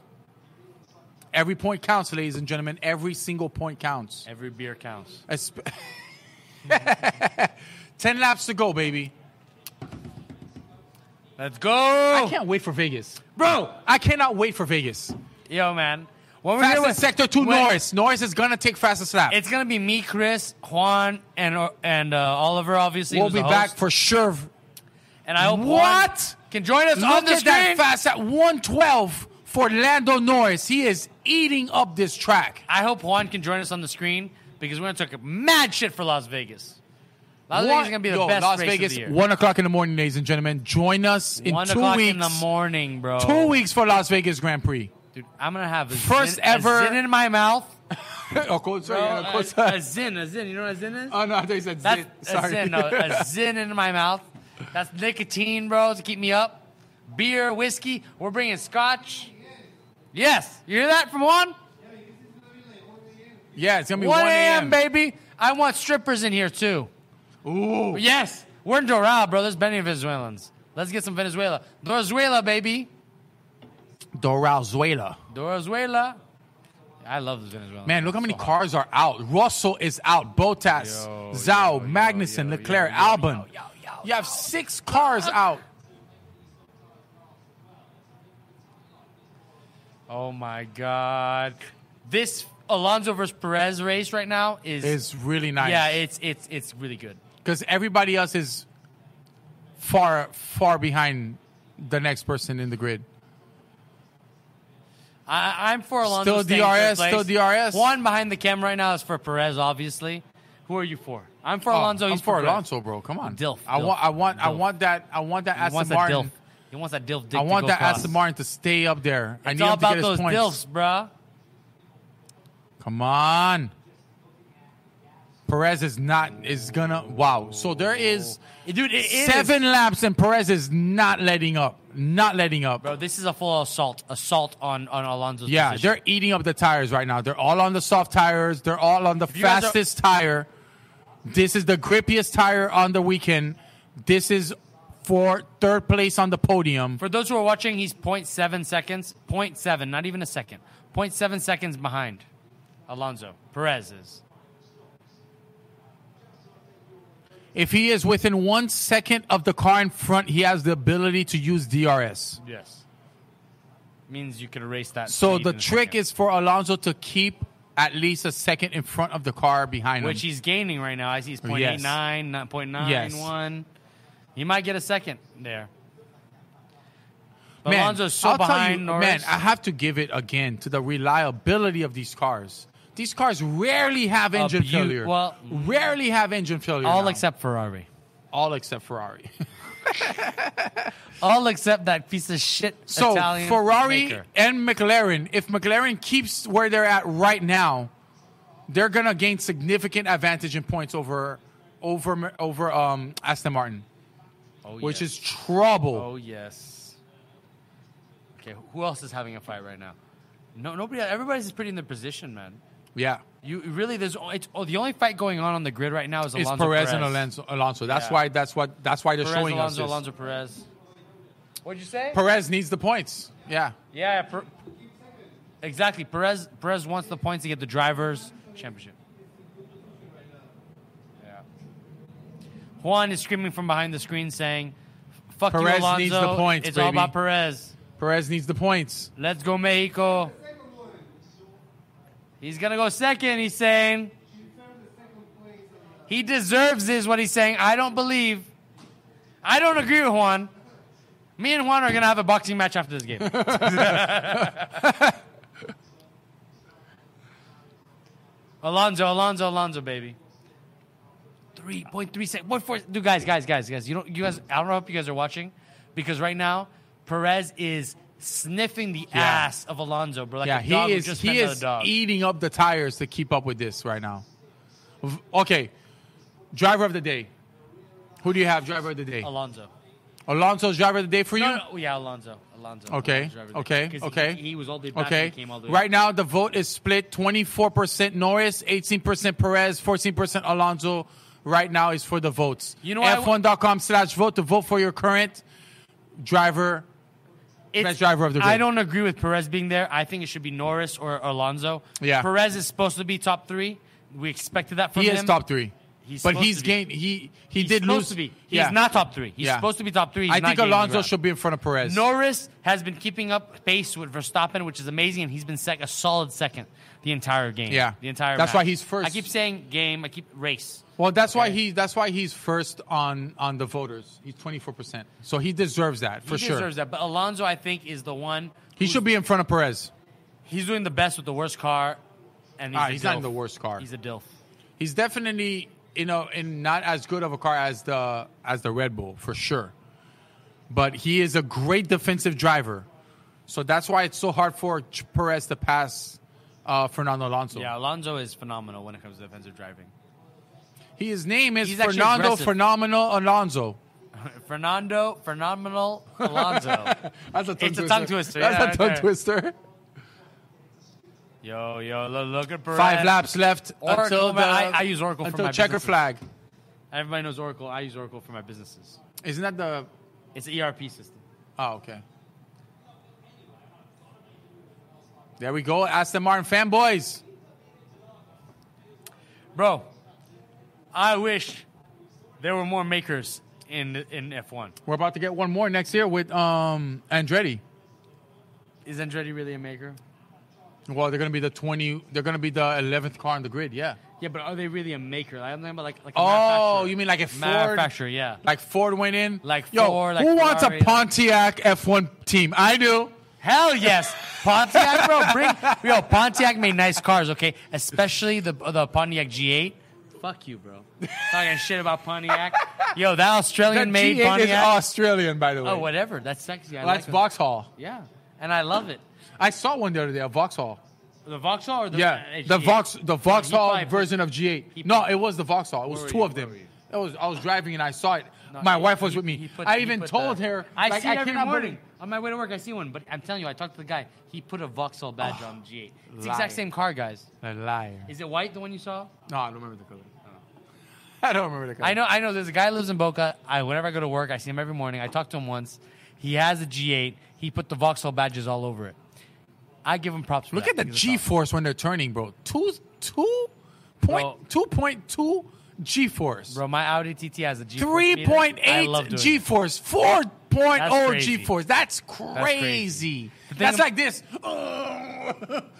Speaker 1: Every point counts, ladies and gentlemen. Every single point counts.
Speaker 2: Every beer counts.
Speaker 1: Esp- Ten laps to go, baby.
Speaker 2: Let's go.
Speaker 1: I can't wait for Vegas, bro. I cannot wait for Vegas.
Speaker 2: Yo, man. When we're here
Speaker 1: Fastest
Speaker 2: with-
Speaker 1: sector to
Speaker 2: when-
Speaker 1: Norris. Norris is gonna take fastest lap.
Speaker 2: It's gonna be me, Chris, Juan, and and uh, Oliver. Obviously,
Speaker 1: we'll
Speaker 2: who's
Speaker 1: be
Speaker 2: the
Speaker 1: back
Speaker 2: host.
Speaker 1: for sure.
Speaker 2: And I hope Juan
Speaker 1: What?
Speaker 2: can join us
Speaker 1: Look
Speaker 2: on the
Speaker 1: at that
Speaker 2: screen.
Speaker 1: fast at 112 for Lando Norris. He is eating up this track.
Speaker 2: I hope Juan can join us on the screen because we're gonna talk mad shit for Las Vegas. Las
Speaker 1: One-
Speaker 2: Vegas is gonna be the
Speaker 1: Yo,
Speaker 2: best
Speaker 1: Las
Speaker 2: race
Speaker 1: Vegas,
Speaker 2: of the year.
Speaker 1: One o'clock in the morning, ladies and gentlemen. Join us in
Speaker 2: One
Speaker 1: two
Speaker 2: o'clock
Speaker 1: weeks.
Speaker 2: in the morning, bro.
Speaker 1: Two weeks for Las Vegas Grand Prix.
Speaker 2: Dude, I'm gonna have a
Speaker 1: First
Speaker 2: zin,
Speaker 1: ever-
Speaker 2: a zin in my mouth.
Speaker 1: oh, cool. Sorry,
Speaker 2: Bro,
Speaker 1: yeah,
Speaker 2: a,
Speaker 1: cool.
Speaker 2: a zin, a zin. You know what a zin is?
Speaker 1: Oh, no, I thought you said
Speaker 2: That's
Speaker 1: zit.
Speaker 2: a
Speaker 1: Sorry.
Speaker 2: zin, no, a zin in my mouth. That's nicotine, bro, to keep me up. Beer, whiskey. We're bringing scotch. Yes, you hear that from Juan?
Speaker 1: yeah, it's going to be
Speaker 2: 1 a.m., baby. I want strippers in here too.
Speaker 1: Ooh.
Speaker 2: Yes, we're in Doral, bro. There's many Venezuelans. Let's get some Venezuela. Venezuela, baby.
Speaker 1: Doralzuela.
Speaker 2: Venezuela. I love this Venezuela.
Speaker 1: Man, look how many cars are out. Russell is out. Botas,
Speaker 2: Yo,
Speaker 1: Zhao,
Speaker 2: yo,
Speaker 1: Magnussen,
Speaker 2: yo,
Speaker 1: Leclerc,
Speaker 2: yo, yo,
Speaker 1: Albon.
Speaker 2: yo, yo, yo,
Speaker 1: you have six cars out.
Speaker 2: Oh my God. This Alonso versus Perez race right now is
Speaker 1: It's really nice.
Speaker 2: yeah, it's it's it's really good.
Speaker 1: because everybody else is far far behind the next person in the grid.
Speaker 2: I, I'm for
Speaker 1: Still
Speaker 2: Alonso. staying third
Speaker 1: DRS,
Speaker 2: place.
Speaker 1: still DRS.
Speaker 2: One behind the camera right now is for Perez, obviously. Who are you for? I'm for
Speaker 1: Oh,
Speaker 2: Alonso.
Speaker 1: I'm
Speaker 2: he's
Speaker 1: for
Speaker 2: Perez.
Speaker 1: Alonso, bro. Come on,
Speaker 2: Dilf,
Speaker 1: I
Speaker 2: dilf,
Speaker 1: want, I want, I
Speaker 2: dilf.
Speaker 1: want that. I want that
Speaker 2: He
Speaker 1: Aston
Speaker 2: wants that dilf.
Speaker 1: Martin.
Speaker 2: He wants that dilf. Dick
Speaker 1: I
Speaker 2: to
Speaker 1: want
Speaker 2: go
Speaker 1: that
Speaker 2: across.
Speaker 1: Aston Martin to stay up there. I
Speaker 2: It's
Speaker 1: need
Speaker 2: all
Speaker 1: him to
Speaker 2: about
Speaker 1: get his
Speaker 2: those
Speaker 1: points.
Speaker 2: dilfs, bruh.
Speaker 1: Come on. Perez is not is gonna wow. So there is
Speaker 2: Dude, it is-
Speaker 1: seven laps and Perez is not letting up. Not letting up.
Speaker 2: Bro, this is a full assault. Assault on on Alonso's
Speaker 1: Yeah,
Speaker 2: position.
Speaker 1: they're eating up the tires right now. They're all on the soft tires. They're all on the
Speaker 2: you guys are-
Speaker 1: fastest tire. This is the grippiest tire on the weekend. This is for third place on the podium.
Speaker 2: For those who are watching, he's 0.7 seconds, 0.7, not even a second, 0.7 seconds behind Alonso. Perez is.
Speaker 1: If he is within one second of the car in front, he has the ability to use DRS.
Speaker 2: Yes. Means you can erase that.
Speaker 1: So
Speaker 2: speed
Speaker 1: the
Speaker 2: in a
Speaker 1: trick
Speaker 2: second.
Speaker 1: is for Alonso to keep at least a second in front of the car behind
Speaker 2: Which
Speaker 1: him.
Speaker 2: he's gaining right now. I see he's 0.89,
Speaker 1: Yes.
Speaker 2: not 0.91. He might get a second there. But Alonso's so
Speaker 1: I'll tell
Speaker 2: behind
Speaker 1: you,
Speaker 2: Norris.
Speaker 1: Man, I have to give it again to the reliability of these cars. These cars rarely have engine
Speaker 2: Abu-
Speaker 1: failure.
Speaker 2: well-
Speaker 1: rarely have engine failure.
Speaker 2: all
Speaker 1: now.
Speaker 2: except Ferrari.
Speaker 1: all except Ferrari.
Speaker 2: All except that piece of shit.
Speaker 1: So
Speaker 2: Italian
Speaker 1: Ferrari
Speaker 2: maker.
Speaker 1: and McLaren, if McLaren keeps where they're at right now, they're gonna gain significant advantage in points over over over um, Aston Martin,
Speaker 2: Oh,
Speaker 1: which
Speaker 2: yes.
Speaker 1: is trouble.
Speaker 2: Oh yes. Okay, who else is having a fight right now? No, nobody. Everybody's pretty in their position, man.
Speaker 1: Yeah.
Speaker 2: You really, there's o- it's oh, the only fight going on on the grid right now is
Speaker 1: It's
Speaker 2: Alonso
Speaker 1: Perez, and Alonso. Alonso. That's
Speaker 2: Yeah.
Speaker 1: why. That's what. That's why they're
Speaker 2: Perez,
Speaker 1: showing
Speaker 2: Alonso,
Speaker 1: us this.
Speaker 2: Alonso, Perez. What'd you say?
Speaker 1: Perez needs the points. Yeah.
Speaker 2: yeah, per- exactly. Perez Perez wants the points to get the drivers championship. Yeah. Juan is screaming from behind the screen saying, "Fuck you,
Speaker 1: Perez
Speaker 2: Alonso!
Speaker 1: needs the points,
Speaker 2: it's all
Speaker 1: baby."
Speaker 2: about Perez."
Speaker 1: Perez needs the points.
Speaker 2: Let's go, Mexico. He's gonna go second. He's saying. He deserves this, what he's saying. I don't believe. I don't agree with Juan. Me and Juan are going to have a boxing match after this game. Alonzo, Alonzo, Alonzo, baby. 3.3 seconds. What for? Dude, guys, guys, guys, guys. You don't, you guys, I don't know if you guys are watching because right now, Perez is sniffing the ass of Alonzo, bro. Like
Speaker 1: yeah,
Speaker 2: a dog
Speaker 1: he
Speaker 2: who
Speaker 1: is
Speaker 2: just
Speaker 1: he
Speaker 2: fed another
Speaker 1: is
Speaker 2: dog.
Speaker 1: eating up the tires to keep up with this right now. V- Okay, driver of the day. Who do you have driver of the day?
Speaker 2: Alonzo.
Speaker 1: Alonso's driver of the day for you.
Speaker 2: No, no, yeah, Alonzo. Alonzo.
Speaker 1: Okay,
Speaker 2: Alonzo driver.
Speaker 1: okay,
Speaker 2: 'Cause
Speaker 1: okay.
Speaker 2: He, he was all the way back
Speaker 1: Okay.
Speaker 2: and came all the way
Speaker 1: Right now, the vote is split 24% Norris, 18% Perez, 14% Alonso. Right now is for the votes.
Speaker 2: You know, I w-
Speaker 1: F1.com slash vote to vote for your current driver.
Speaker 2: It's-
Speaker 1: Best driver of the
Speaker 2: I
Speaker 1: grid.
Speaker 2: don't agree with Perez being there. I think it should be Norris or Alonso.
Speaker 1: Yeah.
Speaker 2: Perez is supposed to be top three. We expected that from
Speaker 1: He
Speaker 2: him.
Speaker 1: is top three.
Speaker 2: He's
Speaker 1: but
Speaker 2: supposed
Speaker 1: he's
Speaker 2: to be.
Speaker 1: gained. He, he
Speaker 2: He's
Speaker 1: did
Speaker 2: supposed
Speaker 1: lose.
Speaker 2: to be. He's
Speaker 1: Yeah.
Speaker 2: not top three. He's
Speaker 1: Yeah.
Speaker 2: supposed to be top three. He's
Speaker 1: I
Speaker 2: not
Speaker 1: think
Speaker 2: gaining
Speaker 1: Alonso
Speaker 2: ground.
Speaker 1: should be in front of Perez.
Speaker 2: Norris has been keeping up pace with Verstappen, which is amazing, and he's been sec- a solid second the entire game.
Speaker 1: Yeah.
Speaker 2: the entire.
Speaker 1: That's
Speaker 2: match.
Speaker 1: why he's first.
Speaker 2: I keep saying game. I keep race.
Speaker 1: Well, that's why he. That's why he's first on on the voters. He's twenty four percent, so he deserves that for
Speaker 2: he
Speaker 1: sure.
Speaker 2: deserves that. But Alonso, I think, is the one.
Speaker 1: He
Speaker 2: who's-
Speaker 1: should be in front of Perez.
Speaker 2: He's doing the best with the worst car, and he's,
Speaker 1: Ah,
Speaker 2: a
Speaker 1: he's not in
Speaker 2: dilf.
Speaker 1: the worst car.
Speaker 2: He's a dilf.
Speaker 1: He's definitely you know in not as good of a car as the as the Red Bull for sure, but he is a great defensive driver, so that's why it's so hard for Ch- Perez to pass uh, Fernando Alonso.
Speaker 2: Yeah, Alonso is phenomenal when it comes to defensive driving.
Speaker 1: His name is
Speaker 2: He's actually
Speaker 1: Fernando
Speaker 2: aggressive.
Speaker 1: Phenomenal Alonso.
Speaker 2: Fernando, phenomenal Alonso.
Speaker 1: That's a tongue
Speaker 2: Oh. It's a tongue twister,
Speaker 1: That's
Speaker 2: yeah,
Speaker 1: a
Speaker 2: right
Speaker 1: tongue
Speaker 2: there.
Speaker 1: twister.
Speaker 2: yo, yo, lo- look at Perez.
Speaker 1: Five laps left
Speaker 2: Oracle,
Speaker 1: until the,
Speaker 2: man, I- I use Oracle for
Speaker 1: until
Speaker 2: my
Speaker 1: checker
Speaker 2: businesses.
Speaker 1: flag.
Speaker 2: Everybody knows Oracle. I use Oracle for my businesses.
Speaker 1: Isn't that the?
Speaker 2: It's an ERP system.
Speaker 1: Oh, okay. There we go, Aston Martin fanboys.
Speaker 2: Bro, I wish there were more makers in in F1.
Speaker 1: We're about to get one more next year with um, Andretti.
Speaker 2: Is Andretti really a maker?
Speaker 1: Well, they're gonna be the twenty. They're gonna be the eleventh car on the grid. Yeah.
Speaker 2: Yeah, but are they really a maker? Like, I'm talking about like, like a
Speaker 1: Oh,
Speaker 2: manufacturer.
Speaker 1: you mean like if Ford,
Speaker 2: manufacturer? Yeah.
Speaker 1: like Ford went in,
Speaker 2: Like
Speaker 1: yo,
Speaker 2: Ford, like
Speaker 1: who wants a
Speaker 2: Ferrari, like-
Speaker 1: Pontiac F1 team? I do.
Speaker 2: Hell yes, Pontiac, bro. Bring yo Pontiac made nice cars, okay? Especially the the Pontiac G8. Fuck you, bro. Talking shit about Pontiac. Yo, that
Speaker 1: That
Speaker 2: Australian made
Speaker 1: G8 is
Speaker 2: Pontiac.
Speaker 1: Australian, by the way.
Speaker 2: Oh, whatever. That's sexy. I
Speaker 1: Well, that's
Speaker 2: like 'em.
Speaker 1: Vauxhall.
Speaker 2: Yeah, and I love it.
Speaker 1: I saw one the other day, a Vauxhall.
Speaker 2: The Vauxhall or the
Speaker 1: Yeah,
Speaker 2: uh,
Speaker 1: the
Speaker 2: G8?
Speaker 1: Vox, the Vauxhall
Speaker 2: probably-
Speaker 1: version of G8.
Speaker 2: he
Speaker 1: No,
Speaker 2: put-
Speaker 1: it was the Vauxhall. It
Speaker 2: Where
Speaker 1: was
Speaker 2: were
Speaker 1: two
Speaker 2: you?
Speaker 1: of
Speaker 2: Where
Speaker 1: them.
Speaker 2: were you?
Speaker 1: It was I was driving and I saw it.
Speaker 2: No,
Speaker 1: My
Speaker 2: he-
Speaker 1: wife was
Speaker 2: he-
Speaker 1: with
Speaker 2: he
Speaker 1: me.
Speaker 2: put-
Speaker 1: I
Speaker 2: he
Speaker 1: even
Speaker 2: put
Speaker 1: told
Speaker 2: the-
Speaker 1: her.
Speaker 2: I
Speaker 1: like,
Speaker 2: see every
Speaker 1: cannot
Speaker 2: morning
Speaker 1: believe-
Speaker 2: on my way to work. I see one, but I'm telling you, I talked to the guy. He put a Vauxhall badge on the G8. It's the exact
Speaker 1: liar.
Speaker 2: same car, guys.
Speaker 1: A liar.
Speaker 2: Is it white, the one you saw?
Speaker 1: No, I don't remember the color. I don't remember the color.
Speaker 2: I know, I know. There's a guy who lives in Boca. I whenever I go to work, I see him every morning. I talk to him once. He has a G8. He put the Vauxhall badges all over it. I give him props. For
Speaker 1: Look
Speaker 2: that.
Speaker 1: at the
Speaker 2: He's a
Speaker 1: G
Speaker 2: solid-
Speaker 1: force when they're turning, bro. Two, two point,
Speaker 2: Bro.
Speaker 1: two point two G force.
Speaker 2: bro. My Audi TT has a G.
Speaker 1: Three point eight G force. Four point
Speaker 2: That's
Speaker 1: oh
Speaker 2: crazy.
Speaker 1: G force. That's
Speaker 2: crazy.
Speaker 1: crazy.
Speaker 2: The thing
Speaker 1: That's
Speaker 2: ab-
Speaker 1: like this.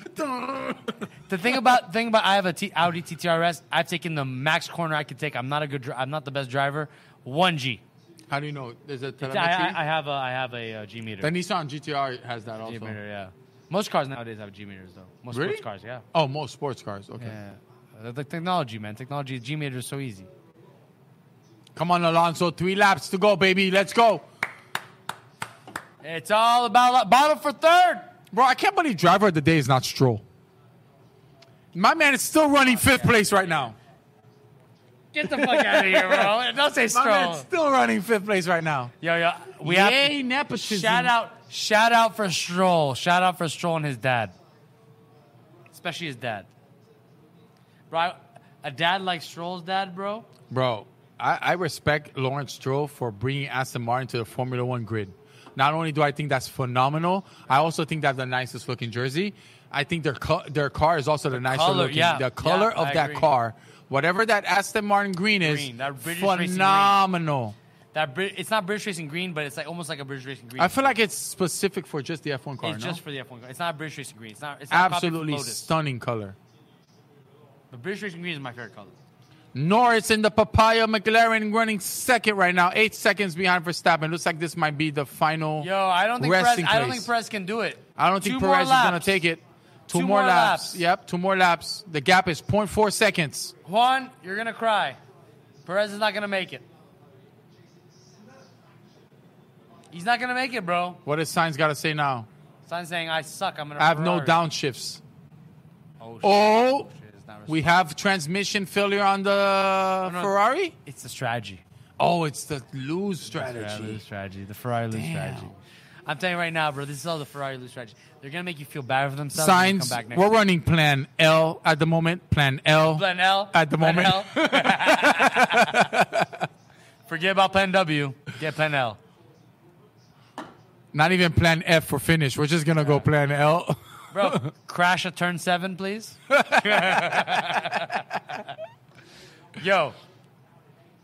Speaker 1: That's
Speaker 2: The thing about thing about I have a T, Audi TTRS. I've taken the max corner I could take. I'm not a good. dri- I'm not the best driver. One G.
Speaker 1: How do you know? There's a
Speaker 2: I, I, I have a I have a uh, G meter.
Speaker 1: The Nissan GTR has that
Speaker 2: G
Speaker 1: also.
Speaker 2: meter, yeah. Most cars nowadays have G meters though. Most
Speaker 1: Really?
Speaker 2: sports cars, yeah.
Speaker 1: Oh, most sports cars. Okay.
Speaker 2: Yeah. The, the technology, man. Technology. G meter is so easy.
Speaker 1: Come on, Alonso. Three laps to go, baby. Let's go.
Speaker 2: It's all about bottom for third.
Speaker 1: Bro, I can't believe driver of the day is not Stroll. My man is still running fifth place right now.
Speaker 2: Get the fuck out of here, bro. Don't say
Speaker 1: My
Speaker 2: Stroll.
Speaker 1: man's still running fifth place right now.
Speaker 2: Yo, yo, we
Speaker 1: Yay,
Speaker 2: have
Speaker 1: nepotism.
Speaker 2: shout out, shout out for Stroll. Shout out for Stroll and his dad, especially his dad. Bro, I- a dad like Stroll's dad, bro.
Speaker 1: Bro, I, I respect Lawrence Stroll for bringing Aston Martin to the Formula One grid. Not only do I think that's phenomenal, I also think that's the nicest looking jersey. I think their co- their car is also the, nicer
Speaker 2: color,
Speaker 1: looking.
Speaker 2: yeah,
Speaker 1: the color
Speaker 2: yeah,
Speaker 1: of
Speaker 2: I
Speaker 1: that
Speaker 2: agree.
Speaker 1: car, whatever that Aston Martin green is,
Speaker 2: Green, that British racing green.
Speaker 1: phenomenal.
Speaker 2: That Brit- it's not British Racing Green, but it's like almost like a British Racing Green.
Speaker 1: I feel like it's specific for just the F1 car.
Speaker 2: it's
Speaker 1: no?
Speaker 2: just for the F1 car. It's not British Racing Green. It's not. It's not copied from
Speaker 1: absolutely
Speaker 2: Lotus.
Speaker 1: stunning color.
Speaker 2: But British Racing Green is my favorite color.
Speaker 1: Norris in the papaya McLaren running second right now, eight seconds behind Verstappen. Looks like this might be the final.
Speaker 2: Yo, I don't think Perez,
Speaker 1: resting
Speaker 2: I don't
Speaker 1: place.
Speaker 2: think Perez can do it.
Speaker 1: I don't think
Speaker 2: Two more
Speaker 1: Perez is going to
Speaker 2: laps.
Speaker 1: take it. Two,
Speaker 2: Two
Speaker 1: more
Speaker 2: more
Speaker 1: laps.
Speaker 2: laps.
Speaker 1: Yep, two more laps. The gap is 0.4 seconds.
Speaker 2: Juan, you're gonna cry. Perez is not gonna make it. He's not gonna make it, bro.
Speaker 1: What does Sainz got to say now?
Speaker 2: Sign saying I suck. I'm gonna.
Speaker 1: I have no
Speaker 2: Ferrari."
Speaker 1: downshifts.
Speaker 2: Oh, shit.
Speaker 1: Oh,
Speaker 2: Shit, it's not
Speaker 1: we have transmission failure on the
Speaker 2: no.
Speaker 1: Ferrari?
Speaker 2: It's the strategy.
Speaker 1: Oh, it's the lose
Speaker 2: Ferrari lose
Speaker 1: strategy.
Speaker 2: strategy. The Ferrari lose
Speaker 1: Damn.
Speaker 2: strategy. I'm telling you right now, bro. This is all the Ferrari lose strategy. They're gonna make you feel bad for themselves. and
Speaker 1: Signs,
Speaker 2: Come back next
Speaker 1: we're
Speaker 2: week.
Speaker 1: running plan L at the moment. Plan L.
Speaker 2: Plan L
Speaker 1: At the
Speaker 2: Plan
Speaker 1: moment.
Speaker 2: L. Forget about Plan W. Get Plan L.
Speaker 1: Not even plan F for finish. We're just going to go plan L.
Speaker 2: Bro, crash a turn seven, please. Yo,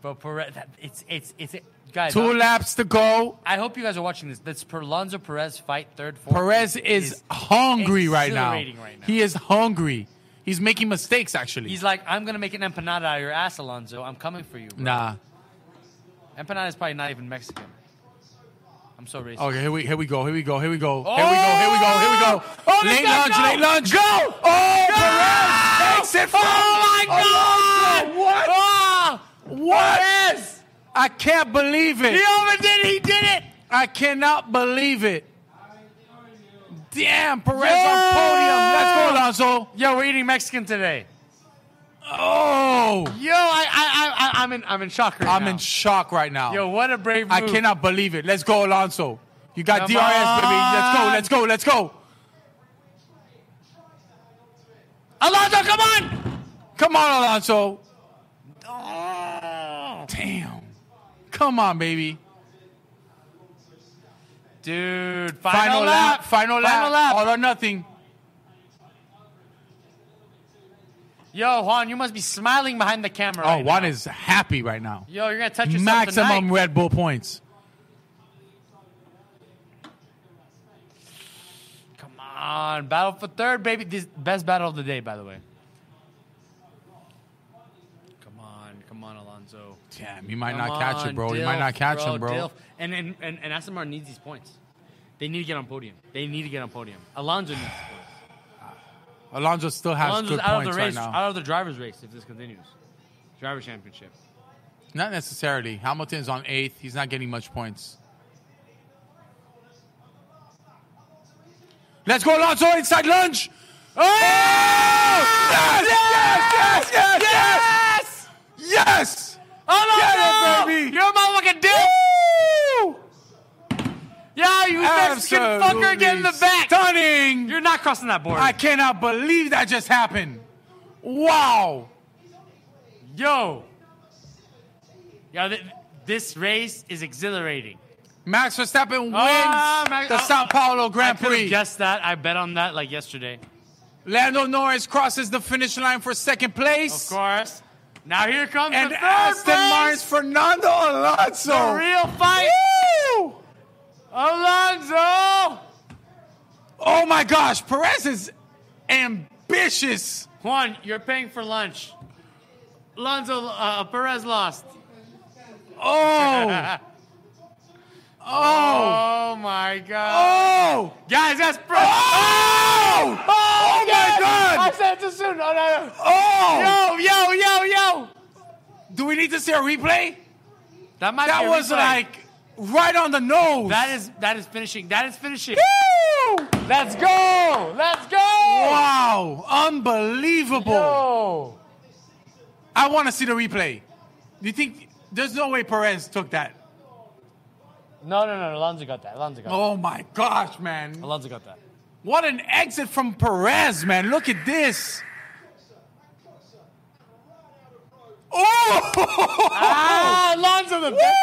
Speaker 2: bro, Perez, that, it's it's it's guys.
Speaker 1: Two
Speaker 2: I,
Speaker 1: laps to go.
Speaker 2: I hope you guys are watching this. This Per- Alonso Perez fight third. Fourth,
Speaker 1: Perez is, hungry right now.
Speaker 2: exhilarating right now.
Speaker 1: He is hungry. He's making mistakes, actually.
Speaker 2: He's like, I'm gonna make an empanada out of your ass, Alonso. I'm coming for you. Bro.
Speaker 1: nah.
Speaker 2: Empanada is probably not even Mexican. I'm so racist.
Speaker 1: Okay, here we here we go. Here we go. Here we go. Here we go. Here we go. Here we go.
Speaker 2: Oh, this
Speaker 1: late
Speaker 2: guy,
Speaker 1: lunch.
Speaker 2: go! Oh
Speaker 1: Late lunch. Go. Oh, Perez takes it from
Speaker 2: my God!
Speaker 1: Alonso. What? what? Oh, I can't believe it.
Speaker 2: overdid it. Ah! He did it.
Speaker 1: I cannot believe it. Damn, Perez
Speaker 2: Yeah!
Speaker 1: on podium. Let's go, Alonso.
Speaker 2: Yo, we're eating Mexican today.
Speaker 1: Oh,
Speaker 2: Yo, I I I, I I'm in I'm in shock right
Speaker 1: I'm
Speaker 2: now.
Speaker 1: in shock right now.
Speaker 2: Yo, what a brave move.
Speaker 1: I cannot believe it. Let's go, Alonso. You got
Speaker 2: Come
Speaker 1: DRS, baby.
Speaker 2: on.
Speaker 1: Let's go. Let's go. Let's go.
Speaker 2: Alonso, come on.
Speaker 1: Come on, Alonso. Damn. Come on, baby.
Speaker 2: Dude, final,
Speaker 1: Final, lap. Final lap.
Speaker 2: Final lap.
Speaker 1: All or nothing.
Speaker 2: Yo, Juan, you must be smiling behind the camera.
Speaker 1: Oh,
Speaker 2: right
Speaker 1: Juan
Speaker 2: now.
Speaker 1: is happy right now.
Speaker 2: Yo, you're gonna touch yourself
Speaker 1: Maximum
Speaker 2: tonight.
Speaker 1: Red Bull points.
Speaker 2: Come on, battle for third, baby. This best battle of the day, by the way. Come on, come on, Alonso.
Speaker 1: Damn, you might
Speaker 2: Come
Speaker 1: not catch it,
Speaker 2: on,
Speaker 1: bro. You might
Speaker 2: Dilf,
Speaker 1: not catch him, bro.
Speaker 2: Dilf. And, and and and Aston Martin needs these points. They need to get on podium. They need to get on podium. Alonso needs these points.
Speaker 1: Alonso still has
Speaker 2: Alonso's
Speaker 1: good
Speaker 2: out
Speaker 1: points
Speaker 2: of the race,
Speaker 1: right now.
Speaker 2: out of the drivers' race if this continues. Driver championship.
Speaker 1: Not necessarily. Hamilton's on eighth. He's not getting much points. Let's go, Alonso! Inside lunge. Oh!
Speaker 2: Oh!
Speaker 1: Yes! Yes! Yes! Yes! Yes! Yes!
Speaker 2: Alonso,
Speaker 1: Get it, baby!
Speaker 2: you're a motherfucking dick.
Speaker 1: Woo!
Speaker 2: Yeah, you Mexican
Speaker 1: Absolutely
Speaker 2: fucker, get in the back.
Speaker 1: Stunning!
Speaker 2: You're not crossing that border.
Speaker 1: I cannot believe that just happened. Wow!
Speaker 2: Yo. Yeah, th- this race is exhilarating.
Speaker 1: Max Verstappen wins
Speaker 2: Ah, Max-
Speaker 1: the
Speaker 2: oh,
Speaker 1: Sao Paulo
Speaker 2: I
Speaker 1: Grand
Speaker 2: could
Speaker 1: Prix.
Speaker 2: have guessed that. I bet on that like yesterday.
Speaker 1: Lando Norris crosses the finish line for second
Speaker 2: Of
Speaker 1: place.
Speaker 2: course. Now here comes
Speaker 1: and
Speaker 2: the third
Speaker 1: Aston
Speaker 2: place.
Speaker 1: Martin's Fernando Alonso.
Speaker 2: The real fight.
Speaker 1: Woo!
Speaker 2: Alonso.
Speaker 1: Oh my gosh, Perez is ambitious.
Speaker 2: Juan, you're paying for lunch. Alonso uh, Perez lost.
Speaker 1: Oh. oh.
Speaker 2: Oh my god.
Speaker 1: Oh.
Speaker 2: Guys, that's Perez.
Speaker 1: Oh. Oh my
Speaker 2: I
Speaker 1: god.
Speaker 2: said it too soon. Oh no, no.
Speaker 1: Oh.
Speaker 2: Yo, yo, yo, yo.
Speaker 1: Do we need to see a replay?
Speaker 2: That might
Speaker 1: That
Speaker 2: be a
Speaker 1: was
Speaker 2: replay.
Speaker 1: like right on the nose.
Speaker 2: That is that is finishing. That is finishing.
Speaker 1: Woo!
Speaker 2: Let's go. Let's go.
Speaker 1: Wow. Unbelievable.
Speaker 2: Yo.
Speaker 1: I want to see the replay. Do you think there's no way Perez took that?
Speaker 2: No, no, no. Alonso got that. Alonso got
Speaker 1: Oh my gosh, man.
Speaker 2: that. Alonso got that.
Speaker 1: What an exit from Perez, man. Look at this. Oh!
Speaker 2: Ah, Alonso the best.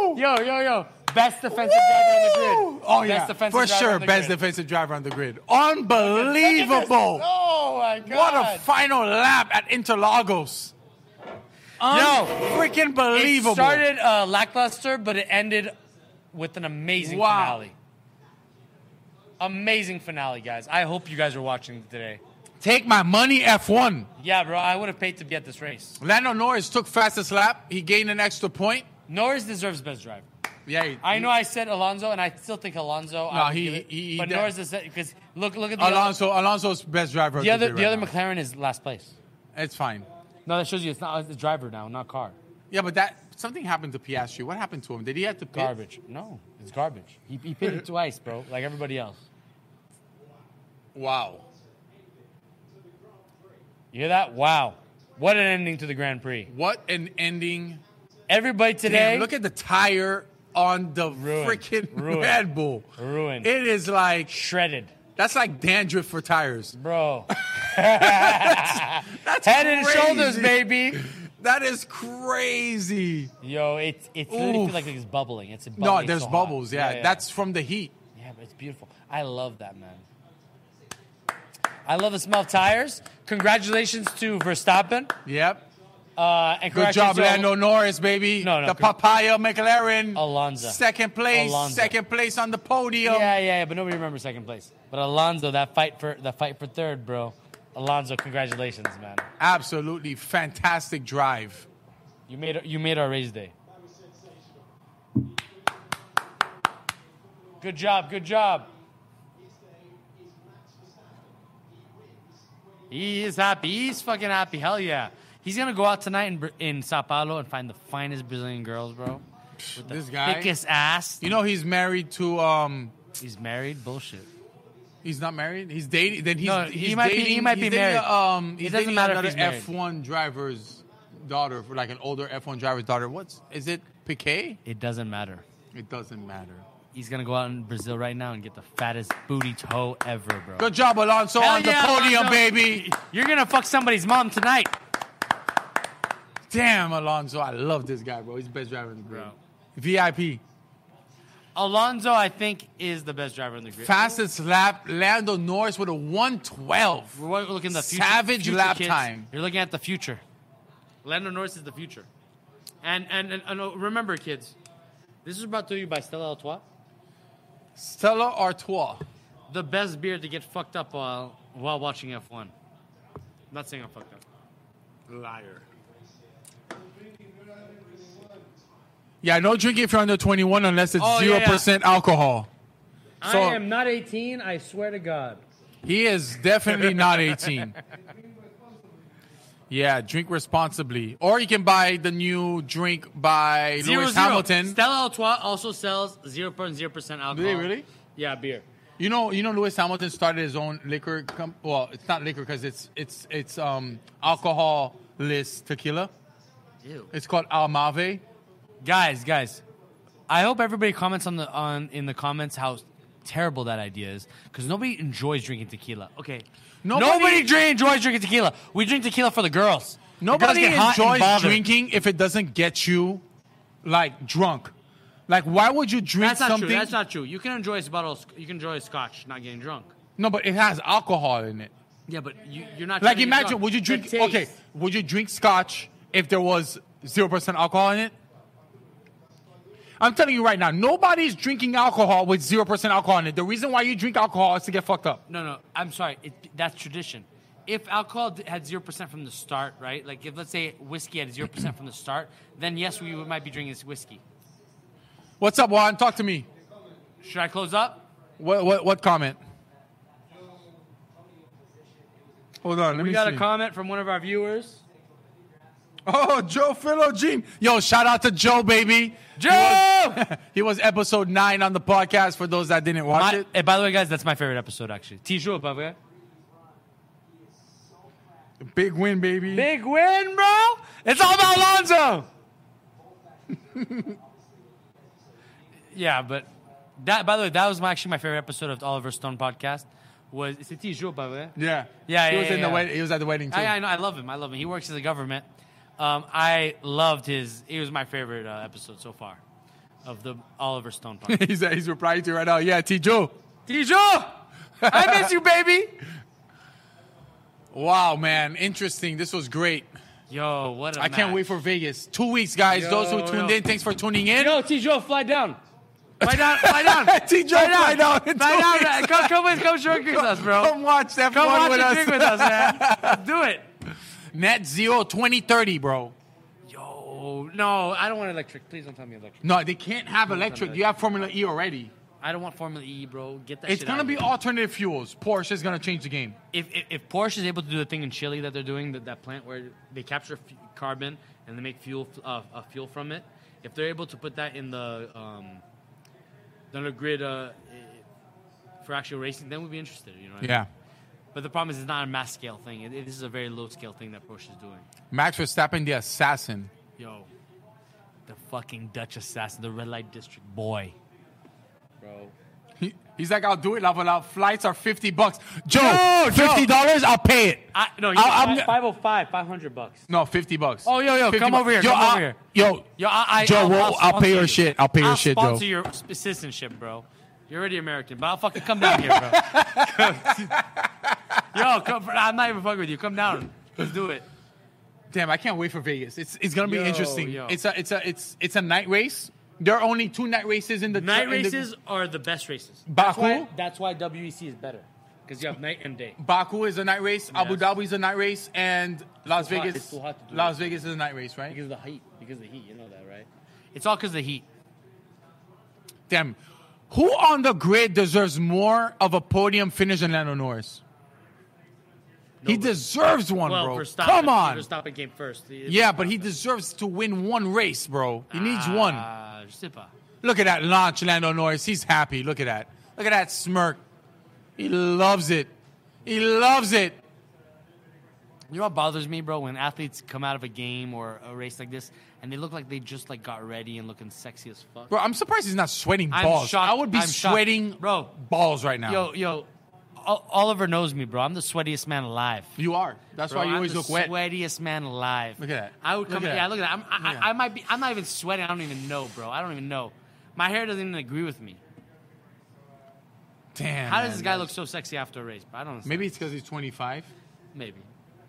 Speaker 1: Woo!
Speaker 2: Yo, yo, yo. Best defensive driver on the
Speaker 1: Woo!
Speaker 2: grid.
Speaker 1: Oh,
Speaker 2: best
Speaker 1: yeah.
Speaker 2: defensive
Speaker 1: For
Speaker 2: driver
Speaker 1: sure,
Speaker 2: on the
Speaker 1: best
Speaker 2: grid.
Speaker 1: defensive driver on the grid.
Speaker 2: Look at this.
Speaker 1: Unbelievable.
Speaker 2: Oh my god.
Speaker 1: What a final lap at Interlagos.
Speaker 2: Yo,
Speaker 1: Freaking
Speaker 2: It
Speaker 1: believable.
Speaker 2: started uh, lackluster, but it ended with an amazing
Speaker 1: Wow.
Speaker 2: finale. Amazing finale, guys. I hope you guys are watching today.
Speaker 1: Take my money, F1.
Speaker 2: Yeah, bro, I would have paid to be at this race.
Speaker 1: Lando Norris took fastest lap. He gained an extra point.
Speaker 2: Norris deserves best driver.
Speaker 1: Yeah, he-
Speaker 2: I know I said Alonso, and I still think Alonso. I
Speaker 1: No,
Speaker 2: would
Speaker 1: he-
Speaker 2: give it,
Speaker 1: he- he
Speaker 2: but
Speaker 1: did.
Speaker 2: Norris is because look, look at the
Speaker 1: Alonso. Alonso's best driver.
Speaker 2: Other, the
Speaker 1: of
Speaker 2: other,
Speaker 1: day
Speaker 2: the
Speaker 1: right
Speaker 2: other
Speaker 1: now.
Speaker 2: McLaren is last place.
Speaker 1: It's fine.
Speaker 2: No, that shows you it's not the driver now, not car.
Speaker 1: Yeah, but that something happened to Piastri. What happened to him? Did he have to pit?
Speaker 2: Garbage. No, it's garbage. He, he pitted twice, bro, like everybody else.
Speaker 1: Wow.
Speaker 2: You hear that? Wow. What an ending to the Grand Prix.
Speaker 1: What an ending.
Speaker 2: Everybody today.
Speaker 1: Damn, look at the tire on the
Speaker 2: Ruined.
Speaker 1: freaking
Speaker 2: Ruined.
Speaker 1: Red Bull.
Speaker 2: Ruined.
Speaker 1: It is like
Speaker 2: shredded,
Speaker 1: that's like dandruff for tires.
Speaker 2: bro.
Speaker 1: That's
Speaker 2: Head and
Speaker 1: crazy.
Speaker 2: shoulders, baby.
Speaker 1: That is crazy.
Speaker 2: Yo, it's it's literally
Speaker 1: Oof.
Speaker 2: feel like it's bubbling. It's bubbling
Speaker 1: No,
Speaker 2: so
Speaker 1: there's
Speaker 2: hot.
Speaker 1: bubbles. Yeah. that's from the heat.
Speaker 2: yeah, but it's beautiful. I love that man. I love the smell of tires. Congratulations to Verstappen.
Speaker 1: Yep.
Speaker 2: Uh, and
Speaker 1: Good job,
Speaker 2: congratulations to
Speaker 1: Lando Norris, baby.
Speaker 2: No, no,
Speaker 1: the
Speaker 2: con-
Speaker 1: papaya McLaren.
Speaker 2: Alonso.
Speaker 1: Second place.
Speaker 2: Alonso.
Speaker 1: Second place on the podium.
Speaker 2: Yeah, yeah, yeah, but nobody remembers second place. But Alonso, that fight for that fight for third, bro. Alonso, congratulations, man.
Speaker 1: Absolutely fantastic drive.
Speaker 2: You made you made our race day. Good job, good job. He is happy. He's fucking happy. Hell yeah. He's gonna go out tonight in, Bra- in Sao Paulo and find the finest Brazilian girls, bro. With the
Speaker 1: This guy.
Speaker 2: thickest ass.
Speaker 1: You know he's married to um
Speaker 2: He's married. Bullshit.
Speaker 1: He's not married. He's dating. Then he's,
Speaker 2: No,
Speaker 1: he's
Speaker 2: he might be-
Speaker 1: dating,
Speaker 2: he might
Speaker 1: he's
Speaker 2: be
Speaker 1: dating a,
Speaker 2: married.
Speaker 1: um,
Speaker 2: It
Speaker 1: he's
Speaker 2: doesn't
Speaker 1: dating
Speaker 2: matter if
Speaker 1: another
Speaker 2: he's married.
Speaker 1: F1 driver's daughter, like an older F1 driver's daughter. What's is it? Piquet?
Speaker 2: It doesn't matter.
Speaker 1: It doesn't matter.
Speaker 2: He's gonna go out in Brazil right now and get the fattest booty toe ever, bro.
Speaker 1: Good job, Alonso,
Speaker 2: Hell
Speaker 1: on the
Speaker 2: yeah,
Speaker 1: podium,
Speaker 2: Alonso.
Speaker 1: baby.
Speaker 2: You're gonna fuck somebody's mom tonight,
Speaker 1: Damn, Alonso, I love this guy, bro. He's the best driver in the grid. VIP,
Speaker 2: Alonso, I think, is the best driver in the grid.
Speaker 1: fastest lap. Lando Norris with a 112.
Speaker 2: We're wa- looking at the future,
Speaker 1: Savage
Speaker 2: future
Speaker 1: lap
Speaker 2: kids.
Speaker 1: time.
Speaker 2: You're looking at the future. Lando Norris is the future. And and, and, and, uh, remember, kids, this is brought to you by Stella Artois,
Speaker 1: Stella Artois.
Speaker 2: the best beer to get fucked up while while watching F1. I'm not saying I'm fucked up.
Speaker 1: Liar. Yeah, no drinking if you're under 21 unless it's
Speaker 2: Oh, yeah,
Speaker 1: zero
Speaker 2: yeah.
Speaker 1: percent alcohol. So-
Speaker 2: I am not 18. I swear to God.
Speaker 1: He is definitely not 18. Yeah, drink responsibly. Or you can buy the new drink by Lewis Hamilton.
Speaker 2: Stella Artois also sells 0.0% alcohol.
Speaker 1: they really?
Speaker 2: Yeah, beer.
Speaker 1: You know, you know, Lewis Hamilton started his own liquor. Com- well, it's not liquor because it's it's it's um alcoholless tequila.
Speaker 2: Ew.
Speaker 1: It's called Almave.
Speaker 2: guys guys i hope everybody comments on the on in the comments how terrible that idea is because nobody enjoys drinking tequila okay
Speaker 1: Nobody-
Speaker 2: nobody, drink, enjoys drinking tequila we drink tequila for the girls The girls
Speaker 1: Nobody
Speaker 2: get hot and
Speaker 1: enjoys
Speaker 2: bothered.
Speaker 1: drinking if it doesn't get you like drunk. Like, why would you drink
Speaker 2: that's not
Speaker 1: something?
Speaker 2: true that's not true you can enjoy a bottle of, sc- you can enjoy a scotch not getting drunk
Speaker 1: no, but it has alcohol in it.
Speaker 2: yeah but you, you're not trying
Speaker 1: Like
Speaker 2: to get
Speaker 1: imagine,
Speaker 2: drunk.
Speaker 1: would you
Speaker 2: The
Speaker 1: drink?
Speaker 2: taste.
Speaker 1: Okay, would you drink scotch if there was zero percent alcohol in it? I'm telling you right now, nobody's drinking alcohol with zero percent alcohol in it. The reason why you drink alcohol is to get fucked up.
Speaker 2: No, no. I'm sorry. It, that's tradition. If alcohol d- had zero percent from the start, right? Like if let's say whiskey had zero percent from the start, then yes, we would- might be drinking this whiskey.
Speaker 1: What's up, Juan? Talk to me.
Speaker 2: Should I close up?
Speaker 1: What what what comment? Hold on, let
Speaker 2: We
Speaker 1: me
Speaker 2: got
Speaker 1: see.
Speaker 2: a comment from one of our viewers.
Speaker 1: oh, Joe Philo Jean. Yo, shout out to Joe, baby. Joe. he was episode nine on the podcast. For those that didn't watch
Speaker 2: My,
Speaker 1: it,
Speaker 2: eh, by the way, guys, that's my favorite episode actually. Toujours, pas vrai?
Speaker 1: big win, baby.
Speaker 2: Big win, bro. It's all about Lonzo. yeah, but that. By the way, that was my, actually my favorite episode of the Oliver Stone podcast. Was c'est toujours, pas vrai?
Speaker 1: Yeah,
Speaker 2: Yeah,
Speaker 1: He
Speaker 2: yeah,
Speaker 1: was in
Speaker 2: yeah,
Speaker 1: the
Speaker 2: yeah.
Speaker 1: wed- He was at the wedding too.
Speaker 2: I, I know. I love him. I love him. He works in the government. Um, I loved his. He was my favorite uh, episode so far of the Oliver Stone podcast.
Speaker 1: He's, he's replying to you right now. Yeah, T. Joe.
Speaker 2: Tijo, I miss you, baby.
Speaker 1: Wow, man. Interesting. This was great.
Speaker 2: Yo, what a
Speaker 1: I can't wait for Vegas. Two weeks, guys. Those who
Speaker 2: Yo,
Speaker 1: tuned
Speaker 2: yo.
Speaker 1: in, thanks for tuning in.
Speaker 2: Yo, Tijo, fly down. Fly down, fly down.
Speaker 1: TJ, fly down.
Speaker 2: Fly down. Come, come, with, come drink with us, bro.
Speaker 1: Come watch F1
Speaker 2: Come watch
Speaker 1: with
Speaker 2: and
Speaker 1: us.
Speaker 2: drink with us, man. Let's do it.
Speaker 1: Net zero 2030, bro.
Speaker 2: Yo, no, I don't want electric. Please don't tell me electric.
Speaker 1: No, they can't have electric. You have Formula E already.
Speaker 2: I don't want Formula E, bro. Get that.
Speaker 1: It's
Speaker 2: shit
Speaker 1: gonna
Speaker 2: out of
Speaker 1: be
Speaker 2: here.
Speaker 1: alternative fuels. Porsche is gonna change the game.
Speaker 2: if, if if Porsche is able to do the thing in Chile that they're doing, that, that plant where they capture f- carbon and they make fuel f- uh, uh, fuel from it, if they're able to put that in the um, the under grid uh, eh, for actual racing, then we'd be interested. You know? What I mean? But the problem is, it's not a mass scale thing. It, it- this is a very low scale thing that Porsche is doing.
Speaker 1: Max Verstappen, the assassin.
Speaker 2: Yo, the fucking Dutch assassin, the red light district boy.
Speaker 5: bro.
Speaker 1: He, he's like, I'll do it, love out. Flights are 50 bucks. Joe,
Speaker 2: No, Joe.
Speaker 1: $50, I'll pay it.
Speaker 2: I, oh no, you
Speaker 1: I'll- I'm-
Speaker 2: 505, 500 bucks.
Speaker 1: No, 50 bucks.
Speaker 2: Oh, yo, yo,
Speaker 1: 50
Speaker 2: come
Speaker 1: bucks.
Speaker 2: over here,
Speaker 1: Yo,
Speaker 2: come
Speaker 1: I'll-
Speaker 2: over here.
Speaker 1: Yo,
Speaker 2: Yo, I, I
Speaker 1: Joe, we'll- I'll
Speaker 2: sponsor
Speaker 1: pay your
Speaker 2: you.
Speaker 1: shit. I'll pay your shit, Joe.
Speaker 2: I'll sponsor your sp- citizenship, bro. You're already American, but I'll fucking come down here, bro. Yo, come, I'm not even fucking with you. Come down. Let's do it.
Speaker 1: damn, I can't wait for Vegas. It's, it's going to be
Speaker 2: Yo,
Speaker 1: interesting.
Speaker 2: yo.
Speaker 1: It's, a, it's, a, it's, it's a night race. There are only two night races in the
Speaker 2: Night
Speaker 1: in the-
Speaker 2: races are the best races.
Speaker 1: Baku?
Speaker 2: That's why, that's why WEC is better. Because you have night and day.
Speaker 1: Baku is a night race, Abu
Speaker 2: Yes.
Speaker 1: Dhabi is a night race, and Las
Speaker 2: too hot-
Speaker 1: Vegas.
Speaker 5: it's too hot to do
Speaker 1: Las Vegas is a night race, right?
Speaker 5: Because of the heat. Because of the heat. You know that, right?
Speaker 2: It's all because of the heat.
Speaker 1: Damn, who on the grid deserves more of a podium finish than Lando Norris? he deserves one,
Speaker 2: Well,
Speaker 1: bro.
Speaker 2: Verstappen,
Speaker 1: Come on.
Speaker 2: Verstappen came first.
Speaker 1: Yeah, but he deserves to win one race, bro. He needs one.
Speaker 2: Ah, Sipa.
Speaker 1: Look at that launch, Lando Norris. He's happy. Look at that. Look at that smirk. He loves it. He loves it.
Speaker 2: You know what bothers me, bro? When athletes come out of a game or a race like this and they look like they just like got ready and looking sexy as fuck.
Speaker 1: Bro, I'm surprised he's not sweating
Speaker 2: I'm
Speaker 1: balls.
Speaker 2: shocked.
Speaker 1: I would be
Speaker 2: I'm shocked.
Speaker 1: sweating
Speaker 2: Bro.
Speaker 1: balls right now.
Speaker 2: Yo, yo, O- Oliver knows me, bro. I'm the sweatiest man alive.
Speaker 1: you are. That's
Speaker 2: Bro,
Speaker 1: why you
Speaker 2: I'm
Speaker 1: always
Speaker 2: the
Speaker 1: look wet.
Speaker 2: Sweatiest man alive.
Speaker 1: Look at that.
Speaker 2: I would
Speaker 1: Look
Speaker 2: come.
Speaker 1: at
Speaker 2: yeah,
Speaker 1: that.
Speaker 2: look at that. I'm, I,
Speaker 1: Look at
Speaker 2: I, I might be. I'm not even sweating. I don't even know, bro. I don't even know. My hair doesn't even agree with me.
Speaker 1: Damn.
Speaker 2: How
Speaker 1: man.
Speaker 2: does this guy look so sexy after a race? Bro? I don't. Understand.
Speaker 1: Maybe it's because he's 25.
Speaker 2: Maybe.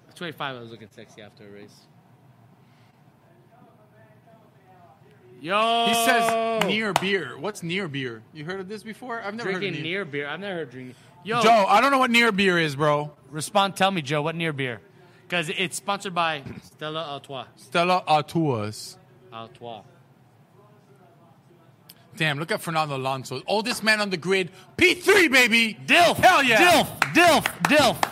Speaker 2: At 25, I was looking sexy after a race. Yo.
Speaker 1: He says
Speaker 2: Oh.
Speaker 1: near beer. What's near beer? You heard of this before? I've never heard
Speaker 2: drinking
Speaker 1: of
Speaker 2: near beer. I've never heard drinking. Yo,
Speaker 1: Joe, I don't know what near beer is, bro.
Speaker 2: respond. Tell me, Joe, what near beer? Because it's sponsored by Stella Artois.
Speaker 1: Stella Artois.
Speaker 2: Artois.
Speaker 1: Damn, look at Fernando Alonso. Oldest man on the grid. P3, baby.
Speaker 2: Dilf.
Speaker 1: Hell yeah.
Speaker 2: Dilf. Dilf. Dilf.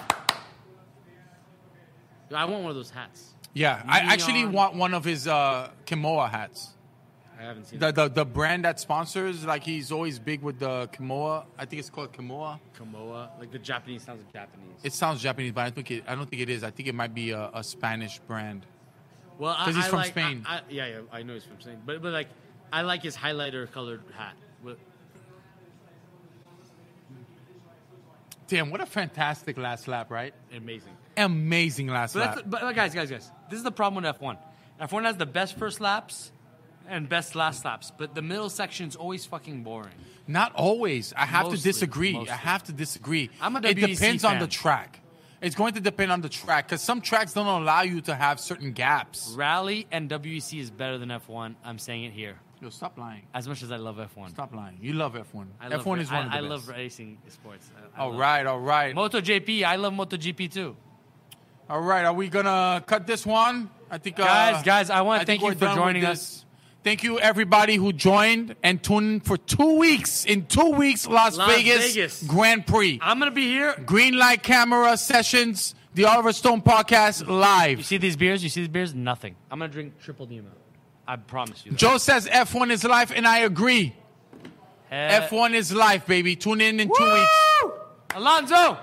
Speaker 2: Yo, I want one of those hats.
Speaker 1: Yeah, I actually
Speaker 2: Neon.
Speaker 1: want one of his uh, Kimoa hats.
Speaker 2: I haven't seen
Speaker 1: The,
Speaker 2: that.
Speaker 1: the the brand that sponsors, like he's always big with the Kimoa. I think it's called Kimoa.
Speaker 2: Kamoa. Like the Japanese sounds like Japanese.
Speaker 1: It sounds Japanese, but I think it, I don't think it is. I think it might be a, a Spanish brand.
Speaker 2: Well,
Speaker 1: 'Cause
Speaker 2: because
Speaker 1: he's
Speaker 2: I
Speaker 1: from
Speaker 2: like,
Speaker 1: Spain.
Speaker 2: I, I, yeah, yeah, I know he's from Spain, but but like, I like his highlighter colored hat. With,
Speaker 1: Damn, what a fantastic last lap, right?
Speaker 2: amazing.
Speaker 1: Amazing last
Speaker 2: But,
Speaker 1: lap.
Speaker 2: that's, but but guys, guys, guys, this is the problem with F1. F1 has the best first laps and best last laps, but the middle section's always fucking boring.
Speaker 1: Not always. I have to
Speaker 2: Mostly,
Speaker 1: disagree.
Speaker 2: mostly.
Speaker 1: I have to disagree.
Speaker 2: I'm a
Speaker 1: it
Speaker 2: WEC
Speaker 1: depends on the
Speaker 2: fan.
Speaker 1: track. It's going to depend on the track because some tracks don't allow you to have certain gaps.
Speaker 2: Rally and WEC is better than F1. I'm saying it here.
Speaker 1: Yo, stop lying.
Speaker 2: As much as I love F1,
Speaker 1: Stop lying. You love F1.
Speaker 2: I
Speaker 1: F1
Speaker 2: love,
Speaker 1: is
Speaker 2: I,
Speaker 1: one of the
Speaker 2: I
Speaker 1: best.
Speaker 2: love racing sports. I, I
Speaker 1: All
Speaker 2: love-
Speaker 1: right, all right.
Speaker 2: MotoGP. I love MotoGP too.
Speaker 1: All right, are we gonna cut this one? I think, uh,
Speaker 2: Guys, guys, I wanna
Speaker 1: think
Speaker 2: thank you
Speaker 1: we're
Speaker 2: for
Speaker 1: done with
Speaker 2: joining
Speaker 1: this.
Speaker 2: us.
Speaker 1: Thank you everybody who joined and tuned in for two weeks. In two weeks, Las,
Speaker 2: Las
Speaker 1: Vegas,
Speaker 2: Vegas.
Speaker 1: Grand Prix,
Speaker 2: I'm gonna be here.
Speaker 1: green light camera sessions, the Oliver Stone podcast
Speaker 2: You
Speaker 1: live.
Speaker 2: see these beers? You see these beers? Nothing. I'm gonna drink triple the amount. I promise you. That.
Speaker 1: Joe says F1 is life, and I agree.
Speaker 2: Hell-
Speaker 1: F1 is life, baby. Tune in in two weeks.
Speaker 2: Alonzo,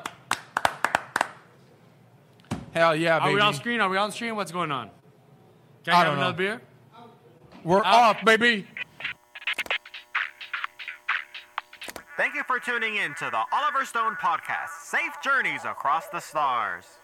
Speaker 1: Hell yeah,
Speaker 2: are
Speaker 1: baby.
Speaker 2: we on screen? Are we on screen? What's going on? Can I,
Speaker 1: I
Speaker 2: have
Speaker 1: don't know.
Speaker 2: another beer?
Speaker 1: We're
Speaker 2: Uh,
Speaker 1: off, baby.
Speaker 6: Thank you for tuning in to the Oliver Stone Podcast Safe Journeys Across the Stars.